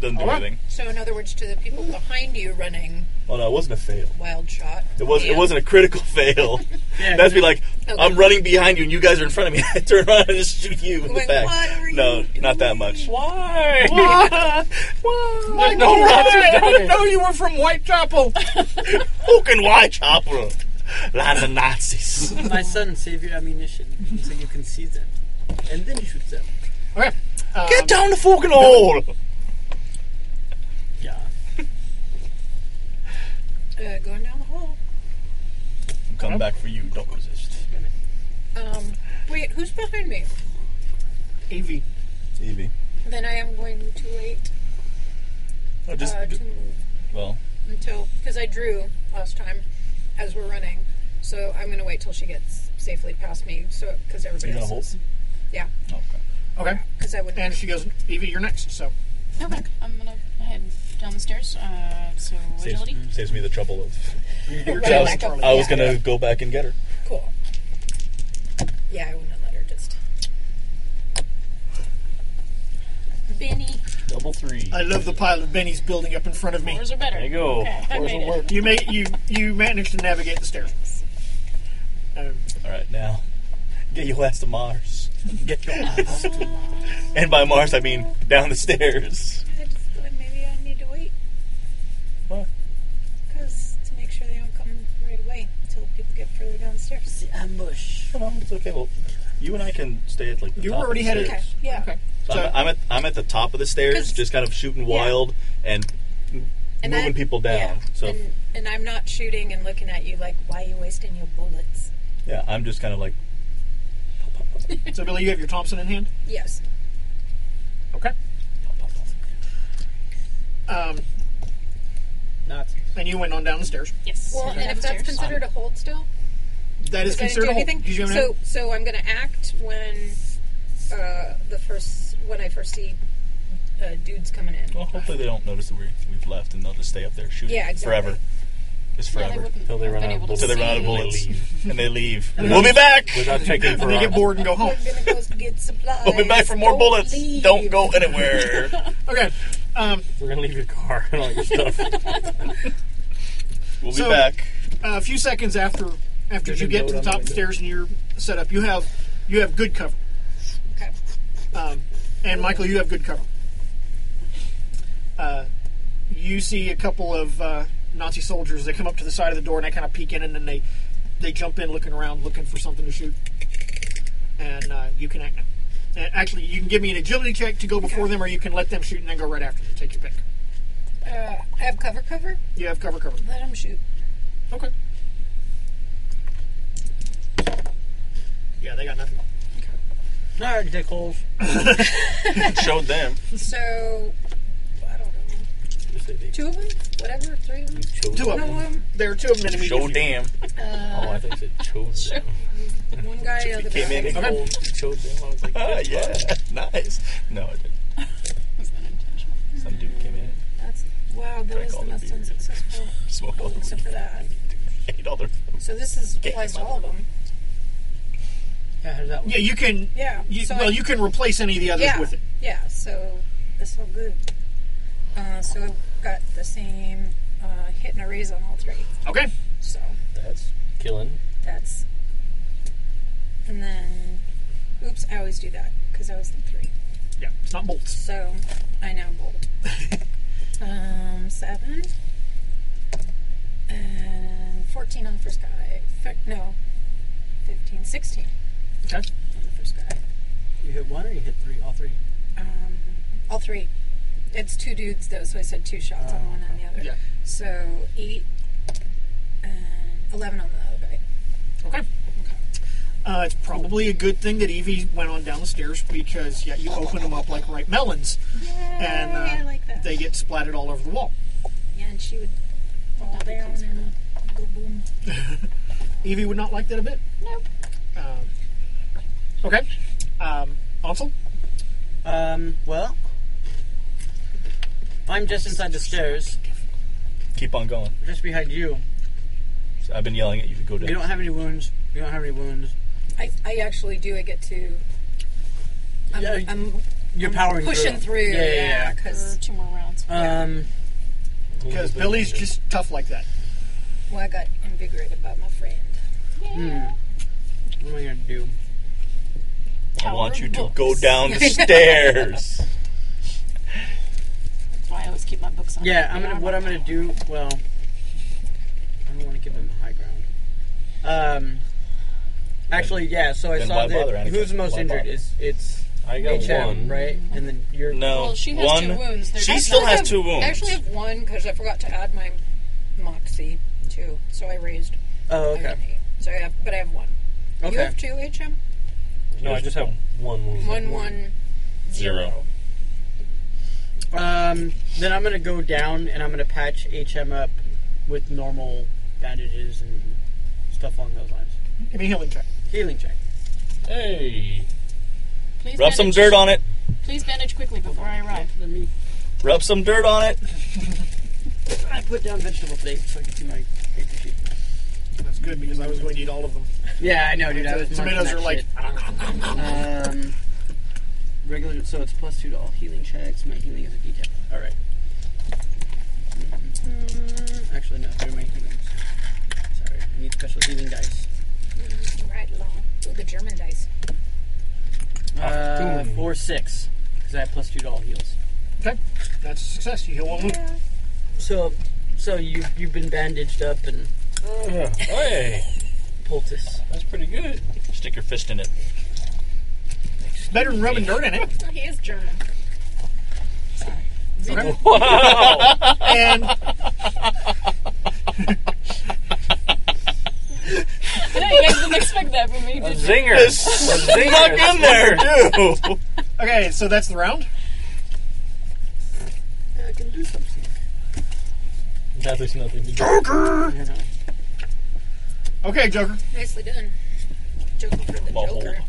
[SPEAKER 6] doesn't do
[SPEAKER 7] All right.
[SPEAKER 6] anything.
[SPEAKER 7] So, in other words, to the people behind you running
[SPEAKER 6] Oh no, it wasn't a fail.
[SPEAKER 7] wild shot.
[SPEAKER 6] It was.
[SPEAKER 7] Yeah.
[SPEAKER 6] It wasn't a critical *laughs* fail.
[SPEAKER 3] Yeah,
[SPEAKER 6] That'd be like
[SPEAKER 7] Okay.
[SPEAKER 6] I'm running behind you, and you guys are in front of me. *laughs* I turn around and just shoot you in the
[SPEAKER 7] Like,
[SPEAKER 6] back.
[SPEAKER 7] what are
[SPEAKER 6] no, not that much. *laughs*
[SPEAKER 3] Why?
[SPEAKER 2] Why?
[SPEAKER 3] There's
[SPEAKER 2] *laughs*
[SPEAKER 3] no Roger
[SPEAKER 2] I
[SPEAKER 3] Downey.
[SPEAKER 2] didn't
[SPEAKER 7] *laughs*
[SPEAKER 2] know you were from Whitechapel.
[SPEAKER 6] Who can watch opera? Lots
[SPEAKER 7] *laughs*
[SPEAKER 6] of Nazis.
[SPEAKER 3] My son, save your ammunition so you can see them, and then shoot them.
[SPEAKER 2] Okay. Um,
[SPEAKER 6] Get down the fucking hole.
[SPEAKER 3] Yeah.
[SPEAKER 7] Uh, going down the hole.
[SPEAKER 6] I'm coming back for you. Don't resist.
[SPEAKER 7] Um, wait, who's behind me?
[SPEAKER 2] AV.
[SPEAKER 6] Evie.
[SPEAKER 7] Then I am going to wait
[SPEAKER 6] Oh, just
[SPEAKER 7] uh, to move
[SPEAKER 6] well.
[SPEAKER 7] until because I drew last time as we're running, so I'm going to wait till she gets safely past me. So because everybody
[SPEAKER 6] You're gonna
[SPEAKER 7] else
[SPEAKER 6] hold?
[SPEAKER 7] is, yeah,
[SPEAKER 2] Okay.
[SPEAKER 7] because I would.
[SPEAKER 2] And she goes, Evie, you're next. So
[SPEAKER 13] Okay, I'm gonna head down the stairs. Uh, so
[SPEAKER 6] Saves,
[SPEAKER 13] agility.
[SPEAKER 6] saves me the trouble
[SPEAKER 7] *laughs*
[SPEAKER 6] of.
[SPEAKER 2] you're
[SPEAKER 7] Right
[SPEAKER 6] I
[SPEAKER 2] Charlie.
[SPEAKER 6] was,
[SPEAKER 7] back up.
[SPEAKER 6] I was
[SPEAKER 7] Yeah.
[SPEAKER 6] gonna go back and get her.
[SPEAKER 7] Cool. Yeah, I wouldn't have let her just. Benny.
[SPEAKER 4] Double three.
[SPEAKER 2] I love the pile of bennies building up in front of me.
[SPEAKER 13] Fours are better.
[SPEAKER 4] There you go.
[SPEAKER 13] Okay, I
[SPEAKER 4] Fours
[SPEAKER 13] made
[SPEAKER 4] will
[SPEAKER 13] it.
[SPEAKER 4] work.
[SPEAKER 2] You may you you managed to navigate the stairs. Um,
[SPEAKER 6] All right, now get your ass to Mars. Get your ass. to Mars. and by Mars, I mean down the stairs.
[SPEAKER 14] I just thought maybe I need to wait
[SPEAKER 6] What?
[SPEAKER 14] because to make sure they don't come right away until people get further downstairs.
[SPEAKER 15] ambush.
[SPEAKER 6] No, no, it's okay. Well, you and I can stay at like the
[SPEAKER 2] You
[SPEAKER 6] top
[SPEAKER 2] already
[SPEAKER 6] of
[SPEAKER 2] had
[SPEAKER 6] the
[SPEAKER 2] it.
[SPEAKER 6] stairs.
[SPEAKER 7] Okay. Yeah.
[SPEAKER 2] okay.
[SPEAKER 6] So I'm, I'm at I'm at the top of the stairs,
[SPEAKER 7] 'Cause-
[SPEAKER 6] just kind of shooting wild and,
[SPEAKER 7] And
[SPEAKER 6] moving
[SPEAKER 7] I-
[SPEAKER 6] people down.
[SPEAKER 7] yeah,
[SPEAKER 6] So
[SPEAKER 7] And, and I'm not shooting and looking at you like, why are you wasting your bullets?
[SPEAKER 6] yeah, I'm just kind of like
[SPEAKER 2] So Billy, you have your Thompson in hand.
[SPEAKER 7] Yes.
[SPEAKER 2] Okay. Um,
[SPEAKER 3] Not.
[SPEAKER 2] and you went on down the stairs.
[SPEAKER 13] Yes.
[SPEAKER 7] Well,
[SPEAKER 13] head
[SPEAKER 7] and if that's
[SPEAKER 13] downstairs.
[SPEAKER 7] considered a hold still,
[SPEAKER 2] That is
[SPEAKER 7] I didn't
[SPEAKER 2] considered
[SPEAKER 7] do
[SPEAKER 2] a hold.
[SPEAKER 7] anything.
[SPEAKER 2] Did you have
[SPEAKER 7] so, so I'm going to act when uh, the first when I first see uh, dudes coming in.
[SPEAKER 6] well, hopefully they don't notice that we we've left, and they'll just stay up there shooting
[SPEAKER 7] Yeah, exactly.
[SPEAKER 6] forever. Just
[SPEAKER 13] Yeah, they
[SPEAKER 6] forever
[SPEAKER 13] wouldn't
[SPEAKER 4] Till they
[SPEAKER 13] have
[SPEAKER 4] run
[SPEAKER 13] been
[SPEAKER 4] out of
[SPEAKER 13] able to
[SPEAKER 6] until they run out of
[SPEAKER 13] see.
[SPEAKER 6] bullets, and they leave.
[SPEAKER 2] And
[SPEAKER 6] we'll be
[SPEAKER 2] then-
[SPEAKER 6] back.
[SPEAKER 4] Without
[SPEAKER 6] *laughs*
[SPEAKER 4] checking for
[SPEAKER 2] and they get
[SPEAKER 4] our-
[SPEAKER 2] bored and go home.
[SPEAKER 7] We're going to go get supplies.
[SPEAKER 6] We'll be Oh. back for more
[SPEAKER 7] Don't
[SPEAKER 6] bullets.
[SPEAKER 7] leave.
[SPEAKER 6] Don't go anywhere.
[SPEAKER 2] Okay. Um,
[SPEAKER 4] We're gonna leave your car and all your stuff.
[SPEAKER 6] we'll be
[SPEAKER 2] So-
[SPEAKER 6] back.
[SPEAKER 2] Uh, a few seconds after after
[SPEAKER 3] There's
[SPEAKER 2] you
[SPEAKER 3] a
[SPEAKER 2] get to
[SPEAKER 3] note
[SPEAKER 2] the
[SPEAKER 3] on the
[SPEAKER 2] top of the stairs and you're set up, you have you have good cover.
[SPEAKER 7] Okay.
[SPEAKER 2] Um, and Michael, you have good cover. Uh, you see a couple of uh, Nazi soldiers. They come up to the side of the door and they kind of peek in, and then they they jump in, looking around, looking for something to shoot. And uh, you can act now. And actually, you can give me an agility check to go before them, or you can let them shoot and then go right after them. Take your pick.
[SPEAKER 7] Uh, I have cover, cover.
[SPEAKER 2] You have cover, cover.
[SPEAKER 7] Let them shoot.
[SPEAKER 2] Okay. Yeah, they got nothing.
[SPEAKER 3] All right, dickholes.
[SPEAKER 6] Showed them.
[SPEAKER 7] So, I don't know. Two of them? Whatever? Three of them?
[SPEAKER 4] Chode.
[SPEAKER 2] Two of
[SPEAKER 7] No,
[SPEAKER 2] them.
[SPEAKER 7] um,
[SPEAKER 2] There are two of them in the
[SPEAKER 6] Showed them.
[SPEAKER 4] Oh, I think it said chode them.
[SPEAKER 7] one guy or the
[SPEAKER 6] Came
[SPEAKER 7] guy.
[SPEAKER 6] in and
[SPEAKER 2] Okay.
[SPEAKER 6] go.
[SPEAKER 4] Chode them. I was like,
[SPEAKER 6] Ah, yeah, *laughs* nice. No, I didn't. Some dude came in,
[SPEAKER 7] That's, wow, that
[SPEAKER 6] Drank
[SPEAKER 7] was
[SPEAKER 6] all
[SPEAKER 7] the
[SPEAKER 6] the
[SPEAKER 7] most
[SPEAKER 6] beer.
[SPEAKER 7] unsuccessful.
[SPEAKER 6] smoked all the
[SPEAKER 7] Except
[SPEAKER 6] weed,
[SPEAKER 7] for that.
[SPEAKER 6] ate all their
[SPEAKER 7] So this is applies to all of them.
[SPEAKER 3] Yeah, how's that one?
[SPEAKER 2] Yeah, you can.
[SPEAKER 7] Yeah.
[SPEAKER 2] You,
[SPEAKER 7] so
[SPEAKER 2] well,
[SPEAKER 7] I-
[SPEAKER 2] you can replace any of the others
[SPEAKER 7] yeah,
[SPEAKER 2] with it.
[SPEAKER 7] Yeah, so that's all good. Uh, so I've got the same uh, hit and a raise on all three.
[SPEAKER 2] Okay.
[SPEAKER 7] So
[SPEAKER 4] that's killing.
[SPEAKER 7] that's. And then. Oops, I always do that because I was in three.
[SPEAKER 2] Yeah, it's not bolts.
[SPEAKER 7] So I now bolt. um, seven and fourteen on the first guy. Fi- No, 15, 16
[SPEAKER 2] Okay.
[SPEAKER 7] on the first guy.
[SPEAKER 3] You hit one or you hit three? All three.
[SPEAKER 7] Um, all three. It's two dudes though, so I said two shots on one on the other.
[SPEAKER 2] Yeah.
[SPEAKER 7] So eight and eleven on the other guy.
[SPEAKER 2] Okay. Uh, it's probably a good thing that Evie went on down the stairs because yeah, you open them up like ripe melons, and uh, they get splattered all over the wall.
[SPEAKER 7] Yeah, and she would fall down and go boom.
[SPEAKER 2] Evie would not like that a bit.
[SPEAKER 7] Nope.
[SPEAKER 2] Um, okay, um, Ansel.
[SPEAKER 3] Um, well, I'm just inside the stairs,
[SPEAKER 6] Keep on going.
[SPEAKER 3] just behind you.
[SPEAKER 6] So I've been yelling at you to go down.
[SPEAKER 3] You don't have any wounds. You don't have any wounds.
[SPEAKER 7] I, I actually do. I get to. I'm,
[SPEAKER 3] Yeah,
[SPEAKER 7] I'm
[SPEAKER 3] You're
[SPEAKER 7] I'm
[SPEAKER 3] powering
[SPEAKER 7] pushing through.
[SPEAKER 3] Yeah, yeah, yeah.
[SPEAKER 7] Because two more rounds.
[SPEAKER 3] Um,
[SPEAKER 2] Because Billy's just tough like that.
[SPEAKER 7] Well, I got invigorated by my friend.
[SPEAKER 3] hmm. What am I gonna do?
[SPEAKER 6] I want you to *laughs* go down the stairs.
[SPEAKER 7] That's why I always keep my books on.
[SPEAKER 3] Yeah, I'm gonna. What I'm gonna do? Well, I don't want to give him the high ground. Um, actually, yeah. So I
[SPEAKER 6] Then
[SPEAKER 3] saw
[SPEAKER 6] why bother,
[SPEAKER 3] that
[SPEAKER 6] Annika?
[SPEAKER 3] who's the most
[SPEAKER 6] Why
[SPEAKER 3] injured
[SPEAKER 6] bother?
[SPEAKER 3] is it's
[SPEAKER 4] I got
[SPEAKER 3] HM,
[SPEAKER 4] one.
[SPEAKER 3] right, and then you're
[SPEAKER 6] No,
[SPEAKER 7] Well, she has
[SPEAKER 6] one.
[SPEAKER 7] two wounds. There's-
[SPEAKER 6] she
[SPEAKER 7] I
[SPEAKER 6] still
[SPEAKER 7] actually
[SPEAKER 6] has
[SPEAKER 7] have-
[SPEAKER 6] two wounds.
[SPEAKER 7] I actually have one because I forgot to add my moxie too, so I raised.
[SPEAKER 3] Oh,
[SPEAKER 7] I got
[SPEAKER 3] okay.
[SPEAKER 7] eight. So I have, but I have one. You
[SPEAKER 3] Okay.
[SPEAKER 7] have two, HM.
[SPEAKER 4] No, I just have one wound.
[SPEAKER 7] One, one.
[SPEAKER 6] Zero.
[SPEAKER 3] Um, then I'm gonna go down and I'm gonna patch HM up with normal bandages and stuff along those lines.
[SPEAKER 2] Give me a healing check.
[SPEAKER 3] Healing check.
[SPEAKER 4] Hey.
[SPEAKER 5] Please
[SPEAKER 6] Rub some dirt on it.
[SPEAKER 5] Please bandage quickly before I arrive.
[SPEAKER 7] *laughs*
[SPEAKER 3] Let me.
[SPEAKER 6] Rub some dirt on it.
[SPEAKER 3] I put down vegetable plates so I can see my paper sheet.
[SPEAKER 2] That's good because I was going to eat all of them.
[SPEAKER 3] Yeah, I know, dude. I was marking
[SPEAKER 2] tomatoes
[SPEAKER 3] that
[SPEAKER 2] are like.
[SPEAKER 3] shit. um, regular. So it's plus two to all healing checks. My healing is a detail. All right. Mm, Actually, no. They're my healings. Sorry, I need special healing dice.
[SPEAKER 7] Right long. Ooh, the German dice.
[SPEAKER 3] Uh, four six, because I have plus two to all heals.
[SPEAKER 2] *laughs* Okay, that's a success. You heal one wound.
[SPEAKER 3] So, so you you've been bandaged up and
[SPEAKER 4] Hey.
[SPEAKER 3] poultice.
[SPEAKER 4] That's pretty good.
[SPEAKER 6] Stick your fist in it.
[SPEAKER 2] Better than rubbing dirt in it.
[SPEAKER 5] He is German.
[SPEAKER 2] *laughs* And
[SPEAKER 5] I know you guys didn't expect that from me. Did you?
[SPEAKER 4] Zinger.
[SPEAKER 3] *laughs*
[SPEAKER 6] Look in there, too.
[SPEAKER 2] okay, so that's the round.
[SPEAKER 3] Yeah, I can do something.
[SPEAKER 4] That is nothing to do.
[SPEAKER 3] You know.
[SPEAKER 2] Okay, Joker.
[SPEAKER 7] Nicely done. Joker for the
[SPEAKER 6] Ball
[SPEAKER 7] Joker.
[SPEAKER 6] *laughs* hold.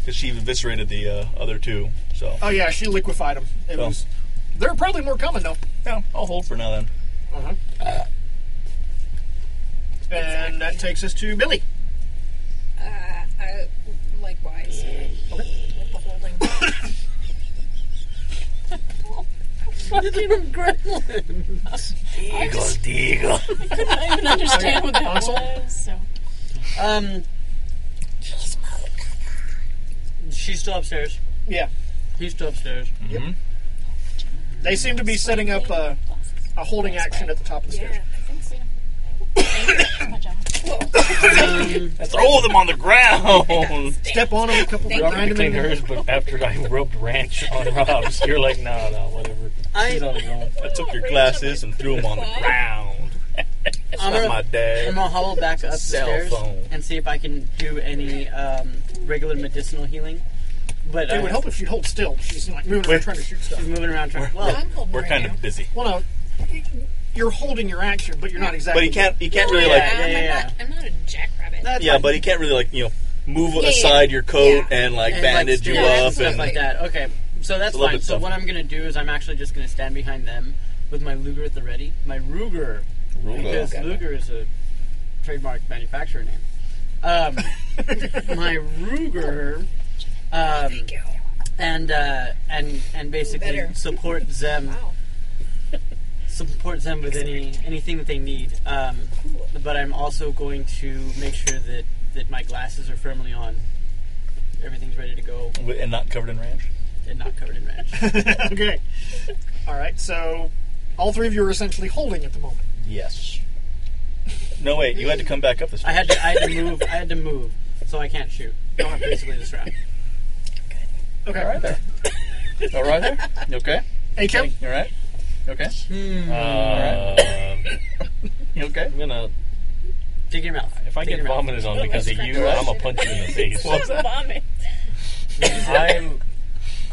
[SPEAKER 6] Because she eviscerated the uh, other two. So
[SPEAKER 2] Oh yeah, she liquefied them. It
[SPEAKER 6] Oh.
[SPEAKER 2] was. There are probably more coming though.
[SPEAKER 6] yeah, I'll hold for now then.
[SPEAKER 2] Uh-huh. And that takes us to Billy.
[SPEAKER 7] Uh, I, likewise. With the holding.
[SPEAKER 6] Eagle, eagle.
[SPEAKER 5] I don't even understand what that
[SPEAKER 2] Console?
[SPEAKER 5] was. So.
[SPEAKER 3] Um, she's still upstairs.
[SPEAKER 2] Yeah,
[SPEAKER 3] He's still upstairs.
[SPEAKER 2] they seem to be setting up a, a holding action at the top of the stairs.
[SPEAKER 7] Yeah, I think so. *coughs*
[SPEAKER 3] Um,
[SPEAKER 6] Throw them on the *laughs* ground.
[SPEAKER 2] Step on them a couple of
[SPEAKER 7] Thank you.
[SPEAKER 4] Robert
[SPEAKER 2] grind them
[SPEAKER 4] cleaned
[SPEAKER 2] in.
[SPEAKER 4] hers, but after *laughs* I rubbed ranch on Rob's, you're like, no, no, whatever. He's on his own.
[SPEAKER 6] I took your glasses and threw them on the ground. That's
[SPEAKER 3] I'm
[SPEAKER 6] not
[SPEAKER 3] gonna-
[SPEAKER 6] my
[SPEAKER 3] I'm
[SPEAKER 6] dad.
[SPEAKER 3] gonna hobble back up the
[SPEAKER 6] Cell
[SPEAKER 3] stairs
[SPEAKER 6] phone.
[SPEAKER 3] and see if I can do any um, regular medicinal healing. But
[SPEAKER 2] It
[SPEAKER 3] uh,
[SPEAKER 2] would help if she'd hold still. She's like moving around
[SPEAKER 6] Wait.
[SPEAKER 2] trying to shoot
[SPEAKER 3] She's
[SPEAKER 2] stuff.
[SPEAKER 3] moving around. Trying, well,
[SPEAKER 7] I'm holding
[SPEAKER 6] We're
[SPEAKER 7] right
[SPEAKER 6] kind
[SPEAKER 7] now.
[SPEAKER 6] of busy,
[SPEAKER 2] Well, no, y- y- you're holding your action, but you're not exactly.
[SPEAKER 6] but he can't. He can't really
[SPEAKER 3] yeah,
[SPEAKER 6] like.
[SPEAKER 7] Oh, I'm,
[SPEAKER 3] yeah.
[SPEAKER 7] Not, I'm not a jackrabbit.
[SPEAKER 3] that's
[SPEAKER 6] Yeah,
[SPEAKER 3] fine.
[SPEAKER 6] but he can't really like you know move
[SPEAKER 7] Yeah, yeah.
[SPEAKER 6] aside your coat
[SPEAKER 7] Yeah.
[SPEAKER 6] and like
[SPEAKER 3] And, like,
[SPEAKER 6] bandage you
[SPEAKER 3] yeah,
[SPEAKER 7] and
[SPEAKER 6] up
[SPEAKER 7] stuff
[SPEAKER 6] and
[SPEAKER 3] like that. Okay, so that's
[SPEAKER 6] a little
[SPEAKER 3] fine.
[SPEAKER 6] bit
[SPEAKER 3] So
[SPEAKER 6] tough.
[SPEAKER 3] what I'm gonna do is I'm actually just gonna stand behind them with my Luger at the ready. My Ruger, because Luger is a trademark manufacturer name.
[SPEAKER 6] *laughs*
[SPEAKER 3] Um, my Ruger, um, and uh, and and basically
[SPEAKER 7] Better.
[SPEAKER 3] support
[SPEAKER 7] *laughs*
[SPEAKER 3] them.
[SPEAKER 7] Wow.
[SPEAKER 3] support them with any anything that they need. Um, but I'm also going to make sure that that my glasses are firmly on. Everything's ready to go
[SPEAKER 6] Wi- and not covered in ranch.
[SPEAKER 3] and not covered in ranch.
[SPEAKER 7] *laughs*
[SPEAKER 2] *laughs* okay. All right. So, all three of you are essentially holding at the moment.
[SPEAKER 6] Yes. No wait, you had to come back up this.
[SPEAKER 3] I had to I had to move I had to move, so I can't shoot. I'm basically this round.
[SPEAKER 2] Okay.
[SPEAKER 6] All right there. You okay.
[SPEAKER 2] Hey, Kim.
[SPEAKER 6] You all right? Okay.
[SPEAKER 4] Uh,
[SPEAKER 6] All
[SPEAKER 4] you okay? I'm gonna.
[SPEAKER 3] Dig your mouth.
[SPEAKER 4] If I
[SPEAKER 3] Dig
[SPEAKER 4] get
[SPEAKER 3] your mouth.
[SPEAKER 4] vomited on because of you,
[SPEAKER 3] Right?
[SPEAKER 4] I'm gonna punch you in the face.
[SPEAKER 3] What's that?
[SPEAKER 4] I'm.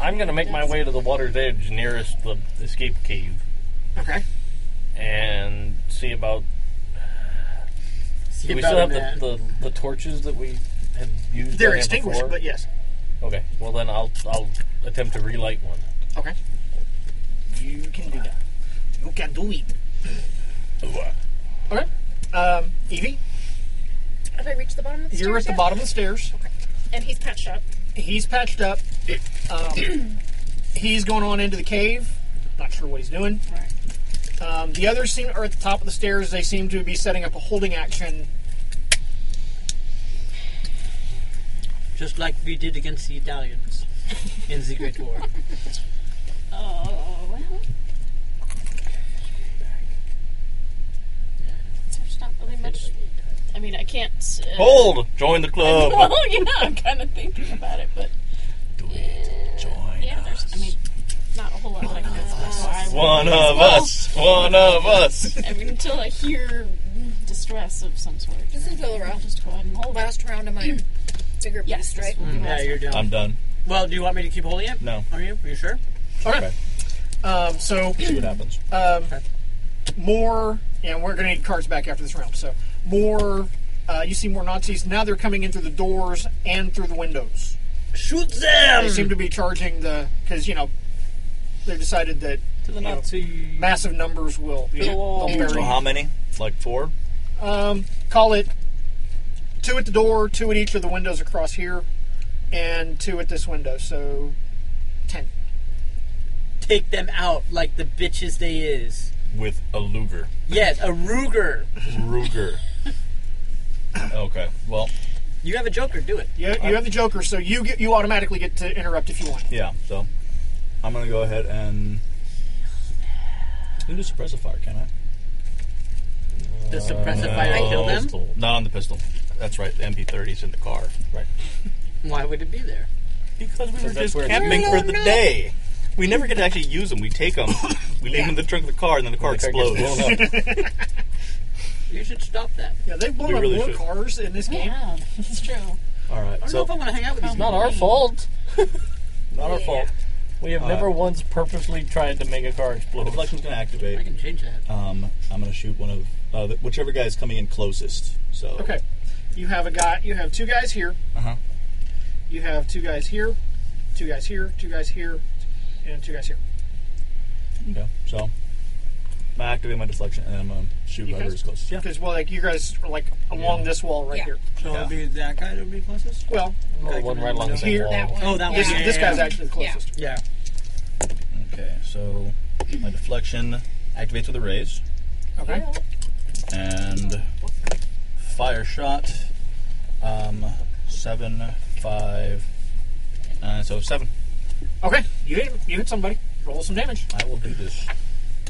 [SPEAKER 4] I'm gonna make my way to the water's edge nearest the escape cave.
[SPEAKER 2] Okay.
[SPEAKER 4] And see about.
[SPEAKER 2] See
[SPEAKER 4] Do we
[SPEAKER 2] about
[SPEAKER 4] still have
[SPEAKER 2] it, man.
[SPEAKER 4] the, the, the torches that we had used?
[SPEAKER 2] They're
[SPEAKER 4] on him
[SPEAKER 2] extinguished,
[SPEAKER 4] before?
[SPEAKER 2] but yes.
[SPEAKER 4] Okay. Well, then I'll I'll attempt to relight one.
[SPEAKER 2] Okay. You can do that. You can do it. Okay. Um, Evie,
[SPEAKER 5] Have I reached the bottom of the
[SPEAKER 2] you're at
[SPEAKER 5] stairs
[SPEAKER 2] the
[SPEAKER 5] yet?
[SPEAKER 2] bottom of the stairs.
[SPEAKER 5] And he's patched up.
[SPEAKER 2] He's patched up. Um, he's going on into the cave. Not sure what he's doing. Um, the others seem are at the top of the stairs. They seem to be setting up a holding action.
[SPEAKER 15] Just like we did against the Italians in the Great
[SPEAKER 7] *laughs*
[SPEAKER 15] War.
[SPEAKER 7] Oh, well.
[SPEAKER 5] There's not really much. I mean, I can't.
[SPEAKER 2] *laughs*
[SPEAKER 5] Uh,
[SPEAKER 2] Oh,
[SPEAKER 5] *laughs*
[SPEAKER 6] Hold! Join the club.
[SPEAKER 5] well, yeah, I'm kind of thinking about it, but. Yeah, there's. I mean, not a whole lot I can do about it. so I will-
[SPEAKER 6] One of us. One of us.
[SPEAKER 5] I mean, until I hear distress of some sort.
[SPEAKER 7] This is Villara. Just go ahead and hold last round of my bigger Mm. yes, right?
[SPEAKER 5] Mm.
[SPEAKER 3] Yeah, you're done.
[SPEAKER 6] I'm done.
[SPEAKER 3] Well, do you want me to keep holding it?
[SPEAKER 6] Um, No.
[SPEAKER 3] Are you? Are you sure?
[SPEAKER 2] Okay. Um, so *clears throat*
[SPEAKER 6] See what happens.
[SPEAKER 2] Um, More, and we're going to need cards back after this round. So more. Uh, you see more Nazis now. They're coming in through the doors and through the windows.
[SPEAKER 15] Shoot them!
[SPEAKER 2] They seem to be charging the because you know they decided that
[SPEAKER 4] to the
[SPEAKER 2] Nazi massive numbers will. You know, they'll bury-
[SPEAKER 6] So how many? Like four?
[SPEAKER 2] um, call it two at the door, two at each of the windows across here, and two at this window. So ten.
[SPEAKER 15] Take them out like the bitches they is.
[SPEAKER 6] With a Luger.
[SPEAKER 15] Yes, a Ruger.
[SPEAKER 6] Ruger. okay. Well,
[SPEAKER 15] You have a Joker, do it.
[SPEAKER 2] You, you have the Joker, so you get you automatically get to interrupt if you want.
[SPEAKER 6] yeah. So I'm gonna go ahead and. I can do suppressive fire, can I?
[SPEAKER 15] The suppressive fire
[SPEAKER 6] no.
[SPEAKER 15] kill them?
[SPEAKER 6] Pistol. Not on the pistol. That's right. The MP30's in the car. Right.
[SPEAKER 15] Why would it be there?
[SPEAKER 6] Because we
[SPEAKER 15] were
[SPEAKER 6] That's where camping for the day. We never get to actually use them. We take them, we leave them in the trunk of the car, and then the car
[SPEAKER 4] The car
[SPEAKER 6] explodes.
[SPEAKER 15] *laughs*
[SPEAKER 4] gets
[SPEAKER 15] You should stop that.
[SPEAKER 2] Yeah, they've blown
[SPEAKER 6] We
[SPEAKER 2] up
[SPEAKER 6] really
[SPEAKER 2] more
[SPEAKER 6] should.
[SPEAKER 2] cars in this game.
[SPEAKER 5] Yeah, that's true.
[SPEAKER 6] All right.
[SPEAKER 15] I don't
[SPEAKER 6] so
[SPEAKER 15] know if I want to hang out with these
[SPEAKER 4] Not
[SPEAKER 15] people.
[SPEAKER 4] our fault.
[SPEAKER 6] not our fault.
[SPEAKER 4] We have
[SPEAKER 6] Uh,
[SPEAKER 4] never once purposely tried to make a car explode.
[SPEAKER 6] Deflection's going to
[SPEAKER 15] I
[SPEAKER 6] activate.
[SPEAKER 15] can change that.
[SPEAKER 6] Um, I'm going to shoot one of uh, the- whichever guy is coming in closest. So
[SPEAKER 2] Okay, you have a guy. You have two guys here.
[SPEAKER 6] Uh-huh.
[SPEAKER 2] You have two guys here, two guys here, two guys here, and two guys here.
[SPEAKER 6] Okay. So I'm going to activate my deflection, and I'm going to shoot
[SPEAKER 2] You
[SPEAKER 6] whoever
[SPEAKER 2] guys-
[SPEAKER 6] is closest. Yeah.
[SPEAKER 2] Because well, like you guys are like along this wall right here.
[SPEAKER 15] So it'll be that guy that'll be closest?
[SPEAKER 2] Well,
[SPEAKER 4] Another one right along the same
[SPEAKER 2] Here.
[SPEAKER 4] wall.
[SPEAKER 2] That
[SPEAKER 15] Oh, that
[SPEAKER 2] this,
[SPEAKER 15] one. Yeah,
[SPEAKER 2] this
[SPEAKER 15] yeah,
[SPEAKER 2] guy's
[SPEAKER 15] yeah.
[SPEAKER 2] actually the closest.
[SPEAKER 15] Yeah.
[SPEAKER 6] Okay. So my deflection activates with a raise,
[SPEAKER 2] Okay.
[SPEAKER 6] and fire shot. Um, seven, five, nine. So seven.
[SPEAKER 2] Okay. You hit him. You hit somebody. Roll some damage.
[SPEAKER 6] I will do this.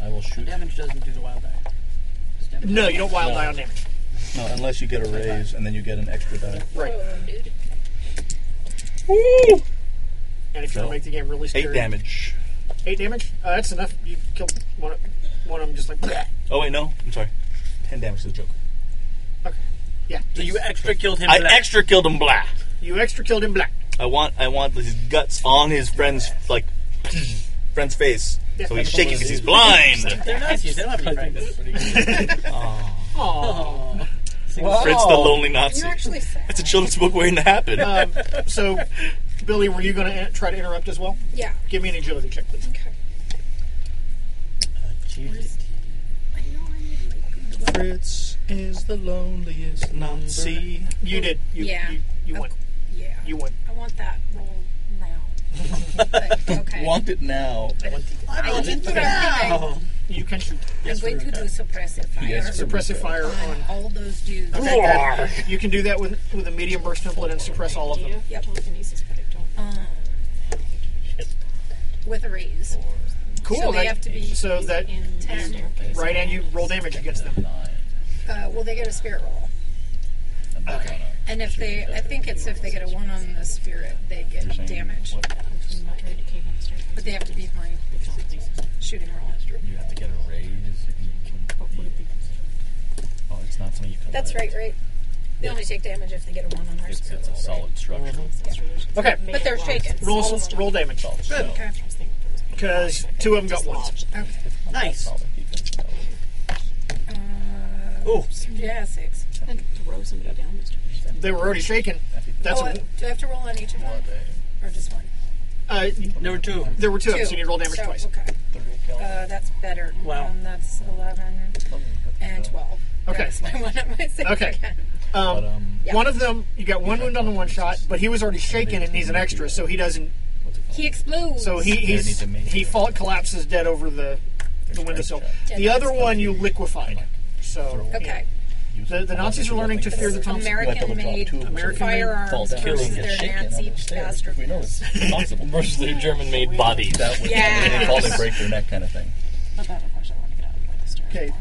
[SPEAKER 6] I will shoot.
[SPEAKER 15] Damage doesn't do the wild die. It's damage.
[SPEAKER 2] No, you don't wild
[SPEAKER 6] No.
[SPEAKER 2] die on damage.
[SPEAKER 6] No, unless you get a raise and then you get an extra die.
[SPEAKER 2] Right.
[SPEAKER 7] dude.
[SPEAKER 2] And if you want
[SPEAKER 6] So,
[SPEAKER 2] to make the game really
[SPEAKER 6] Eight
[SPEAKER 2] scary,
[SPEAKER 6] damage.
[SPEAKER 2] Eight damage. Uh, that's enough. You killed one. Of, one of them just like. bleh.
[SPEAKER 6] Oh wait, no, I'm sorry. Ten damage to the Joker.
[SPEAKER 2] Yeah.
[SPEAKER 15] So you extra killed him.
[SPEAKER 6] I
[SPEAKER 15] for that.
[SPEAKER 6] extra killed him black.
[SPEAKER 2] You extra killed him black.
[SPEAKER 6] I want, I want his guts on his friend's like *clears throat* friend's face, so he's shaking because he's blind.
[SPEAKER 15] They're Nazis. They don't have any friends.
[SPEAKER 2] Aww.
[SPEAKER 6] Fritz the lonely Nazi.
[SPEAKER 7] You're actually sad.
[SPEAKER 6] That's a children's book waiting to happen.
[SPEAKER 2] um, so, Billy, were you going to try to interrupt as well?
[SPEAKER 7] Yeah.
[SPEAKER 2] Give me an agility check, please.
[SPEAKER 7] Okay.
[SPEAKER 6] Fritz is the loneliest Nazi.
[SPEAKER 2] You did. You,
[SPEAKER 7] Yeah.
[SPEAKER 2] You, you won.
[SPEAKER 7] Yeah.
[SPEAKER 2] You won.
[SPEAKER 7] I want that roll now. But, okay.
[SPEAKER 6] Want it now?
[SPEAKER 7] I did what I think
[SPEAKER 2] You can shoot.
[SPEAKER 7] I- I'm going to do suppressive fire.
[SPEAKER 6] Yes,
[SPEAKER 2] Suppressive fire
[SPEAKER 7] on
[SPEAKER 2] on.
[SPEAKER 7] all those dudes.
[SPEAKER 2] Okay, good. You can do that with with a medium burst template and suppress all of
[SPEAKER 5] Do
[SPEAKER 2] them.
[SPEAKER 5] you?
[SPEAKER 7] Yep.
[SPEAKER 5] Telekinesis, but I don't.
[SPEAKER 7] Uh, with a raise.
[SPEAKER 2] Cool.
[SPEAKER 7] So they
[SPEAKER 2] that-
[SPEAKER 7] have to be
[SPEAKER 2] so that
[SPEAKER 5] in
[SPEAKER 7] Ten.
[SPEAKER 5] staircase.
[SPEAKER 2] right, and you roll damage against them.
[SPEAKER 7] Uh, well, they get a spirit roll.
[SPEAKER 2] Okay.
[SPEAKER 7] And if they, I think it's if they get a one on the spirit, they get damage.
[SPEAKER 5] I'm not ready to cave in the staircase.
[SPEAKER 7] But they have to be my
[SPEAKER 5] Telekinesis.
[SPEAKER 7] shooting roll.
[SPEAKER 4] You have to get a raise. Oh, it's not something you come
[SPEAKER 7] That's
[SPEAKER 4] with.
[SPEAKER 7] right, right? They only take damage if they get a one on ours.
[SPEAKER 4] It's, it's a solid structure.
[SPEAKER 2] Okay.
[SPEAKER 7] But they're shaken.
[SPEAKER 2] Roll, some, roll damage.
[SPEAKER 7] Good. Okay.
[SPEAKER 2] Because two of them got one.
[SPEAKER 7] Nice.
[SPEAKER 2] Ooh.
[SPEAKER 7] Uh, Yeah, six. And throws somebody down.
[SPEAKER 2] They were already shaken. That's
[SPEAKER 7] oh,
[SPEAKER 2] a,
[SPEAKER 7] uh, do I have to roll on each of them? Or just one?
[SPEAKER 2] uh, There were two. There were two, of them, so you need to roll damage
[SPEAKER 7] So,
[SPEAKER 2] twice.
[SPEAKER 7] Okay. Uh, that's better.
[SPEAKER 2] Wow.
[SPEAKER 7] Um, that's 11 and um, *laughs* 12.
[SPEAKER 2] Okay.
[SPEAKER 7] That's my one on my six
[SPEAKER 2] Okay.
[SPEAKER 7] again.
[SPEAKER 2] Um,
[SPEAKER 7] yeah.
[SPEAKER 2] One of them, you got one wound on the one shot, but he was already shaken and needs an extra, so he doesn't.
[SPEAKER 7] He explodes.
[SPEAKER 2] So he he's, he fall, collapses dead over the the windowsill. The other one you liquefied. So
[SPEAKER 7] Okay.
[SPEAKER 2] the, the Nazis are learning to fear the Thompson.
[SPEAKER 7] American-made firearms versus their Nazi bastard.
[SPEAKER 4] Possible. Versus their German made bodies. That
[SPEAKER 7] would- Yeah.
[SPEAKER 6] When they fall, they break their neck, kind of thing.
[SPEAKER 2] Okay.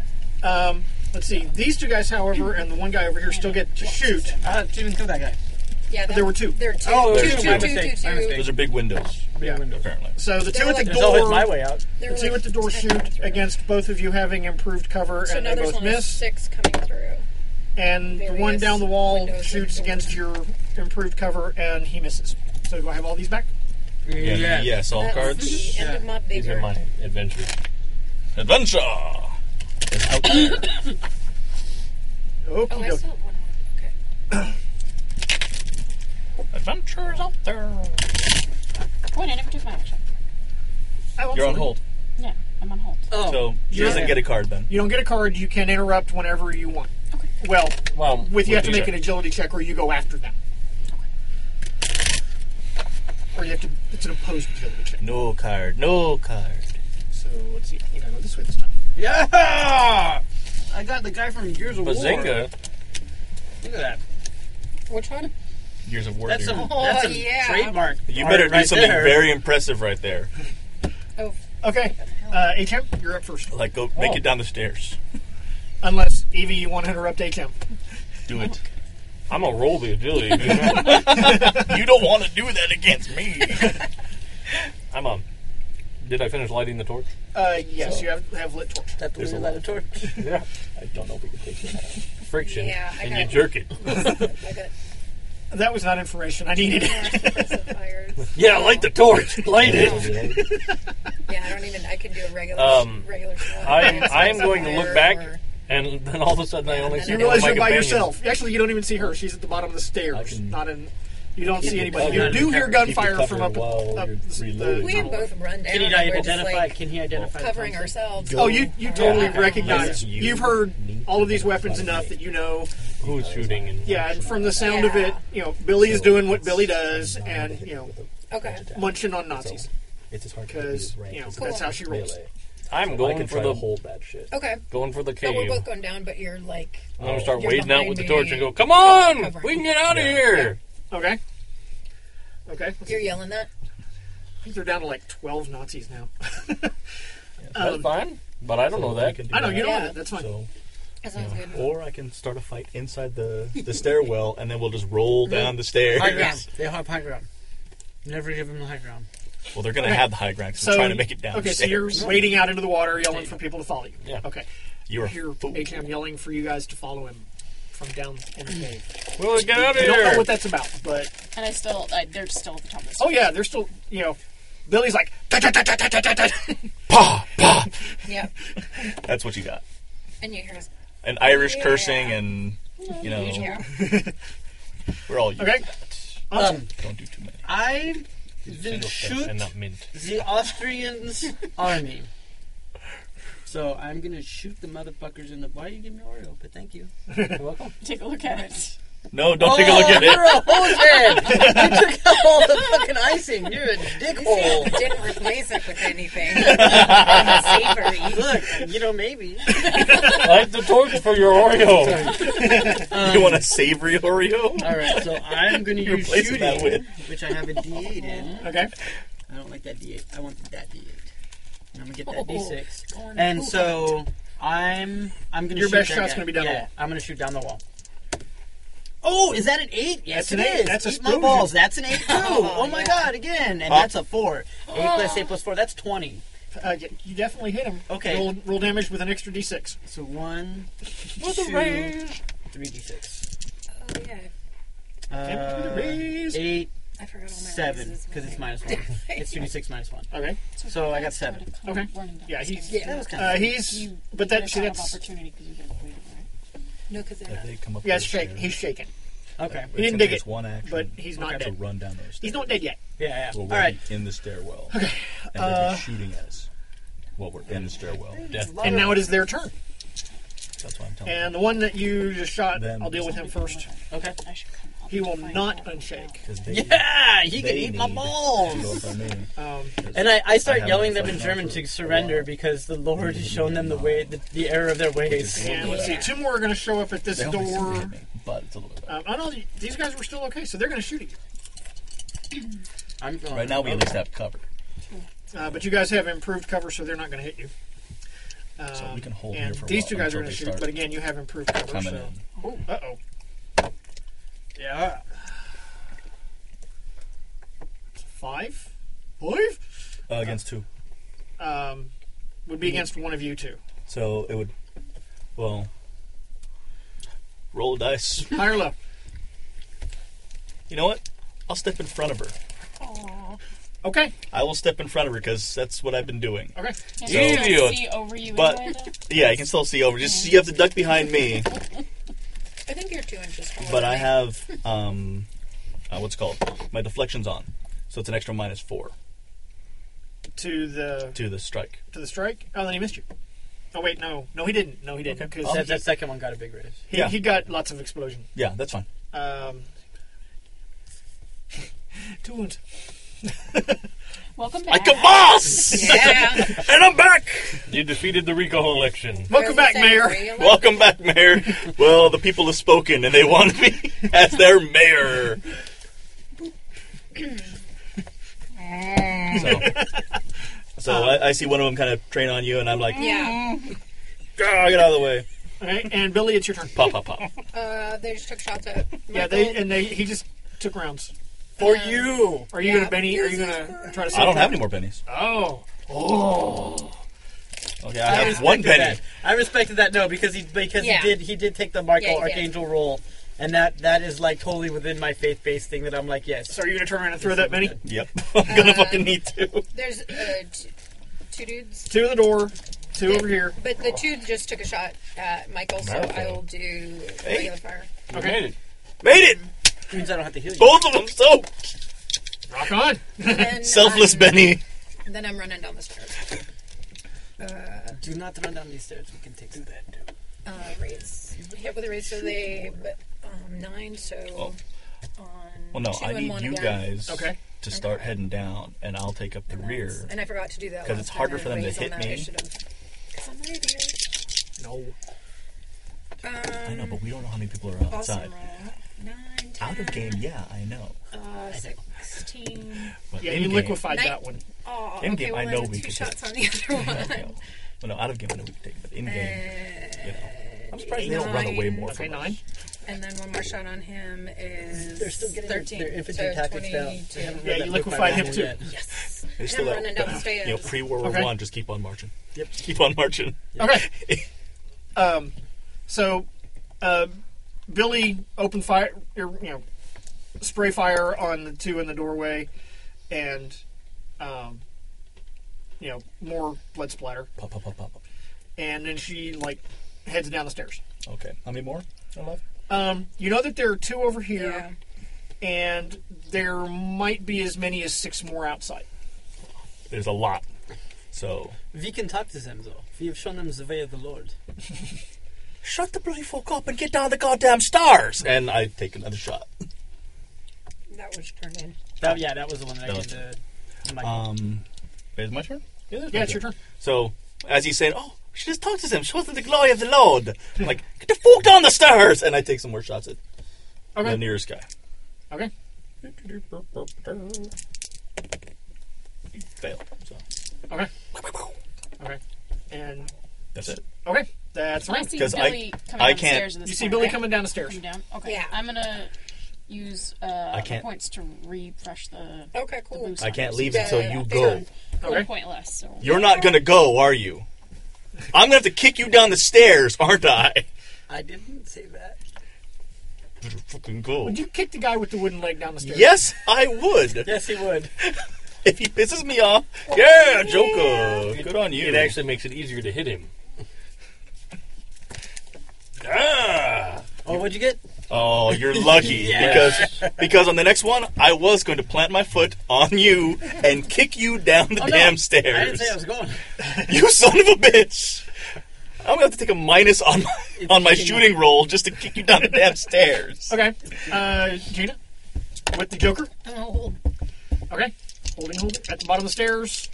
[SPEAKER 2] Um, let's see. These two guys, however, and the one guy over here still get to shoot.
[SPEAKER 15] Ah,
[SPEAKER 2] Uh, didn't kill that guy.
[SPEAKER 7] Yeah,
[SPEAKER 2] But there were two.
[SPEAKER 7] There are two.
[SPEAKER 2] Oh,
[SPEAKER 7] two,
[SPEAKER 2] there's
[SPEAKER 7] two,
[SPEAKER 2] two.
[SPEAKER 7] two,
[SPEAKER 2] My
[SPEAKER 7] two,
[SPEAKER 2] mistake.
[SPEAKER 7] two,
[SPEAKER 2] My mistake.
[SPEAKER 6] Those are big windows.
[SPEAKER 2] Big
[SPEAKER 6] windows, apparently.
[SPEAKER 2] So the
[SPEAKER 7] They're
[SPEAKER 2] two at the
[SPEAKER 7] like-
[SPEAKER 2] door.
[SPEAKER 7] There's always my
[SPEAKER 3] way out.
[SPEAKER 2] The
[SPEAKER 7] They're
[SPEAKER 2] two at the door shoot against both of you having improved cover,
[SPEAKER 16] So
[SPEAKER 2] and
[SPEAKER 16] now
[SPEAKER 2] they
[SPEAKER 16] there's
[SPEAKER 2] both
[SPEAKER 16] only
[SPEAKER 2] miss.
[SPEAKER 16] six coming through.
[SPEAKER 2] And the one
[SPEAKER 16] Various
[SPEAKER 2] down the wall
[SPEAKER 16] windows
[SPEAKER 2] shoots against your improved cover, and he misses. So do I have all these back?
[SPEAKER 4] Yeah, yes, all
[SPEAKER 7] That's
[SPEAKER 4] cards.
[SPEAKER 7] the end of my
[SPEAKER 4] These are
[SPEAKER 7] bigger.
[SPEAKER 4] my adventures.
[SPEAKER 6] Adventure! It's out there.
[SPEAKER 2] Okie
[SPEAKER 7] Oh, I still have one
[SPEAKER 4] Adventures out there.
[SPEAKER 5] Wait, I never took my action.
[SPEAKER 6] You're on hold.
[SPEAKER 5] Yeah, I'm on hold.
[SPEAKER 15] Oh.
[SPEAKER 7] Oh.
[SPEAKER 6] So she
[SPEAKER 2] You're-
[SPEAKER 6] doesn't get a card then.
[SPEAKER 2] You don't get a card. You can interrupt whenever you want. Well,
[SPEAKER 4] Well,
[SPEAKER 2] with you have to
[SPEAKER 4] with
[SPEAKER 2] make
[SPEAKER 4] either.
[SPEAKER 2] an agility check, or you go after them. Or you have to. It's an opposed agility check.
[SPEAKER 6] No card. No card.
[SPEAKER 2] So let's see. I think I go this way this time.
[SPEAKER 15] Yeah! I got the guy from Gears of War.
[SPEAKER 6] Bazinga.
[SPEAKER 15] Look at that.
[SPEAKER 7] Which one?
[SPEAKER 6] Years of war.
[SPEAKER 15] That's
[SPEAKER 6] dude.
[SPEAKER 15] a, that's a
[SPEAKER 7] yeah.
[SPEAKER 15] trademark.
[SPEAKER 6] you
[SPEAKER 15] art
[SPEAKER 6] better do
[SPEAKER 15] right
[SPEAKER 6] something
[SPEAKER 15] there.
[SPEAKER 6] very impressive right there.
[SPEAKER 2] Okay, uh, HM, you're up first.
[SPEAKER 6] Like go make
[SPEAKER 7] Oh.
[SPEAKER 6] it down the stairs.
[SPEAKER 2] Unless Evie, you want to interrupt HM.
[SPEAKER 6] Do it.
[SPEAKER 4] I'm gonna roll the agility.
[SPEAKER 6] you don't want to do that against *laughs* me.
[SPEAKER 4] I'm on. Did I finish lighting the torch?
[SPEAKER 2] Uh, yes,
[SPEAKER 4] So-
[SPEAKER 2] you have, have lit torch.
[SPEAKER 3] That's
[SPEAKER 4] There's a lot.
[SPEAKER 3] torch.
[SPEAKER 4] yeah. I don't know if we can take that. Friction.
[SPEAKER 7] Yeah, I
[SPEAKER 4] and
[SPEAKER 7] got
[SPEAKER 4] you
[SPEAKER 7] it.
[SPEAKER 4] jerk
[SPEAKER 7] *laughs*
[SPEAKER 4] it.
[SPEAKER 7] I *laughs* got
[SPEAKER 2] That was not information I needed. *laughs*
[SPEAKER 4] yeah, light the torch. Light it.
[SPEAKER 7] Yeah, I don't even. I can do a regular.
[SPEAKER 4] Um,
[SPEAKER 7] regular.
[SPEAKER 4] I am. I am going to look back, and then all of a sudden I only see
[SPEAKER 2] you
[SPEAKER 4] one of
[SPEAKER 2] realize
[SPEAKER 4] my
[SPEAKER 2] you're by
[SPEAKER 4] companions.
[SPEAKER 2] yourself. Actually, you don't even see her. She's at the bottom of the stairs. Not in. You don't
[SPEAKER 4] Keep
[SPEAKER 2] see
[SPEAKER 4] the
[SPEAKER 2] anybody.
[SPEAKER 4] cover.
[SPEAKER 2] You
[SPEAKER 4] Keep
[SPEAKER 2] do
[SPEAKER 4] the
[SPEAKER 2] hear
[SPEAKER 4] cover. Keep the
[SPEAKER 2] gunfire
[SPEAKER 4] cover
[SPEAKER 2] from up,
[SPEAKER 4] while
[SPEAKER 2] up
[SPEAKER 4] you're
[SPEAKER 2] the- the.
[SPEAKER 4] reloading.
[SPEAKER 7] We
[SPEAKER 2] tunnel.
[SPEAKER 7] both run down.
[SPEAKER 3] Can he
[SPEAKER 7] and we're just,
[SPEAKER 3] identify?
[SPEAKER 7] like,
[SPEAKER 3] can he identify?
[SPEAKER 7] covering
[SPEAKER 3] Thompson?
[SPEAKER 7] ourselves?
[SPEAKER 2] Oh, you you totally
[SPEAKER 4] Yeah.
[SPEAKER 2] recognize.
[SPEAKER 4] Yeah.
[SPEAKER 2] You've heard all of these weapons enough that you know.
[SPEAKER 4] Who's shooting? And
[SPEAKER 2] Yeah, and from the sound of it, you know Billy is doing what Billy does, and you know
[SPEAKER 7] Okay.
[SPEAKER 2] munching on Nazis
[SPEAKER 4] It's as hard
[SPEAKER 2] because you know that's how she rolls.
[SPEAKER 4] I'm
[SPEAKER 15] I
[SPEAKER 4] going
[SPEAKER 15] can
[SPEAKER 4] for
[SPEAKER 15] try
[SPEAKER 4] the
[SPEAKER 15] to hold that shit.
[SPEAKER 7] Okay.
[SPEAKER 4] Going for the
[SPEAKER 7] So we're
[SPEAKER 4] cave.
[SPEAKER 7] both going down, but you're like.
[SPEAKER 4] I'm gonna start
[SPEAKER 7] You're
[SPEAKER 4] wading out
[SPEAKER 7] behind
[SPEAKER 4] with the
[SPEAKER 7] me.
[SPEAKER 4] torch and go, "Come on,
[SPEAKER 7] Covering.
[SPEAKER 4] we can get out of here."
[SPEAKER 2] Okay. Okay.
[SPEAKER 7] You're yelling that.
[SPEAKER 2] I think they're down to like twelve Nazis now.
[SPEAKER 4] That's
[SPEAKER 2] Um,
[SPEAKER 4] fine, but I don't know that.
[SPEAKER 2] I know you don't.
[SPEAKER 7] Yeah.
[SPEAKER 2] want it. That's fine.
[SPEAKER 6] So,
[SPEAKER 7] That sounds good.
[SPEAKER 6] or I can start a fight
[SPEAKER 7] *laughs*
[SPEAKER 6] inside the, the stairwell, and then we'll just roll down the stairs.
[SPEAKER 3] High ground. They have high ground. Never give them the high ground.
[SPEAKER 6] Well, they're going to have the high ground. 'cause
[SPEAKER 2] So
[SPEAKER 6] I'm trying to make it down.
[SPEAKER 2] Okay,
[SPEAKER 6] the
[SPEAKER 2] so you're
[SPEAKER 6] stairs.
[SPEAKER 2] wading out into the water, yelling for people to follow you.
[SPEAKER 4] Yeah.
[SPEAKER 2] Okay.
[SPEAKER 6] You're a
[SPEAKER 2] You're
[SPEAKER 6] fool.
[SPEAKER 2] HM yelling for you guys to follow him from down in the cave.
[SPEAKER 4] Well, get out of
[SPEAKER 2] I
[SPEAKER 4] here.
[SPEAKER 2] don't know what that's about, but
[SPEAKER 5] And I still, I, they're still at the top of the
[SPEAKER 2] oh yeah, they're still you know. Billy's like, "Da, da, da, da, da, da, da."
[SPEAKER 7] *laughs* Yep.
[SPEAKER 6] That's what you got.
[SPEAKER 7] And you hear us.
[SPEAKER 6] And Irish cursing, and you know, *laughs*
[SPEAKER 7] Yeah.
[SPEAKER 6] we're all
[SPEAKER 2] *laughs*
[SPEAKER 6] used
[SPEAKER 2] Okay.
[SPEAKER 6] to that.
[SPEAKER 2] awesome.
[SPEAKER 6] Don't do too many.
[SPEAKER 15] I will
[SPEAKER 4] Single step
[SPEAKER 15] shoot
[SPEAKER 4] and not mint.
[SPEAKER 15] the Austrians' army. So I'm gonna shoot the motherfuckers in the. Why you give me Oreo? But thank you.
[SPEAKER 4] You're welcome.
[SPEAKER 5] Take a look at it.
[SPEAKER 6] No, don't take a look at
[SPEAKER 15] You're
[SPEAKER 6] it.
[SPEAKER 15] a
[SPEAKER 6] *laughs*
[SPEAKER 15] hosehead. you took out all the fucking icing. You're a dickhole.
[SPEAKER 7] Didn't replace it with anything. Savory.
[SPEAKER 15] *laughs* Look, you know maybe.
[SPEAKER 4] Light the torch for your
[SPEAKER 2] Oh,
[SPEAKER 4] Oreo.
[SPEAKER 6] Oh. *laughs* you want a savory Oreo?
[SPEAKER 15] All right, so I'm gonna
[SPEAKER 6] You're
[SPEAKER 15] use
[SPEAKER 6] replacing
[SPEAKER 15] shooting,
[SPEAKER 6] that
[SPEAKER 15] which I have a D8 in.
[SPEAKER 2] Okay.
[SPEAKER 15] I don't like that D8. I want that D8. And I'm gonna get that
[SPEAKER 7] Oh,
[SPEAKER 15] D6.
[SPEAKER 7] going
[SPEAKER 15] And
[SPEAKER 7] cool.
[SPEAKER 15] so I'm I'm gonna
[SPEAKER 2] Your
[SPEAKER 15] shoot
[SPEAKER 2] best
[SPEAKER 15] that
[SPEAKER 2] shot's
[SPEAKER 15] guy.
[SPEAKER 2] gonna be down the
[SPEAKER 15] yeah,
[SPEAKER 2] wall.
[SPEAKER 15] I'm gonna shoot down the wall. Oh, is that an eight? Yes,
[SPEAKER 2] That's an
[SPEAKER 15] it
[SPEAKER 2] eight.
[SPEAKER 15] is.
[SPEAKER 2] That's a
[SPEAKER 15] Eat my
[SPEAKER 2] spoon. *laughs*
[SPEAKER 7] Oh.
[SPEAKER 15] balls. That's an eight too. oh, my god, again, and that's a four. Eight plus eight plus four. That's twenty.
[SPEAKER 2] Uh, y- you definitely hit him.
[SPEAKER 15] Okay.
[SPEAKER 2] Roll, roll damage with an extra d6.
[SPEAKER 15] So one,
[SPEAKER 2] With a
[SPEAKER 15] two,
[SPEAKER 2] raise.
[SPEAKER 15] three d6.
[SPEAKER 7] Oh, yeah.
[SPEAKER 2] Damage with a raise.
[SPEAKER 15] Uh, Eight,
[SPEAKER 7] I forgot all my
[SPEAKER 15] seven, because it's minus
[SPEAKER 7] *laughs*
[SPEAKER 15] one. it's two d6 minus one.
[SPEAKER 2] Okay.
[SPEAKER 15] So I got seven.
[SPEAKER 2] Okay. Yeah, he's. Uh, he's.
[SPEAKER 7] You
[SPEAKER 2] But
[SPEAKER 7] get a
[SPEAKER 2] that, see,
[SPEAKER 7] shot of
[SPEAKER 2] that's.
[SPEAKER 7] opportunity 'cause you get rated, right? No, because they're not.
[SPEAKER 6] come up
[SPEAKER 2] Yeah,
[SPEAKER 6] with
[SPEAKER 2] it's shake,
[SPEAKER 6] their-
[SPEAKER 2] he's shaken.
[SPEAKER 6] Okay.
[SPEAKER 2] He didn't
[SPEAKER 6] It's
[SPEAKER 2] dig
[SPEAKER 6] just
[SPEAKER 2] it.
[SPEAKER 6] one action.
[SPEAKER 2] But he's not
[SPEAKER 6] Okay.
[SPEAKER 2] dead.
[SPEAKER 6] To run down those
[SPEAKER 2] He's not dead yet.
[SPEAKER 3] Yeah,
[SPEAKER 6] We're
[SPEAKER 2] All right.
[SPEAKER 6] walking in the stairwell.
[SPEAKER 2] Okay.
[SPEAKER 6] And they're
[SPEAKER 2] Uh,
[SPEAKER 6] just shooting at us. Well, we're in the stairwell.
[SPEAKER 2] And now it is their turn.
[SPEAKER 6] That's what I'm telling
[SPEAKER 2] And the one that you just shot, I'll deal with him first.
[SPEAKER 15] Okay.
[SPEAKER 2] He will not unshake.
[SPEAKER 15] Yeah, he can eat my balls.
[SPEAKER 2] *laughs*
[SPEAKER 3] And I, I start
[SPEAKER 15] I have
[SPEAKER 3] yelling
[SPEAKER 15] my
[SPEAKER 3] them in
[SPEAKER 15] phone
[SPEAKER 3] German to surrender because the Lord has shown them the way, the, the error of their ways.
[SPEAKER 2] And let's see, two more are going to show up at this
[SPEAKER 3] They
[SPEAKER 2] door.
[SPEAKER 3] always seem to
[SPEAKER 2] Um,
[SPEAKER 3] hit me,
[SPEAKER 6] but it's a little bit.
[SPEAKER 2] I know th- these guys were still okay, so they're going to shoot at you.
[SPEAKER 15] I'm
[SPEAKER 6] you. Right now, we at least have cover.
[SPEAKER 2] Uh, but you guys have improved cover, so they're not going to hit you. Um,
[SPEAKER 6] So we can hold
[SPEAKER 2] and
[SPEAKER 6] here for a
[SPEAKER 2] these
[SPEAKER 6] while
[SPEAKER 2] two guys are
[SPEAKER 6] until
[SPEAKER 2] going to
[SPEAKER 6] they
[SPEAKER 2] shoot,
[SPEAKER 6] start
[SPEAKER 2] but again, you have improved cover.
[SPEAKER 6] coming
[SPEAKER 2] so. Uh oh. Yeah. Five? Five?
[SPEAKER 6] Uh, against two.
[SPEAKER 2] Um, would
[SPEAKER 6] Mm-hmm.
[SPEAKER 2] be against one of you two.
[SPEAKER 6] So it would. Well. Roll a dice.
[SPEAKER 2] High or low?
[SPEAKER 6] You know what? I'll step in front of her.
[SPEAKER 2] Okay.
[SPEAKER 6] I will step in front of her because that's what I've been doing.
[SPEAKER 2] Okay.
[SPEAKER 6] So-
[SPEAKER 2] Can you still see
[SPEAKER 7] over you
[SPEAKER 6] But
[SPEAKER 7] anyway,
[SPEAKER 6] yeah, you can still see over. Just you have to duck behind me.
[SPEAKER 7] I think you're two inches taller.
[SPEAKER 6] But I have um, uh, what's it called my deflection's on, so it's an extra minus four
[SPEAKER 2] To the
[SPEAKER 6] to the strike.
[SPEAKER 2] to the strike? Oh, then he missed you. Oh, wait, no. No, he didn't. No, he didn't.
[SPEAKER 3] Okay.
[SPEAKER 2] 'cause
[SPEAKER 6] um,
[SPEAKER 3] That,
[SPEAKER 2] he-
[SPEAKER 3] that second one got a big raise.
[SPEAKER 2] He, he got lots of explosion.
[SPEAKER 6] Yeah, that's fine.
[SPEAKER 2] Um, *laughs* two wounds.
[SPEAKER 7] Welcome
[SPEAKER 2] back.
[SPEAKER 4] Like a boss!
[SPEAKER 6] *laughs*
[SPEAKER 7] Yeah.
[SPEAKER 4] and I'm back! You defeated the Rico election.
[SPEAKER 2] Welcome back, Mayor.
[SPEAKER 6] Welcome back, Mayor. well, the people have spoken and they want me *laughs* as
[SPEAKER 7] *clears throat*
[SPEAKER 6] their mayor. So, so I, I see one of them kind of train on you, and I'm like,
[SPEAKER 2] mm-hmm.
[SPEAKER 7] Yeah.
[SPEAKER 6] "Grr, get out of the way.
[SPEAKER 2] All right, and Billy, it's your turn.
[SPEAKER 6] Pop, pop, pop.
[SPEAKER 7] Uh, they just took shots at.
[SPEAKER 2] Yeah, they and they he just took rounds.
[SPEAKER 15] For you.
[SPEAKER 2] Are you gonna Benny? Are you gonna try to?
[SPEAKER 6] I
[SPEAKER 2] save
[SPEAKER 6] don't have
[SPEAKER 2] him?
[SPEAKER 6] any more pennies.
[SPEAKER 2] Oh. Oh.
[SPEAKER 6] Okay, I have one
[SPEAKER 3] respected
[SPEAKER 6] penny.
[SPEAKER 3] that. I respected that no because he because
[SPEAKER 7] Yeah.
[SPEAKER 3] he did he did take the Michael
[SPEAKER 7] Yeah, he did.
[SPEAKER 3] Archangel role, and that that is like totally within my faith based thing that I'm like yes.
[SPEAKER 2] So are you gonna turn around and throw that many?
[SPEAKER 6] Yep. *laughs* I'm gonna fucking need to.
[SPEAKER 7] There's uh, t- two dudes.
[SPEAKER 2] Two to the door. Two over here.
[SPEAKER 7] But the two just took a shot at Michael, so
[SPEAKER 2] Marathon.
[SPEAKER 7] I will do regular
[SPEAKER 6] *laughs*
[SPEAKER 7] fire.
[SPEAKER 2] Okay. Made it.
[SPEAKER 6] Made it.
[SPEAKER 3] Means I don't have to heal
[SPEAKER 2] Oh!
[SPEAKER 3] you.
[SPEAKER 6] Both of them. So
[SPEAKER 2] Rock on.
[SPEAKER 7] Then
[SPEAKER 6] selfless,
[SPEAKER 7] I'm-
[SPEAKER 6] Benny.
[SPEAKER 7] Then I'm running down the stairs. Uh,
[SPEAKER 3] Do not run down these stairs. We can take do that too.
[SPEAKER 7] uh, raise. Hit with a raise, so they but, um, nine. So on
[SPEAKER 6] Oh. Well, no,
[SPEAKER 7] two
[SPEAKER 6] I
[SPEAKER 7] and
[SPEAKER 6] need
[SPEAKER 7] one
[SPEAKER 6] you
[SPEAKER 7] again.
[SPEAKER 6] guys to start heading down, and I'll take up the rear.
[SPEAKER 7] And I forgot to do that
[SPEAKER 6] because
[SPEAKER 7] last
[SPEAKER 6] it's
[SPEAKER 7] time.
[SPEAKER 6] harder
[SPEAKER 7] I
[SPEAKER 6] for them to
[SPEAKER 7] raised on
[SPEAKER 6] hit
[SPEAKER 7] that. I
[SPEAKER 6] me.
[SPEAKER 7] should've- 'cause I'm an idiot.
[SPEAKER 2] No.
[SPEAKER 7] Um,
[SPEAKER 6] I know, but we don't know how many people are outside.
[SPEAKER 7] Nine,
[SPEAKER 6] Out of game, yeah, I know.
[SPEAKER 7] uh, sixteen.
[SPEAKER 6] But
[SPEAKER 2] Yeah,
[SPEAKER 6] in
[SPEAKER 2] you
[SPEAKER 6] game-
[SPEAKER 2] liquefied that one.
[SPEAKER 7] Oh,
[SPEAKER 6] In
[SPEAKER 7] okay,
[SPEAKER 6] game,
[SPEAKER 7] well,
[SPEAKER 6] I
[SPEAKER 7] then
[SPEAKER 6] know
[SPEAKER 7] it's
[SPEAKER 6] we
[SPEAKER 7] two
[SPEAKER 6] could
[SPEAKER 7] shots
[SPEAKER 6] take-
[SPEAKER 7] on the
[SPEAKER 6] *laughs*
[SPEAKER 7] other
[SPEAKER 6] I
[SPEAKER 7] one.
[SPEAKER 6] know. Well, no, out of game, I know we could take, it, but in game, you know. I'm surprised they don't run away more. From us.
[SPEAKER 7] And then one more shot on him is
[SPEAKER 3] They're still getting their-
[SPEAKER 7] 13.
[SPEAKER 3] their infantry
[SPEAKER 7] so
[SPEAKER 3] tactics down.
[SPEAKER 7] 22.
[SPEAKER 3] They haven't Yeah, read you that book by liquefied him now too. yet.
[SPEAKER 7] Yes.
[SPEAKER 6] They
[SPEAKER 7] And
[SPEAKER 6] still
[SPEAKER 7] I'm
[SPEAKER 6] have-
[SPEAKER 7] running down the
[SPEAKER 6] you
[SPEAKER 7] stairs.
[SPEAKER 6] know, pre World War
[SPEAKER 2] Okay.
[SPEAKER 6] One, just keep on marching.
[SPEAKER 3] Yep,
[SPEAKER 6] keep on marching.
[SPEAKER 2] Okay. *laughs* um, so, uh, Billy opened fire, er, you know, spray fire on the two in the doorway, and, um, you know, more blood splatter.
[SPEAKER 6] Pop, pop, pop, pop, pop.
[SPEAKER 2] And then she, like, heads down the stairs.
[SPEAKER 6] Okay, how many more? are left?
[SPEAKER 2] Um, you know that there are two over here, and there might be as many as six more outside.
[SPEAKER 6] There's a lot. So
[SPEAKER 3] We can talk to them though. We have shown them the way of the Lord.
[SPEAKER 6] shut the bloody fuck up and get down the goddamn stars. And I take another shot.
[SPEAKER 7] That was turned in.
[SPEAKER 3] That, yeah, that was the one that
[SPEAKER 6] That
[SPEAKER 3] I
[SPEAKER 6] was-
[SPEAKER 3] did the.
[SPEAKER 6] Um, is it my turn?
[SPEAKER 2] Yeah,
[SPEAKER 6] Okay.
[SPEAKER 2] it's your turn.
[SPEAKER 6] So as he's saying, oh, she just talks to him. Show them the glory of the Lord. I'm like, get the fuck down the stairs. And I take some more shots at
[SPEAKER 2] Okay.
[SPEAKER 6] the nearest guy.
[SPEAKER 2] Okay.
[SPEAKER 6] Fail. So
[SPEAKER 2] Okay. Okay. And
[SPEAKER 6] that's it.
[SPEAKER 2] okay, that's
[SPEAKER 5] I
[SPEAKER 2] right.
[SPEAKER 5] see Billy coming down the stairs at this
[SPEAKER 2] You see
[SPEAKER 5] point,
[SPEAKER 2] Billy
[SPEAKER 5] right?
[SPEAKER 2] coming down the stairs.
[SPEAKER 5] Coming down? Okay. I'm going to use uh,
[SPEAKER 6] I can't-
[SPEAKER 5] points to refresh the
[SPEAKER 7] Okay, cool.
[SPEAKER 6] I can't leave until you go.
[SPEAKER 5] Okay. one point less. So
[SPEAKER 6] You're not going to go, are you? I'm going to have to kick you down the stairs, aren't I? *laughs*
[SPEAKER 15] I didn't say that.
[SPEAKER 6] Better fucking go.
[SPEAKER 2] Would you kick the guy with the wooden leg down the stairs?
[SPEAKER 6] Yes, I would.
[SPEAKER 15] yes, he
[SPEAKER 3] *laughs*
[SPEAKER 15] would.
[SPEAKER 6] if he pisses me off, yeah, Joker. Good on you.
[SPEAKER 4] It actually makes it easier to hit him. ah!
[SPEAKER 15] Oh, what'd you get?
[SPEAKER 6] Oh, you're lucky
[SPEAKER 15] Yes.
[SPEAKER 6] because because on the next one I was going to plant my foot on you and kick you down the
[SPEAKER 15] Oh, no.
[SPEAKER 6] damn
[SPEAKER 15] I didn't
[SPEAKER 6] stairs.
[SPEAKER 15] say I was going.
[SPEAKER 6] you son of a bitch! I'm gonna have to take a minus on my, on my shooting roll just to kick you down the damn stairs.
[SPEAKER 2] Okay. Uh, Gina, with the Joker.
[SPEAKER 7] Oh.
[SPEAKER 2] Okay. Holding, holding. At the bottom of the stairs.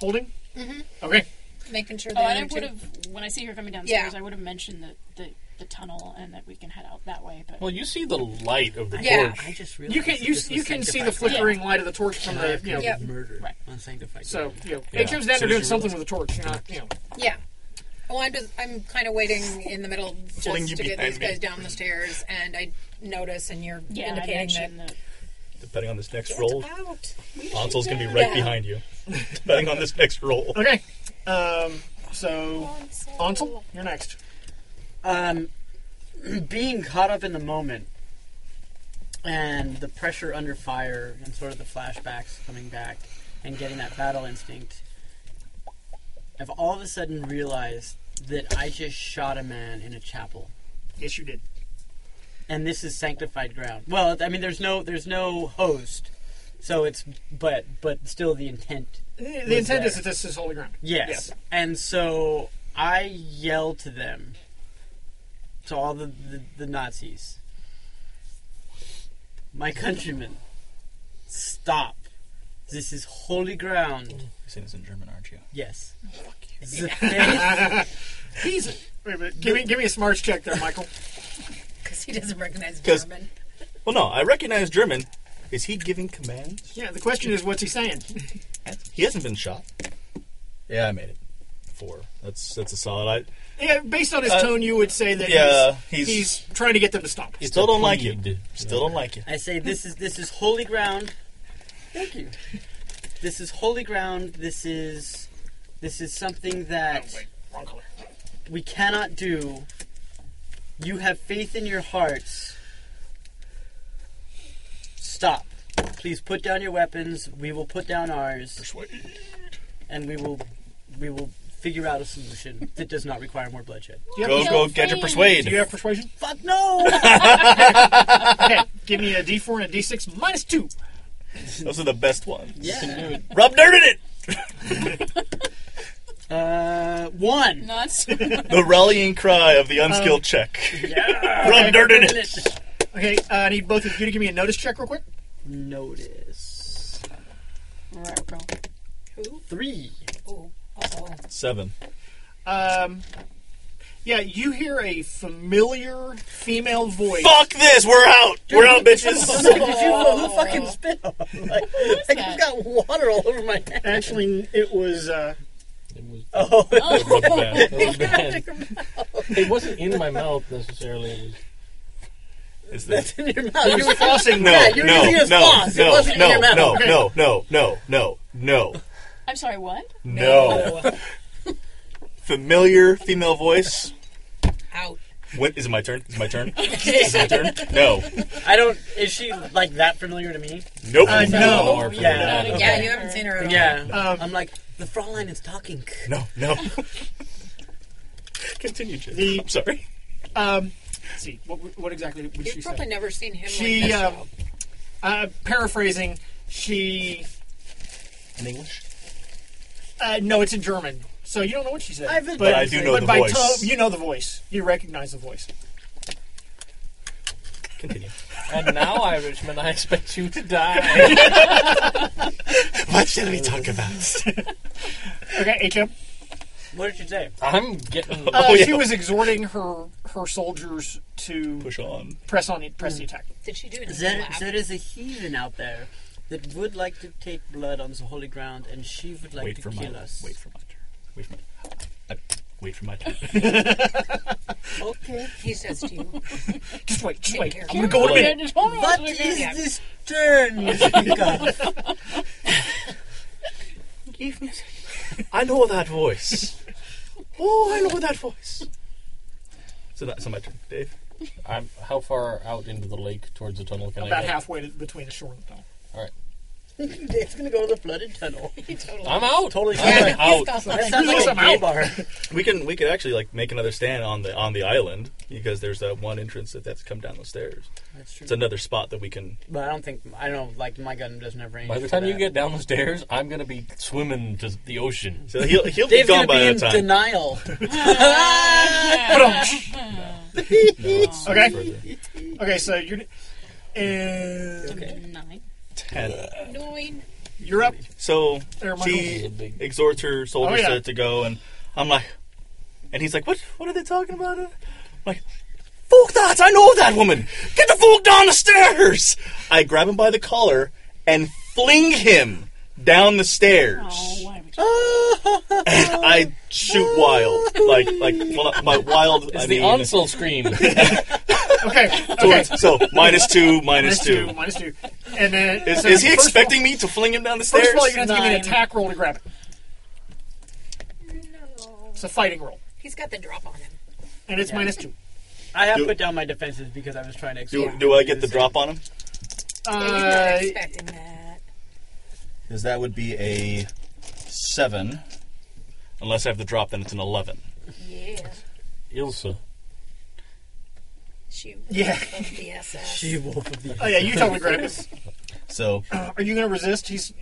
[SPEAKER 2] Holding.
[SPEAKER 5] Mhm.
[SPEAKER 2] Okay.
[SPEAKER 7] making sure.
[SPEAKER 5] Oh,
[SPEAKER 7] That
[SPEAKER 5] and I would have when I see her coming downstairs,
[SPEAKER 7] Yeah.
[SPEAKER 5] I would have mentioned the, the the tunnel and that we can head out that way. But
[SPEAKER 4] Well, you see the light of the
[SPEAKER 5] Yeah.
[SPEAKER 4] torch.
[SPEAKER 5] I just
[SPEAKER 2] You can you, you can see the flickering light of the torch from the you know
[SPEAKER 5] Yep.
[SPEAKER 15] murder
[SPEAKER 5] Right.
[SPEAKER 15] unsanctified.
[SPEAKER 2] So you know,
[SPEAKER 15] Yeah.
[SPEAKER 2] it comes down
[SPEAKER 15] Soon
[SPEAKER 2] to
[SPEAKER 15] as
[SPEAKER 2] doing
[SPEAKER 15] you
[SPEAKER 2] something with a torch. You're not you know.
[SPEAKER 7] Yeah. Well, I'm just I'm kind of waiting in the middle
[SPEAKER 2] Pulling
[SPEAKER 7] just
[SPEAKER 2] you
[SPEAKER 7] to get
[SPEAKER 2] behind
[SPEAKER 7] these
[SPEAKER 2] me.
[SPEAKER 7] guys down the stairs, and I notice, and you're
[SPEAKER 5] Yeah, I
[SPEAKER 7] indicating
[SPEAKER 5] mentioned *laughs*
[SPEAKER 7] that
[SPEAKER 6] Depending on this next
[SPEAKER 7] Get
[SPEAKER 6] roll,
[SPEAKER 7] out.
[SPEAKER 6] Ponsel's gonna be right
[SPEAKER 7] Yeah.
[SPEAKER 6] behind you. Depending on this next roll.
[SPEAKER 2] Okay. Um. So Ansel, you're next.
[SPEAKER 3] Um, *clears throat* being caught up in the moment and the pressure under fire and sort of the flashbacks coming back and getting that battle instinct, I've all of a sudden realized that I just shot a man in a chapel.
[SPEAKER 2] Yes, you did.
[SPEAKER 3] And this is sanctified ground. Well, I mean, there's no there's no host, so it's but but still the intent.
[SPEAKER 2] The
[SPEAKER 3] was
[SPEAKER 2] the intent
[SPEAKER 3] there.
[SPEAKER 2] is that this is holy ground.
[SPEAKER 3] Yes. And so I yell to them, to all the, the, the Nazis, my countrymen, stop. This is holy ground. You
[SPEAKER 6] say this in German, aren't you?
[SPEAKER 3] Yes.
[SPEAKER 2] He's. Wait a minute. Give me give me a smarts check there, Michael.
[SPEAKER 7] because he doesn't recognize
[SPEAKER 6] 'Cause-
[SPEAKER 7] German.
[SPEAKER 6] Well, no, I recognize German. Is he giving commands?
[SPEAKER 2] Yeah. The question is, what's he saying?
[SPEAKER 6] He hasn't been shot. Yeah, I made it. Four. That's that's a solid. I
[SPEAKER 2] Yeah, based on his
[SPEAKER 6] Uh,
[SPEAKER 2] tone, you would say that
[SPEAKER 6] yeah,
[SPEAKER 2] he's,
[SPEAKER 6] he's-
[SPEAKER 2] he's trying to get them to stop.
[SPEAKER 6] still don't like you. Still don't like you.
[SPEAKER 3] I say this is this is holy ground. Thank you. This is holy ground. This is this is something that we cannot do. You have faith in your hearts. Stop. Please put down your weapons. We will put down ours. And we will we will figure out a solution that does not require more bloodshed.
[SPEAKER 6] Go, go, get your persuade.
[SPEAKER 2] Do you have persuasion?
[SPEAKER 3] Fuck
[SPEAKER 6] *laughs*
[SPEAKER 3] no!
[SPEAKER 2] okay, give me a D4 and a D6 minus two.
[SPEAKER 6] Those are the best ones.
[SPEAKER 2] Yeah.
[SPEAKER 6] Rob nerded
[SPEAKER 3] it. uh, one.
[SPEAKER 5] Nuts.
[SPEAKER 6] The rallying cry of
[SPEAKER 4] Uh,
[SPEAKER 6] the unskilled check.
[SPEAKER 2] Yeah.
[SPEAKER 6] Rub dirt in
[SPEAKER 2] it. Okay, uh, I need both of you to give me a notice check real quick.
[SPEAKER 3] Notice.
[SPEAKER 7] Who?
[SPEAKER 3] Three.
[SPEAKER 7] Oh, oh.
[SPEAKER 6] Seven.
[SPEAKER 2] Um, yeah, you hear a familiar female voice.
[SPEAKER 6] Fuck this, we're out. we're out, bitches.
[SPEAKER 4] *laughs*
[SPEAKER 3] who fucking spit? Like, I just got water all over my head.
[SPEAKER 2] Actually, it was. Uh,
[SPEAKER 3] Oh,
[SPEAKER 4] That was bad. That was bad. It wasn't in my mouth necessarily. It was-
[SPEAKER 6] Is
[SPEAKER 3] That's *laughs* in your mouth.
[SPEAKER 4] You
[SPEAKER 6] *laughs*
[SPEAKER 4] were flossing.
[SPEAKER 6] No,
[SPEAKER 4] Yeah, you were
[SPEAKER 6] no,
[SPEAKER 4] using his
[SPEAKER 6] no,
[SPEAKER 4] floss. It
[SPEAKER 6] no,
[SPEAKER 4] wasn't in
[SPEAKER 6] no,
[SPEAKER 4] your mouth.
[SPEAKER 6] no,
[SPEAKER 4] Okay.
[SPEAKER 6] no, no, no, no, no,
[SPEAKER 5] I'm sorry, what?
[SPEAKER 6] no, *laughs* Familiar female voice.
[SPEAKER 7] Out.
[SPEAKER 6] When, is it my turn? Is it
[SPEAKER 3] *laughs*
[SPEAKER 6] my turn? Is it my turn? No.
[SPEAKER 3] I don't. Is she like that familiar to me?
[SPEAKER 6] Nope.
[SPEAKER 3] Uh, no.
[SPEAKER 6] Or familiar.
[SPEAKER 3] Yeah.
[SPEAKER 6] Yeah,
[SPEAKER 3] okay.
[SPEAKER 7] you haven't seen her at all.
[SPEAKER 3] Yeah. I'm like the Fraulein is talking.
[SPEAKER 6] No. No. *laughs* Continue, Jim.
[SPEAKER 2] The-
[SPEAKER 6] I'm sorry.
[SPEAKER 2] Um, let's see, what, what exactly did she
[SPEAKER 7] You've
[SPEAKER 2] say?
[SPEAKER 7] probably never seen him.
[SPEAKER 2] She,
[SPEAKER 7] like this,
[SPEAKER 2] um,
[SPEAKER 7] though.
[SPEAKER 2] uh, paraphrasing, she.
[SPEAKER 6] In English?
[SPEAKER 2] Uh, no, it's in German. So you don't know what she said.
[SPEAKER 6] I've been- But I do know
[SPEAKER 2] but
[SPEAKER 6] the
[SPEAKER 2] by
[SPEAKER 6] voice.
[SPEAKER 2] tone- you know the voice. You recognize the voice.
[SPEAKER 6] Continue.
[SPEAKER 4] And now, Irishman, I expect you to die.
[SPEAKER 6] What shall we
[SPEAKER 3] *laughs*
[SPEAKER 6] talk about?
[SPEAKER 2] Okay, HM.
[SPEAKER 3] What did you say?
[SPEAKER 4] I'm getting.
[SPEAKER 2] Uh,
[SPEAKER 6] Oh,
[SPEAKER 2] She was exhorting her her soldiers to
[SPEAKER 6] push on,
[SPEAKER 2] press on, press the attack.
[SPEAKER 7] Did she do it? in
[SPEAKER 3] There,
[SPEAKER 7] black?
[SPEAKER 3] there is a heathen out there that would like to take blood on the holy ground, and she would like
[SPEAKER 6] Wait
[SPEAKER 3] to
[SPEAKER 6] for
[SPEAKER 3] kill
[SPEAKER 6] my-
[SPEAKER 3] us.
[SPEAKER 6] wait for my turn. Wait for my. I, wait for
[SPEAKER 3] *laughs*
[SPEAKER 6] my turn.
[SPEAKER 3] Okay.
[SPEAKER 7] He says to you,
[SPEAKER 2] Just wait, just wait.
[SPEAKER 7] Take
[SPEAKER 2] I'm gonna go in a minute.
[SPEAKER 3] What
[SPEAKER 6] *laughs*
[SPEAKER 3] *laughs* is this turn? you speak of?
[SPEAKER 15] evening.
[SPEAKER 6] I know that
[SPEAKER 3] *laughs*
[SPEAKER 6] voice. oh, I know that voice. So that's my turn, Dave.
[SPEAKER 4] I'm how far out into the lake towards the tunnel can I
[SPEAKER 2] About
[SPEAKER 4] go?
[SPEAKER 2] halfway to, between the shore and the tunnel.
[SPEAKER 4] All right.
[SPEAKER 15] Dave's gonna go to the flooded tunnel.
[SPEAKER 4] I'm out.
[SPEAKER 6] Totally
[SPEAKER 15] I'm
[SPEAKER 6] out.
[SPEAKER 15] That
[SPEAKER 6] That
[SPEAKER 15] sounds like a gay bar.
[SPEAKER 6] We can we could actually like make another stand on the on the island because there's that one entrance that has to come down the stairs.
[SPEAKER 3] That's true.
[SPEAKER 6] It's another spot that we can.
[SPEAKER 3] But I don't think I know. Like my gun doesn't have range.
[SPEAKER 4] By the
[SPEAKER 3] for
[SPEAKER 4] time you
[SPEAKER 3] that.
[SPEAKER 4] get down the stairs, I'm going to be swimming to the ocean.
[SPEAKER 6] So he'll- he'll
[SPEAKER 3] Dave's gonna be in
[SPEAKER 6] *laughs*
[SPEAKER 3] denial.
[SPEAKER 2] okay. Okay, so you're. And.
[SPEAKER 7] Nine.
[SPEAKER 6] Ten.
[SPEAKER 7] Nine.
[SPEAKER 2] You're up.
[SPEAKER 6] So
[SPEAKER 2] There, Michael.
[SPEAKER 6] she exhorts her soldiers
[SPEAKER 2] Oh, yeah.
[SPEAKER 6] to, to go, and I'm like, and he's like, what? What are they talking about? I'm like, fuck that! I know that woman. Get the fool down the stairs. I grab him by the collar and fling him down the stairs.
[SPEAKER 2] Oh,
[SPEAKER 6] *laughs* and I shoot wild, like like well, not- by wild.
[SPEAKER 4] It's
[SPEAKER 6] I
[SPEAKER 4] the
[SPEAKER 6] mean,
[SPEAKER 4] Ansel scream.
[SPEAKER 2] Okay.
[SPEAKER 6] So, it's- so minus two, minus
[SPEAKER 2] Minus two,
[SPEAKER 6] two.
[SPEAKER 2] minus two. And then.
[SPEAKER 6] Is,
[SPEAKER 2] so
[SPEAKER 6] is he
[SPEAKER 2] first of all-
[SPEAKER 6] expecting me to fling him down the stairs?
[SPEAKER 2] First of all, you're going to have to give me an attack roll to grab it. It's a fighting roll.
[SPEAKER 7] He's got the drop on him.
[SPEAKER 2] And it's
[SPEAKER 3] Yeah.
[SPEAKER 2] minus two.
[SPEAKER 3] I have
[SPEAKER 6] Do-
[SPEAKER 3] put down my defenses because I was trying to.
[SPEAKER 6] Do,
[SPEAKER 3] explain
[SPEAKER 6] do
[SPEAKER 3] to
[SPEAKER 6] I
[SPEAKER 3] you
[SPEAKER 6] get the
[SPEAKER 3] same.
[SPEAKER 6] drop on him?
[SPEAKER 2] Uh,
[SPEAKER 7] expecting that.
[SPEAKER 6] Because that would be a seven. Unless I have the drop, then it's an eleven.
[SPEAKER 7] Yeah.
[SPEAKER 4] *laughs* Ilsa.
[SPEAKER 7] She
[SPEAKER 2] Yeah.
[SPEAKER 7] of the SS.
[SPEAKER 6] wolf of the.
[SPEAKER 2] Oh, yeah, you totally grab it.
[SPEAKER 6] So
[SPEAKER 3] Oh.
[SPEAKER 2] Uh, are you going to resist? He's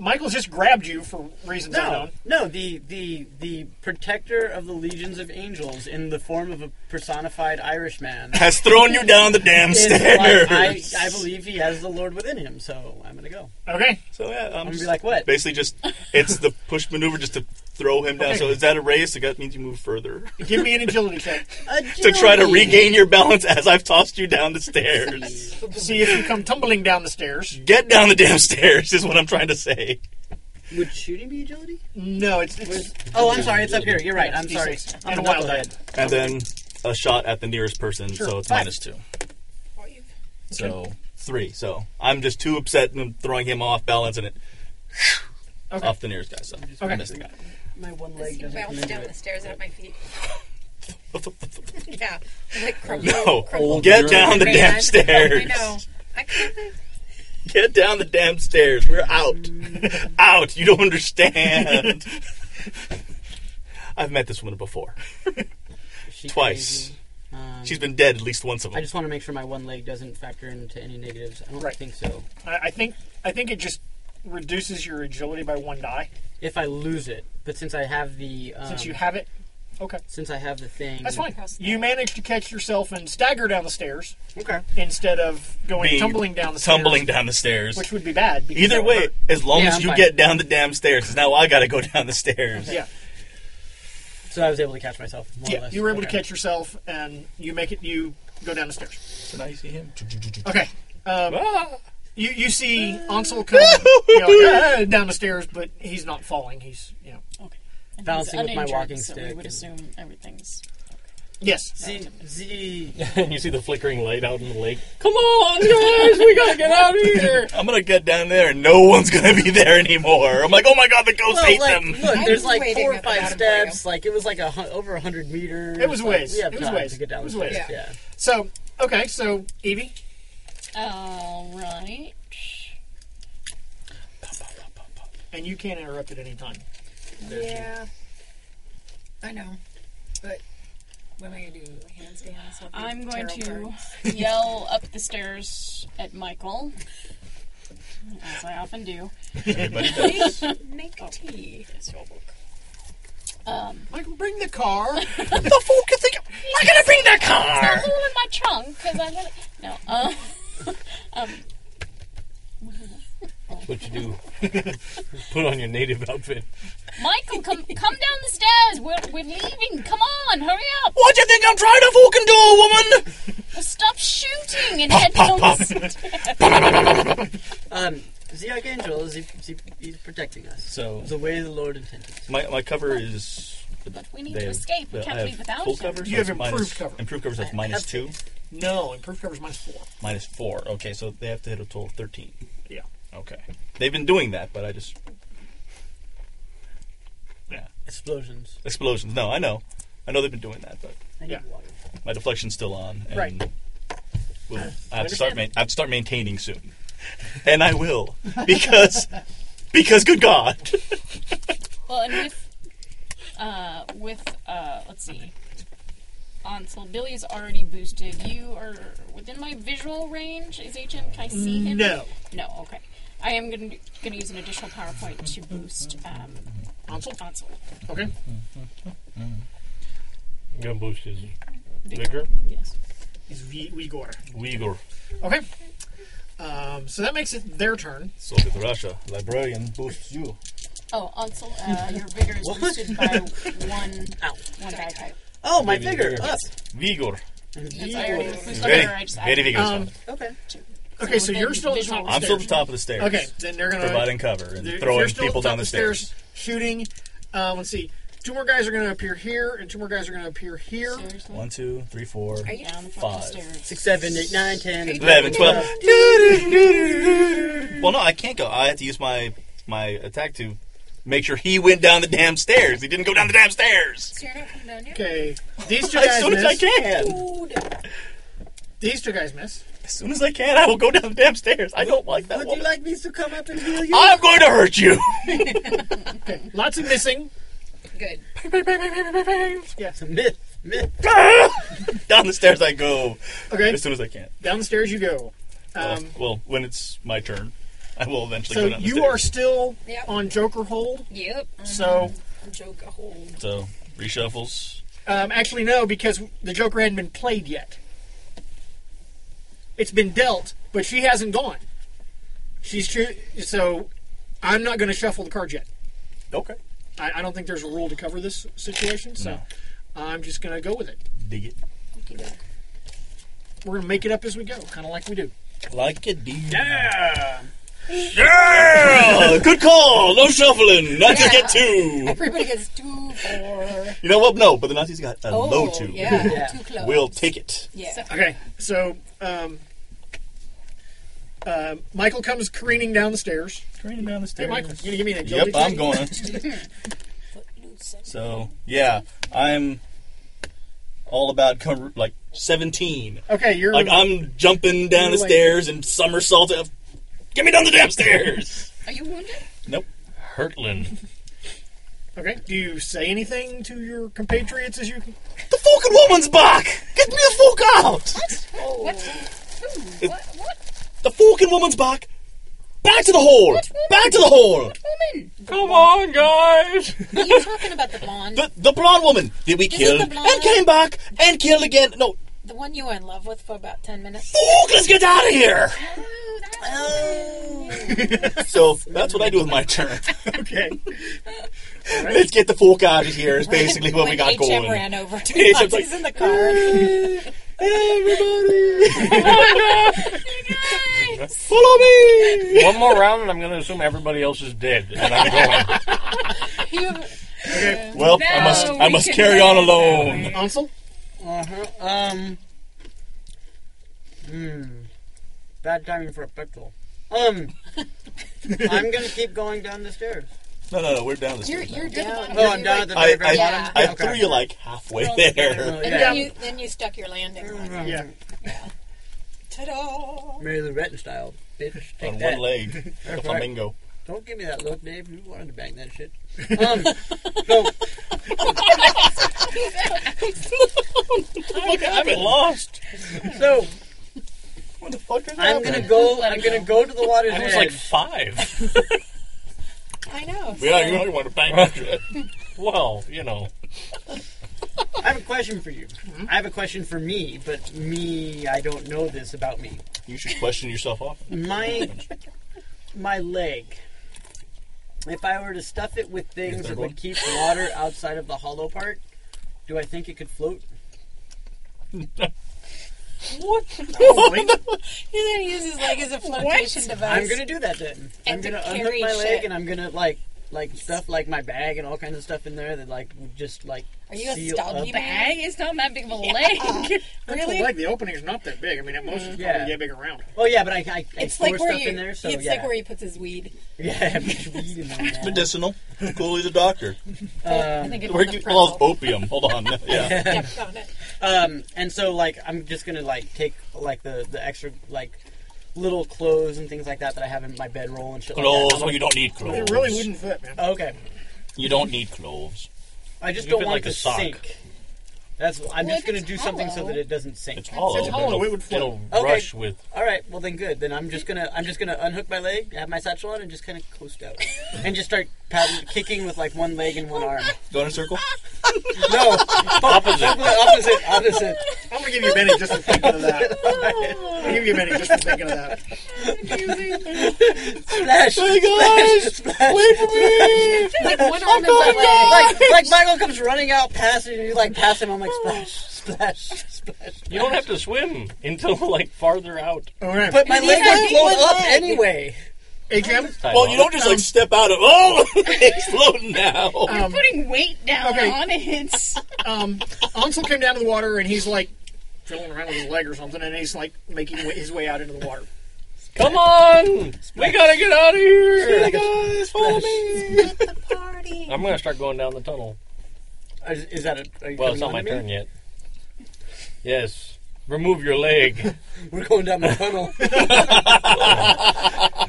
[SPEAKER 2] Michael's just grabbed you for reasons
[SPEAKER 3] No,
[SPEAKER 2] unknown.
[SPEAKER 3] no. The the the protector of the legions of angels in the form of a personified
[SPEAKER 6] *laughs*
[SPEAKER 3] Irishman
[SPEAKER 6] has thrown you down the damn
[SPEAKER 3] is
[SPEAKER 6] stairs.
[SPEAKER 3] like, I, I believe he has the Lord within him, so I'm gonna go.
[SPEAKER 2] Okay.
[SPEAKER 6] So
[SPEAKER 3] I'm
[SPEAKER 6] yeah, I'm,
[SPEAKER 3] gonna
[SPEAKER 6] just
[SPEAKER 3] be like, what?
[SPEAKER 6] basically just it's the push maneuver just to throw him down.
[SPEAKER 3] Okay.
[SPEAKER 6] So is that a raise? So that means you
[SPEAKER 3] *laughs*
[SPEAKER 6] move further
[SPEAKER 2] Give me an agility check.
[SPEAKER 6] to try to regain your balance as I've tossed you down
[SPEAKER 3] *laughs*
[SPEAKER 6] the stairs.
[SPEAKER 2] See if you come tumbling down the stairs.
[SPEAKER 6] Get down the damn stairs is what I'm trying to say.
[SPEAKER 3] Would shooting be agility?
[SPEAKER 2] No, it's. it's
[SPEAKER 3] Oh, I'm sorry. It's up here. You're right. I'm
[SPEAKER 2] Yeah,
[SPEAKER 3] sorry.
[SPEAKER 2] D6.
[SPEAKER 3] I'm
[SPEAKER 2] And
[SPEAKER 3] a
[SPEAKER 2] a wild die.
[SPEAKER 3] knucklehead.
[SPEAKER 6] And then a shot at the nearest person,
[SPEAKER 2] Sure.
[SPEAKER 6] so it's
[SPEAKER 2] Five.
[SPEAKER 6] minus two. So three. So I'm just too upset and throwing him off balance and it
[SPEAKER 2] Okay.
[SPEAKER 6] off the nearest guy. So I
[SPEAKER 2] Okay.
[SPEAKER 6] missed the guy.
[SPEAKER 3] My one
[SPEAKER 7] Does
[SPEAKER 3] leg
[SPEAKER 7] he
[SPEAKER 3] doesn't come
[SPEAKER 7] bounce
[SPEAKER 3] into
[SPEAKER 7] down
[SPEAKER 3] it.
[SPEAKER 7] the stairs at my feet? *laughs* yeah. Like crumple,
[SPEAKER 6] No.
[SPEAKER 7] crumple.
[SPEAKER 6] Get down the
[SPEAKER 7] Man,
[SPEAKER 6] damn
[SPEAKER 7] *laughs* I
[SPEAKER 6] stairs.
[SPEAKER 7] know. I kinda,
[SPEAKER 6] Get down the damn stairs. We're out. out. You don't understand. *laughs* I've met this woman before.
[SPEAKER 3] She
[SPEAKER 6] Twice.
[SPEAKER 3] crazy. Um,
[SPEAKER 6] She's been dead at least once of
[SPEAKER 3] I
[SPEAKER 6] them.
[SPEAKER 3] just want to make sure my one leg doesn't factor into any negatives. I don't
[SPEAKER 2] Right.
[SPEAKER 3] think so.
[SPEAKER 2] I, I think I think it just reduces your agility by one die
[SPEAKER 3] If I lose it, but since I have the um,
[SPEAKER 2] since you have it. Okay,
[SPEAKER 3] since I have the thing,
[SPEAKER 2] that's fine. You managed to catch yourself and stagger down the stairs
[SPEAKER 3] Okay.
[SPEAKER 2] instead of going
[SPEAKER 6] Being
[SPEAKER 2] tumbling down the
[SPEAKER 6] Tumbling
[SPEAKER 2] stairs,
[SPEAKER 6] down the stairs.
[SPEAKER 2] which would be bad. because that
[SPEAKER 6] Either
[SPEAKER 2] would
[SPEAKER 6] way,
[SPEAKER 2] hurt.
[SPEAKER 6] as long
[SPEAKER 3] Yeah,
[SPEAKER 6] as
[SPEAKER 3] I'm
[SPEAKER 6] you
[SPEAKER 3] fine.
[SPEAKER 6] get down the damn stairs, 'cause now I gotta go down the stairs.
[SPEAKER 2] yeah,
[SPEAKER 3] So I was able to catch myself. More or
[SPEAKER 2] yeah,
[SPEAKER 3] less.
[SPEAKER 2] you were able to
[SPEAKER 3] Okay.
[SPEAKER 2] catch yourself and you make it. You go down the stairs.
[SPEAKER 6] So now you see him. Ah!
[SPEAKER 2] Okay. Um, You you see Ansel come you
[SPEAKER 6] *laughs*
[SPEAKER 2] know, ah, *laughs* down the stairs, but he's not falling. He's you know
[SPEAKER 5] And he's
[SPEAKER 3] Balancing with my
[SPEAKER 5] uninjured,
[SPEAKER 3] walking
[SPEAKER 5] so We
[SPEAKER 3] stick
[SPEAKER 5] would
[SPEAKER 3] and-
[SPEAKER 5] assume everything's.
[SPEAKER 2] yes.
[SPEAKER 3] Z, Z.
[SPEAKER 4] and you see the flickering light out in the lake. Come on, guys, we gotta
[SPEAKER 7] *laughs*
[SPEAKER 4] get out of here.
[SPEAKER 6] I'm gonna get down there and no one's *laughs* gonna be there anymore. I'm like, oh my god, the ghosts
[SPEAKER 3] Well,
[SPEAKER 6] hate
[SPEAKER 3] like,
[SPEAKER 6] them.
[SPEAKER 5] *laughs*
[SPEAKER 3] look,
[SPEAKER 7] I
[SPEAKER 3] there's
[SPEAKER 7] was
[SPEAKER 3] like
[SPEAKER 7] waiting
[SPEAKER 3] four or
[SPEAKER 7] at the
[SPEAKER 3] five
[SPEAKER 7] bottom for
[SPEAKER 3] steps. Like it was like a hun- over a hundred meters.
[SPEAKER 2] It was
[SPEAKER 3] like,
[SPEAKER 2] ways.
[SPEAKER 3] We have
[SPEAKER 2] It was
[SPEAKER 3] time
[SPEAKER 2] ways.
[SPEAKER 3] to get down
[SPEAKER 2] It was
[SPEAKER 3] the stairs.
[SPEAKER 2] ways.
[SPEAKER 3] Yeah.
[SPEAKER 2] So okay, so Evie,
[SPEAKER 5] All right.
[SPEAKER 2] and you can't interrupt at any time.
[SPEAKER 7] yeah. I know. But what am I going to do? Handstands? with the
[SPEAKER 5] I'm going
[SPEAKER 7] tarot
[SPEAKER 5] to
[SPEAKER 7] cards?
[SPEAKER 5] *laughs* yell up the stairs at Michael, as I often do.
[SPEAKER 6] Everybody does.
[SPEAKER 7] Make tea.
[SPEAKER 5] Um,
[SPEAKER 2] Michael, bring the
[SPEAKER 6] *laughs*
[SPEAKER 2] car.
[SPEAKER 6] the fool can think I'm gonna bring that car.
[SPEAKER 5] it's all in my trunk because I gotta. No. Um. um
[SPEAKER 4] What you do? *laughs* Put on your native outfit.
[SPEAKER 5] Michael, come come down the stairs. We're, we're leaving. Come on, hurry up.
[SPEAKER 6] What do you think I'm trying to fucking do, woman?
[SPEAKER 5] Well, stop shooting and
[SPEAKER 6] Pop,
[SPEAKER 5] head
[SPEAKER 6] pop,
[SPEAKER 5] down
[SPEAKER 6] pop.
[SPEAKER 5] the stairs.
[SPEAKER 3] Um, the archangel is he, is he- he's protecting us.
[SPEAKER 6] So
[SPEAKER 3] The way the Lord intended.
[SPEAKER 6] my, my cover is.
[SPEAKER 5] But we need
[SPEAKER 6] they
[SPEAKER 5] to
[SPEAKER 6] have-
[SPEAKER 5] escape. We
[SPEAKER 6] I
[SPEAKER 5] can't
[SPEAKER 6] have
[SPEAKER 5] leave without
[SPEAKER 6] full
[SPEAKER 5] him.
[SPEAKER 6] cover, so
[SPEAKER 2] You have
[SPEAKER 6] it's minus-
[SPEAKER 2] improved cover.
[SPEAKER 6] Improved cover, so it's minus two,
[SPEAKER 2] No, improved cover's minus four.
[SPEAKER 6] minus four. Okay, so they have to hit a total of thirteen.
[SPEAKER 2] Yeah.
[SPEAKER 6] Okay, they've been doing that, but I just Yeah.
[SPEAKER 3] Explosions.
[SPEAKER 6] Explosions. No, I know. I know they've been doing that, but
[SPEAKER 3] I need water.
[SPEAKER 6] my deflection's still on. And
[SPEAKER 3] Right.
[SPEAKER 6] We'll, I, have to
[SPEAKER 3] understand.
[SPEAKER 6] start main I have to start maintaining soon, and I will because because good God,
[SPEAKER 5] Well, and with uh, with uh, let's see, Ansel, Billy is already boosted. You are within my visual range. Is HM? Can I see him?
[SPEAKER 2] No.
[SPEAKER 5] No. Okay. I am going to going to use an additional power point to boost um, Ansel. Ansel.
[SPEAKER 2] Okay.
[SPEAKER 4] I'm gonna boost his vigor.
[SPEAKER 5] Vigor, Yes.
[SPEAKER 2] Is V- Vigor.
[SPEAKER 6] Uyghur.
[SPEAKER 2] Okay. Um, so that makes it their turn.
[SPEAKER 6] So did Russia. Librarian boosts you.
[SPEAKER 5] Oh, Ansel, uh, your vigor is
[SPEAKER 2] What?
[SPEAKER 5] boosted by one one die type.
[SPEAKER 2] Oh,
[SPEAKER 6] my vigor up. Vigor.
[SPEAKER 5] That's I already boosted
[SPEAKER 6] Very-
[SPEAKER 5] vigor, I just- I-
[SPEAKER 6] very vigorous one.
[SPEAKER 2] okay. Okay, so
[SPEAKER 5] within
[SPEAKER 2] you're still at the
[SPEAKER 5] visual
[SPEAKER 2] top of the
[SPEAKER 6] I'm still at
[SPEAKER 2] stairs.
[SPEAKER 6] the top of the stairs.
[SPEAKER 2] Okay, then they're gonna
[SPEAKER 6] providing cover and
[SPEAKER 2] they're- if
[SPEAKER 6] throwing
[SPEAKER 2] you're still
[SPEAKER 6] people
[SPEAKER 2] at the top of
[SPEAKER 6] down the
[SPEAKER 2] stairs,
[SPEAKER 6] stairs.
[SPEAKER 2] shooting. Um, let's see. Two more guys are going to appear here, and two more guys are going to appear here.
[SPEAKER 6] One, two, three, four,
[SPEAKER 2] Are you down the fucking
[SPEAKER 6] five,
[SPEAKER 2] stairs?
[SPEAKER 6] six,
[SPEAKER 3] Seven, eight, nine, ten,
[SPEAKER 6] eleven, twelve. Well, no, I can't go. I have to use my my attack to make sure he went down the damn stairs. He didn't go down the damn stairs.
[SPEAKER 7] So you're not coming down here?
[SPEAKER 2] Okay,
[SPEAKER 6] *laughs*
[SPEAKER 2] these two
[SPEAKER 6] As
[SPEAKER 2] guys
[SPEAKER 6] soon as
[SPEAKER 2] miss.
[SPEAKER 6] I can.
[SPEAKER 2] These two guys miss.
[SPEAKER 6] As soon as I can, I will go down the damn stairs. I don't like that
[SPEAKER 2] Would
[SPEAKER 6] woman.
[SPEAKER 2] you like me to come up and heal
[SPEAKER 6] I'm going to hurt you. *laughs*
[SPEAKER 2] okay, lots of missing.
[SPEAKER 7] Good.
[SPEAKER 2] yeah.
[SPEAKER 3] Myth. Myth.
[SPEAKER 6] down the stairs I go.
[SPEAKER 2] Okay.
[SPEAKER 6] As soon as I can.
[SPEAKER 2] Down the stairs you go.
[SPEAKER 6] Well,
[SPEAKER 2] Um,
[SPEAKER 6] well, when it's my turn, I will eventually
[SPEAKER 2] so
[SPEAKER 6] go down the
[SPEAKER 2] you
[SPEAKER 6] stairs.
[SPEAKER 2] are still
[SPEAKER 7] Yep.
[SPEAKER 2] on Joker hold.
[SPEAKER 7] Yep.
[SPEAKER 2] So-
[SPEAKER 7] Joke a hole.
[SPEAKER 6] So reshuffles.
[SPEAKER 2] Um, actually, no, because the Joker hadn't been played yet. It's been dealt, but she hasn't gone. She's true. So I'm not going to shuffle the cards yet.
[SPEAKER 6] Okay.
[SPEAKER 2] I, I don't think there's a rule to cover this situation, so I'm just going to go with it.
[SPEAKER 6] Dig it.
[SPEAKER 2] We're going to make it up as we go, kind of like we do.
[SPEAKER 6] Like a D.
[SPEAKER 2] Yeah.
[SPEAKER 7] *laughs*
[SPEAKER 6] Yeah! Good call. No shuffling. Nazis get two.
[SPEAKER 7] Everybody gets two, four.
[SPEAKER 6] You know what? No, but the Nazis got a
[SPEAKER 7] Oh,
[SPEAKER 6] low two. *laughs*
[SPEAKER 7] yeah, Yeah. too close.
[SPEAKER 6] We'll take it.
[SPEAKER 7] Yeah.
[SPEAKER 2] Okay, so um, uh, Michael comes careening down the stairs.
[SPEAKER 6] Careening down the
[SPEAKER 2] Hey, Michael, you gonna give me an
[SPEAKER 6] Yep,
[SPEAKER 2] agility
[SPEAKER 6] I'm
[SPEAKER 2] check?
[SPEAKER 6] going. *laughs* So yeah, I'm all about car- like 17.
[SPEAKER 2] Okay, you're-
[SPEAKER 6] like I'm jumping down the
[SPEAKER 2] You're like-
[SPEAKER 6] stairs and somersault. up. Get me down the damn stairs.
[SPEAKER 5] Are you wounded?
[SPEAKER 6] nope. Hurtling.
[SPEAKER 2] Okay, do you say anything to your compatriots as you?
[SPEAKER 6] The fucking woman's back. Get me the fuck out.
[SPEAKER 5] What? Who? What? What?
[SPEAKER 6] The fucking woman's back. Back to the hole. Back to the hole.
[SPEAKER 5] Woman.
[SPEAKER 6] Come on, guys.
[SPEAKER 7] Are you talking about the blonde?
[SPEAKER 6] The, the blonde woman that we
[SPEAKER 7] This is
[SPEAKER 6] killed
[SPEAKER 7] the blonde-
[SPEAKER 6] and came back and killed again. No,
[SPEAKER 7] The one you were in love with for about 10 minutes?
[SPEAKER 6] fuck, let's get out of here.
[SPEAKER 7] Oh.
[SPEAKER 6] so that's what I do with my turn.
[SPEAKER 2] Okay.
[SPEAKER 6] *laughs* Let's get the fuck out of here. Is basically what we got
[SPEAKER 7] when HM
[SPEAKER 6] going.
[SPEAKER 7] ran
[SPEAKER 6] *laughs*
[SPEAKER 7] over to
[SPEAKER 6] HM's
[SPEAKER 7] Monty's
[SPEAKER 6] like,
[SPEAKER 7] in the
[SPEAKER 5] *laughs*
[SPEAKER 7] car.
[SPEAKER 6] Follow me.
[SPEAKER 4] One more round, and I'm gonna assume everybody else is dead, and I'm *laughs* going.
[SPEAKER 6] Well, I must I must carry on alone.
[SPEAKER 2] Ansel?
[SPEAKER 3] Uh-huh. Um. Hmm. Bad timing for a pickle. Um. I'm gonna keep going down the stairs.
[SPEAKER 6] No, no, no. We're down the
[SPEAKER 7] You're,
[SPEAKER 6] stairs.
[SPEAKER 7] you're down.
[SPEAKER 3] Oh, I'm down at the
[SPEAKER 6] I,
[SPEAKER 3] very, very
[SPEAKER 6] I,
[SPEAKER 3] bottom.
[SPEAKER 6] I
[SPEAKER 3] Okay.
[SPEAKER 6] threw you like halfway *laughs* there.
[SPEAKER 3] Oh,
[SPEAKER 7] And
[SPEAKER 3] yeah.
[SPEAKER 7] then you, then you stuck your landing. on it.
[SPEAKER 3] Yeah.
[SPEAKER 7] Ta-da!
[SPEAKER 3] uh, Mary Lou Retton style, bitch. Take
[SPEAKER 6] On
[SPEAKER 3] that.
[SPEAKER 6] one leg, like a
[SPEAKER 3] Right.
[SPEAKER 6] flamingo.
[SPEAKER 3] Don't give me that look, Dave. You wanted to bang that *laughs* shit. Um, so,
[SPEAKER 6] Look, I'm *laughs* lost.
[SPEAKER 3] so
[SPEAKER 6] What the fuck did
[SPEAKER 3] I'm gonna go. I'm gonna go to the water's
[SPEAKER 6] I
[SPEAKER 3] edge.
[SPEAKER 6] was like five. *laughs*
[SPEAKER 7] I know.
[SPEAKER 6] yeah, you might want to bang that shit.
[SPEAKER 4] well, you know,
[SPEAKER 3] I have a question for you. I have a question for me, but me, I don't know this about me.
[SPEAKER 6] You should question yourself off.
[SPEAKER 3] My my leg. If I were to stuff it with things
[SPEAKER 6] third
[SPEAKER 3] that
[SPEAKER 6] one?
[SPEAKER 3] would keep water outside of the hollow part, do I think it could float?
[SPEAKER 7] What?
[SPEAKER 2] Probably.
[SPEAKER 7] He's going to use his leg as a flotation device.
[SPEAKER 3] I'm gonna do that then.
[SPEAKER 7] And
[SPEAKER 3] I'm
[SPEAKER 7] to
[SPEAKER 3] gonna
[SPEAKER 7] carry
[SPEAKER 3] unhook my leg
[SPEAKER 7] shit.
[SPEAKER 3] and I'm gonna like like stuff like my bag and all kinds of stuff in there that like would just like.
[SPEAKER 7] Are you a
[SPEAKER 3] seal
[SPEAKER 7] stubby
[SPEAKER 3] up-
[SPEAKER 7] bag? It's not that big of a
[SPEAKER 3] Yeah.
[SPEAKER 7] leg.
[SPEAKER 2] That's
[SPEAKER 7] really?
[SPEAKER 2] the leg. The opening's not that big. I mean, at most it's probably
[SPEAKER 3] Yeah.
[SPEAKER 2] that big around.
[SPEAKER 3] Oh yeah, but I, I, I
[SPEAKER 7] It's
[SPEAKER 3] store
[SPEAKER 7] like where
[SPEAKER 3] stuff
[SPEAKER 7] you.
[SPEAKER 3] in there, so
[SPEAKER 7] it's
[SPEAKER 3] yeah.
[SPEAKER 7] like where he puts his weed.
[SPEAKER 3] *laughs* yeah,
[SPEAKER 6] It's medicinal. cool, he's a doctor.
[SPEAKER 7] I think it
[SPEAKER 6] *laughs* Where
[SPEAKER 7] was
[SPEAKER 6] you
[SPEAKER 7] the
[SPEAKER 6] well, it's opium. Hold on. Yeah.
[SPEAKER 3] um, and so like I'm just gonna like take like the the extra like little clothes and things like that that I have in my bedroll and shit. like
[SPEAKER 6] Clothes,
[SPEAKER 3] that. I'm
[SPEAKER 6] well,
[SPEAKER 3] like-
[SPEAKER 6] you don't need clothes. It really wouldn't
[SPEAKER 2] fit, man.
[SPEAKER 3] Okay,
[SPEAKER 6] You don't need clothes.
[SPEAKER 3] I just
[SPEAKER 6] You
[SPEAKER 3] don't
[SPEAKER 6] fit
[SPEAKER 3] want
[SPEAKER 6] like
[SPEAKER 3] it
[SPEAKER 6] a
[SPEAKER 3] to
[SPEAKER 6] sock.
[SPEAKER 3] sink. That's I'm
[SPEAKER 7] Well,
[SPEAKER 3] just
[SPEAKER 7] if
[SPEAKER 3] gonna
[SPEAKER 7] it's
[SPEAKER 3] do something so
[SPEAKER 7] hollow-
[SPEAKER 3] that it doesn't sink.
[SPEAKER 6] It's hollow, It's hollow, but it would float. it'll rush with-
[SPEAKER 3] All right, well then good. Then I'm just gonna I'm just gonna unhook my leg, have my satchel on, and just kind of coast out, and just start paddling, kicking with like one leg and
[SPEAKER 7] *laughs*
[SPEAKER 3] one arm.
[SPEAKER 6] Go in a circle.
[SPEAKER 3] No, *laughs*
[SPEAKER 6] Opposite.
[SPEAKER 3] opposite, opposite.
[SPEAKER 2] I'm gonna give you a minute just for thinking of that. I'll give you a minute just for thinking of that.
[SPEAKER 3] Splash!
[SPEAKER 2] my
[SPEAKER 3] Splash! *laughs* Splash! Wait for me!
[SPEAKER 7] Like, one arm is like-
[SPEAKER 3] like, like Michael comes running out past it, and you like pass him. I'm like splash, splash, splash.
[SPEAKER 4] You don't have to swim until like farther out.
[SPEAKER 3] But my leg would blow up anyway.
[SPEAKER 2] Adrian?
[SPEAKER 6] Well, you don't just like step out of. Oh, *laughs* it's floating now.
[SPEAKER 2] You're Um,
[SPEAKER 5] putting weight down
[SPEAKER 2] okay.
[SPEAKER 5] on
[SPEAKER 6] *laughs*
[SPEAKER 5] it.
[SPEAKER 2] Um, Ansel came down to the water and he's like drilling around with his leg or something, and he's like making wa- his way out into the water.
[SPEAKER 4] *laughs* Come on! We gotta get out of here!
[SPEAKER 6] guys, follow me!
[SPEAKER 4] I'm gonna start going down the tunnel.
[SPEAKER 3] Is, is that a, are you
[SPEAKER 4] Well, it's
[SPEAKER 3] coming
[SPEAKER 4] not my
[SPEAKER 3] down to me?
[SPEAKER 4] turn yet. Yes. Remove your leg.
[SPEAKER 3] We're going down
[SPEAKER 6] *laughs*
[SPEAKER 3] the tunnel. *laughs*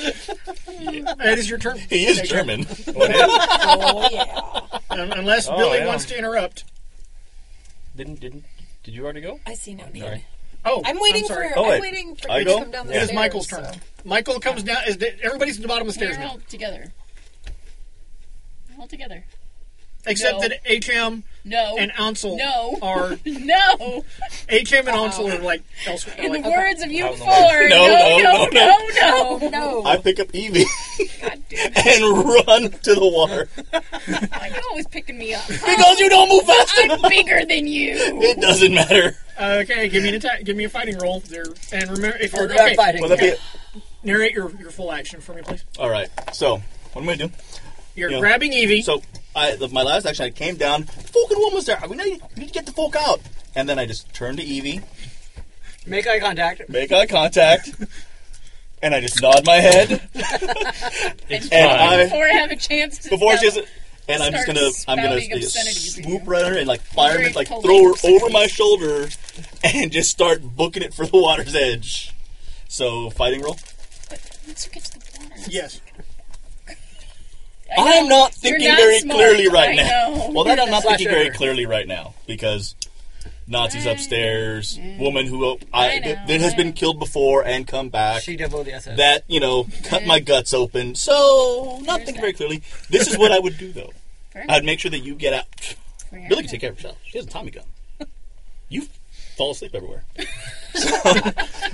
[SPEAKER 2] That is your turn.
[SPEAKER 6] He is
[SPEAKER 2] Take care.
[SPEAKER 6] German.
[SPEAKER 2] Oh, yeah. Um, Unless
[SPEAKER 4] Oh,
[SPEAKER 2] Billy
[SPEAKER 4] yeah.
[SPEAKER 2] wants to interrupt.
[SPEAKER 4] *laughs* didn't didn't did you already go?
[SPEAKER 7] I see no need.
[SPEAKER 4] Sorry.
[SPEAKER 2] Oh,
[SPEAKER 7] I'm waiting
[SPEAKER 2] sorry.
[SPEAKER 7] for- Oh, I'm wait. waiting for you to come down the
[SPEAKER 2] It is
[SPEAKER 7] stairs,
[SPEAKER 2] Michael's turn.
[SPEAKER 7] so-
[SPEAKER 2] Michael comes down. Is everybody's at the bottom of the stairs
[SPEAKER 5] We're
[SPEAKER 2] now,
[SPEAKER 5] all together. All together.
[SPEAKER 2] except
[SPEAKER 5] No.
[SPEAKER 2] that HM
[SPEAKER 5] No.
[SPEAKER 2] and Ansel
[SPEAKER 5] No.
[SPEAKER 2] are
[SPEAKER 5] *laughs* no.
[SPEAKER 2] HM and Ansel are like elsewhere.
[SPEAKER 5] *laughs* In
[SPEAKER 2] like,
[SPEAKER 5] the words of you
[SPEAKER 6] I don't know.
[SPEAKER 5] before.
[SPEAKER 6] No, no,
[SPEAKER 5] No.
[SPEAKER 6] no,
[SPEAKER 5] No. No. No.
[SPEAKER 6] I pick up Evie *laughs* and run to the water.
[SPEAKER 5] You're always picking me up.
[SPEAKER 6] Because you don't move fast
[SPEAKER 5] *laughs* I'm bigger than you.
[SPEAKER 6] It doesn't matter.
[SPEAKER 2] uh, okay, give me an attack. Give me a fighting roll there, and remember if
[SPEAKER 6] Oh,
[SPEAKER 2] you're
[SPEAKER 6] they are
[SPEAKER 2] okay,
[SPEAKER 6] fighting. Will that be it?
[SPEAKER 2] narrate your, your full action for me, please.
[SPEAKER 6] All right. So what am I doing?
[SPEAKER 2] You're grabbing Evie.
[SPEAKER 6] So I, the, my last action, I came down. Falcon one was there. We need, we need to get the folk out. And then I just turned to Evie,
[SPEAKER 3] Make eye contact.
[SPEAKER 6] make eye contact, and I just nod my head. and I,
[SPEAKER 5] Before I have a chance to.
[SPEAKER 6] before she
[SPEAKER 5] spell-
[SPEAKER 6] has it. And I'm just
[SPEAKER 5] Start
[SPEAKER 6] gonna, I'm gonna
[SPEAKER 5] spouting obscenities at
[SPEAKER 6] swoop right under and like fire
[SPEAKER 5] Very
[SPEAKER 6] and like
[SPEAKER 5] polite
[SPEAKER 6] throw her over my shoulder, and just start booking it for the water's edge. So fighting roll.
[SPEAKER 5] But once you get to the water.
[SPEAKER 2] Yes.
[SPEAKER 5] I know.
[SPEAKER 6] I'm not
[SPEAKER 5] You're
[SPEAKER 6] thinking
[SPEAKER 5] not
[SPEAKER 6] very
[SPEAKER 5] smart.
[SPEAKER 6] clearly right
[SPEAKER 5] I
[SPEAKER 6] now.
[SPEAKER 5] know.
[SPEAKER 6] Well, that
[SPEAKER 5] You're
[SPEAKER 6] I'm not
[SPEAKER 5] not
[SPEAKER 6] thinking very
[SPEAKER 5] sure.
[SPEAKER 6] clearly right now because Nazis upstairs, woman who I,
[SPEAKER 3] I know,
[SPEAKER 6] that has been killed before and come back.
[SPEAKER 3] She double the SS.
[SPEAKER 6] that you know cut my guts open. So not thinking very clearly. This is what I would do though.
[SPEAKER 5] Fair
[SPEAKER 6] I'd make sure that you get out.
[SPEAKER 5] Fair
[SPEAKER 6] Billy can take care of herself. She has a Tommy gun. You fall asleep everywhere.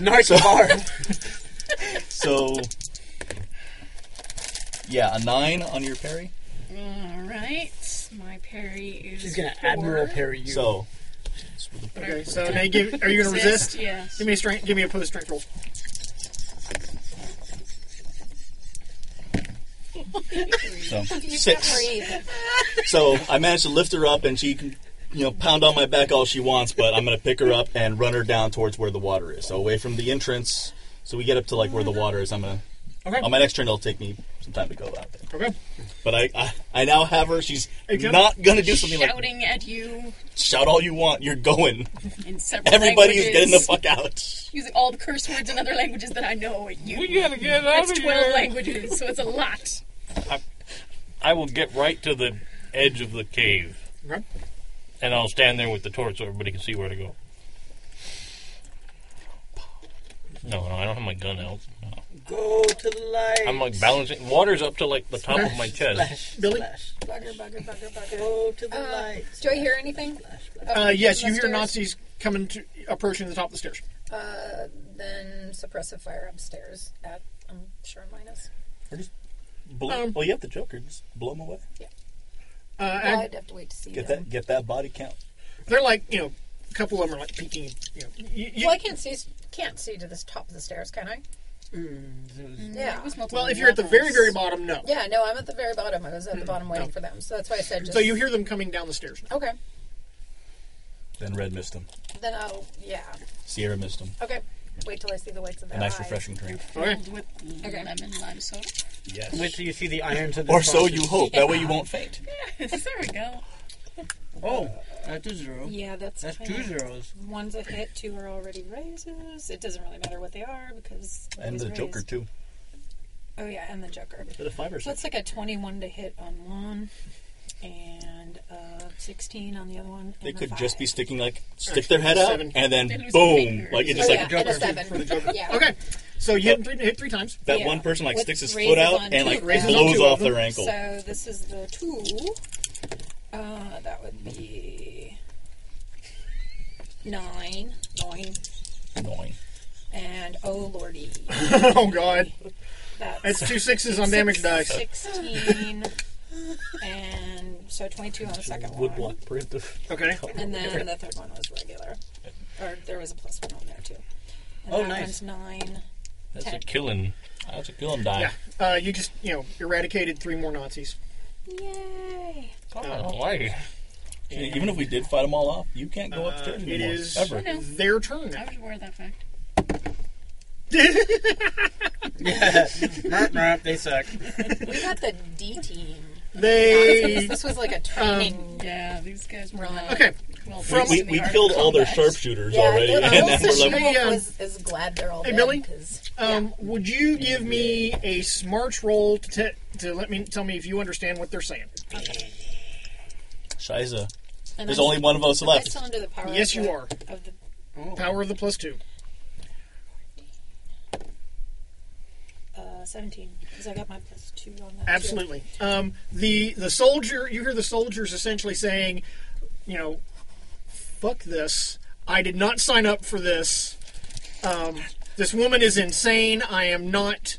[SPEAKER 3] Narc
[SPEAKER 6] *laughs*
[SPEAKER 3] bar.
[SPEAKER 6] So yeah, a nine on your parry.
[SPEAKER 5] All right. My parry is.
[SPEAKER 3] She's gonna
[SPEAKER 5] four.
[SPEAKER 3] admiral parry you.
[SPEAKER 6] So
[SPEAKER 2] Okay, so now give, are you going to resist?
[SPEAKER 5] Resist, yes.
[SPEAKER 2] Give me a strength. Give me a post strength roll.
[SPEAKER 6] so six. So I managed to lift her up, and she can, you know, pound on my back all she wants, but I'm going to pick her up and run her down towards where the water is. So away from the entrance. So we get up to like where the water is. I'm going to.
[SPEAKER 2] Okay.
[SPEAKER 6] On my next turn, it'll take me some time to go out there.
[SPEAKER 2] Okay.
[SPEAKER 6] But I, I, I now have her. She's
[SPEAKER 2] Hey, Jim.
[SPEAKER 6] not going to do something like
[SPEAKER 5] Shouting at you
[SPEAKER 6] shout all you want. You're going.
[SPEAKER 5] in several
[SPEAKER 6] Everybody's
[SPEAKER 5] languages.
[SPEAKER 6] getting the fuck out.
[SPEAKER 5] Using all the curse words in other languages that I know. at You.
[SPEAKER 4] We gotta get
[SPEAKER 5] That's
[SPEAKER 4] outta
[SPEAKER 5] 12
[SPEAKER 4] here.
[SPEAKER 5] languages, so it's a lot.
[SPEAKER 4] I will get right to the edge of the cave.
[SPEAKER 2] Okay.
[SPEAKER 4] And I'll stand there with the torch so everybody can see where to go. No, no, I don't have my gun out.
[SPEAKER 3] Go to the light.
[SPEAKER 4] I'm like balancing. Water's up to like the top of
[SPEAKER 3] *laughs*
[SPEAKER 4] my chest.
[SPEAKER 2] Billy?
[SPEAKER 3] Bugger, bugger, bugger, bugger. Go to the light.
[SPEAKER 16] Do I hear anything?
[SPEAKER 2] Uh, yes, you hear
[SPEAKER 16] Upstairs?
[SPEAKER 2] Nazis coming to approaching the top of the stairs.
[SPEAKER 7] Uh, then suppressive fire upstairs at I'm sure minus.
[SPEAKER 6] Blow, well, you have the Joker. Just blow him away.
[SPEAKER 2] Uh,
[SPEAKER 7] Well,
[SPEAKER 2] I,
[SPEAKER 7] I'd have to wait to see.
[SPEAKER 6] Get
[SPEAKER 7] them.
[SPEAKER 6] that. Get that body count.
[SPEAKER 2] they're like you know, a couple of them are like peeking. You know, you, you,
[SPEAKER 7] well, I can't see. Can't see to this top of the stairs, can I?
[SPEAKER 2] Mm,
[SPEAKER 7] Yeah.
[SPEAKER 2] Well, if you're at the very, very bottom, no.
[SPEAKER 7] Yeah, no, I'm at the very bottom. I was at the bottom waiting for them, so that's why I said. Just,
[SPEAKER 2] Mm, So you hear them coming down the stairs.
[SPEAKER 7] Okay,
[SPEAKER 6] Then red missed them.
[SPEAKER 7] then I'll yeah.
[SPEAKER 6] Sierra missed them.
[SPEAKER 7] Okay, wait till I see the lights of
[SPEAKER 6] A
[SPEAKER 7] their
[SPEAKER 6] nice
[SPEAKER 7] eyes.
[SPEAKER 6] refreshing drink.
[SPEAKER 7] Filled with okay. lemon lime
[SPEAKER 5] *laughs*
[SPEAKER 7] soda.
[SPEAKER 6] Yes.
[SPEAKER 3] Wait till you see the irons of the
[SPEAKER 6] Or so you
[SPEAKER 3] crosses.
[SPEAKER 6] hope. That way you won't faint.
[SPEAKER 7] there we go.
[SPEAKER 3] Oh, that's a zero.
[SPEAKER 7] Yeah, that's
[SPEAKER 3] that's
[SPEAKER 7] kinda-
[SPEAKER 3] two zeros.
[SPEAKER 7] One's a hit, two are already raises. It doesn't really matter what they are because
[SPEAKER 6] And
[SPEAKER 7] nobody's
[SPEAKER 6] the Joker
[SPEAKER 7] raised.
[SPEAKER 6] too.
[SPEAKER 7] Oh yeah, and the Joker.
[SPEAKER 6] Is it a five or
[SPEAKER 7] So it's like a twenty-one to hit on one, and uh, sixteen on the other one.
[SPEAKER 6] They
[SPEAKER 7] and a
[SPEAKER 6] could
[SPEAKER 7] five.
[SPEAKER 6] just be sticking like stick their head out
[SPEAKER 2] Seven.
[SPEAKER 6] and then
[SPEAKER 7] They lose
[SPEAKER 6] boom,
[SPEAKER 7] fingers.
[SPEAKER 6] like it just
[SPEAKER 7] Oh,
[SPEAKER 6] like
[SPEAKER 7] yeah, and a seven. Yeah.
[SPEAKER 2] Okay, so you hit, hit, hit three times. *laughs*
[SPEAKER 6] that one person like sticks his foot out and like
[SPEAKER 2] Raises on
[SPEAKER 6] blows
[SPEAKER 2] two of
[SPEAKER 6] off their
[SPEAKER 2] them.
[SPEAKER 6] ankle.
[SPEAKER 7] So this is the two. Uh, that would be nine, nine,
[SPEAKER 6] Annoying.
[SPEAKER 7] and oh
[SPEAKER 6] *laughs*
[SPEAKER 7] lordy,
[SPEAKER 2] oh god,
[SPEAKER 7] that's
[SPEAKER 2] That's two sixes on damage dice.
[SPEAKER 7] Sixteen, and so twenty-two on the second one.
[SPEAKER 6] Woodblock print of
[SPEAKER 2] Okay.
[SPEAKER 7] And then the third one was regular. Or there was a plus one on there too. And
[SPEAKER 4] Oh,
[SPEAKER 7] that
[SPEAKER 4] nice.
[SPEAKER 7] one's nine.
[SPEAKER 4] That's a
[SPEAKER 7] ten.
[SPEAKER 4] killing. That's a killing die.
[SPEAKER 2] Yeah. Uh, you just you know eradicated three more Nazis.
[SPEAKER 7] Yay!
[SPEAKER 4] I don't like it.
[SPEAKER 6] Even if we did fight them all off, you can't go upstairs
[SPEAKER 2] it
[SPEAKER 6] anymore.
[SPEAKER 2] is-
[SPEAKER 6] ever.
[SPEAKER 5] I know.
[SPEAKER 2] Their turn.
[SPEAKER 5] I was aware of that fact.
[SPEAKER 3] Merp, merp, they suck.
[SPEAKER 7] We got the D team.
[SPEAKER 2] They-
[SPEAKER 7] *laughs* This, this was like a training.
[SPEAKER 5] Yeah, these guys were not.
[SPEAKER 2] Okay.
[SPEAKER 5] Well,
[SPEAKER 2] From-
[SPEAKER 6] we, we killed all their sharpshooters already,
[SPEAKER 7] Yeah,
[SPEAKER 6] *laughs* and then
[SPEAKER 7] Melissa
[SPEAKER 6] we're like,
[SPEAKER 7] She-Wolf
[SPEAKER 2] um,
[SPEAKER 7] was is glad they're all
[SPEAKER 2] Hey,
[SPEAKER 7] dead
[SPEAKER 2] Billy?
[SPEAKER 7] 'cause-
[SPEAKER 2] Um, Would you give me a smarts roll to te- to let me tell me if you understand what they're saying?
[SPEAKER 6] Shiza.
[SPEAKER 7] And
[SPEAKER 6] There's
[SPEAKER 7] I'm-
[SPEAKER 6] only one of us
[SPEAKER 7] am I
[SPEAKER 6] left.
[SPEAKER 7] still under the power
[SPEAKER 2] Yes,
[SPEAKER 7] of
[SPEAKER 2] you
[SPEAKER 7] the-
[SPEAKER 2] are.
[SPEAKER 7] Of the,
[SPEAKER 2] Power of the plus two.
[SPEAKER 7] uh, 17, because I got my plus two on that. too.
[SPEAKER 2] Absolutely. Um, the the soldier, you hear the soldiers essentially saying, you know, fuck this. I did not sign up for this. Um, this woman is insane. I am not.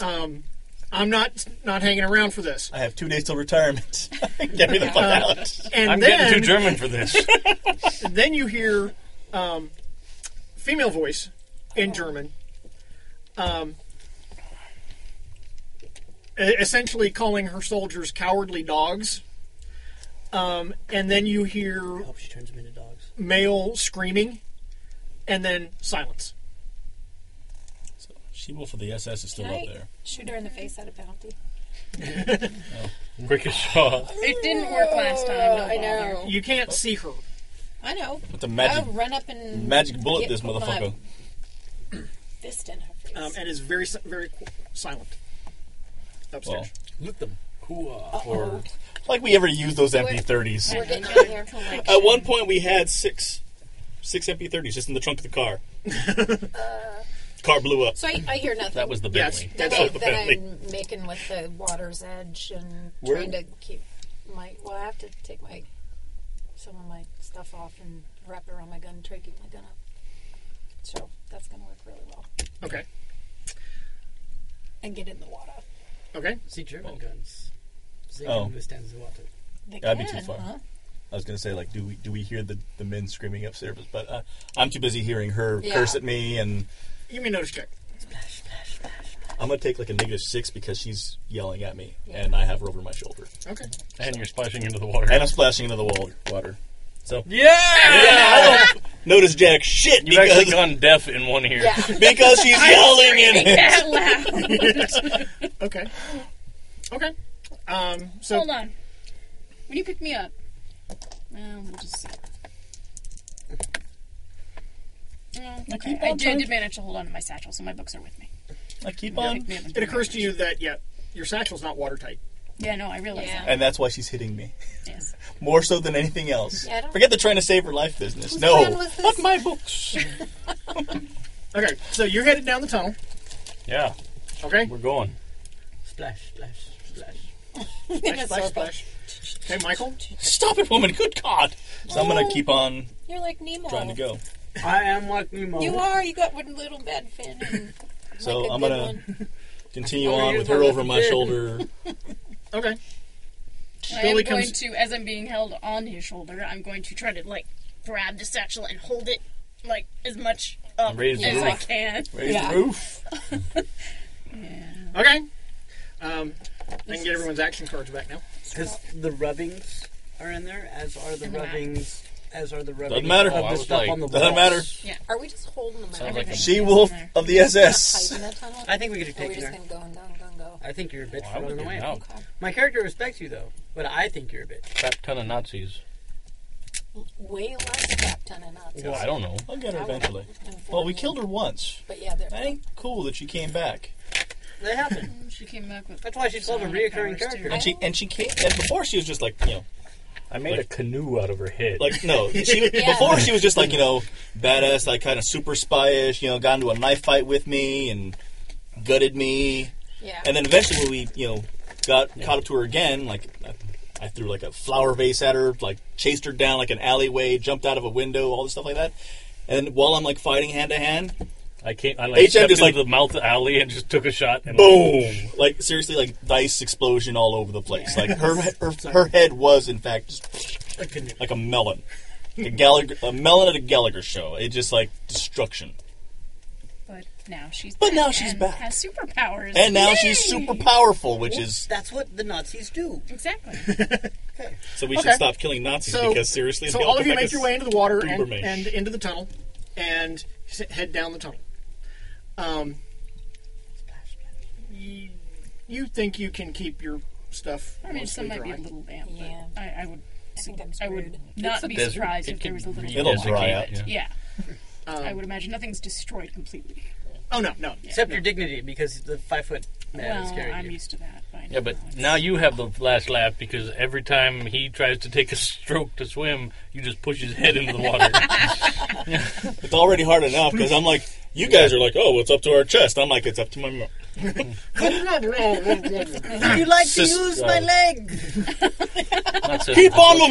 [SPEAKER 2] Um, I'm not not hanging around for this.
[SPEAKER 6] I have two days till retirement. *laughs* Get me the fuck
[SPEAKER 2] Uh,
[SPEAKER 6] out.
[SPEAKER 2] and
[SPEAKER 4] I'm
[SPEAKER 2] then,
[SPEAKER 4] getting too German for this. *laughs*
[SPEAKER 2] then you hear um, female voice in German, um, e- essentially calling her soldiers cowardly dogs. Um, and then you hear
[SPEAKER 15] hope she turns them into dogs.
[SPEAKER 2] male screaming, and then silence.
[SPEAKER 6] She Wolf of the SS is still
[SPEAKER 7] Can
[SPEAKER 6] up
[SPEAKER 7] I
[SPEAKER 6] there.
[SPEAKER 7] shoot her in the face out of bounty?
[SPEAKER 4] Quick as shot.
[SPEAKER 7] It
[SPEAKER 5] didn't work last time, don't
[SPEAKER 7] Oh, I know.
[SPEAKER 2] You can't see her.
[SPEAKER 7] I know.
[SPEAKER 6] With the magic-
[SPEAKER 7] I'll run up and
[SPEAKER 6] Magic bullet,
[SPEAKER 7] get
[SPEAKER 6] this
[SPEAKER 7] my
[SPEAKER 6] motherfucker.
[SPEAKER 7] Fist in her face.
[SPEAKER 2] Um, and is very si- very qu- silent upstairs.
[SPEAKER 4] Look them.
[SPEAKER 6] Or, like we ever used those MP30s.
[SPEAKER 7] We're getting out of here.
[SPEAKER 6] At one point, we had six, six MP30s just in the trunk of the
[SPEAKER 7] *laughs*
[SPEAKER 6] car. car blew up.
[SPEAKER 7] So I, I hear nothing.
[SPEAKER 6] That was the
[SPEAKER 2] Yes.
[SPEAKER 6] Bentley.
[SPEAKER 7] Then,
[SPEAKER 6] That
[SPEAKER 7] I,
[SPEAKER 6] was the
[SPEAKER 7] Uh, then
[SPEAKER 6] Bentley.
[SPEAKER 7] I'm making with the water's edge and
[SPEAKER 6] Where-
[SPEAKER 7] trying to keep my. Well, I have to take my some of my stuff off and wrap it around my gun, try to keep my gun up. So that's going to work really well.
[SPEAKER 2] Okay.
[SPEAKER 7] And get in the water.
[SPEAKER 2] Okay.
[SPEAKER 3] See German guns. They
[SPEAKER 6] Oh.
[SPEAKER 3] can withstand the water.
[SPEAKER 7] They
[SPEAKER 6] That'd be
[SPEAKER 7] can,
[SPEAKER 6] too far.
[SPEAKER 7] Huh?
[SPEAKER 6] I was gonna say, like, do we do we hear the, the men screaming upstairs? But uh, I'm too busy hearing her
[SPEAKER 7] Yeah.
[SPEAKER 6] curse at me, and
[SPEAKER 2] Give me a notice check.
[SPEAKER 6] I'm gonna take like a negative six because she's yelling at me, and I have her over my shoulder,
[SPEAKER 2] Okay.
[SPEAKER 4] And you're splashing into the water.
[SPEAKER 6] and I'm splashing into the wall
[SPEAKER 7] *laughs*
[SPEAKER 6] water. So
[SPEAKER 4] yeah!
[SPEAKER 6] I don't notice jack shit
[SPEAKER 4] You've actually
[SPEAKER 6] because,
[SPEAKER 4] gone deaf in one ear.
[SPEAKER 6] because she's yelling
[SPEAKER 2] *laughs*
[SPEAKER 6] at me.
[SPEAKER 2] Okay. Okay. Um, so
[SPEAKER 5] Hold on. When you pick me up, um, we'll just see. Mm, okay. I did, did manage to hold on to my satchel, so my books are with me.
[SPEAKER 6] I keep
[SPEAKER 5] When you
[SPEAKER 6] on,
[SPEAKER 5] pick me up and
[SPEAKER 2] it
[SPEAKER 5] pick me
[SPEAKER 2] occurs
[SPEAKER 5] up.
[SPEAKER 2] to you that yeah, your satchel's not watertight.
[SPEAKER 5] Yeah, no, I realize
[SPEAKER 7] Yeah.
[SPEAKER 5] that.
[SPEAKER 6] and that's why she's hitting me
[SPEAKER 5] Yes.
[SPEAKER 6] more so than anything else.
[SPEAKER 7] Yeah, I don't-
[SPEAKER 6] Forget the trying to save her life business.
[SPEAKER 7] plan
[SPEAKER 6] No,
[SPEAKER 7] was this?
[SPEAKER 6] fuck *laughs* my books.
[SPEAKER 2] *laughs* Okay, so you're headed down the tunnel.
[SPEAKER 4] *laughs* Yeah,
[SPEAKER 2] Okay.
[SPEAKER 4] we're going.
[SPEAKER 3] Splash, splash, splash.
[SPEAKER 7] In a
[SPEAKER 2] Splash,
[SPEAKER 7] circle.
[SPEAKER 2] splash. Okay, Michael.
[SPEAKER 6] Stop it, woman. Good God. So I'm gonna keep on
[SPEAKER 7] You're Oh. like Nemo.
[SPEAKER 6] trying to go.
[SPEAKER 3] I am like Nemo.
[SPEAKER 7] You are. You got one little bad fin. And
[SPEAKER 6] So
[SPEAKER 7] like a
[SPEAKER 6] I'm
[SPEAKER 7] good
[SPEAKER 6] gonna
[SPEAKER 7] one.
[SPEAKER 6] continue
[SPEAKER 3] Oh,
[SPEAKER 6] on
[SPEAKER 3] you're
[SPEAKER 6] with
[SPEAKER 3] the
[SPEAKER 6] her
[SPEAKER 3] one
[SPEAKER 6] over
[SPEAKER 3] with
[SPEAKER 6] my
[SPEAKER 3] the-
[SPEAKER 6] shoulder.
[SPEAKER 7] *laughs*
[SPEAKER 2] Okay.
[SPEAKER 5] And I am
[SPEAKER 2] Billy
[SPEAKER 5] going
[SPEAKER 2] comes-
[SPEAKER 5] to, as I'm being held on his shoulder, I'm going to try to like grab the satchel and hold it
[SPEAKER 7] like as much up
[SPEAKER 4] Raise the
[SPEAKER 7] as I
[SPEAKER 4] roof.
[SPEAKER 7] can.
[SPEAKER 4] Raise the roof.
[SPEAKER 2] Okay. Um, I can get everyone's action cards back now.
[SPEAKER 15] Because the rubbings are in there, as are the
[SPEAKER 2] And the map.
[SPEAKER 15] rubbings, as are the rubbings
[SPEAKER 6] matter.
[SPEAKER 15] of
[SPEAKER 6] Oh, I
[SPEAKER 15] the
[SPEAKER 6] was
[SPEAKER 15] stuff
[SPEAKER 6] like,
[SPEAKER 15] on the
[SPEAKER 6] doesn't
[SPEAKER 15] walls.
[SPEAKER 6] matter.
[SPEAKER 7] Yeah. Are we just holding them
[SPEAKER 15] Sounds
[SPEAKER 7] out?
[SPEAKER 15] like a
[SPEAKER 6] She wolf of the SS.
[SPEAKER 7] Hiding that tunnel?
[SPEAKER 15] I think we could just
[SPEAKER 7] Or
[SPEAKER 15] take
[SPEAKER 7] we're
[SPEAKER 15] it
[SPEAKER 7] just
[SPEAKER 15] there.
[SPEAKER 7] gonna go and go and go and go.
[SPEAKER 15] I think you're a bitch
[SPEAKER 4] Well, I
[SPEAKER 15] for running
[SPEAKER 4] would
[SPEAKER 15] away.
[SPEAKER 4] get out.
[SPEAKER 15] My character respects you though, but I think you're a bitch.
[SPEAKER 4] Crap ton of Nazis.
[SPEAKER 7] Way less crap ton of Nazis.
[SPEAKER 4] Well, I don't know.
[SPEAKER 6] I'll get her eventually. Well, we killed her once.
[SPEAKER 7] But yeah, they're
[SPEAKER 6] That ain't cool that she came back.
[SPEAKER 15] They happen.
[SPEAKER 5] *laughs*
[SPEAKER 7] She came back with.
[SPEAKER 15] That's why she's called a reoccurring character.
[SPEAKER 6] And she and she came and before she was just like you know
[SPEAKER 4] I made a canoe out of her head.
[SPEAKER 6] like no she
[SPEAKER 4] Yeah.
[SPEAKER 6] before she was just like you know badass like kind of super spy-ish you know got into a knife fight with me and gutted me
[SPEAKER 7] Yeah.
[SPEAKER 6] and then eventually when we you know got caught up to her again like I- I threw like a flower vase at her like chased her down like an alleyway jumped out of a window all this stuff like that and while I'm like fighting hand to hand
[SPEAKER 4] I can't. I
[SPEAKER 6] HM
[SPEAKER 4] like
[SPEAKER 6] just,
[SPEAKER 4] stepped into
[SPEAKER 6] like-
[SPEAKER 4] the mouth alley and just took a shot. And
[SPEAKER 6] boom like seriously like dice explosion all over the place like
[SPEAKER 2] *laughs*
[SPEAKER 6] her her, her head was in fact just
[SPEAKER 15] I couldn't.
[SPEAKER 6] like a melon, a Gallagher, a melon at a Gallagher show. It just like destruction.
[SPEAKER 5] But now she's
[SPEAKER 6] But
[SPEAKER 5] back
[SPEAKER 6] now she's
[SPEAKER 5] and
[SPEAKER 6] back.
[SPEAKER 5] Has superpowers.
[SPEAKER 6] And now
[SPEAKER 5] Yay!
[SPEAKER 6] she's super powerful, which is
[SPEAKER 15] That's what the Nazis do.
[SPEAKER 5] *laughs* Exactly.
[SPEAKER 6] so we
[SPEAKER 2] Okay.
[SPEAKER 6] should stop killing Nazis
[SPEAKER 2] So-
[SPEAKER 6] because seriously,
[SPEAKER 2] so
[SPEAKER 6] they
[SPEAKER 2] all of
[SPEAKER 6] come
[SPEAKER 2] you
[SPEAKER 6] back
[SPEAKER 2] make
[SPEAKER 6] as
[SPEAKER 2] your way into the water and,
[SPEAKER 6] Ubermensch.
[SPEAKER 2] and into the tunnel, and s- head down the tunnel. Um, you, you think you can keep your stuff?
[SPEAKER 5] I mean,
[SPEAKER 2] mostly
[SPEAKER 5] some might be
[SPEAKER 2] dry.
[SPEAKER 5] a little damp, but
[SPEAKER 7] Yeah.
[SPEAKER 5] I, I would.
[SPEAKER 7] I think I'm
[SPEAKER 5] I would
[SPEAKER 7] screwed.
[SPEAKER 5] not
[SPEAKER 7] It's a
[SPEAKER 5] be
[SPEAKER 7] desert.
[SPEAKER 5] surprised
[SPEAKER 7] It
[SPEAKER 5] if there was a little.
[SPEAKER 6] It'll dry
[SPEAKER 5] damp.
[SPEAKER 6] up. Yeah.
[SPEAKER 5] *laughs* Yeah. I
[SPEAKER 2] Um,
[SPEAKER 5] would imagine nothing's destroyed completely.
[SPEAKER 2] Oh no, no. *laughs*
[SPEAKER 15] Except your dignity, because the five foot man is
[SPEAKER 5] well,
[SPEAKER 15] carrying *laughs*
[SPEAKER 5] I'm
[SPEAKER 15] you.
[SPEAKER 5] used to that. By
[SPEAKER 4] Yeah, but now you have the last laugh because every time he tries to take a stroke to swim, you just push his head into the water.
[SPEAKER 6] It's already hard enough because I'm like, you guys are like, oh, well, it's up to our chest. I'm like, it's up to my. mo-
[SPEAKER 2] Oh,
[SPEAKER 15] Would you like
[SPEAKER 6] Sis-
[SPEAKER 15] to use my
[SPEAKER 6] uh,
[SPEAKER 15] leg?
[SPEAKER 6] Keep on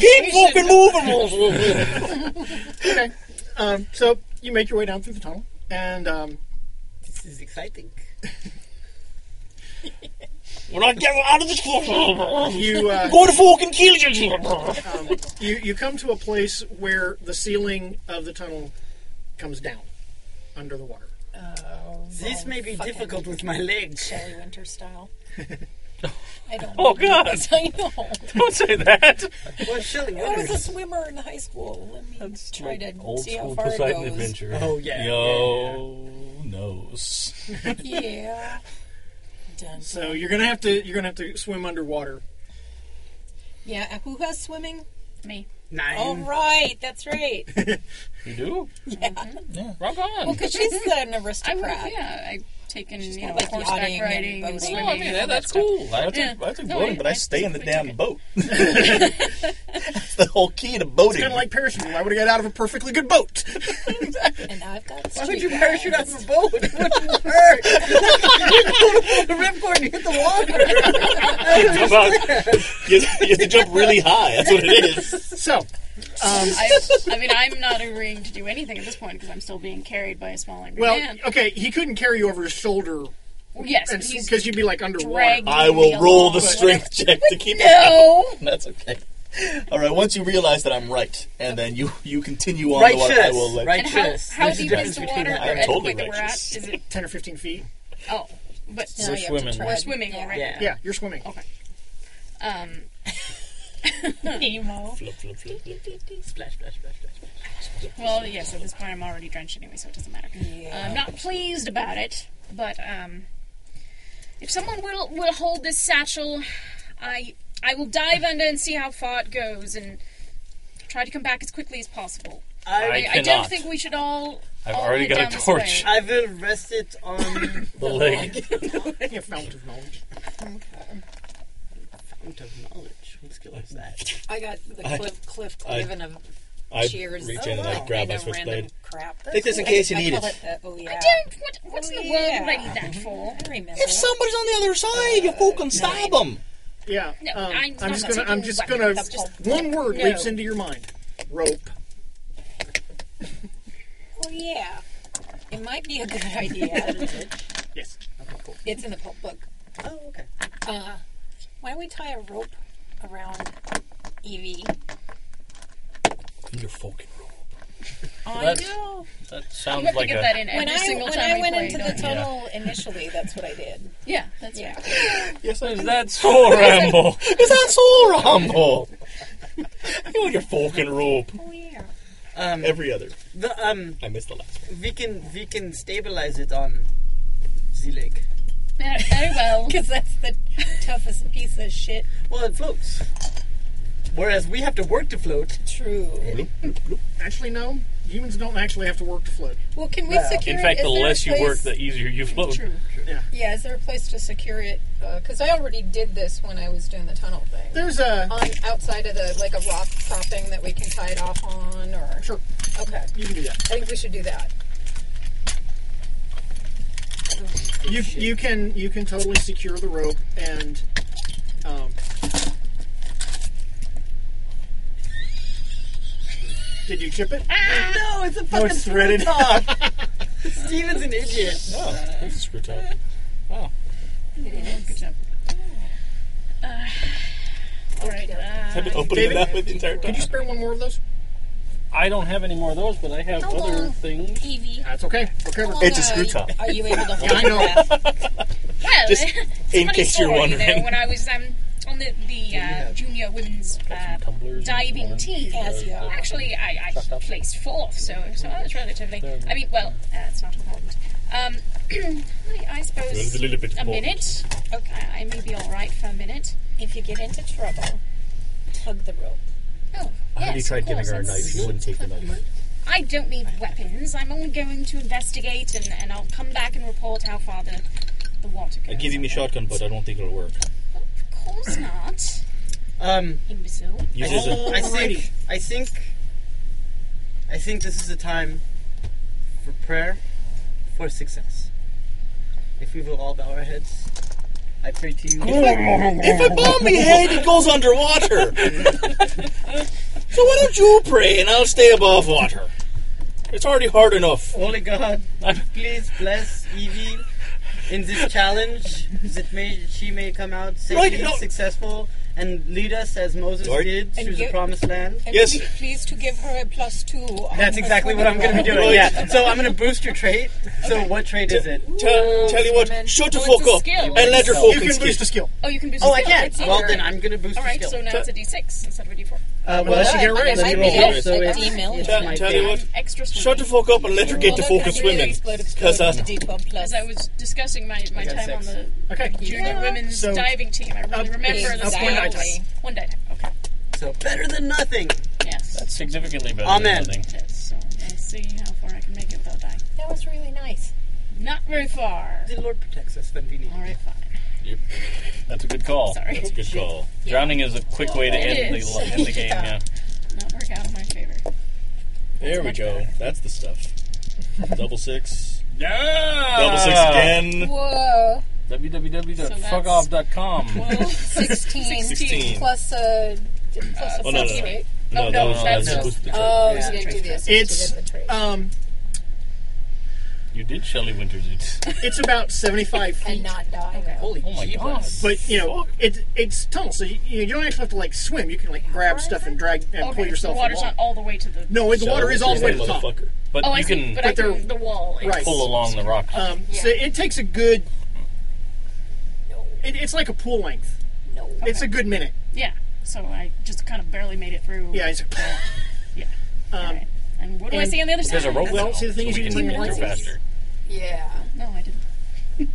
[SPEAKER 2] *laughs*
[SPEAKER 6] Keep fucking moving.
[SPEAKER 2] okay. Um, so you make your way down through the tunnel, and um,
[SPEAKER 15] This is exciting.
[SPEAKER 6] When I get out of this,
[SPEAKER 2] You, uh,
[SPEAKER 5] *laughs*
[SPEAKER 6] go to fucking kill you.
[SPEAKER 2] um, you you come to a place where the ceiling of the tunnel comes down under the water.
[SPEAKER 15] This may be difficult with my legs.
[SPEAKER 7] Shelly Winter style.
[SPEAKER 5] I don't.
[SPEAKER 4] Oh, God.
[SPEAKER 7] I know.
[SPEAKER 4] Don't say that.
[SPEAKER 15] Well, Shelly
[SPEAKER 7] I was
[SPEAKER 15] Winters.
[SPEAKER 7] a swimmer in high school. Let me try to
[SPEAKER 4] Old
[SPEAKER 7] see how
[SPEAKER 4] school
[SPEAKER 7] far
[SPEAKER 4] Poseidon
[SPEAKER 7] it goes.
[SPEAKER 4] adventure.
[SPEAKER 15] Oh, yeah.
[SPEAKER 6] Yo knows.
[SPEAKER 7] Yeah. Done.
[SPEAKER 2] So you're gonna have to you're gonna have to swim underwater.
[SPEAKER 7] Yeah. Who has swimming?
[SPEAKER 5] Me.
[SPEAKER 15] Nine.
[SPEAKER 7] All right. That's right.
[SPEAKER 4] You do?
[SPEAKER 7] Yeah.
[SPEAKER 4] Rock on.
[SPEAKER 7] Well, because she's an
[SPEAKER 5] I would.
[SPEAKER 7] aristocrat.
[SPEAKER 5] Yeah, I've taken you know
[SPEAKER 7] got, like, yachting
[SPEAKER 5] horseback
[SPEAKER 7] and
[SPEAKER 5] riding
[SPEAKER 7] boating.
[SPEAKER 5] and swimming.
[SPEAKER 7] Well,
[SPEAKER 4] Oh,
[SPEAKER 6] I mean,
[SPEAKER 5] all
[SPEAKER 6] that,
[SPEAKER 5] that
[SPEAKER 6] that's
[SPEAKER 5] stuff.
[SPEAKER 6] cool. I took,
[SPEAKER 5] Yeah.
[SPEAKER 6] I took
[SPEAKER 5] No,
[SPEAKER 6] boating,
[SPEAKER 5] I-
[SPEAKER 6] but I,
[SPEAKER 5] I
[SPEAKER 6] stay in the
[SPEAKER 5] totally
[SPEAKER 6] damn
[SPEAKER 5] took it.
[SPEAKER 6] boat. That's the whole key to
[SPEAKER 2] It's
[SPEAKER 6] boating.
[SPEAKER 2] kind of like parachuting. I would have got out of a perfectly good boat. *laughs*
[SPEAKER 7] And I've got.
[SPEAKER 15] Why would
[SPEAKER 7] street
[SPEAKER 15] you parachute out
[SPEAKER 7] cred.
[SPEAKER 15] of a boat? It wouldn't hurt. *laughs* the ripcord and hit the water.
[SPEAKER 6] How about- you, have, you have to jump really high. That's what it
[SPEAKER 2] *laughs*
[SPEAKER 6] is.
[SPEAKER 2] so
[SPEAKER 5] I, I mean, I'm not agreeing to do anything at this point because I'm still being carried by a small angry
[SPEAKER 2] well,
[SPEAKER 5] man.
[SPEAKER 2] okay, he couldn't carry you over his shoulder
[SPEAKER 5] Well, yes, but he's
[SPEAKER 2] because you'd be like underwater.
[SPEAKER 5] dragging
[SPEAKER 6] I will
[SPEAKER 5] me
[SPEAKER 6] roll
[SPEAKER 5] along.
[SPEAKER 6] the strength check to keep it
[SPEAKER 5] No.
[SPEAKER 6] down. That's okay. All right. Once you realize that I'm right, and then you you continue on.
[SPEAKER 15] Righteous.
[SPEAKER 6] to what I will let
[SPEAKER 5] And how,
[SPEAKER 15] Righteous.
[SPEAKER 5] how
[SPEAKER 15] There's a
[SPEAKER 5] deep
[SPEAKER 15] difference
[SPEAKER 5] is the
[SPEAKER 15] between
[SPEAKER 5] water
[SPEAKER 15] that.
[SPEAKER 5] or
[SPEAKER 6] I am
[SPEAKER 5] at the
[SPEAKER 6] totally
[SPEAKER 5] point that we're at?
[SPEAKER 6] righteous.
[SPEAKER 5] Is it?
[SPEAKER 2] Ten or fifteen feet.
[SPEAKER 5] Oh, but
[SPEAKER 7] Now you have to
[SPEAKER 4] swimming.
[SPEAKER 7] tread.
[SPEAKER 5] we're swimming
[SPEAKER 7] Yeah.
[SPEAKER 5] already.
[SPEAKER 15] Yeah.
[SPEAKER 2] Yeah, you're swimming.
[SPEAKER 5] Oh. Um, Nemo.
[SPEAKER 6] Flip, flip, flip, flip.
[SPEAKER 15] Splash, splash, splash, splash.
[SPEAKER 5] Well, yes, at this point I'm already drenched anyway, so it doesn't matter. Um, I'm not pleased about it, but um, if someone will will hold this satchel, I I will dive under and see how far it goes and try to come back as quickly as possible.
[SPEAKER 15] I,
[SPEAKER 4] I
[SPEAKER 5] I don't
[SPEAKER 4] cannot.
[SPEAKER 5] think we should all.
[SPEAKER 4] I've
[SPEAKER 5] all
[SPEAKER 4] already
[SPEAKER 5] head
[SPEAKER 4] got a
[SPEAKER 5] down this
[SPEAKER 4] torch.
[SPEAKER 5] way.
[SPEAKER 15] I will rest it on
[SPEAKER 4] The *laughs* leg.
[SPEAKER 2] Yeah, fount of knowledge.
[SPEAKER 15] fount of knowledge. What skill is that?
[SPEAKER 7] I got the
[SPEAKER 6] I-
[SPEAKER 7] cliff, cliff,
[SPEAKER 6] I-
[SPEAKER 7] Clavin of
[SPEAKER 6] I
[SPEAKER 7] cheers.
[SPEAKER 6] reach in and
[SPEAKER 7] Oh,
[SPEAKER 6] I
[SPEAKER 7] wow.
[SPEAKER 6] grab my
[SPEAKER 7] Random,
[SPEAKER 6] switchblade.
[SPEAKER 7] random Crap.
[SPEAKER 6] Take this in case you
[SPEAKER 7] I
[SPEAKER 6] need
[SPEAKER 7] call
[SPEAKER 6] it.
[SPEAKER 7] the- oh yeah.
[SPEAKER 5] I don't. What, what's in the world
[SPEAKER 7] Yeah.
[SPEAKER 5] would I need that
[SPEAKER 4] *laughs*
[SPEAKER 5] for?
[SPEAKER 7] I remember.
[SPEAKER 6] If somebody's on the other side, you
[SPEAKER 3] Uh,
[SPEAKER 6] fucking stab them.
[SPEAKER 2] Yeah.
[SPEAKER 5] No,
[SPEAKER 2] um,
[SPEAKER 5] I'm not
[SPEAKER 2] just gonna. I'm
[SPEAKER 5] taking
[SPEAKER 2] just gonna.
[SPEAKER 5] weapons. Just-
[SPEAKER 2] one word
[SPEAKER 5] no.
[SPEAKER 2] leaps into your mind. Rope.
[SPEAKER 7] Oh yeah. It might be a good *laughs* idea.
[SPEAKER 2] Yes.
[SPEAKER 7] it's in the pulp book.
[SPEAKER 15] Oh, okay.
[SPEAKER 7] Uh, why don't we tie a rope around Evie?
[SPEAKER 6] Your fucking rope.
[SPEAKER 5] I
[SPEAKER 4] That's-
[SPEAKER 5] know.
[SPEAKER 4] That
[SPEAKER 5] You
[SPEAKER 4] sounds
[SPEAKER 5] have to
[SPEAKER 4] like
[SPEAKER 5] get
[SPEAKER 4] a,
[SPEAKER 5] that in every
[SPEAKER 7] Oh, when I,
[SPEAKER 5] single
[SPEAKER 7] when
[SPEAKER 5] time
[SPEAKER 7] I
[SPEAKER 5] we
[SPEAKER 7] went
[SPEAKER 5] play,
[SPEAKER 7] into
[SPEAKER 5] don't
[SPEAKER 7] the
[SPEAKER 5] you?
[SPEAKER 7] tunnel initially, that's what I *laughs* did.
[SPEAKER 5] Yeah, that's
[SPEAKER 7] yeah.
[SPEAKER 6] Yes, I
[SPEAKER 4] That's so Rambo.
[SPEAKER 6] *laughs* Is that so Rambo? I feel like a fork and rope.
[SPEAKER 7] Oh yeah.
[SPEAKER 18] Um,
[SPEAKER 6] Every other.
[SPEAKER 3] The, um,
[SPEAKER 6] I missed the last.
[SPEAKER 3] we can we can stabilize it on the lake.
[SPEAKER 7] Very- Very well. Because that's the toughest piece of shit.
[SPEAKER 3] Well, it floats. Whereas we have to work to float.
[SPEAKER 7] True.
[SPEAKER 2] Actually, no. Humans don't actually have to work to float.
[SPEAKER 7] Well, can we
[SPEAKER 2] Well,
[SPEAKER 7] secure
[SPEAKER 4] In fact,
[SPEAKER 7] it?
[SPEAKER 4] the
[SPEAKER 7] Is there a
[SPEAKER 4] less you work,
[SPEAKER 7] place-
[SPEAKER 4] the easier you float.
[SPEAKER 7] True.
[SPEAKER 2] Yeah.
[SPEAKER 7] Yeah, is there a place to secure it?
[SPEAKER 19] Because Uh, I already did this when I was doing the tunnel thing.
[SPEAKER 2] There's a
[SPEAKER 19] on outside of the like a rock propping that we can tie it off on, or
[SPEAKER 2] sure.
[SPEAKER 19] Okay,
[SPEAKER 2] You can do that.
[SPEAKER 19] I think we should do that.
[SPEAKER 2] You you can you can totally secure the rope and um. Did you chip it?
[SPEAKER 3] No, it's a
[SPEAKER 2] No,
[SPEAKER 3] fucking
[SPEAKER 2] it's threaded.
[SPEAKER 3] top. Steven's an idiot.
[SPEAKER 4] Oh, that's a screw top.
[SPEAKER 3] Oh.
[SPEAKER 5] Good job. Uh, all right. Uh,
[SPEAKER 4] I've been opening it up with the entire time.
[SPEAKER 2] Could you *laughs* spare one more of those?
[SPEAKER 4] I don't have any more of those, but I have
[SPEAKER 5] How
[SPEAKER 4] other
[SPEAKER 5] long?
[SPEAKER 4] things.
[SPEAKER 5] Evie.
[SPEAKER 2] That's okay. We're covered.
[SPEAKER 6] Oh.
[SPEAKER 5] How long, uh, Are you able to *laughs* hold
[SPEAKER 2] I know.
[SPEAKER 5] Well,
[SPEAKER 4] Just
[SPEAKER 5] *laughs* it's a
[SPEAKER 4] in
[SPEAKER 5] funny
[SPEAKER 4] case you're
[SPEAKER 5] story there.
[SPEAKER 4] wondering.
[SPEAKER 5] when I was um, on the, the uh, junior women's uh, diving team, actually I, I placed fourth, so so I was relatively. I mean, well, uh, it's not important. Um, *clears throat* I suppose
[SPEAKER 4] It's a little bit
[SPEAKER 5] a
[SPEAKER 4] important.
[SPEAKER 5] minute. Okay, I may be all right for a minute. If you get into trouble, tug the rope. Oh,
[SPEAKER 20] I already
[SPEAKER 5] yes,
[SPEAKER 20] tried
[SPEAKER 5] of
[SPEAKER 20] giving
[SPEAKER 5] course,
[SPEAKER 20] her a
[SPEAKER 5] that's-
[SPEAKER 20] knife. She wouldn't take the knife.
[SPEAKER 5] I don't need weapons. I'm only going to investigate, and, and I'll come back and report how far the, the water goes.
[SPEAKER 6] I give him a shotgun, but I don't think it'll work.
[SPEAKER 5] Of course not,
[SPEAKER 3] Um,
[SPEAKER 5] imbecile.
[SPEAKER 6] You
[SPEAKER 3] I,
[SPEAKER 6] did it.
[SPEAKER 3] I think I think I think this is a time for prayer for success. If we will all bow our heads, I pray to you.
[SPEAKER 6] If I bomb my head, it goes underwater. *laughs* so why don't you pray and I'll stay above water? It's already hard enough.
[SPEAKER 3] Holy God, please bless Evie in this challenge that may she may come out safely,
[SPEAKER 6] no.
[SPEAKER 3] successful, and lead us as Moses
[SPEAKER 6] Lord.
[SPEAKER 3] did
[SPEAKER 7] And
[SPEAKER 3] through the
[SPEAKER 7] give-
[SPEAKER 3] promised land.
[SPEAKER 7] And be pleased to give her a plus two. on
[SPEAKER 3] That's
[SPEAKER 7] her
[SPEAKER 3] exactly what I'm
[SPEAKER 7] formula.
[SPEAKER 3] going to be doing. Yeah. So I'm going to boost your trait. So what trait is it?
[SPEAKER 6] Tell, tell you what, shut the
[SPEAKER 5] Oh,
[SPEAKER 6] fuck
[SPEAKER 5] it's a
[SPEAKER 6] up
[SPEAKER 5] skill.
[SPEAKER 6] and let her
[SPEAKER 3] You
[SPEAKER 6] focus.
[SPEAKER 3] can boost
[SPEAKER 2] the skill.
[SPEAKER 5] Oh, you can boost.
[SPEAKER 3] Oh,
[SPEAKER 5] a
[SPEAKER 3] I
[SPEAKER 5] skill.
[SPEAKER 3] can.
[SPEAKER 5] It's
[SPEAKER 3] Well,
[SPEAKER 5] either-
[SPEAKER 3] then I'm going to boost
[SPEAKER 5] All
[SPEAKER 3] the
[SPEAKER 5] right,
[SPEAKER 3] skill.
[SPEAKER 5] so now it's a D6 instead of a D4.
[SPEAKER 3] Uh, well, she can raise it. So
[SPEAKER 5] a
[SPEAKER 3] it's-
[SPEAKER 5] D-mill.
[SPEAKER 3] Tell-
[SPEAKER 5] Might
[SPEAKER 3] tell
[SPEAKER 5] be.
[SPEAKER 3] you what,
[SPEAKER 5] Extra
[SPEAKER 6] Shut the fuck up and let her get to focus women. Because uh,
[SPEAKER 5] As I was discussing my, my
[SPEAKER 6] I got
[SPEAKER 5] time on
[SPEAKER 6] six.
[SPEAKER 5] the junior women's
[SPEAKER 2] So-
[SPEAKER 5] diving team, I really
[SPEAKER 2] Up-
[SPEAKER 5] remember the
[SPEAKER 2] up one die
[SPEAKER 5] skills.
[SPEAKER 2] type.
[SPEAKER 5] One die type, okay.
[SPEAKER 3] So better than nothing.
[SPEAKER 5] Yes.
[SPEAKER 4] That's significantly better
[SPEAKER 3] Amen.
[SPEAKER 4] than nothing.
[SPEAKER 5] Yes, so let's see how far I can make it without dying.
[SPEAKER 7] That was really nice.
[SPEAKER 5] Not very far.
[SPEAKER 3] The Lord protects us when we need
[SPEAKER 5] All right, fine.
[SPEAKER 4] Yep. That's a good call.
[SPEAKER 5] Sorry.
[SPEAKER 4] That's a good call. Drowning is a quick way to end
[SPEAKER 5] It is.
[SPEAKER 4] the, end
[SPEAKER 5] *laughs*
[SPEAKER 4] the game, yeah.
[SPEAKER 5] Not work out in my favor.
[SPEAKER 6] there we go. That's the stuff.
[SPEAKER 2] *laughs*
[SPEAKER 6] Double six.
[SPEAKER 4] Yeah!
[SPEAKER 6] Double six
[SPEAKER 2] Ah.
[SPEAKER 6] again.
[SPEAKER 7] Whoa.
[SPEAKER 4] www.fuckoff.com.
[SPEAKER 7] 16,
[SPEAKER 4] 16.
[SPEAKER 7] plus a plus a
[SPEAKER 4] Oh, no, no,
[SPEAKER 7] plus
[SPEAKER 4] no.
[SPEAKER 7] rate.
[SPEAKER 4] No,
[SPEAKER 7] Oh,
[SPEAKER 4] that was-
[SPEAKER 7] that's
[SPEAKER 4] that's supposed to be
[SPEAKER 7] Oh,
[SPEAKER 4] trade.
[SPEAKER 7] you didn't do this.
[SPEAKER 2] It's um,
[SPEAKER 4] You did Shelley Winters
[SPEAKER 5] *laughs*
[SPEAKER 4] it.
[SPEAKER 2] it's about seventy-five feet.
[SPEAKER 7] not die.
[SPEAKER 3] Holy
[SPEAKER 4] Oh my god.
[SPEAKER 2] But you know, it, it's tunnel, so you, you don't actually have to like swim. You can like grab stuff and drag and
[SPEAKER 5] okay,
[SPEAKER 2] pull
[SPEAKER 5] so
[SPEAKER 2] yourself
[SPEAKER 5] the water's
[SPEAKER 2] along.
[SPEAKER 5] not all the way to the.
[SPEAKER 2] No, the water is all the way to the top.
[SPEAKER 4] But
[SPEAKER 5] oh, I
[SPEAKER 4] you
[SPEAKER 5] see,
[SPEAKER 4] can
[SPEAKER 5] but I Uh, can, the wall. is-
[SPEAKER 2] Right.
[SPEAKER 4] pull along the rock.
[SPEAKER 2] Um, So it takes a good. It, it's like a pool length.
[SPEAKER 7] No.
[SPEAKER 2] It's a good minute.
[SPEAKER 5] Yeah. So I just kind of barely made it through.
[SPEAKER 2] Yeah. It's
[SPEAKER 5] yeah.
[SPEAKER 2] Um,
[SPEAKER 5] And what do I see on the other side?
[SPEAKER 4] There's a rope now,
[SPEAKER 2] See the thing
[SPEAKER 4] so
[SPEAKER 2] is,
[SPEAKER 4] we
[SPEAKER 2] you
[SPEAKER 4] can
[SPEAKER 2] can
[SPEAKER 4] make
[SPEAKER 2] like
[SPEAKER 4] it go faster.
[SPEAKER 5] Yeah. No, I didn't.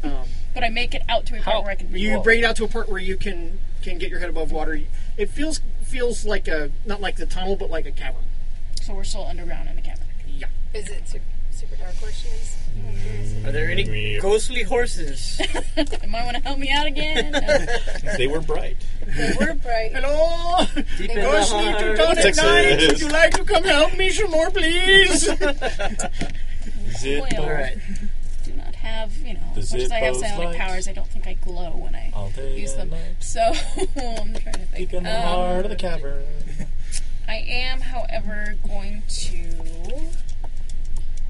[SPEAKER 2] Um,
[SPEAKER 5] *laughs* But I make it out to a point where I can.
[SPEAKER 2] *laughs* you bring it out to a part where you can can get your head above water. It feels feels like a not like the tunnel, but like a cavern.
[SPEAKER 5] So we're still underground in the cavern.
[SPEAKER 2] Yeah.
[SPEAKER 19] Is it super, super dark where she is?
[SPEAKER 3] Are there any ghostly
[SPEAKER 21] *laughs*
[SPEAKER 3] horses?
[SPEAKER 5] You might want to help me out again.
[SPEAKER 6] *laughs* They were bright.
[SPEAKER 7] We're bright.
[SPEAKER 2] Hello.
[SPEAKER 3] Deep in the
[SPEAKER 2] Ghostly
[SPEAKER 3] heart.
[SPEAKER 2] 2009. Would you like to come help me some more, please?
[SPEAKER 6] Zip.
[SPEAKER 5] Well,
[SPEAKER 3] Alright.
[SPEAKER 5] do not have you know
[SPEAKER 6] The
[SPEAKER 5] as much as I have
[SPEAKER 6] Zippo's
[SPEAKER 5] psionic
[SPEAKER 6] lights.
[SPEAKER 5] powers. I don't think I glow when I
[SPEAKER 6] All day
[SPEAKER 5] use them.
[SPEAKER 6] and night.
[SPEAKER 5] So *laughs* I'm trying to think.
[SPEAKER 6] Deep in the
[SPEAKER 5] Um,
[SPEAKER 6] heart of the cavern.
[SPEAKER 5] I am, however, going to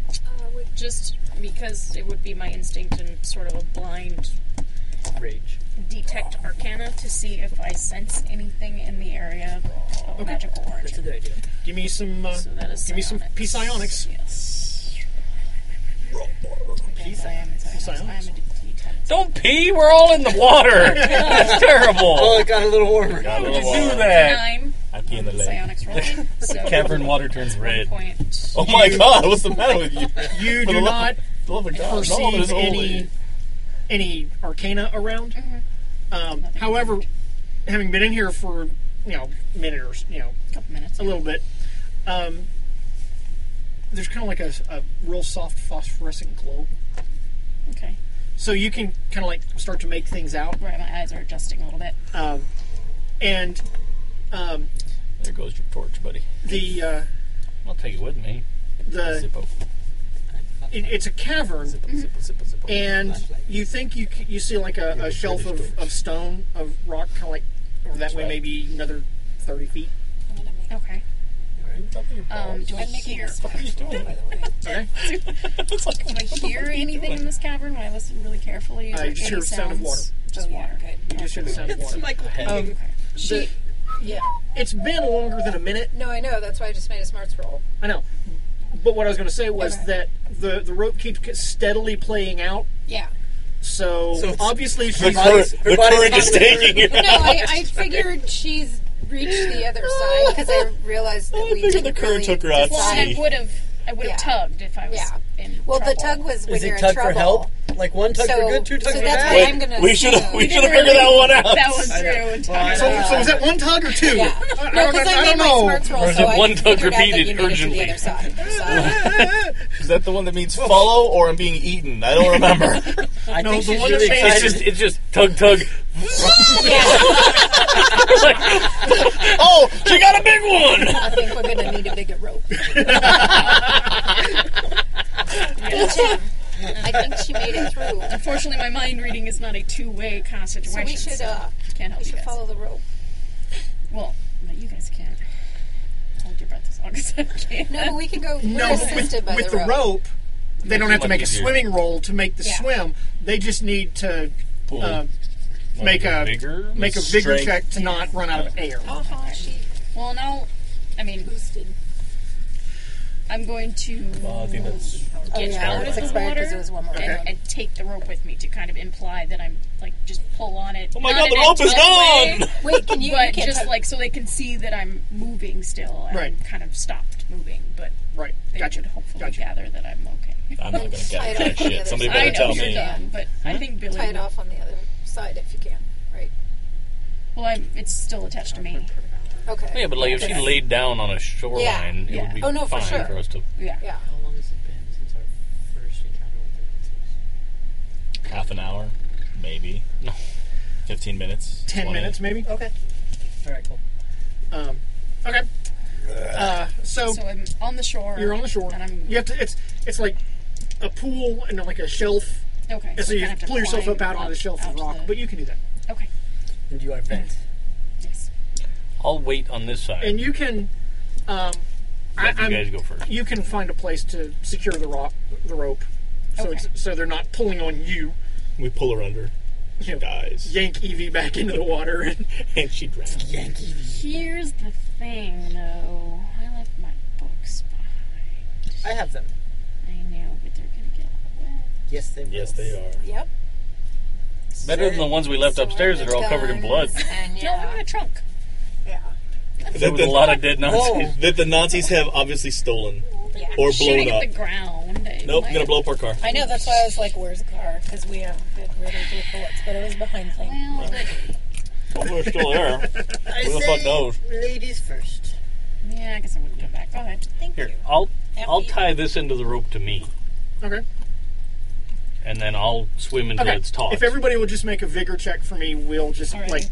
[SPEAKER 5] uh, with- just because it would be my instinct and sort of a blind
[SPEAKER 3] Rage.
[SPEAKER 5] detect arcana to see if I sense anything in the area of magical origin.
[SPEAKER 2] good idea. Give me some. Uh, give me some peace ionics. Yes.
[SPEAKER 7] Peace ionics. Peace ionics.
[SPEAKER 4] Don't pee. We're all in the
[SPEAKER 5] *laughs*
[SPEAKER 4] water. That's terrible.
[SPEAKER 5] Oh,
[SPEAKER 3] Well, Oh, it got a little warmer.
[SPEAKER 4] Got a
[SPEAKER 3] How
[SPEAKER 4] little
[SPEAKER 3] would you do
[SPEAKER 4] warmer.
[SPEAKER 3] that?
[SPEAKER 7] Nine.
[SPEAKER 4] I pee in the
[SPEAKER 7] Psionics rolling.
[SPEAKER 5] *laughs*
[SPEAKER 4] lake.
[SPEAKER 7] So-
[SPEAKER 4] the cavern water turns red.
[SPEAKER 7] Point.
[SPEAKER 6] Oh my God! What's the matter with you?
[SPEAKER 2] You do
[SPEAKER 6] For
[SPEAKER 4] *laughs*
[SPEAKER 6] the love-
[SPEAKER 2] not
[SPEAKER 6] for the love of God, no,
[SPEAKER 2] perceive
[SPEAKER 6] there's only-
[SPEAKER 2] any any arcana around. Um, however, having been in here for you know a minute or s- you know a
[SPEAKER 7] couple minutes,
[SPEAKER 2] a little bit, um, there's kind of like a, a real soft phosphorescent glow.
[SPEAKER 7] Okay.
[SPEAKER 2] So you can kind of like start to make things out.
[SPEAKER 7] Right, my eyes are adjusting a little bit.
[SPEAKER 2] Um, and um,
[SPEAKER 4] There goes your torch, buddy.
[SPEAKER 2] the uh,
[SPEAKER 4] I'll take it with me.
[SPEAKER 2] the
[SPEAKER 4] Zippo.
[SPEAKER 2] it, it's a cavern, and you think you c- you see like a, a shelf of, of stone of rock, kind of like over that way, maybe another thirty feet.
[SPEAKER 7] Okay.
[SPEAKER 5] Um, do I hear? What are you doing, by *laughs*
[SPEAKER 2] the way? *laughs*
[SPEAKER 5] do I hear anything in this cavern when I listen really carefully? Is
[SPEAKER 2] Uh,
[SPEAKER 5] there
[SPEAKER 2] you just
[SPEAKER 5] any
[SPEAKER 2] hear the sound of
[SPEAKER 5] sounds?
[SPEAKER 2] water.
[SPEAKER 7] Oh,
[SPEAKER 5] Just water.
[SPEAKER 2] You just hear the sound of water. Um,
[SPEAKER 21] She- yeah.
[SPEAKER 2] It's been longer than a minute.
[SPEAKER 21] No, I know. That's why I just made a smarts roll.
[SPEAKER 2] I know, but what I was going to say was that the the rope keeps c- steadily playing out.
[SPEAKER 7] Yeah.
[SPEAKER 2] So,
[SPEAKER 7] So it's-
[SPEAKER 2] obviously,
[SPEAKER 7] The
[SPEAKER 2] she's
[SPEAKER 7] current-
[SPEAKER 2] her
[SPEAKER 7] the
[SPEAKER 2] body's
[SPEAKER 7] current is
[SPEAKER 2] not-
[SPEAKER 7] taking it No, I- I figured
[SPEAKER 21] she's reached the other side because I realized that we didn't the current
[SPEAKER 6] took her out to
[SPEAKER 5] Well, I
[SPEAKER 6] sea.
[SPEAKER 5] would have. I would have tugged if I was in
[SPEAKER 21] Well, the
[SPEAKER 5] trouble.
[SPEAKER 21] tug was when
[SPEAKER 3] Is
[SPEAKER 21] you're
[SPEAKER 3] it
[SPEAKER 21] in
[SPEAKER 3] tug
[SPEAKER 21] trouble.
[SPEAKER 3] for help? Like one tug
[SPEAKER 21] So-
[SPEAKER 3] for good, two
[SPEAKER 21] so
[SPEAKER 3] tugs for
[SPEAKER 21] that's
[SPEAKER 3] bad.
[SPEAKER 21] what Wait, I'm gonna we should've- assume. we
[SPEAKER 3] should have
[SPEAKER 21] figured that one out. That
[SPEAKER 5] one's
[SPEAKER 3] true.
[SPEAKER 2] So, so was that one tug or two?
[SPEAKER 21] *laughs* Yeah.
[SPEAKER 2] I,
[SPEAKER 21] No,
[SPEAKER 2] I don't,
[SPEAKER 21] 'cause I
[SPEAKER 2] I
[SPEAKER 21] made
[SPEAKER 2] don't
[SPEAKER 21] my
[SPEAKER 2] know. *laughs*
[SPEAKER 21] smarts roll,
[SPEAKER 6] Or is
[SPEAKER 21] so
[SPEAKER 6] it
[SPEAKER 21] I
[SPEAKER 6] one tug
[SPEAKER 21] figured out that
[SPEAKER 6] repeated
[SPEAKER 21] you made it to the
[SPEAKER 6] urgently?
[SPEAKER 21] other side. So-
[SPEAKER 6] Is that the one that means follow or I'm being eaten? I don't remember. *laughs*
[SPEAKER 3] I
[SPEAKER 2] No,
[SPEAKER 3] think
[SPEAKER 2] the
[SPEAKER 3] she's
[SPEAKER 2] one
[SPEAKER 3] really
[SPEAKER 2] that
[SPEAKER 3] excited.
[SPEAKER 2] changes-
[SPEAKER 4] It's just, it's just tug, tug.
[SPEAKER 6] oh, she got a big one.
[SPEAKER 21] I think we're gonna need a bigger rope.
[SPEAKER 5] Yeah.
[SPEAKER 7] I think she made it through.
[SPEAKER 5] Unfortunately, my mind reading is not a two-way kind of situation.
[SPEAKER 7] we should,
[SPEAKER 5] so
[SPEAKER 7] uh,
[SPEAKER 5] can't help
[SPEAKER 7] we
[SPEAKER 5] you
[SPEAKER 7] should
[SPEAKER 5] guys.
[SPEAKER 7] follow the rope.
[SPEAKER 5] Well, but you guys can't hold your breath as long as I can.
[SPEAKER 7] No, but we can go.
[SPEAKER 2] No, but with, with the rope, they don't have to make a
[SPEAKER 4] Much easier.
[SPEAKER 2] swimming roll to make the swim. They just need to uh,
[SPEAKER 4] Pull.
[SPEAKER 2] make
[SPEAKER 4] Like
[SPEAKER 2] a
[SPEAKER 4] a bigger?
[SPEAKER 2] make a bigger
[SPEAKER 4] Strength.
[SPEAKER 2] check to not run out of air.
[SPEAKER 5] Well, now, I mean,
[SPEAKER 7] Oh,
[SPEAKER 5] I'm going to
[SPEAKER 4] Well, I think that's.
[SPEAKER 7] Oh,
[SPEAKER 5] get out of
[SPEAKER 21] it's
[SPEAKER 5] the
[SPEAKER 21] expired 'cause
[SPEAKER 5] water
[SPEAKER 21] it was one more round.
[SPEAKER 5] and, and take the rope with me to kind of imply that I'm like just pull on it.
[SPEAKER 6] Oh my
[SPEAKER 5] Not
[SPEAKER 6] God,
[SPEAKER 5] in
[SPEAKER 6] the
[SPEAKER 5] a
[SPEAKER 6] rope is
[SPEAKER 5] tight
[SPEAKER 6] gone!
[SPEAKER 5] way,
[SPEAKER 21] Wait, can you- you
[SPEAKER 5] But
[SPEAKER 21] can't
[SPEAKER 5] just
[SPEAKER 21] tug-
[SPEAKER 5] like so they can see that I'm moving still and I'm
[SPEAKER 2] Right.
[SPEAKER 5] kind of stopped moving, but
[SPEAKER 2] right,
[SPEAKER 5] they should hopefully gather that I'm okay.
[SPEAKER 4] I'm not gonna
[SPEAKER 21] Tie
[SPEAKER 4] get
[SPEAKER 21] it off
[SPEAKER 4] that
[SPEAKER 21] on the
[SPEAKER 4] shit.
[SPEAKER 21] other
[SPEAKER 4] Somebody
[SPEAKER 21] side.
[SPEAKER 4] better
[SPEAKER 5] I know
[SPEAKER 4] tell
[SPEAKER 5] you're
[SPEAKER 4] me.
[SPEAKER 5] done, but I think Billy.
[SPEAKER 21] Tie it
[SPEAKER 5] would-
[SPEAKER 21] off on the other side if you can. Right.
[SPEAKER 5] Well, I'm, it's still attached to me.
[SPEAKER 21] Okay.
[SPEAKER 4] Yeah, but like if she
[SPEAKER 21] Okay.
[SPEAKER 4] laid down on a shoreline, it
[SPEAKER 5] Yeah.
[SPEAKER 4] would be
[SPEAKER 21] Oh, no, for
[SPEAKER 4] fine
[SPEAKER 21] sure.
[SPEAKER 4] for us to
[SPEAKER 5] Yeah.
[SPEAKER 21] Yeah.
[SPEAKER 3] long has it been since our first encounter with the monsters?
[SPEAKER 6] Half an hour, maybe. No. Fifteen minutes.
[SPEAKER 2] Ten
[SPEAKER 6] 20.
[SPEAKER 2] minutes maybe.
[SPEAKER 21] Okay.
[SPEAKER 3] All right, cool.
[SPEAKER 2] Um, okay. Uh, so
[SPEAKER 5] So I'm on the shore.
[SPEAKER 2] you're on the shore.
[SPEAKER 5] And I'm
[SPEAKER 2] You have to. It's it's like a pool and then like a shelf.
[SPEAKER 5] okay.
[SPEAKER 2] And so
[SPEAKER 5] I
[SPEAKER 2] you
[SPEAKER 5] kinda have to
[SPEAKER 2] pull yourself
[SPEAKER 5] climb
[SPEAKER 2] up out on the shelf
[SPEAKER 5] out
[SPEAKER 2] of
[SPEAKER 5] to
[SPEAKER 2] rock,
[SPEAKER 5] the-
[SPEAKER 2] but you can do that.
[SPEAKER 5] okay.
[SPEAKER 3] And you are bent.
[SPEAKER 5] Yes.
[SPEAKER 4] I'll wait on this side.
[SPEAKER 2] And you can. Um, I,
[SPEAKER 4] Let you
[SPEAKER 2] I'm-
[SPEAKER 4] guys go first.
[SPEAKER 2] You can find a place to secure the rock, the rope, so
[SPEAKER 5] Okay.
[SPEAKER 2] it's, so they're not pulling on you.
[SPEAKER 6] We pull her under.
[SPEAKER 2] She
[SPEAKER 6] dies.
[SPEAKER 2] Yank Evie back into the water,
[SPEAKER 4] *laughs*
[SPEAKER 2] and,
[SPEAKER 6] and she drowns.
[SPEAKER 3] Yankee.
[SPEAKER 5] Here's the thing, though. I left my books behind.
[SPEAKER 3] I have them.
[SPEAKER 5] I know, but they're gonna get wet.
[SPEAKER 3] Yes, they.
[SPEAKER 6] Yes, they are.
[SPEAKER 21] Yep.
[SPEAKER 4] Better than the ones we left
[SPEAKER 21] So
[SPEAKER 4] upstairs that are all covered
[SPEAKER 7] *laughs*
[SPEAKER 4] in blood.
[SPEAKER 21] guns And
[SPEAKER 5] No, they're
[SPEAKER 21] yeah.
[SPEAKER 5] in a trunk.
[SPEAKER 21] yeah.
[SPEAKER 4] There was a lot of dead Nazis.
[SPEAKER 6] That the Nazis have obviously stolen or blown
[SPEAKER 5] Shooting
[SPEAKER 6] up.
[SPEAKER 5] at the ground. eh? I-
[SPEAKER 6] Nope,
[SPEAKER 5] my-
[SPEAKER 6] gonna blow up our car.
[SPEAKER 7] I know that's why I was like, "Where's the car?" Because we have it riddled with bullets, but it was behind the thing.
[SPEAKER 5] Well, but,
[SPEAKER 6] We're still there.
[SPEAKER 22] I
[SPEAKER 6] Who the
[SPEAKER 22] say
[SPEAKER 6] fuck knows?
[SPEAKER 22] ladies first.
[SPEAKER 5] yeah, I guess I wouldn't go back. Go ahead.
[SPEAKER 7] Thank
[SPEAKER 4] Here,
[SPEAKER 7] you.
[SPEAKER 4] I'll
[SPEAKER 7] That
[SPEAKER 4] I'll
[SPEAKER 7] we-
[SPEAKER 4] tie this into the rope to me,
[SPEAKER 2] okay.
[SPEAKER 4] and then I'll swim until
[SPEAKER 2] Okay.
[SPEAKER 4] it's taut.
[SPEAKER 2] If everybody will just make a vigor check for me, we'll just
[SPEAKER 5] Alrighty.
[SPEAKER 2] like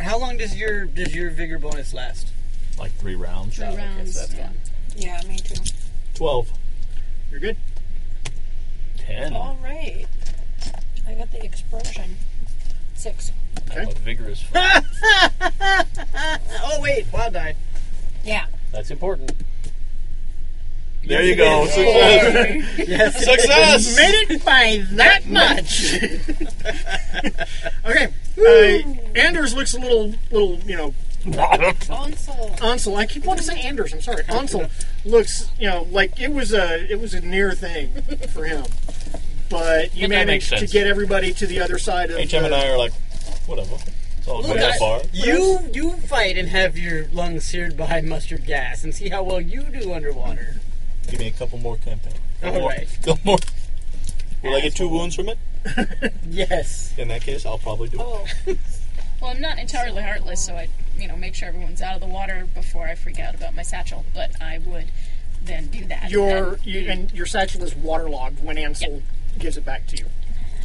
[SPEAKER 3] How long does your does your vigor bonus last?
[SPEAKER 6] Like three rounds.
[SPEAKER 5] Three
[SPEAKER 3] okay, so
[SPEAKER 5] rounds.
[SPEAKER 3] that's
[SPEAKER 5] yeah.
[SPEAKER 7] Yeah, me too.
[SPEAKER 6] Twelve.
[SPEAKER 2] you're good.
[SPEAKER 4] Ten.
[SPEAKER 7] All right. I got the explosion. Six.
[SPEAKER 4] I'm a vigorous. f-
[SPEAKER 3] Oh wait, wild died.
[SPEAKER 7] Yeah.
[SPEAKER 4] That's important.
[SPEAKER 6] There you go. Success.
[SPEAKER 3] Yes.
[SPEAKER 6] Success.
[SPEAKER 2] Made it by that much. okay. Uh, Anders looks a little, little, you know, Ansel. Ansel. I keep wanting to say Anders. I'm sorry. Ansel looks, you know, like it was a it was a near thing for him, but you
[SPEAKER 6] But that
[SPEAKER 2] managed
[SPEAKER 6] makes
[SPEAKER 2] to
[SPEAKER 6] sense.
[SPEAKER 2] get everybody to the other side of.
[SPEAKER 6] HM and
[SPEAKER 2] the-
[SPEAKER 6] I are like, whatever. It's all
[SPEAKER 3] Look,
[SPEAKER 6] good so
[SPEAKER 3] I-
[SPEAKER 6] far.
[SPEAKER 3] You you fight and have your lungs seared by mustard gas and see how well you do underwater.
[SPEAKER 6] Give me a couple more campaign.
[SPEAKER 3] All
[SPEAKER 6] Couple more- *laughs*
[SPEAKER 3] right.
[SPEAKER 6] couple more. Will I get two wounds from it?
[SPEAKER 3] yes.
[SPEAKER 6] In that case, I'll probably do it.
[SPEAKER 5] Well, I'm not entirely heartless, so I, you know, make sure everyone's out of the water before I freak out about my satchel. But I would then do that.
[SPEAKER 2] Your
[SPEAKER 5] and,
[SPEAKER 2] you, and your satchel is waterlogged when Ansel gives it back to you.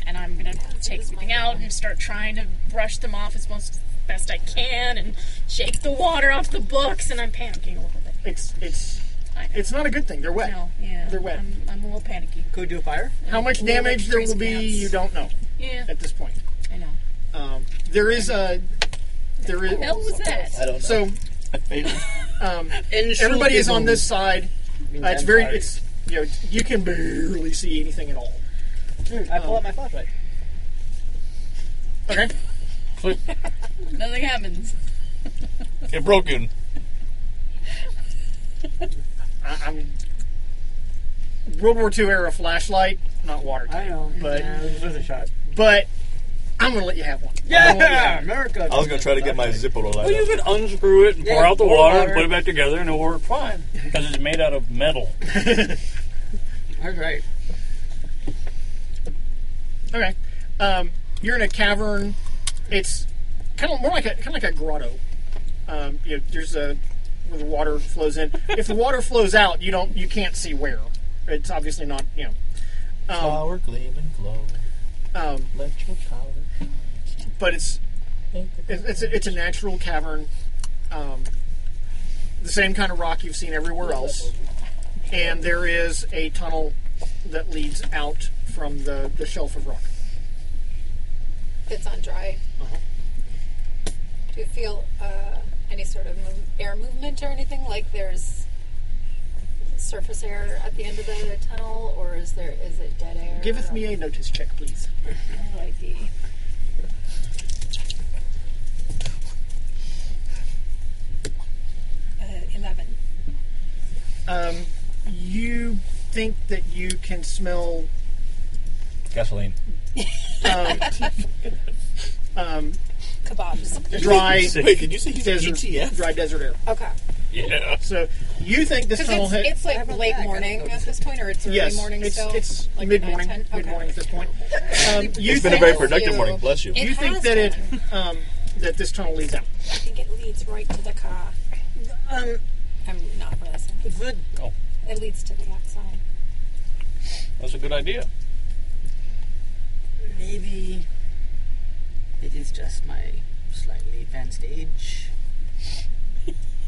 [SPEAKER 5] and I'm gonna take everything out and start trying to brush them off as most best I can and shake the water off the books. And I'm panicking a little bit.
[SPEAKER 2] It's it's it's not a good thing. They're wet.
[SPEAKER 5] No, yeah,
[SPEAKER 2] They're wet.
[SPEAKER 5] I'm, I'm a little panicky.
[SPEAKER 3] Could we do a fire?
[SPEAKER 2] How much
[SPEAKER 5] A little
[SPEAKER 2] damage
[SPEAKER 5] bit
[SPEAKER 2] there will
[SPEAKER 5] crazy
[SPEAKER 2] be,
[SPEAKER 5] pants.
[SPEAKER 2] you don't know
[SPEAKER 5] Yeah,
[SPEAKER 2] at this point.
[SPEAKER 5] I know.
[SPEAKER 2] Um, there is a there is.
[SPEAKER 5] What the hell was that? I don't know.
[SPEAKER 2] So, um, everybody is on this side.
[SPEAKER 3] Means
[SPEAKER 2] Uh, it's
[SPEAKER 3] I'm
[SPEAKER 2] very.
[SPEAKER 3] sorry.
[SPEAKER 2] It's you know you can barely see anything at all.
[SPEAKER 3] I pull out my flashlight.
[SPEAKER 2] Okay.
[SPEAKER 5] Nothing happens.
[SPEAKER 6] It broken.
[SPEAKER 2] I, I'm World War II era flashlight, not water. I know, but
[SPEAKER 3] Yeah, it was worth a shot.
[SPEAKER 2] but I'm gonna let you have one.
[SPEAKER 3] Yeah,
[SPEAKER 2] I'm gonna let you have one.
[SPEAKER 3] America.
[SPEAKER 6] I was going to try to get my Zippo to light
[SPEAKER 4] Well, you
[SPEAKER 6] up.
[SPEAKER 4] could unscrew it and pour
[SPEAKER 3] Yeah,
[SPEAKER 4] out the
[SPEAKER 3] pour
[SPEAKER 4] water,
[SPEAKER 3] water.
[SPEAKER 4] and put it back together, and it'll work fine because it's made out of metal.
[SPEAKER 3] All right.
[SPEAKER 2] Okay. Um, you're in a cavern. It's kind of more like a kind of like a grotto. Um, you know, there's a where the water flows in. if the water flows out, you don't you can't see where. It's obviously not you know. Um,
[SPEAKER 6] Flower, gleam, and glow.
[SPEAKER 2] um,
[SPEAKER 6] Let your power.
[SPEAKER 2] but it's it's it's a, it's a natural cavern. Um, the same kind of rock you've seen everywhere else, and there is a tunnel that leads out from the, the shelf of rock.
[SPEAKER 21] It's on dry.
[SPEAKER 17] Do you feel uh, any sort of move, air movement or anything? Like there's surface air at the end of the tunnel, or is there is it dead air?
[SPEAKER 2] Giveth me a notice check, please.
[SPEAKER 17] ID. Uh, Eleven.
[SPEAKER 2] Um, you think that you can smell
[SPEAKER 6] Gasoline.
[SPEAKER 2] um, um,
[SPEAKER 17] Kebabs.
[SPEAKER 2] dry
[SPEAKER 6] Wait, did you say he's E a
[SPEAKER 2] desert,
[SPEAKER 6] ETF?
[SPEAKER 2] dry desert air.
[SPEAKER 17] Okay.
[SPEAKER 6] Yeah.
[SPEAKER 2] So you think this
[SPEAKER 17] 'Cause
[SPEAKER 2] tunnel
[SPEAKER 17] it's,
[SPEAKER 2] has
[SPEAKER 17] it's like late morning at this point, or it's early
[SPEAKER 2] yes,
[SPEAKER 17] morning
[SPEAKER 2] it's,
[SPEAKER 17] still.
[SPEAKER 2] it's
[SPEAKER 17] Like
[SPEAKER 2] mid morning,
[SPEAKER 17] 9, 10?
[SPEAKER 2] mid morning at this
[SPEAKER 17] *laughs*
[SPEAKER 2] point. Um, you
[SPEAKER 6] It's been a
[SPEAKER 2] think-
[SPEAKER 6] very productive morning. Bless you.
[SPEAKER 2] You
[SPEAKER 17] It
[SPEAKER 2] think
[SPEAKER 17] has
[SPEAKER 2] that it um, that this tunnel leads out?
[SPEAKER 14] I think it leads right to the car.
[SPEAKER 3] Um,
[SPEAKER 17] I'm not realizing.
[SPEAKER 3] the,
[SPEAKER 4] Oh,
[SPEAKER 17] It leads to the outside.
[SPEAKER 4] that's a good idea.
[SPEAKER 3] maybe it is just my slightly advanced age.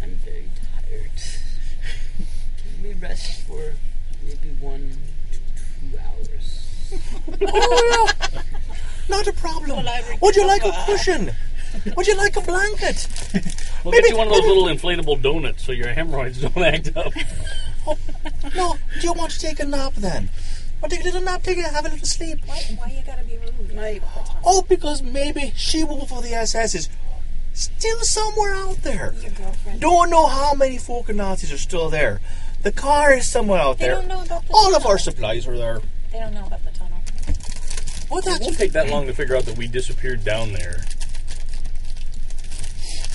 [SPEAKER 3] I'm very tired. Can we rest for maybe one to two hours?
[SPEAKER 6] oh, yeah. Not a problem. Would you like a cushion? Would you like a blanket?
[SPEAKER 4] We'll
[SPEAKER 6] Maybe-
[SPEAKER 4] get you one of those
[SPEAKER 6] maybe-
[SPEAKER 4] little inflatable donuts so your hemorrhoids *laughs* don't act up.
[SPEAKER 6] No, do you want to take a nap then? Or take a little nap, take a have a little sleep.
[SPEAKER 14] Why, why you gotta be rude?
[SPEAKER 3] My
[SPEAKER 6] Oh, because maybe she wolf of the SS is still somewhere out there.
[SPEAKER 14] Your girlfriend.
[SPEAKER 6] Don't know how many fucking Nazis are still there. The car is somewhere out
[SPEAKER 14] They
[SPEAKER 6] there.
[SPEAKER 14] don't know about the
[SPEAKER 6] All of our supplies are there.
[SPEAKER 14] They don't know about the tunnel.
[SPEAKER 6] Well,
[SPEAKER 4] It
[SPEAKER 6] that's
[SPEAKER 4] won't take that long to figure out that we disappeared down there.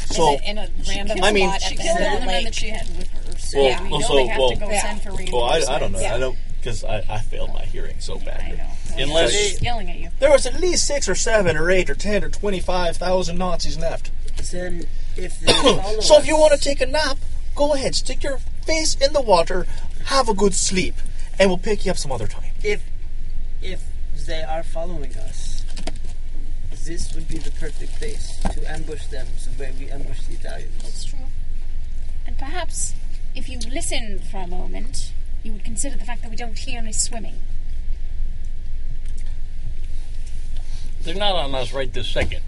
[SPEAKER 6] so.
[SPEAKER 7] in a, in a random
[SPEAKER 6] I mean-
[SPEAKER 7] spot
[SPEAKER 5] She
[SPEAKER 7] at the
[SPEAKER 5] killed
[SPEAKER 7] end of
[SPEAKER 5] all the
[SPEAKER 7] the
[SPEAKER 5] men that
[SPEAKER 7] lake.
[SPEAKER 5] she had with her, so
[SPEAKER 6] Well,
[SPEAKER 5] we know
[SPEAKER 6] also,
[SPEAKER 5] they have
[SPEAKER 6] well,
[SPEAKER 5] to go
[SPEAKER 6] yeah.
[SPEAKER 5] send for
[SPEAKER 6] Well, I,
[SPEAKER 5] reinforcements.
[SPEAKER 6] I don't know.
[SPEAKER 7] Yeah.
[SPEAKER 6] I don't because I, I failed my hearing so badly.
[SPEAKER 4] Unless-
[SPEAKER 5] She's yelling at you.
[SPEAKER 6] there was at least six or seven or eight or ten or twenty-five thousand Nazis left.
[SPEAKER 3] Then if they follow
[SPEAKER 6] *coughs* So if you
[SPEAKER 3] us-
[SPEAKER 6] want to take a nap, go ahead, stick your face in the water, have a good sleep, and we'll pick you up some other time.
[SPEAKER 3] if if they are following us, this would be the perfect place to ambush them, so where we ambush the Italians.
[SPEAKER 5] That's true. And perhaps if you listened for a moment, you would consider the fact that we don't hear any swimming.
[SPEAKER 4] They're not on us right this second.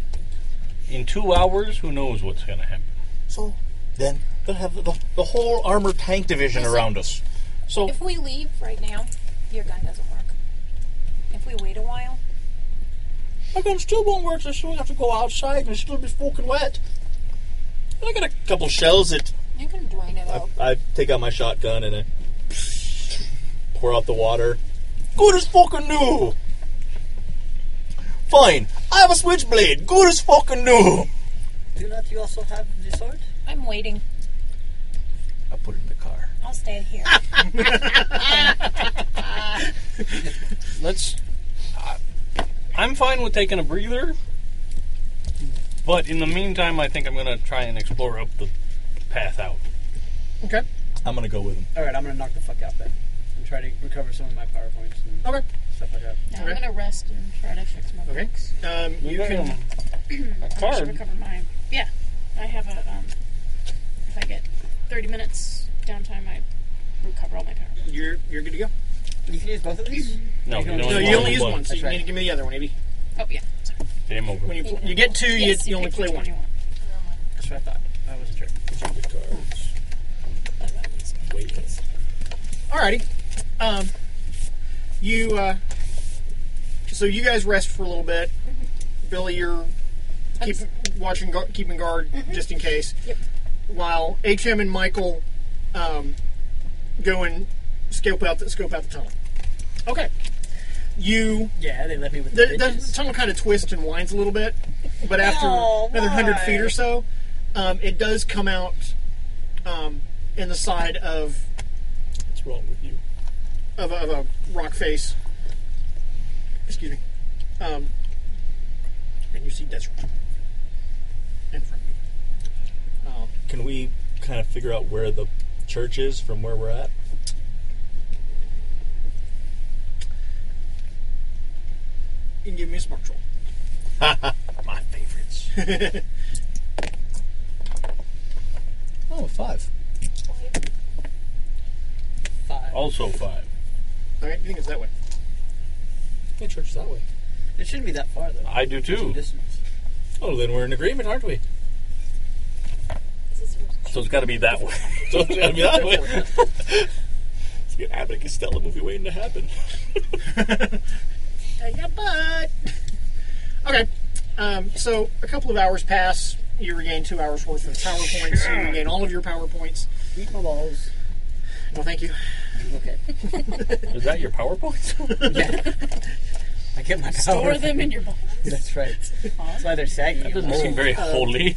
[SPEAKER 4] In two hours, who knows what's going to happen?
[SPEAKER 6] So then they'll have the, the whole armored tank division around us. So
[SPEAKER 14] If we leave right now, your gun doesn't work. If we wait a while,
[SPEAKER 6] my gun still won't work, so I still have to go outside and it'll still be fucking wet. I got a couple shells that
[SPEAKER 7] You can drain it out.
[SPEAKER 6] I take out my shotgun and I pour out the water. Good as fucking new. Fine. I have a switchblade. Good as fucking new.
[SPEAKER 22] Do not you also have the sword?
[SPEAKER 7] I'm waiting.
[SPEAKER 6] I put it in the car.
[SPEAKER 14] I'll stand here.
[SPEAKER 4] Let's. I- I'm fine with taking a breather, but in the meantime, I think I'm going to try and explore up the path out.
[SPEAKER 2] Okay.
[SPEAKER 6] I'm gonna go with him.
[SPEAKER 3] All right, I'm gonna knock the fuck out then, and try to recover some of my power points and
[SPEAKER 2] okay.
[SPEAKER 3] stuff like that.
[SPEAKER 5] Now I'm gonna rest and try to fix my
[SPEAKER 2] Okay.
[SPEAKER 5] books.
[SPEAKER 2] Um, you
[SPEAKER 5] got
[SPEAKER 2] can.
[SPEAKER 5] I should
[SPEAKER 2] card.
[SPEAKER 5] recover mine. Yeah, I have a. Um, if I get 30 minutes downtime, I recover all my power.
[SPEAKER 2] You're you're good to go.
[SPEAKER 3] You can use both of these.
[SPEAKER 4] No, you can only
[SPEAKER 2] you
[SPEAKER 4] use
[SPEAKER 2] only use
[SPEAKER 4] one.
[SPEAKER 2] one, so
[SPEAKER 4] That's
[SPEAKER 2] you
[SPEAKER 4] right.
[SPEAKER 2] need to give me the other one, Evie.
[SPEAKER 5] Oh yeah.
[SPEAKER 4] Game over.
[SPEAKER 2] When you, you get two, you,
[SPEAKER 5] Yes,
[SPEAKER 2] you only
[SPEAKER 5] pick
[SPEAKER 2] play
[SPEAKER 5] which
[SPEAKER 2] one.
[SPEAKER 5] you want.
[SPEAKER 3] That's what I thought. I was a jerk.
[SPEAKER 2] Alrighty. Um, you, uh, so you guys rest for a little bit.
[SPEAKER 4] Mm-hmm.
[SPEAKER 2] Billy, you're keep watching, gu- keeping guard
[SPEAKER 4] Mm-hmm.
[SPEAKER 2] just in case. Yep. While HM and Michael um, go and scope out the scope out the tunnel. Okay. You.
[SPEAKER 3] Yeah, they left me with the,
[SPEAKER 2] The, the
[SPEAKER 3] bitches.
[SPEAKER 2] tunnel kind of twists and winds a little bit, but after
[SPEAKER 3] No,
[SPEAKER 2] another hundred
[SPEAKER 3] why?
[SPEAKER 2] feet or so, um, it does come out um, in the side of
[SPEAKER 4] What's wrong with you?
[SPEAKER 2] of a, of a rock face. Excuse me. Um, and you see desert in front of you. Um,
[SPEAKER 6] Can we kind of figure out where the church is from where we're at?
[SPEAKER 2] you can give me a smart troll.
[SPEAKER 6] My favorites. *laughs* oh, a five.
[SPEAKER 3] Five.
[SPEAKER 4] Also five.
[SPEAKER 2] All right, you think it's that way?
[SPEAKER 6] The church is that way.
[SPEAKER 3] It shouldn't be that far though.
[SPEAKER 4] I do too.
[SPEAKER 6] Oh, then we're in agreement, aren't we?
[SPEAKER 4] So it's got to be that way.
[SPEAKER 6] So it's gotta be that way. *laughs* It's gonna happen. It's Stella movie waiting to happen.
[SPEAKER 2] Hey, yeah, but *laughs* okay. Um, so a couple of hours pass. You regain two hours worth of power points. You regain all of your power points.
[SPEAKER 3] Eat my balls.
[SPEAKER 2] No, thank you.
[SPEAKER 3] Okay.
[SPEAKER 4] Is that your PowerPoint?
[SPEAKER 3] yeah. I get my
[SPEAKER 5] Store
[SPEAKER 2] Oh,
[SPEAKER 3] power.
[SPEAKER 5] them in your box.
[SPEAKER 3] *laughs* That's right. That's why they're saggy. That
[SPEAKER 4] doesn't seem very holy.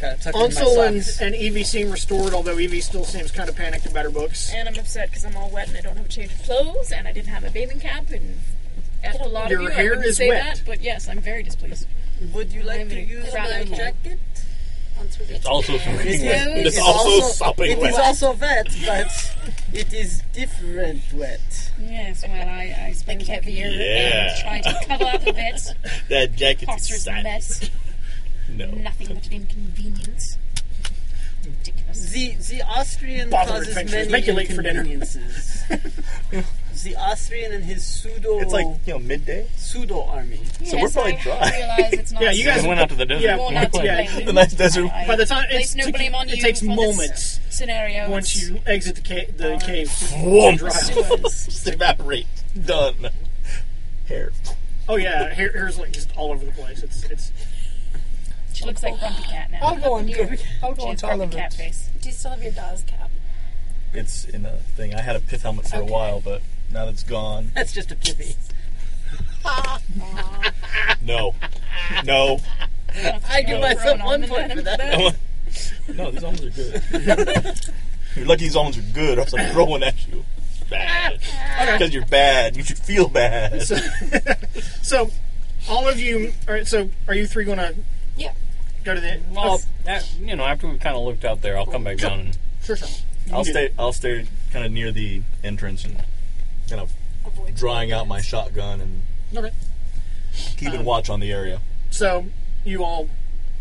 [SPEAKER 3] Gotta tuck it in my
[SPEAKER 2] Ansel and,
[SPEAKER 3] socks.
[SPEAKER 2] and Evie seem E restored, although Evie still seems kind of panicked about her books.
[SPEAKER 5] And I'm upset because I'm all wet and I don't have a change of clothes and I didn't have a bathing cap and after a lot
[SPEAKER 2] Your
[SPEAKER 5] of you, I
[SPEAKER 2] hair
[SPEAKER 5] wouldn't
[SPEAKER 2] is
[SPEAKER 5] say
[SPEAKER 2] wet.
[SPEAKER 5] that, but yes, I'm very displeased.
[SPEAKER 22] Would you like
[SPEAKER 5] I'm
[SPEAKER 22] to
[SPEAKER 5] in a
[SPEAKER 22] use
[SPEAKER 5] crap
[SPEAKER 22] my
[SPEAKER 5] mood.
[SPEAKER 22] jacket?
[SPEAKER 6] It's also sopping wet.
[SPEAKER 3] is-
[SPEAKER 6] It's also sopping
[SPEAKER 3] It is
[SPEAKER 6] wet.
[SPEAKER 3] also wet, but it is different wet.
[SPEAKER 5] Yes, well, I, I spent that year
[SPEAKER 7] uh,
[SPEAKER 6] Yeah.
[SPEAKER 5] trying to cover up a bit.
[SPEAKER 6] That jacket is
[SPEAKER 5] Poster's
[SPEAKER 6] sad.
[SPEAKER 5] mess.
[SPEAKER 6] No.
[SPEAKER 5] Nothing but an inconvenience. Ridiculous.
[SPEAKER 15] The the Austrian
[SPEAKER 2] Bother
[SPEAKER 15] causes
[SPEAKER 2] adventures.
[SPEAKER 15] many
[SPEAKER 2] Make you late for dinner.
[SPEAKER 15] inconveniences. the Austrian and his pseudo
[SPEAKER 6] It's like you know midday.
[SPEAKER 15] pseudo army.
[SPEAKER 6] So we're probably
[SPEAKER 5] I
[SPEAKER 6] dry.
[SPEAKER 5] realize it's not
[SPEAKER 2] Yeah, you guys
[SPEAKER 4] I went out to the desert.
[SPEAKER 2] Yeah,
[SPEAKER 5] Well, not to
[SPEAKER 2] yeah.
[SPEAKER 5] blame
[SPEAKER 6] The nice desert.
[SPEAKER 5] I-
[SPEAKER 2] By the time it's,
[SPEAKER 5] Place no blame on
[SPEAKER 2] it
[SPEAKER 5] you
[SPEAKER 2] takes
[SPEAKER 5] for this
[SPEAKER 2] moments
[SPEAKER 5] scenario.
[SPEAKER 2] once you exit the, ca- the cave. *laughs*
[SPEAKER 6] Whoomp.
[SPEAKER 2] Dry.
[SPEAKER 6] *laughs* Just evaporate. Done. Hair.
[SPEAKER 2] Oh yeah, hair, hair's like just all over the place. It's it's
[SPEAKER 5] She looks like Grumpy Cat now.
[SPEAKER 6] I'll go on. I'll
[SPEAKER 5] She
[SPEAKER 6] go on
[SPEAKER 5] has
[SPEAKER 6] top
[SPEAKER 5] Grumpy
[SPEAKER 6] of
[SPEAKER 5] Cat
[SPEAKER 6] it.
[SPEAKER 5] face.
[SPEAKER 7] Do you still have your Dawes cap?
[SPEAKER 6] It's in a thing. I had a pith helmet for a while, but now that it's gone.
[SPEAKER 3] *laughs* That's just a pithy.
[SPEAKER 6] No. No.
[SPEAKER 15] I give myself one point for that.
[SPEAKER 6] *laughs* No, these almonds are good. you're lucky these almonds are good, or *laughs* else I'm throwing at you. Bad. Because you're bad. You should feel bad.
[SPEAKER 2] so, so all of you. All right, so are you three gonna
[SPEAKER 7] Yeah.
[SPEAKER 2] go to the? oh,
[SPEAKER 4] Well, that, you know, after we kind of looked out there, I'll come back down and
[SPEAKER 2] sure, sure.
[SPEAKER 6] I'll
[SPEAKER 2] You do.
[SPEAKER 6] stay. I'll stay kind of near the entrance and kind of
[SPEAKER 7] Avoid
[SPEAKER 6] drawing out my shotgun and
[SPEAKER 2] Okay.
[SPEAKER 6] keeping watch on the area.
[SPEAKER 2] So you all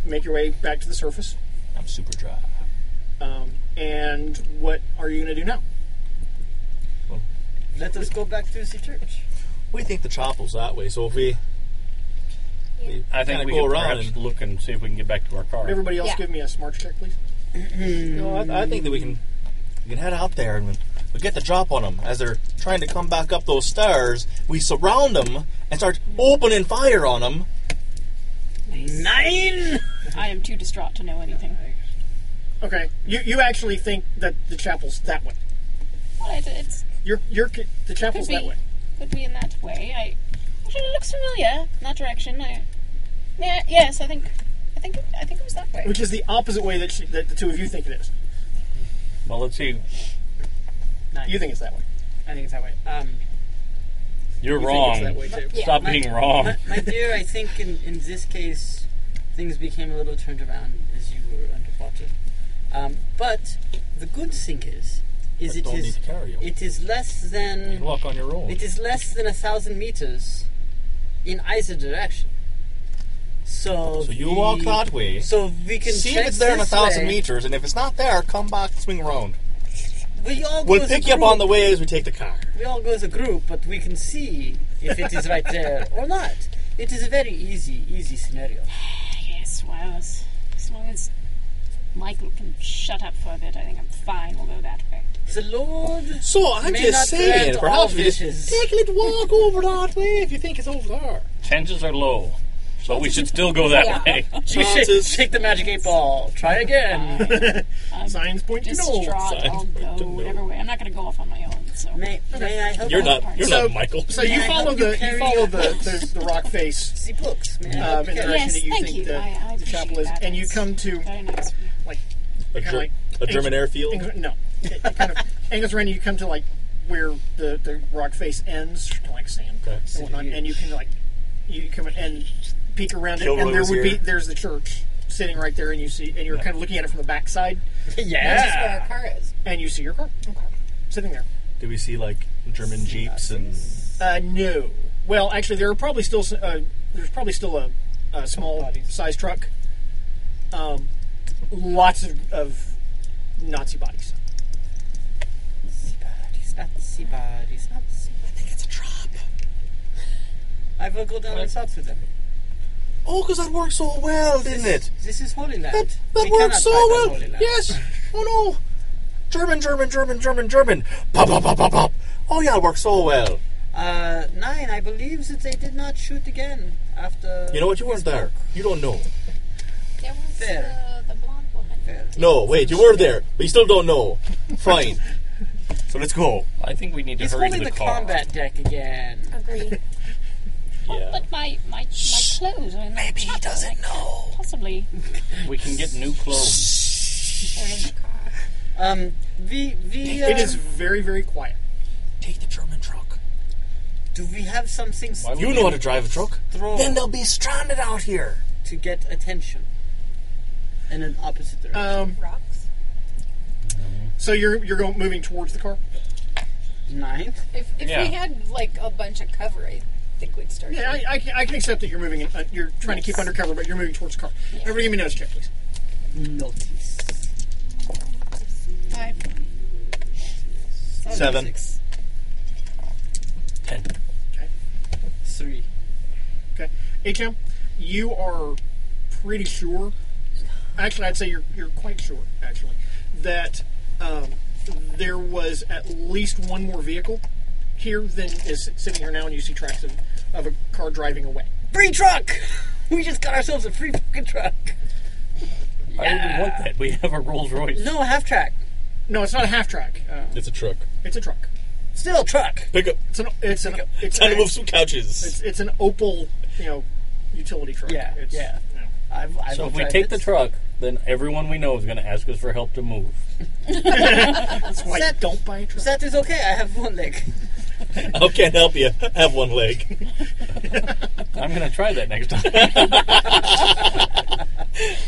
[SPEAKER 2] make your way back to the surface.
[SPEAKER 6] I'm super dry.
[SPEAKER 2] Um, and what are you gonna do now?
[SPEAKER 3] Let us go back to the church.
[SPEAKER 6] We think the chapel's that way, so if we, we
[SPEAKER 4] I think
[SPEAKER 6] kinda
[SPEAKER 4] we
[SPEAKER 6] go
[SPEAKER 4] can
[SPEAKER 6] around
[SPEAKER 4] perhaps
[SPEAKER 6] and
[SPEAKER 4] look and see if we can get back to our car.
[SPEAKER 2] Would everybody else
[SPEAKER 7] Yeah.
[SPEAKER 2] give me a smarts check, please?
[SPEAKER 6] No, I, I think that we can we can head out there and we, we get the drop on them as they're trying to come back up those stairs. We surround them and start opening fire on them.
[SPEAKER 3] Nine.
[SPEAKER 5] I am too distraught to know anything.
[SPEAKER 2] Okay. You you actually think that the chapel's that way?
[SPEAKER 13] Well, it, it's
[SPEAKER 2] Your your c- the chapel's
[SPEAKER 13] Could
[SPEAKER 2] that
[SPEAKER 13] be.
[SPEAKER 2] way.
[SPEAKER 13] could be in that way. I actually it looks familiar in that direction. I, yeah, yes, I think, I think, I think it was that way.
[SPEAKER 2] Which is the opposite way that, she, that the two of you think it is.
[SPEAKER 4] Well, let's see.
[SPEAKER 2] You think it's that way.
[SPEAKER 3] I think it's that way. Um,
[SPEAKER 4] You're
[SPEAKER 3] you
[SPEAKER 4] wrong.
[SPEAKER 3] Think it's that way too.
[SPEAKER 4] Yeah. Stop
[SPEAKER 3] My-
[SPEAKER 4] being wrong.
[SPEAKER 3] My, my dear, I think in, in this case, things became a little turned around as you were underwater. Um, but the good thing is, is
[SPEAKER 15] But
[SPEAKER 3] it
[SPEAKER 15] don't
[SPEAKER 3] is-
[SPEAKER 15] need to carry 'em.
[SPEAKER 3] it is less than
[SPEAKER 15] You can walk on your own.
[SPEAKER 3] It is less than a thousand meters in either direction. So,
[SPEAKER 6] So you
[SPEAKER 3] we-
[SPEAKER 6] walk that way.
[SPEAKER 3] So we can
[SPEAKER 6] see
[SPEAKER 3] check
[SPEAKER 6] if it's there in a
[SPEAKER 3] this
[SPEAKER 6] thousand
[SPEAKER 3] way.
[SPEAKER 6] meters, and if it's not there, come back, swing around.
[SPEAKER 3] We all go
[SPEAKER 6] We'll
[SPEAKER 3] as a
[SPEAKER 6] pick you up on the
[SPEAKER 3] group.
[SPEAKER 6] way as we take the car.
[SPEAKER 3] We all go as a group, but we can see if it is right
[SPEAKER 6] *laughs*
[SPEAKER 3] there or not. It is a very easy, easy scenario.
[SPEAKER 13] Yes, well, as, as long as Michael can shut up for a bit, I think I'm fine. We'll go that way.
[SPEAKER 3] The Lord.
[SPEAKER 6] So I'm
[SPEAKER 3] may
[SPEAKER 6] just
[SPEAKER 3] not
[SPEAKER 6] saying,
[SPEAKER 3] grant
[SPEAKER 6] perhaps
[SPEAKER 3] all
[SPEAKER 6] we just
[SPEAKER 3] wishes.
[SPEAKER 6] take a little walk over that way if you think it's over there.
[SPEAKER 4] Chances are low, but we should still go that
[SPEAKER 3] Yeah.
[SPEAKER 4] way.
[SPEAKER 3] Shake- shake, *laughs* shake the magic eight ball. Try
[SPEAKER 6] *laughs*
[SPEAKER 3] again.
[SPEAKER 2] Signs point
[SPEAKER 3] to
[SPEAKER 13] Distraught, I'll go whatever way. I'm not going to go off on my own. So
[SPEAKER 3] may, may I help
[SPEAKER 6] You're not- you're
[SPEAKER 2] so,
[SPEAKER 6] not Michael.
[SPEAKER 2] So you
[SPEAKER 3] May I
[SPEAKER 2] follow
[SPEAKER 3] help you
[SPEAKER 2] the you
[SPEAKER 3] carry
[SPEAKER 2] follow
[SPEAKER 3] your
[SPEAKER 2] the,
[SPEAKER 13] *laughs*
[SPEAKER 2] the, the rock face
[SPEAKER 3] See books, man.
[SPEAKER 6] Uh,
[SPEAKER 2] um, in the
[SPEAKER 3] *laughs*
[SPEAKER 2] direction
[SPEAKER 13] Yes,
[SPEAKER 2] that you
[SPEAKER 13] thank
[SPEAKER 2] think
[SPEAKER 13] you.
[SPEAKER 2] The,
[SPEAKER 13] I- I
[SPEAKER 2] the chapel is, and you come to like
[SPEAKER 6] A
[SPEAKER 2] kinda
[SPEAKER 6] Ger-
[SPEAKER 2] like
[SPEAKER 6] a German airfield?
[SPEAKER 2] Ang- no, It- it
[SPEAKER 13] *laughs*
[SPEAKER 2] kind of Angus Randy. You come to like where the, the rock face ends, kind of like sand and whatnot, and you can like you come and peek around it,
[SPEAKER 6] Gilroy
[SPEAKER 2] and there
[SPEAKER 6] was
[SPEAKER 2] would be
[SPEAKER 6] here.
[SPEAKER 2] there's the church sitting right there, and you see, and you're kind of looking at it from the backside.
[SPEAKER 21] That's where our car is.
[SPEAKER 2] and you see your car sitting there.
[SPEAKER 6] Do we see like German jeeps and?
[SPEAKER 2] Uh, no. Well, actually, there are probably still s- uh, there's probably still a, a small size truck. Um, lots of, of Nazi bodies.
[SPEAKER 3] It's not the sea bad. It's not the sea. I think it's a trap. I will go down and talk to them.
[SPEAKER 6] Oh, because that worked so well, didn't it?
[SPEAKER 3] This is Holy Land.
[SPEAKER 6] That,
[SPEAKER 3] We
[SPEAKER 6] that
[SPEAKER 3] cannot
[SPEAKER 6] worked so
[SPEAKER 3] fight on
[SPEAKER 6] well.
[SPEAKER 3] Holy Land.
[SPEAKER 6] Yes. Oh no. German, German, German, German, German. Pop, pop, pop, pop, pop. Oh yeah, it worked so well.
[SPEAKER 3] Uh, nine. I believe that they did not shoot again after.
[SPEAKER 6] You know what? You weren't there. You don't know.
[SPEAKER 3] There
[SPEAKER 7] uh,
[SPEAKER 3] was there. the blonde woman. *laughs*
[SPEAKER 6] No, wait, you were there, but you still don't know. Fine. *laughs* So let's go.
[SPEAKER 4] I think we need
[SPEAKER 3] He's holding the, combat deck again.
[SPEAKER 13] Agree.
[SPEAKER 6] Yeah.
[SPEAKER 13] But my my my clothes are in Maybe he doesn't know. Possibly.
[SPEAKER 4] We can get new clothes.
[SPEAKER 3] Um, we we. Uh,
[SPEAKER 2] It is very very quiet.
[SPEAKER 3] Take the German truck. Do we have some things?
[SPEAKER 6] You know how to drive a truck.
[SPEAKER 3] Throw
[SPEAKER 6] Then they'll be stranded out here.
[SPEAKER 3] to get attention. In an opposite direction.
[SPEAKER 2] Um,
[SPEAKER 3] Rocks.
[SPEAKER 2] So you're you're going moving towards the car.
[SPEAKER 3] Nine.
[SPEAKER 21] If, if
[SPEAKER 2] Yeah.
[SPEAKER 21] we had like a bunch of cover, I think we'd start.
[SPEAKER 2] Yeah, I, I, can, I can accept that you're moving. In, uh, you're trying to keep undercover, but you're moving towards the car. Everybody, give me a notice check, please.
[SPEAKER 3] Notice.
[SPEAKER 13] Five.
[SPEAKER 6] Seven.
[SPEAKER 4] Ten.
[SPEAKER 2] Okay.
[SPEAKER 3] Three.
[SPEAKER 2] Okay. HM, you are pretty sure. Actually, I'd say you're, you're quite sure, actually, that um, there was at least one more vehicle here than is sitting here now, and you see tracks of, of a car driving away.
[SPEAKER 3] Free truck. We just got ourselves a free fucking truck.
[SPEAKER 4] I don't even want that. We have a Rolls Royce.
[SPEAKER 3] No half track.
[SPEAKER 2] No, it's not a half track. Uh,
[SPEAKER 6] It's a truck.
[SPEAKER 2] it's a truck.
[SPEAKER 3] Still a truck.
[SPEAKER 6] Pick up.
[SPEAKER 2] It's an it's an it's
[SPEAKER 6] Time to
[SPEAKER 2] a-
[SPEAKER 6] move some couches.
[SPEAKER 2] It's, it's an Opal, you know, utility truck.
[SPEAKER 3] Yeah,
[SPEAKER 2] it's,
[SPEAKER 3] yeah.
[SPEAKER 2] you know.
[SPEAKER 3] I've, I've
[SPEAKER 4] so if we
[SPEAKER 3] tried
[SPEAKER 4] take the
[SPEAKER 3] this.
[SPEAKER 4] truck, then everyone we know is going to ask us for help to move.
[SPEAKER 2] That's why
[SPEAKER 3] That-
[SPEAKER 2] don't buy a truck.
[SPEAKER 3] That is okay. I have
[SPEAKER 7] *laughs*
[SPEAKER 3] one leg.
[SPEAKER 6] I can't help you. *laughs* I have one leg.
[SPEAKER 4] I'm going to try that
[SPEAKER 3] *laughs*
[SPEAKER 4] next time.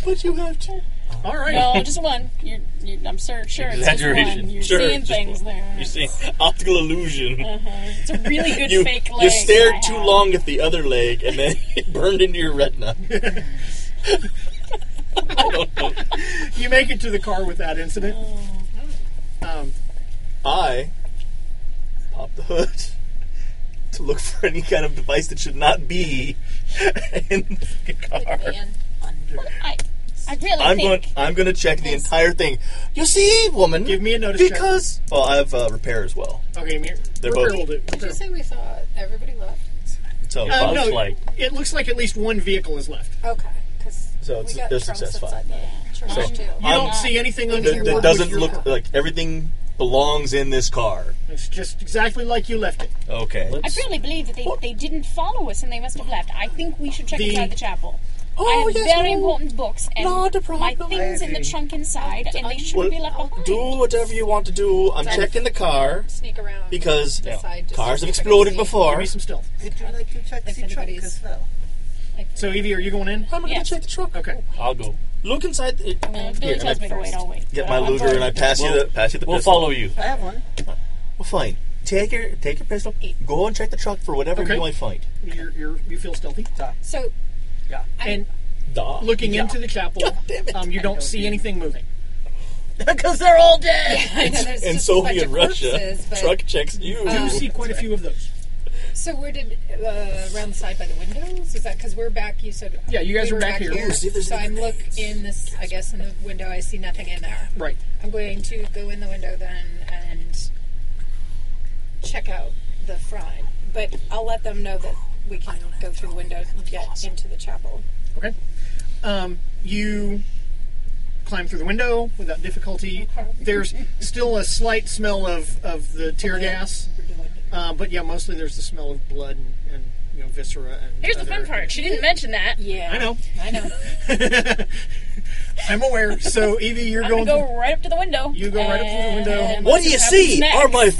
[SPEAKER 6] but you have two.
[SPEAKER 2] All right.
[SPEAKER 13] No, just one. You're, you I'm sure, sure it's just one.
[SPEAKER 6] Exaggeration.
[SPEAKER 13] You're
[SPEAKER 6] Sure,
[SPEAKER 13] seeing
[SPEAKER 6] just
[SPEAKER 13] things there.
[SPEAKER 6] You see, optical illusion.
[SPEAKER 13] Uh-huh. It's a really good
[SPEAKER 6] you,
[SPEAKER 13] fake leg.
[SPEAKER 6] you stared
[SPEAKER 13] I
[SPEAKER 6] too
[SPEAKER 13] have.
[SPEAKER 6] long at the other leg, and then *laughs* it burned into your retina.
[SPEAKER 2] You make it to the car with that incident.
[SPEAKER 3] Oh.
[SPEAKER 2] Um,
[SPEAKER 6] I popped the hood to look for any kind of device that should not be in the car.
[SPEAKER 13] I, I really
[SPEAKER 6] I'm
[SPEAKER 13] think
[SPEAKER 6] going. I'm going to check the entire thing. You see, woman.
[SPEAKER 2] Give me a notice check.
[SPEAKER 6] because. Well, I have uh, repair as well.
[SPEAKER 2] okay, Amir.
[SPEAKER 6] They're
[SPEAKER 2] repair
[SPEAKER 6] both-
[SPEAKER 2] will do.
[SPEAKER 21] Did
[SPEAKER 2] Repair.
[SPEAKER 21] you say we saw everybody left?
[SPEAKER 6] So,
[SPEAKER 2] Uh,
[SPEAKER 6] Bob's
[SPEAKER 2] no,
[SPEAKER 6] like-
[SPEAKER 2] it looks like at least one vehicle is left.
[SPEAKER 21] Okay, because
[SPEAKER 6] So
[SPEAKER 21] we
[SPEAKER 6] it's-
[SPEAKER 21] got
[SPEAKER 6] they're
[SPEAKER 21] trunks
[SPEAKER 6] successful.
[SPEAKER 21] inside the for
[SPEAKER 6] So,
[SPEAKER 21] us too.
[SPEAKER 6] I'm-
[SPEAKER 2] unusual
[SPEAKER 6] that, that
[SPEAKER 2] with
[SPEAKER 6] Um, doesn't
[SPEAKER 2] your
[SPEAKER 6] look
[SPEAKER 2] car.
[SPEAKER 6] like everything belongs in this car.
[SPEAKER 2] It's just exactly like you left it.
[SPEAKER 6] Okay.
[SPEAKER 5] I really believe that they, they didn't follow us and they must have left. I think we should check
[SPEAKER 6] The-
[SPEAKER 5] inside the chapel. I
[SPEAKER 6] Oh,
[SPEAKER 5] have
[SPEAKER 6] yes,
[SPEAKER 5] very
[SPEAKER 6] no.
[SPEAKER 5] important books and
[SPEAKER 6] Not a
[SPEAKER 5] my
[SPEAKER 6] problem.
[SPEAKER 5] things in the
[SPEAKER 6] Ivy.
[SPEAKER 5] trunk inside, and they shouldn't
[SPEAKER 6] Well,
[SPEAKER 5] be left behind. Uh,
[SPEAKER 6] do whatever you want to do. I'm
[SPEAKER 5] Fine.
[SPEAKER 6] checking the car
[SPEAKER 7] Sneak around.
[SPEAKER 6] because
[SPEAKER 7] the side just
[SPEAKER 6] cars
[SPEAKER 7] so we
[SPEAKER 6] have
[SPEAKER 7] can
[SPEAKER 6] exploded
[SPEAKER 7] see.
[SPEAKER 6] before.
[SPEAKER 2] stealth.
[SPEAKER 7] Would you like to check the truck as well?
[SPEAKER 2] So Evie, are you going in?
[SPEAKER 6] I'm gonna check the truck.
[SPEAKER 2] Okay.
[SPEAKER 4] I'll go.
[SPEAKER 6] Look inside. The,
[SPEAKER 5] Billy
[SPEAKER 6] Here,
[SPEAKER 5] tells
[SPEAKER 6] I
[SPEAKER 5] me to wait. I'll wait.
[SPEAKER 6] Get my luger and I pass you
[SPEAKER 4] We'll-
[SPEAKER 6] the pass you the.
[SPEAKER 4] we'll
[SPEAKER 6] pistol.
[SPEAKER 4] follow you.
[SPEAKER 7] I have
[SPEAKER 3] *laughs*
[SPEAKER 7] one.
[SPEAKER 6] Well, fine. Take your take your pistol. Go and check the truck for whatever
[SPEAKER 2] Okay.
[SPEAKER 6] you might find.
[SPEAKER 2] You're, you're, you feel stealthy.
[SPEAKER 7] So,
[SPEAKER 2] yeah. And
[SPEAKER 6] Duh.
[SPEAKER 2] looking
[SPEAKER 6] Yeah.
[SPEAKER 2] into the chapel, um, you don't see anything moving.
[SPEAKER 7] Because they're all dead.
[SPEAKER 6] and Soviet Russia truck checks you.
[SPEAKER 2] You see quite a few of those.
[SPEAKER 7] So where did uh, around the side by the windows? Is that because we're back? You said
[SPEAKER 2] Yeah, you guys
[SPEAKER 7] we
[SPEAKER 2] are
[SPEAKER 7] were
[SPEAKER 2] back here. Ooh, Oh, see if there's
[SPEAKER 7] so I'm look in this. I guess in the window, I see nothing in there.
[SPEAKER 2] Right.
[SPEAKER 7] I'm going to go in the window then and check out the front. But I'll let them know that we can go through the window and get into the chapel.
[SPEAKER 2] Okay. Um, you climb through the window without difficulty. There's still a slight smell of, of the tear gas, uh, but yeah, mostly there's the smell of blood and, and you know viscera and.
[SPEAKER 5] Here's the
[SPEAKER 2] other-
[SPEAKER 5] fun part. She didn't mention that. Yeah.
[SPEAKER 2] I know.
[SPEAKER 7] I know.
[SPEAKER 2] I'm aware. So Evie, you're
[SPEAKER 5] I'm
[SPEAKER 2] going.
[SPEAKER 5] going to go right up to the window.
[SPEAKER 2] You go right up to the window.
[SPEAKER 5] And
[SPEAKER 6] What do you
[SPEAKER 5] let's
[SPEAKER 6] see?
[SPEAKER 5] happens
[SPEAKER 6] Are my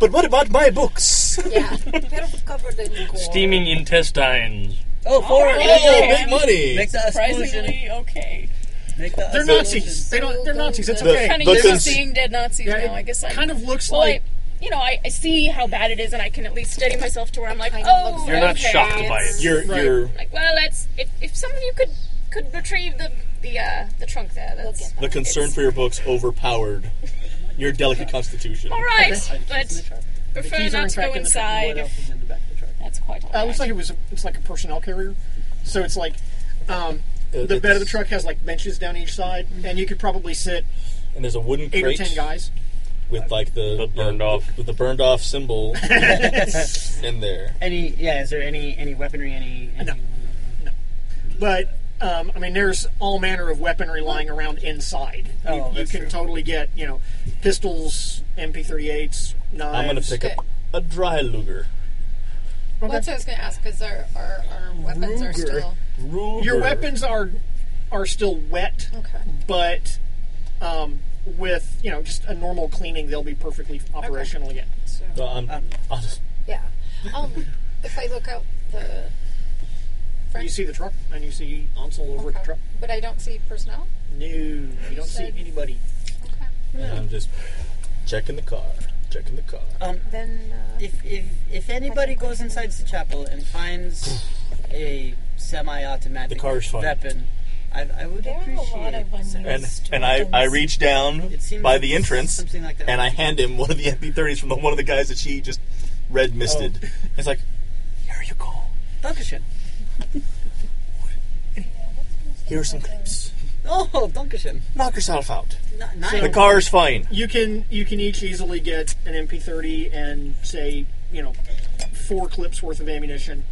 [SPEAKER 6] but what about my books?
[SPEAKER 7] Yeah, they're covered in gore.
[SPEAKER 4] Steaming intestines.
[SPEAKER 15] Oh,
[SPEAKER 7] four.
[SPEAKER 15] Alright.
[SPEAKER 7] Yeah,
[SPEAKER 15] Okay.
[SPEAKER 7] big money.
[SPEAKER 15] Make the
[SPEAKER 5] Surprisingly,
[SPEAKER 15] explosion.
[SPEAKER 5] okay.
[SPEAKER 15] Make the
[SPEAKER 2] They're
[SPEAKER 15] explosion.
[SPEAKER 2] Nazis. They don't. They're Nazis. It's
[SPEAKER 15] The-
[SPEAKER 2] okay.
[SPEAKER 5] kind of
[SPEAKER 15] But
[SPEAKER 5] used to
[SPEAKER 15] since-
[SPEAKER 5] seeing dead Nazis
[SPEAKER 2] Yeah,
[SPEAKER 5] now.
[SPEAKER 2] it
[SPEAKER 5] I guess I'm
[SPEAKER 2] kind of looks
[SPEAKER 5] well,
[SPEAKER 2] like-
[SPEAKER 5] I, you know, I, I see how bad it is, and I can at least steady myself to where I'm like, oh,
[SPEAKER 4] You're not
[SPEAKER 5] okay,
[SPEAKER 4] shocked by
[SPEAKER 5] it's-
[SPEAKER 4] it.
[SPEAKER 6] You're you're
[SPEAKER 5] Like, well, let's. If, if some of you could could retrieve the the uh, the trunk there, that's
[SPEAKER 6] the concern for your books overpowered your delicate constitution.
[SPEAKER 5] all right. But prefer
[SPEAKER 2] keys are
[SPEAKER 5] not
[SPEAKER 2] in fact
[SPEAKER 5] to go
[SPEAKER 2] in the trunk.
[SPEAKER 5] inside.
[SPEAKER 2] What else
[SPEAKER 5] if- That's quite. all
[SPEAKER 2] Uh, it looks
[SPEAKER 5] right.
[SPEAKER 2] like it was. A, it's like a personnel carrier. So it's like um,
[SPEAKER 6] Uh,
[SPEAKER 2] the bed
[SPEAKER 6] it's-
[SPEAKER 2] of the truck has like benches down each side, and you could probably sit
[SPEAKER 6] And there's a wooden
[SPEAKER 2] eight or
[SPEAKER 6] crate
[SPEAKER 2] ten guys.
[SPEAKER 6] with like the, burned off with the burned off symbol in there.
[SPEAKER 15] Any? Yeah. Is there any any weaponry? Any? any
[SPEAKER 2] But um, I mean, there's all manner of weaponry lying around inside. You,
[SPEAKER 15] Oh,
[SPEAKER 2] you
[SPEAKER 15] that's
[SPEAKER 2] can
[SPEAKER 15] true.
[SPEAKER 2] totally get you know pistols, MP38s, knives.
[SPEAKER 6] I'm gonna pick up a dry luger.
[SPEAKER 7] Well, that's what I was going to ask because our, our, our weapons are still.
[SPEAKER 2] Your weapons are are still wet, but um, with you know just a normal cleaning, they'll be perfectly operational again.
[SPEAKER 6] Well, I'm,
[SPEAKER 15] Uh,
[SPEAKER 6] I'll just-
[SPEAKER 7] Yeah. Um, if I look out the,
[SPEAKER 2] You see the truck, and you see Ansel over at the truck.
[SPEAKER 7] but I don't see personnel.
[SPEAKER 2] No, you don't see
[SPEAKER 7] said-
[SPEAKER 2] anybody.
[SPEAKER 6] and I'm just checking the car. Checking the car.
[SPEAKER 15] Um,
[SPEAKER 21] then
[SPEAKER 7] uh,
[SPEAKER 15] if if if anybody goes inside the chapel and finds a semi-automatic
[SPEAKER 6] The car is fine.
[SPEAKER 15] weapon, I, I would appreciate. some-
[SPEAKER 6] And and I, I reach down
[SPEAKER 15] It seems
[SPEAKER 6] by the entrance
[SPEAKER 15] something like that.
[SPEAKER 6] and I hand him one of the MP30s from the, one of the guys that she just red misted.
[SPEAKER 15] Oh.
[SPEAKER 6] *laughs* It's like
[SPEAKER 15] Dankeschön.
[SPEAKER 6] here are some clips.
[SPEAKER 15] Oh, Dankeschön.
[SPEAKER 6] Knock yourself out.
[SPEAKER 15] Not,
[SPEAKER 2] So-
[SPEAKER 6] the car is fine.
[SPEAKER 2] You can you can each easily get an MP30 and say you know four clips worth of ammunition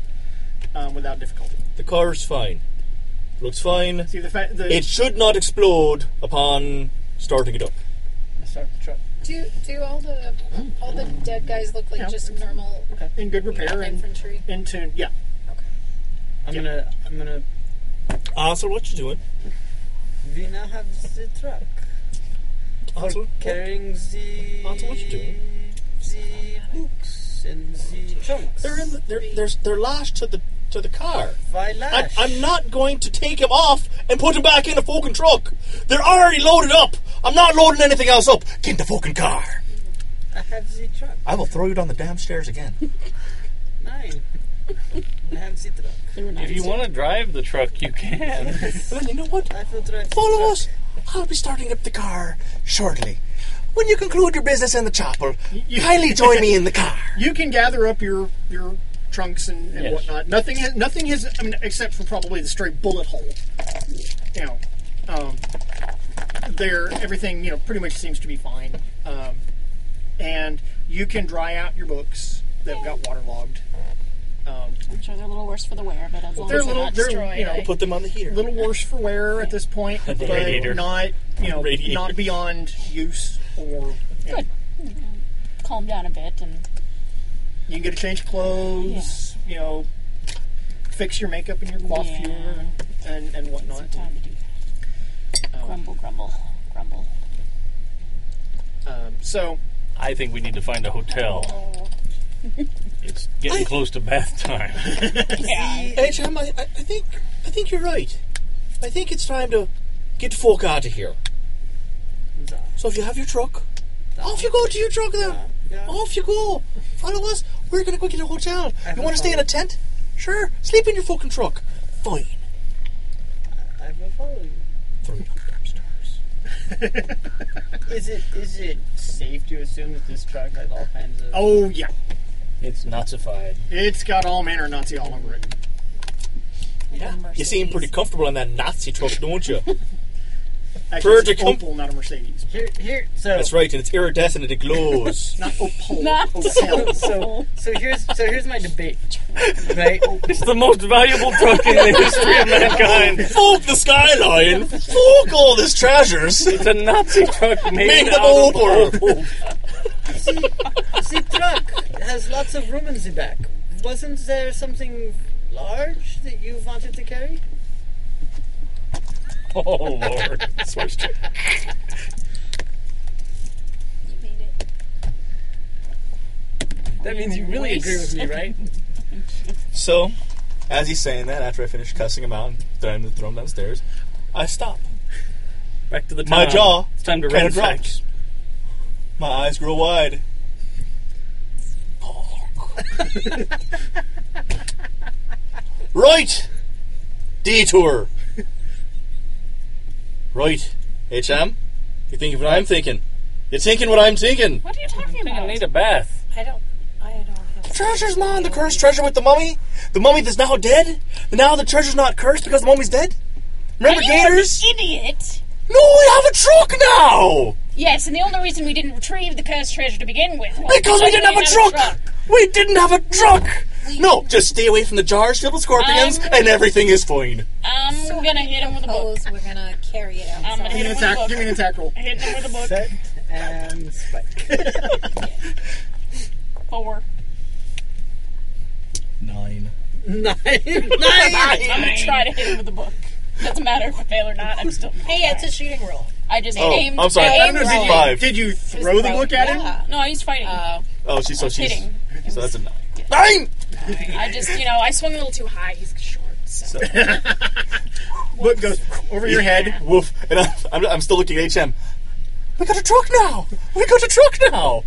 [SPEAKER 2] um, without difficulty.
[SPEAKER 6] The car is fine. Looks fine.
[SPEAKER 2] See the fact the
[SPEAKER 6] It should not explode upon starting it up.
[SPEAKER 15] Start the truck.
[SPEAKER 7] Do do all the all the dead guys look like just normal
[SPEAKER 2] in good repair and
[SPEAKER 7] infantry?
[SPEAKER 2] in tune. Yeah.
[SPEAKER 15] I'm gonna I'm gonna.
[SPEAKER 6] Ansel, "Ah, what you doing?
[SPEAKER 15] We now have the truck
[SPEAKER 6] Ansel,
[SPEAKER 15] carrying the
[SPEAKER 6] Ansel, what you doing?
[SPEAKER 15] the books and the trunks.
[SPEAKER 6] They're in the, they're, they're, they're lashed to the to the car.
[SPEAKER 15] Why
[SPEAKER 6] I,
[SPEAKER 15] lash?
[SPEAKER 6] I'm not going to take him off and put him back in the fucking truck. They're already loaded up. I'm not loading anything else up. Get in the fucking car.
[SPEAKER 15] I have the truck.
[SPEAKER 6] I will throw you down the damn stairs again. *laughs*
[SPEAKER 15] Nine. I have the truck.
[SPEAKER 4] If you want to drive the truck, you can. *laughs*
[SPEAKER 6] Well, you know what?
[SPEAKER 15] I will drive. the
[SPEAKER 6] Follow
[SPEAKER 15] truck.
[SPEAKER 6] us. I'll be starting up the car shortly. When you conclude your business in the chapel, kindly join me in the car.
[SPEAKER 2] You can gather up your your trunks and, and
[SPEAKER 6] Yes.
[SPEAKER 2] whatnot. Nothing has, nothing has I mean except for probably the stray bullet hole. You know, um, there everything you know pretty much seems to be fine. Um, and you can dry out your books that got waterlogged. Um,
[SPEAKER 5] I'm sure they're a little worse for the wear, but as long
[SPEAKER 2] they're
[SPEAKER 5] as
[SPEAKER 2] a little,
[SPEAKER 5] not
[SPEAKER 2] they're
[SPEAKER 5] destroyed,
[SPEAKER 2] you know,
[SPEAKER 5] I-
[SPEAKER 6] on the heater.
[SPEAKER 2] Little worse for wear at this point,
[SPEAKER 6] *laughs* The
[SPEAKER 2] but
[SPEAKER 6] radiator.
[SPEAKER 2] not you know
[SPEAKER 6] Radiator.
[SPEAKER 2] not beyond use or you, know,
[SPEAKER 5] Good. Mm, Calm down a bit and
[SPEAKER 2] you can get a change of clothes. You know, fix your makeup and your coiffure and and whatnot. Oh.
[SPEAKER 5] grumble, grumble, grumble.
[SPEAKER 2] Um, so
[SPEAKER 4] I think we need to find a hotel. It's getting close to
[SPEAKER 3] *laughs*
[SPEAKER 4] bath time.
[SPEAKER 6] Hey, Jim, I, I I think I think you're right. I think it's time to get the folk out of here. So if you have your truck, off you go to your truck then. Off you go. Follow us. We're gonna go get a hotel. You want to stay in a tent? Sure. Sleep in your fucking truck. Fine.
[SPEAKER 3] I will follow you.
[SPEAKER 6] Three goddamn stars.
[SPEAKER 3] Is it is it safe to assume that this truck has all kinds of?
[SPEAKER 2] Oh yeah,
[SPEAKER 4] it's Nazified.
[SPEAKER 2] it's got all manner of Nazi all over it.
[SPEAKER 6] Yeah, you seem pretty comfortable in that Nazi truck, don't you?
[SPEAKER 2] Actually, it's
[SPEAKER 6] Pretty
[SPEAKER 2] an
[SPEAKER 6] com-
[SPEAKER 2] Opel, not a Mercedes.
[SPEAKER 3] Here, here. So
[SPEAKER 6] That's right, and it's iridescent and it glows. *laughs*
[SPEAKER 2] Not Opel.
[SPEAKER 3] Not
[SPEAKER 2] Opel.
[SPEAKER 3] so so here's so here's my debate, right?
[SPEAKER 4] It's the most valuable truck in the history of mankind.
[SPEAKER 6] Fuck the skyline! Fuck all this treasures! It's
[SPEAKER 4] a Nazi truck
[SPEAKER 6] *laughs*
[SPEAKER 3] made
[SPEAKER 6] made of
[SPEAKER 3] out of
[SPEAKER 6] opal.
[SPEAKER 3] See, the truck has lots of room in the back. Wasn't there something large that you wanted to carry?
[SPEAKER 4] Oh lord, switched.
[SPEAKER 3] That means you really agree with me, right?
[SPEAKER 6] *laughs* So, as he's saying that, after I finish cussing him out and throwing him, throw him downstairs, I stop.
[SPEAKER 4] Back to the
[SPEAKER 6] My
[SPEAKER 4] town.
[SPEAKER 6] jaw
[SPEAKER 4] It's time to
[SPEAKER 6] kind of
[SPEAKER 4] ransack.
[SPEAKER 6] drops. My eyes grow *laughs* wide. Fuck. right! Detour! Right, HM? You're thinking what I'm thinking. You're thinking what I'm thinking.
[SPEAKER 5] What are you talking about?
[SPEAKER 4] I need a bath.
[SPEAKER 17] I don't. I don't. Have
[SPEAKER 6] Treasure's mine, the cursed treasure with the mummy. The mummy that's now dead. But now the treasure's not cursed because the mummy's dead. Remember
[SPEAKER 5] Are you e- an
[SPEAKER 6] Gators?
[SPEAKER 5] idiot.
[SPEAKER 6] No, I have a truck now!
[SPEAKER 5] Yes, and the only reason we didn't retrieve the cursed treasure to begin with was
[SPEAKER 6] Because we didn't have a truck! We didn't have a truck! No, just stay away from the jars filled with scorpions
[SPEAKER 5] Um,
[SPEAKER 6] and everything is fine.
[SPEAKER 5] I'm gonna hit him with a book.
[SPEAKER 17] We're gonna carry it out.
[SPEAKER 5] I'm gonna hit him with a book.
[SPEAKER 2] Give me an attack roll.
[SPEAKER 5] Hitting him with a book.
[SPEAKER 3] Set and spike.
[SPEAKER 5] Four.
[SPEAKER 6] Nine. *laughs*
[SPEAKER 3] Nine.
[SPEAKER 5] I'm gonna try to hit him with a book. Doesn't matter if I fail or not. I'm still.
[SPEAKER 17] Hey, it's a shooting roll.
[SPEAKER 5] I just
[SPEAKER 6] Oh,
[SPEAKER 5] aimed.
[SPEAKER 6] I'm sorry.
[SPEAKER 5] I
[SPEAKER 6] I
[SPEAKER 5] aimed
[SPEAKER 6] don't know if
[SPEAKER 5] wrong.
[SPEAKER 6] you- Five.
[SPEAKER 2] Did you throw the book at him?
[SPEAKER 17] Yeah.
[SPEAKER 5] No, he's fighting.
[SPEAKER 6] Oh, she's so she's
[SPEAKER 5] Hitting.
[SPEAKER 6] so that's a nine. Nine.
[SPEAKER 5] I just, you know, I swung a little too high. He's short. So.
[SPEAKER 2] Book goes over *laughs* your head.
[SPEAKER 6] Woof. And I'm, I'm, I'm still looking at HM. We got a truck now. We got a truck now.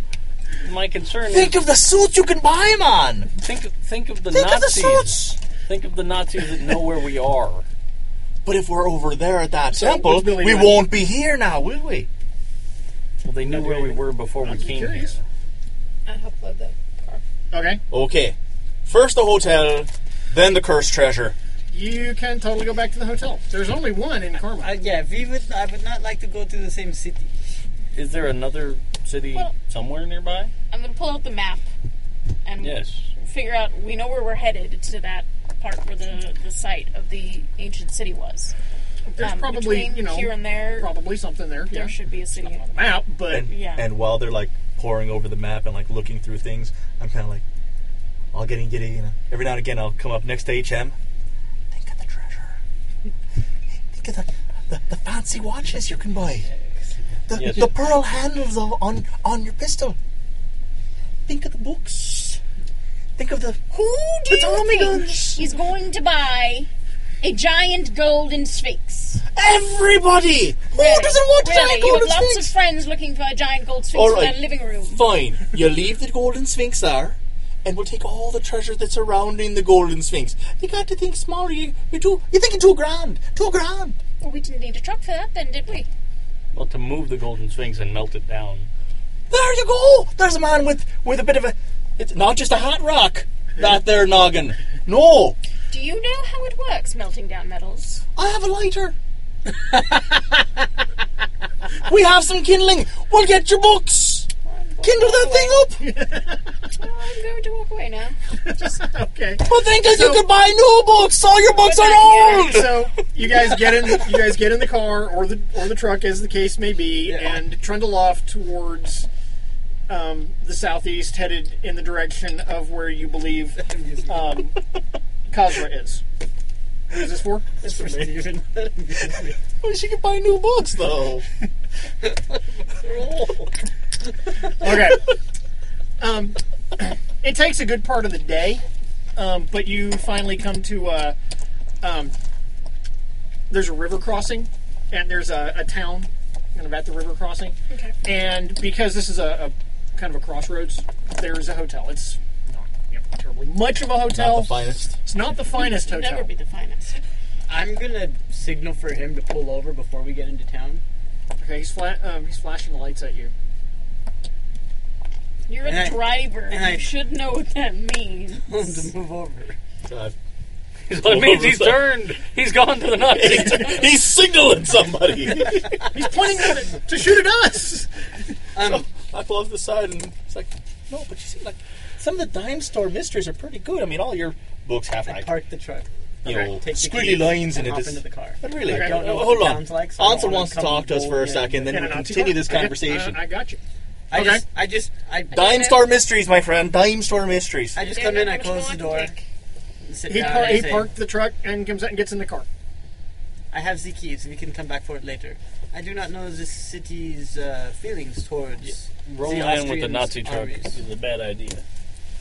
[SPEAKER 4] My concern
[SPEAKER 6] Think
[SPEAKER 4] is
[SPEAKER 6] of the suits you can buy him on.
[SPEAKER 4] think of, think of the
[SPEAKER 6] Think of the
[SPEAKER 4] Nazis.
[SPEAKER 6] suits.
[SPEAKER 4] think of the Nazis that know where we are.
[SPEAKER 6] But if we're over there at that
[SPEAKER 2] So,
[SPEAKER 6] temple,
[SPEAKER 2] what's Billy
[SPEAKER 6] we
[SPEAKER 2] doing?
[SPEAKER 6] won't be here now, will we?
[SPEAKER 4] Well, they knew where we were before we came here.
[SPEAKER 2] curious.
[SPEAKER 17] I upload that.
[SPEAKER 2] Okay.
[SPEAKER 6] Okay. First the hotel, then the cursed treasure.
[SPEAKER 2] You can totally go back to the hotel. There's only one in Carmel.
[SPEAKER 3] Uh, yeah, we would. I would not like to go to the same city.
[SPEAKER 4] Is there another city somewhere nearby?
[SPEAKER 5] I'm gonna pull out the map and
[SPEAKER 4] Yes.
[SPEAKER 5] figure out. We know where we're headed to that part where the the site of the ancient city was.
[SPEAKER 2] There's
[SPEAKER 5] Um,
[SPEAKER 2] probably,
[SPEAKER 5] between
[SPEAKER 2] you know,
[SPEAKER 5] here and there.
[SPEAKER 2] probably something there. Yeah.
[SPEAKER 5] There should be a city.
[SPEAKER 2] map, but
[SPEAKER 6] And,
[SPEAKER 5] Yeah.
[SPEAKER 6] and while they're like pouring over the map and like looking through things, I'm kind of like all getting giddy. You know, every now and again I'll come up next to HM. Think of the treasure. Think of the, the, the fancy watches you can buy. The,
[SPEAKER 4] Yes.
[SPEAKER 6] the pearl handles of, on on your pistol. Think of the books. Think of the
[SPEAKER 5] Who do
[SPEAKER 6] The Tommy
[SPEAKER 5] you think
[SPEAKER 6] guns.
[SPEAKER 5] is going to buy a giant golden sphinx?
[SPEAKER 6] everybody. Who doesn't want to
[SPEAKER 5] really?
[SPEAKER 6] take
[SPEAKER 5] You have
[SPEAKER 6] golden
[SPEAKER 5] lots
[SPEAKER 6] sphinx?
[SPEAKER 5] of friends looking for a giant gold sphinx
[SPEAKER 6] All
[SPEAKER 5] for
[SPEAKER 6] right.
[SPEAKER 5] their living room.
[SPEAKER 6] Fine. You leave the golden sphinx there, and we'll take all the treasure that's surrounding the golden sphinx. You got to think small. You, you're too. You're thinking two grand. Two grand.
[SPEAKER 5] Well, we didn't need a truck for that, then, did we?
[SPEAKER 4] Well, to move the Golden Sphinx and melt it down.
[SPEAKER 6] There you go. There's a man with with a bit of a. It's not just a hot rock. That there noggin. No,
[SPEAKER 5] Do you know how it works, melting down metals?
[SPEAKER 6] I have a lighter. *laughs* we have some kindling. We'll get your books.
[SPEAKER 5] I'm
[SPEAKER 6] Kindle that thing up!
[SPEAKER 7] Well, I'm going to walk away now.
[SPEAKER 2] okay.
[SPEAKER 6] But then, because you could buy new books, all your books are
[SPEAKER 2] *laughs*
[SPEAKER 6] old.
[SPEAKER 2] So you guys get in. You guys get in the car or the or the truck, as the case may be, and trundle off towards um, the southeast, headed in the direction of where you believe um, Cosra is. Who is this for?
[SPEAKER 3] It's for Steven.
[SPEAKER 6] Well, she could buy new books though.
[SPEAKER 2] okay. *laughs* Um, it takes a good part of the day, um, but you finally come to. Uh, um, there's a river crossing, and there's a, a town kind of at the river crossing.
[SPEAKER 16] Okay.
[SPEAKER 2] And because this is a, a kind of a crossroads, there's a hotel. It's not you know, terribly much of a hotel.
[SPEAKER 6] the finest.
[SPEAKER 2] It's not the finest
[SPEAKER 3] It'll
[SPEAKER 2] hotel.
[SPEAKER 3] never be
[SPEAKER 2] the finest.
[SPEAKER 3] *laughs* I'm gonna signal for him to pull over before we get into town.
[SPEAKER 2] Okay, he's flat. Um, he's flashing the lights at you.
[SPEAKER 5] You're a
[SPEAKER 3] And I-
[SPEAKER 5] driver.
[SPEAKER 3] and I-
[SPEAKER 5] you should know what that means.
[SPEAKER 3] Tell him to move over.
[SPEAKER 6] *laughs*
[SPEAKER 4] Well, it means he's turned. He's gone to the nuts.
[SPEAKER 6] *laughs* he's signaling somebody.
[SPEAKER 2] he's pointing to, to shoot at us.
[SPEAKER 6] Um, *laughs* I pull off the side and it's like, no, but you see, like some of the dime store mysteries are pretty good. I mean, all your books have like
[SPEAKER 3] park the truck.
[SPEAKER 6] you
[SPEAKER 3] Okay,
[SPEAKER 6] know
[SPEAKER 3] take the
[SPEAKER 6] squiggly
[SPEAKER 3] keys
[SPEAKER 6] lines
[SPEAKER 3] and
[SPEAKER 6] in it.
[SPEAKER 3] hop
[SPEAKER 6] It's-
[SPEAKER 3] into the car.
[SPEAKER 6] But really,
[SPEAKER 3] Okay. I don't know what
[SPEAKER 6] hold
[SPEAKER 3] the
[SPEAKER 6] on.
[SPEAKER 3] town's like, so I don't
[SPEAKER 6] Ansel
[SPEAKER 3] wanna
[SPEAKER 6] wants to
[SPEAKER 3] come
[SPEAKER 6] talk to us for a
[SPEAKER 3] bold in.
[SPEAKER 6] second, then
[SPEAKER 3] Yeah,
[SPEAKER 6] we'll
[SPEAKER 3] no, no,
[SPEAKER 6] continue this
[SPEAKER 3] okay. *laughs*
[SPEAKER 6] conversation.
[SPEAKER 3] I- I
[SPEAKER 2] Uh, got you.
[SPEAKER 3] I
[SPEAKER 6] Okay.
[SPEAKER 3] just, I just, I
[SPEAKER 6] Dime store mysteries, my friend. Dime store mysteries.
[SPEAKER 3] I just come in, I close the door. Sit
[SPEAKER 2] He,
[SPEAKER 3] down,
[SPEAKER 2] par-
[SPEAKER 3] and I
[SPEAKER 2] he
[SPEAKER 3] say,
[SPEAKER 2] parked the truck and comes out and gets in the car.
[SPEAKER 3] I have the keys. We can come back for it later. I do not know this city's uh, feelings towards
[SPEAKER 4] Rolling
[SPEAKER 3] the
[SPEAKER 4] in with the
[SPEAKER 3] Austrian
[SPEAKER 4] Nazi truck
[SPEAKER 3] armies.
[SPEAKER 4] is a bad idea.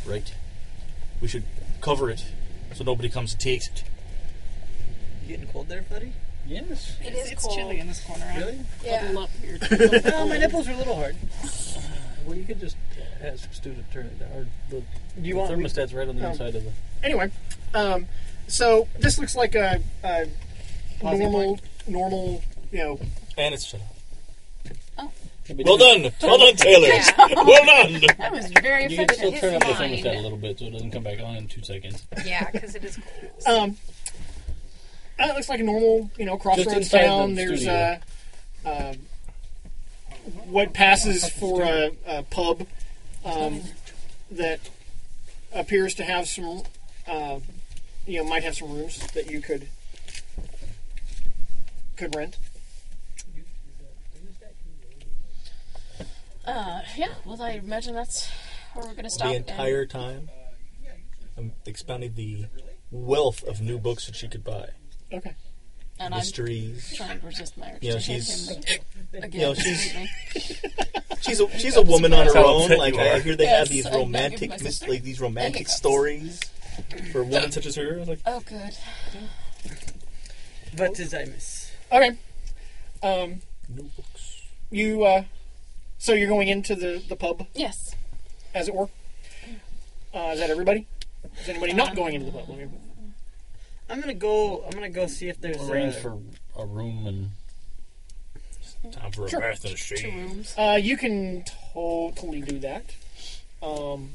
[SPEAKER 6] Right. We should cover it so nobody comes and takes it.
[SPEAKER 3] You getting cold there, buddy?
[SPEAKER 4] Yes.
[SPEAKER 5] It is it's chilly in this corner.
[SPEAKER 3] Really?
[SPEAKER 4] *laughs*
[SPEAKER 5] Yeah. Bubble up here.
[SPEAKER 3] well, my nipples are a little hard.
[SPEAKER 4] Well, you could just ask Stu to turn it down. Or the,
[SPEAKER 2] Do you want me-
[SPEAKER 4] thermostat's right on the
[SPEAKER 2] Oh.
[SPEAKER 4] inside of the.
[SPEAKER 2] Anyway, um, so this looks like a, a
[SPEAKER 6] Pausing
[SPEAKER 2] normal, normal, you know,
[SPEAKER 6] And it's shut off.
[SPEAKER 4] Well
[SPEAKER 6] done. Well
[SPEAKER 3] *laughs*
[SPEAKER 6] done, Taylor. Well done.
[SPEAKER 5] That was very
[SPEAKER 4] You can still
[SPEAKER 5] effective.
[SPEAKER 4] turn up the
[SPEAKER 5] His
[SPEAKER 4] thermostat a
[SPEAKER 5] mind.
[SPEAKER 4] little bit so it doesn't come back on in two seconds.
[SPEAKER 7] Yeah, because it is cold.
[SPEAKER 2] um, uh, it looks like a normal, you know, crossroads
[SPEAKER 4] inside the
[SPEAKER 2] town. There's
[SPEAKER 4] studio.
[SPEAKER 2] a, um, what passes for a, a pub um, that appears to have some, uh, you know, might have some rooms that you could could rent.
[SPEAKER 5] Uh, yeah, well, I imagine that's where we're going to stop.
[SPEAKER 6] the
[SPEAKER 5] and-
[SPEAKER 6] entire time. I'm expounding the wealth of new books that she could buy.
[SPEAKER 2] Okay.
[SPEAKER 5] And
[SPEAKER 6] Mysteries.
[SPEAKER 5] *laughs* I'm trying to resist my urge
[SPEAKER 6] You know,
[SPEAKER 5] to hit
[SPEAKER 6] she's-
[SPEAKER 5] him again.
[SPEAKER 6] you know, she's-
[SPEAKER 5] Excuse me.
[SPEAKER 6] She's a she's a woman on her
[SPEAKER 4] That's how
[SPEAKER 6] own.
[SPEAKER 4] upset
[SPEAKER 6] Like
[SPEAKER 4] you
[SPEAKER 6] I, I
[SPEAKER 4] are.
[SPEAKER 6] hear they
[SPEAKER 5] Yes,
[SPEAKER 6] have these
[SPEAKER 5] I love you,
[SPEAKER 6] romantic
[SPEAKER 5] my
[SPEAKER 6] mis-
[SPEAKER 5] sister.
[SPEAKER 6] like these romantic
[SPEAKER 5] hiccups.
[SPEAKER 6] stories for a woman such as her. Like
[SPEAKER 5] Oh, good.
[SPEAKER 3] What did I miss?
[SPEAKER 2] Okay. Um, You, uh, so you're going into the, the pub,
[SPEAKER 5] Yes.
[SPEAKER 2] as it were? Uh, is that everybody? Is anybody not going into the pub? Let me-
[SPEAKER 3] I'm gonna go. I'm gonna go see if there's
[SPEAKER 4] Arrange
[SPEAKER 3] uh,
[SPEAKER 4] for a room and. Time for a
[SPEAKER 2] Sure.
[SPEAKER 4] bath and a shave.
[SPEAKER 5] rooms.
[SPEAKER 2] Uh, you can totally do that. Um,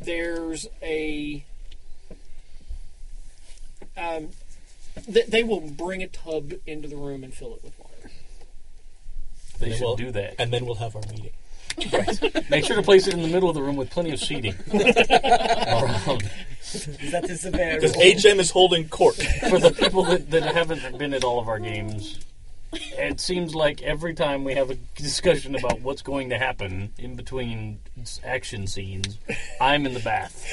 [SPEAKER 2] there's a. Um, th- they will bring a tub into the room and fill it with water.
[SPEAKER 4] They
[SPEAKER 6] And then
[SPEAKER 4] should
[SPEAKER 6] we'll-
[SPEAKER 4] do that.
[SPEAKER 6] and then we'll have our meeting.
[SPEAKER 4] *laughs* Make sure to place it in the middle of the room with plenty of *laughs* seating Um, around
[SPEAKER 3] that is the bear.
[SPEAKER 6] Because HM is holding court.
[SPEAKER 4] for the people that, that haven't been at all of our games. It seems like every time we have a discussion about what's going to happen in between s- action scenes, I'm in the bath,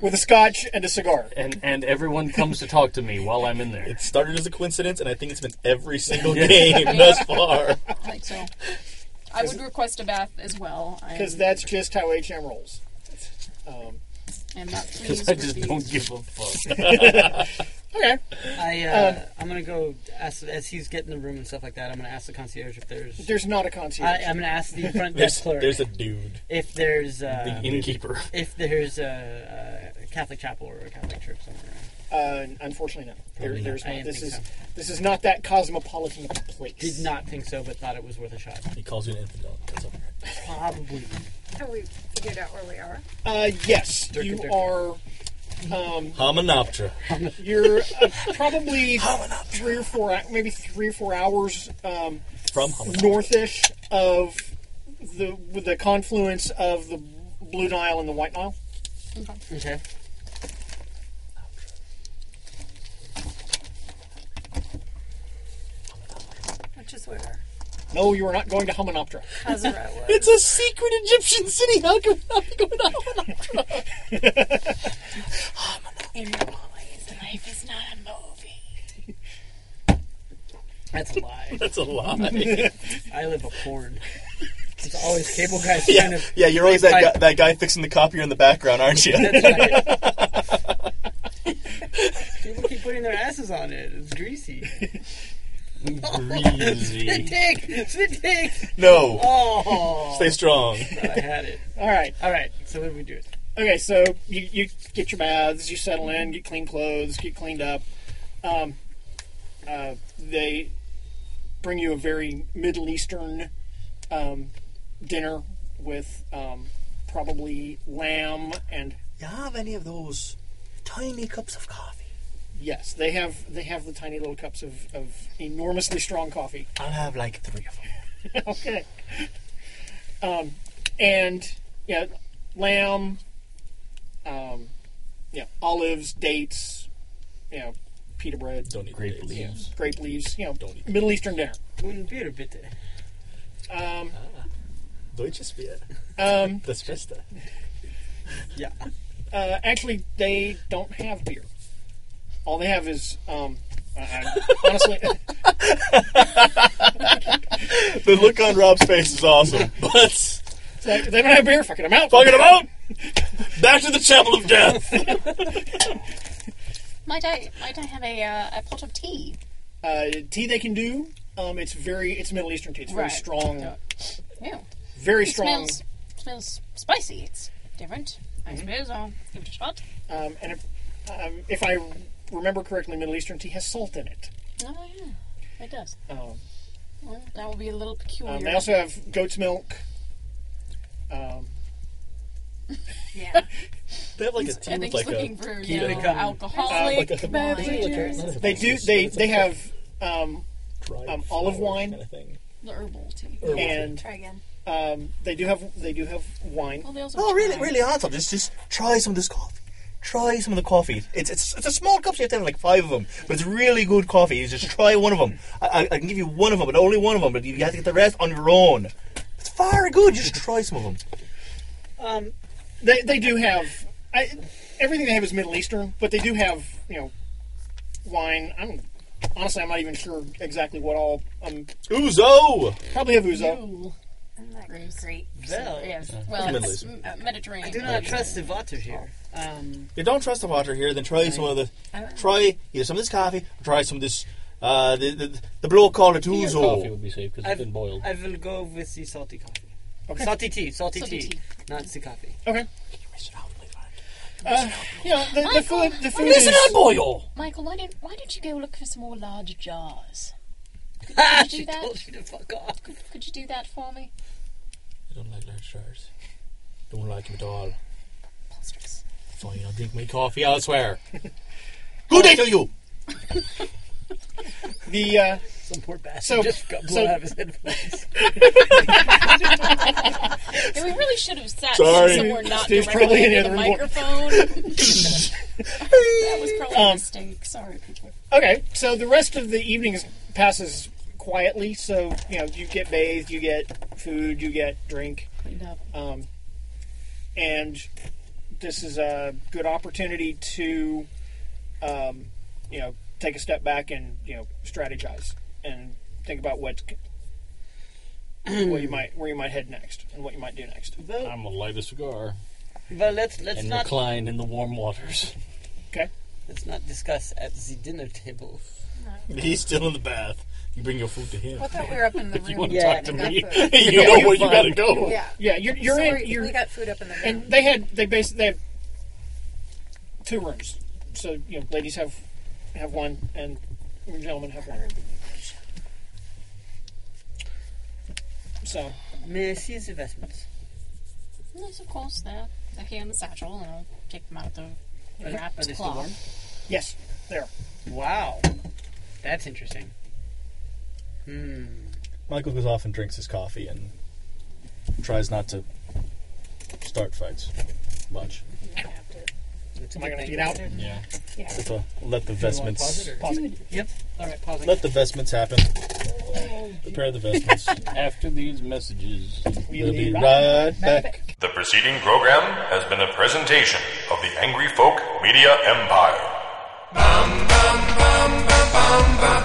[SPEAKER 2] With a scotch and a cigar.
[SPEAKER 4] and and everyone comes to talk to me while I'm in there.
[SPEAKER 6] It started as a coincidence, and I think it's been every single game thus far.
[SPEAKER 5] I think so. I would request a bath as well. I-
[SPEAKER 2] Because that's just how HM rolls. Um,
[SPEAKER 5] And that
[SPEAKER 6] *laughs*
[SPEAKER 4] *laughs*
[SPEAKER 5] please
[SPEAKER 4] Because I just
[SPEAKER 5] would be-
[SPEAKER 4] don't give a fuck.
[SPEAKER 2] okay.
[SPEAKER 3] *laughs* I uh,
[SPEAKER 6] Um,
[SPEAKER 3] I'm gonna go ask as he's getting the room and stuff like that. I'm gonna ask the concierge if there's.
[SPEAKER 2] There's not a concierge.
[SPEAKER 3] I, I'm gonna ask the front
[SPEAKER 6] There's,
[SPEAKER 3] desk clerk
[SPEAKER 6] there's a dude.
[SPEAKER 3] if there's uh,
[SPEAKER 4] The innkeeper.
[SPEAKER 3] if there's a, a Catholic chapel or a Catholic church somewhere. Around.
[SPEAKER 2] Uh, unfortunately, no. There,
[SPEAKER 3] Probably not.
[SPEAKER 2] there's
[SPEAKER 3] Oh, I
[SPEAKER 2] not.
[SPEAKER 3] didn't
[SPEAKER 2] This
[SPEAKER 3] think
[SPEAKER 2] is
[SPEAKER 3] so.
[SPEAKER 2] this is not that cosmopolitan of a place.
[SPEAKER 3] Did not think so, but thought it was worth a shot.
[SPEAKER 6] He calls you an infidel. That's all right.
[SPEAKER 3] Probably.
[SPEAKER 21] Have we figured out where we are?
[SPEAKER 2] Uh, yes,
[SPEAKER 3] Dirk
[SPEAKER 2] you
[SPEAKER 3] and Dirk.
[SPEAKER 2] are. Um,
[SPEAKER 6] Hominoptera.
[SPEAKER 2] you're
[SPEAKER 3] *laughs*
[SPEAKER 2] uh, probably three or four, hou- maybe three or four hours um,
[SPEAKER 6] From Hominoptera.
[SPEAKER 2] northish of the with the confluence of the Blue Nile and the White Nile.
[SPEAKER 3] Okay.
[SPEAKER 17] Which is where
[SPEAKER 2] No, you are not going to Hamunaptra.
[SPEAKER 17] Hazara was.
[SPEAKER 2] it's a secret Egyptian city. How come not going to
[SPEAKER 17] In your eyes, life is not a movie.
[SPEAKER 3] That's a lie. *laughs*
[SPEAKER 6] That's a
[SPEAKER 2] *laughs*
[SPEAKER 6] lie.
[SPEAKER 3] I live a cord. It's always cable guys trying
[SPEAKER 6] Yeah,
[SPEAKER 3] to.
[SPEAKER 6] yeah, you're always that guy, that guy fixing the copier in the background, aren't you? *laughs*
[SPEAKER 3] *laughs* People keep putting their asses on it. It's greasy.
[SPEAKER 6] Greasy.
[SPEAKER 2] *laughs*
[SPEAKER 3] Spit Spit take.
[SPEAKER 6] No.
[SPEAKER 3] Oh.
[SPEAKER 6] Stay strong.
[SPEAKER 3] Thought *laughs* I had it.
[SPEAKER 2] All right.
[SPEAKER 3] All right. So what do we do?
[SPEAKER 2] Okay, so you, you get your baths, you settle in, get clean clothes, get cleaned up. Um, uh, they bring you a very Middle Eastern um, dinner with um, probably lamb and.
[SPEAKER 6] You have any of those tiny cups of coffee?
[SPEAKER 2] Yes, they have they have the tiny little cups of, of enormously strong coffee.
[SPEAKER 6] I'll have like three of them.
[SPEAKER 2] okay. Um, and yeah, lamb. Um, yeah, olives, dates. You know, pita bread. Don't eat
[SPEAKER 4] Grape
[SPEAKER 2] dates.
[SPEAKER 4] leaves.
[SPEAKER 2] Grape leaves. You know, Middle Eastern dinner.
[SPEAKER 3] Un beer bitte.
[SPEAKER 2] Um,
[SPEAKER 6] Deutsches Bier.
[SPEAKER 2] um,
[SPEAKER 6] Das Beste.
[SPEAKER 3] Yeah.
[SPEAKER 2] uh, actually, they don't have beer. All they have is um, I, I, honestly. *laughs*
[SPEAKER 6] The look on Rob's face is *laughs* awesome. But
[SPEAKER 2] They, they don't have beer. Fucking them out.
[SPEAKER 6] fucking about back to the chapel of death.
[SPEAKER 13] Might I might I have a uh, a pot of tea?
[SPEAKER 2] Uh, tea they can do. Um, it's very it's Middle Eastern tea. It's very
[SPEAKER 13] Right.
[SPEAKER 2] strong.
[SPEAKER 13] Yeah. Yeah.
[SPEAKER 2] Very
[SPEAKER 13] It
[SPEAKER 2] strong.
[SPEAKER 13] Smells, smells spicy. It's different. I
[SPEAKER 6] Mm-hmm.
[SPEAKER 13] suppose I'll give it a shot.
[SPEAKER 2] Um, and if, um, if I remember correctly, Middle Eastern tea has salt in it.
[SPEAKER 13] Oh yeah, it does.
[SPEAKER 2] Um,
[SPEAKER 13] Well, that will be a little
[SPEAKER 5] Oh,
[SPEAKER 13] peculiar.
[SPEAKER 2] um, they also have goat's milk. Um,
[SPEAKER 13] yeah.
[SPEAKER 6] *laughs* They have like a
[SPEAKER 13] I
[SPEAKER 6] team
[SPEAKER 13] think
[SPEAKER 6] with
[SPEAKER 13] he's
[SPEAKER 6] like
[SPEAKER 13] looking
[SPEAKER 6] a.
[SPEAKER 13] for
[SPEAKER 6] keto
[SPEAKER 13] no,
[SPEAKER 6] gum.
[SPEAKER 13] alcoholic
[SPEAKER 6] Like a-
[SPEAKER 13] beverages.
[SPEAKER 6] Oh,
[SPEAKER 2] they do. They they have um,
[SPEAKER 6] Dried
[SPEAKER 2] um, olive
[SPEAKER 6] flour
[SPEAKER 2] wine.
[SPEAKER 6] kind of thing.
[SPEAKER 13] The herbal tea.
[SPEAKER 6] Herbal
[SPEAKER 2] and
[SPEAKER 17] Try again.
[SPEAKER 2] um, they do have they do have wine.
[SPEAKER 13] Well, they also
[SPEAKER 6] No, Oh, really,
[SPEAKER 13] try-
[SPEAKER 6] really awesome. Just, just try some of this coffee. Try some of the coffee. It's, it's, it's a small cup. You have to have like five of them, but it's really good coffee. You just try one of them. I, I, I can give you one of them, but only one of them. But you have to get the rest on your own. It's far good. Just try some of them.
[SPEAKER 2] Um, they they do have I, everything they have is Middle Eastern, but they do have you know wine. I'm honestly I'm not even sure exactly what all. Um,
[SPEAKER 6] Uzo.
[SPEAKER 2] probably have ouzo.
[SPEAKER 17] I'm not great.
[SPEAKER 3] Well,
[SPEAKER 13] Yes. Well,
[SPEAKER 6] Middle
[SPEAKER 13] it's
[SPEAKER 6] Eastern.
[SPEAKER 13] uh, Mediterranean.
[SPEAKER 3] I do not trust the water here. Um,
[SPEAKER 6] You don't trust the water here. Then try some of the. Try either some of this coffee. Or try some of this. Uh, the, the the blow called it
[SPEAKER 4] Your coffee
[SPEAKER 6] Uzo.
[SPEAKER 4] would be safe because
[SPEAKER 3] I've-
[SPEAKER 4] it's been boiled.
[SPEAKER 3] I will go with the salty coffee.
[SPEAKER 2] Okay.
[SPEAKER 3] Salty tea. Salty,
[SPEAKER 13] Salty
[SPEAKER 3] tea,
[SPEAKER 13] tea.
[SPEAKER 3] Not the coffee.
[SPEAKER 2] Okay. Uh, you know, the, the food, the food
[SPEAKER 6] Listen
[SPEAKER 2] is,
[SPEAKER 6] on boil.
[SPEAKER 13] Michael, why don't why don't you go look for some more large
[SPEAKER 3] *laughs*
[SPEAKER 13] jars?
[SPEAKER 3] Ah,
[SPEAKER 13] Could you
[SPEAKER 3] she
[SPEAKER 13] do that?
[SPEAKER 3] told you to fuck off.
[SPEAKER 13] Could you do that for me?
[SPEAKER 6] I don't like large jars. Don't like them at all.
[SPEAKER 13] Preposterous.
[SPEAKER 6] Fine, I'll drink my coffee elsewhere. *laughs* Good day to you.
[SPEAKER 2] the uh,
[SPEAKER 3] Some poor bastard
[SPEAKER 2] So-
[SPEAKER 3] just got blown
[SPEAKER 2] so-
[SPEAKER 3] out of his headphones.
[SPEAKER 13] Yeah, we really should have sat
[SPEAKER 6] Sorry.
[SPEAKER 13] somewhere not
[SPEAKER 2] Steve's probably
[SPEAKER 13] directly
[SPEAKER 2] in
[SPEAKER 13] into
[SPEAKER 2] the
[SPEAKER 13] the
[SPEAKER 2] other room. *laughs*
[SPEAKER 13] microphone. that was probably
[SPEAKER 2] Um,
[SPEAKER 13] a mistake. Sorry, people.
[SPEAKER 2] okay. So the rest of the evening is- passes quietly. So you know, you get bathed, you get food, you get drink,
[SPEAKER 13] Cleaned up.
[SPEAKER 2] um, and this is a good opportunity to, um, you know, take a step back and you know strategize and think about what where you might where you might head next and what you might do next.
[SPEAKER 3] Well,
[SPEAKER 4] I'm gonna light a cigar
[SPEAKER 3] *laughs* well, let's let's
[SPEAKER 4] and
[SPEAKER 3] not
[SPEAKER 4] recline in the warm waters.
[SPEAKER 2] Okay.
[SPEAKER 3] let's not discuss at the dinner table.
[SPEAKER 6] *laughs* He's still in the bath. You bring your food to him.
[SPEAKER 21] I thought we were up in the
[SPEAKER 4] If you
[SPEAKER 21] room.
[SPEAKER 4] want to
[SPEAKER 3] Yeah.
[SPEAKER 4] talk to
[SPEAKER 21] Got
[SPEAKER 4] me,
[SPEAKER 21] food.
[SPEAKER 6] *laughs* you know where you gotta go.
[SPEAKER 21] Yeah.
[SPEAKER 2] Yeah, you're you're
[SPEAKER 21] So
[SPEAKER 2] in
[SPEAKER 21] we-
[SPEAKER 2] you're
[SPEAKER 21] we got food up in the room.
[SPEAKER 2] And they had they basically they have two rooms, so you know ladies have have one and gentlemen have one. So
[SPEAKER 3] May I see his investments?
[SPEAKER 13] Yes, of course. They're, they're here in the satchel, and I'll take them out the
[SPEAKER 3] Are
[SPEAKER 13] wrapped
[SPEAKER 3] they still warm?
[SPEAKER 13] cloth.
[SPEAKER 2] yes, there.
[SPEAKER 3] Wow, that's interesting. Hmm.
[SPEAKER 6] Michael goes off and drinks his coffee and tries not to start fights much.
[SPEAKER 2] Am I going to get out?
[SPEAKER 6] Yeah.
[SPEAKER 2] Yeah.
[SPEAKER 6] Let the, let the vestments.
[SPEAKER 2] Pause it.
[SPEAKER 3] Yep. All right, pause
[SPEAKER 6] Let the vestments happen. Prepare the vestments. *laughs*
[SPEAKER 4] After these messages,
[SPEAKER 6] We'll be right back.
[SPEAKER 23] The preceding program has been a presentation of the Angry Folk Media Empire.
[SPEAKER 24] bum, bum, bum, bum, bum.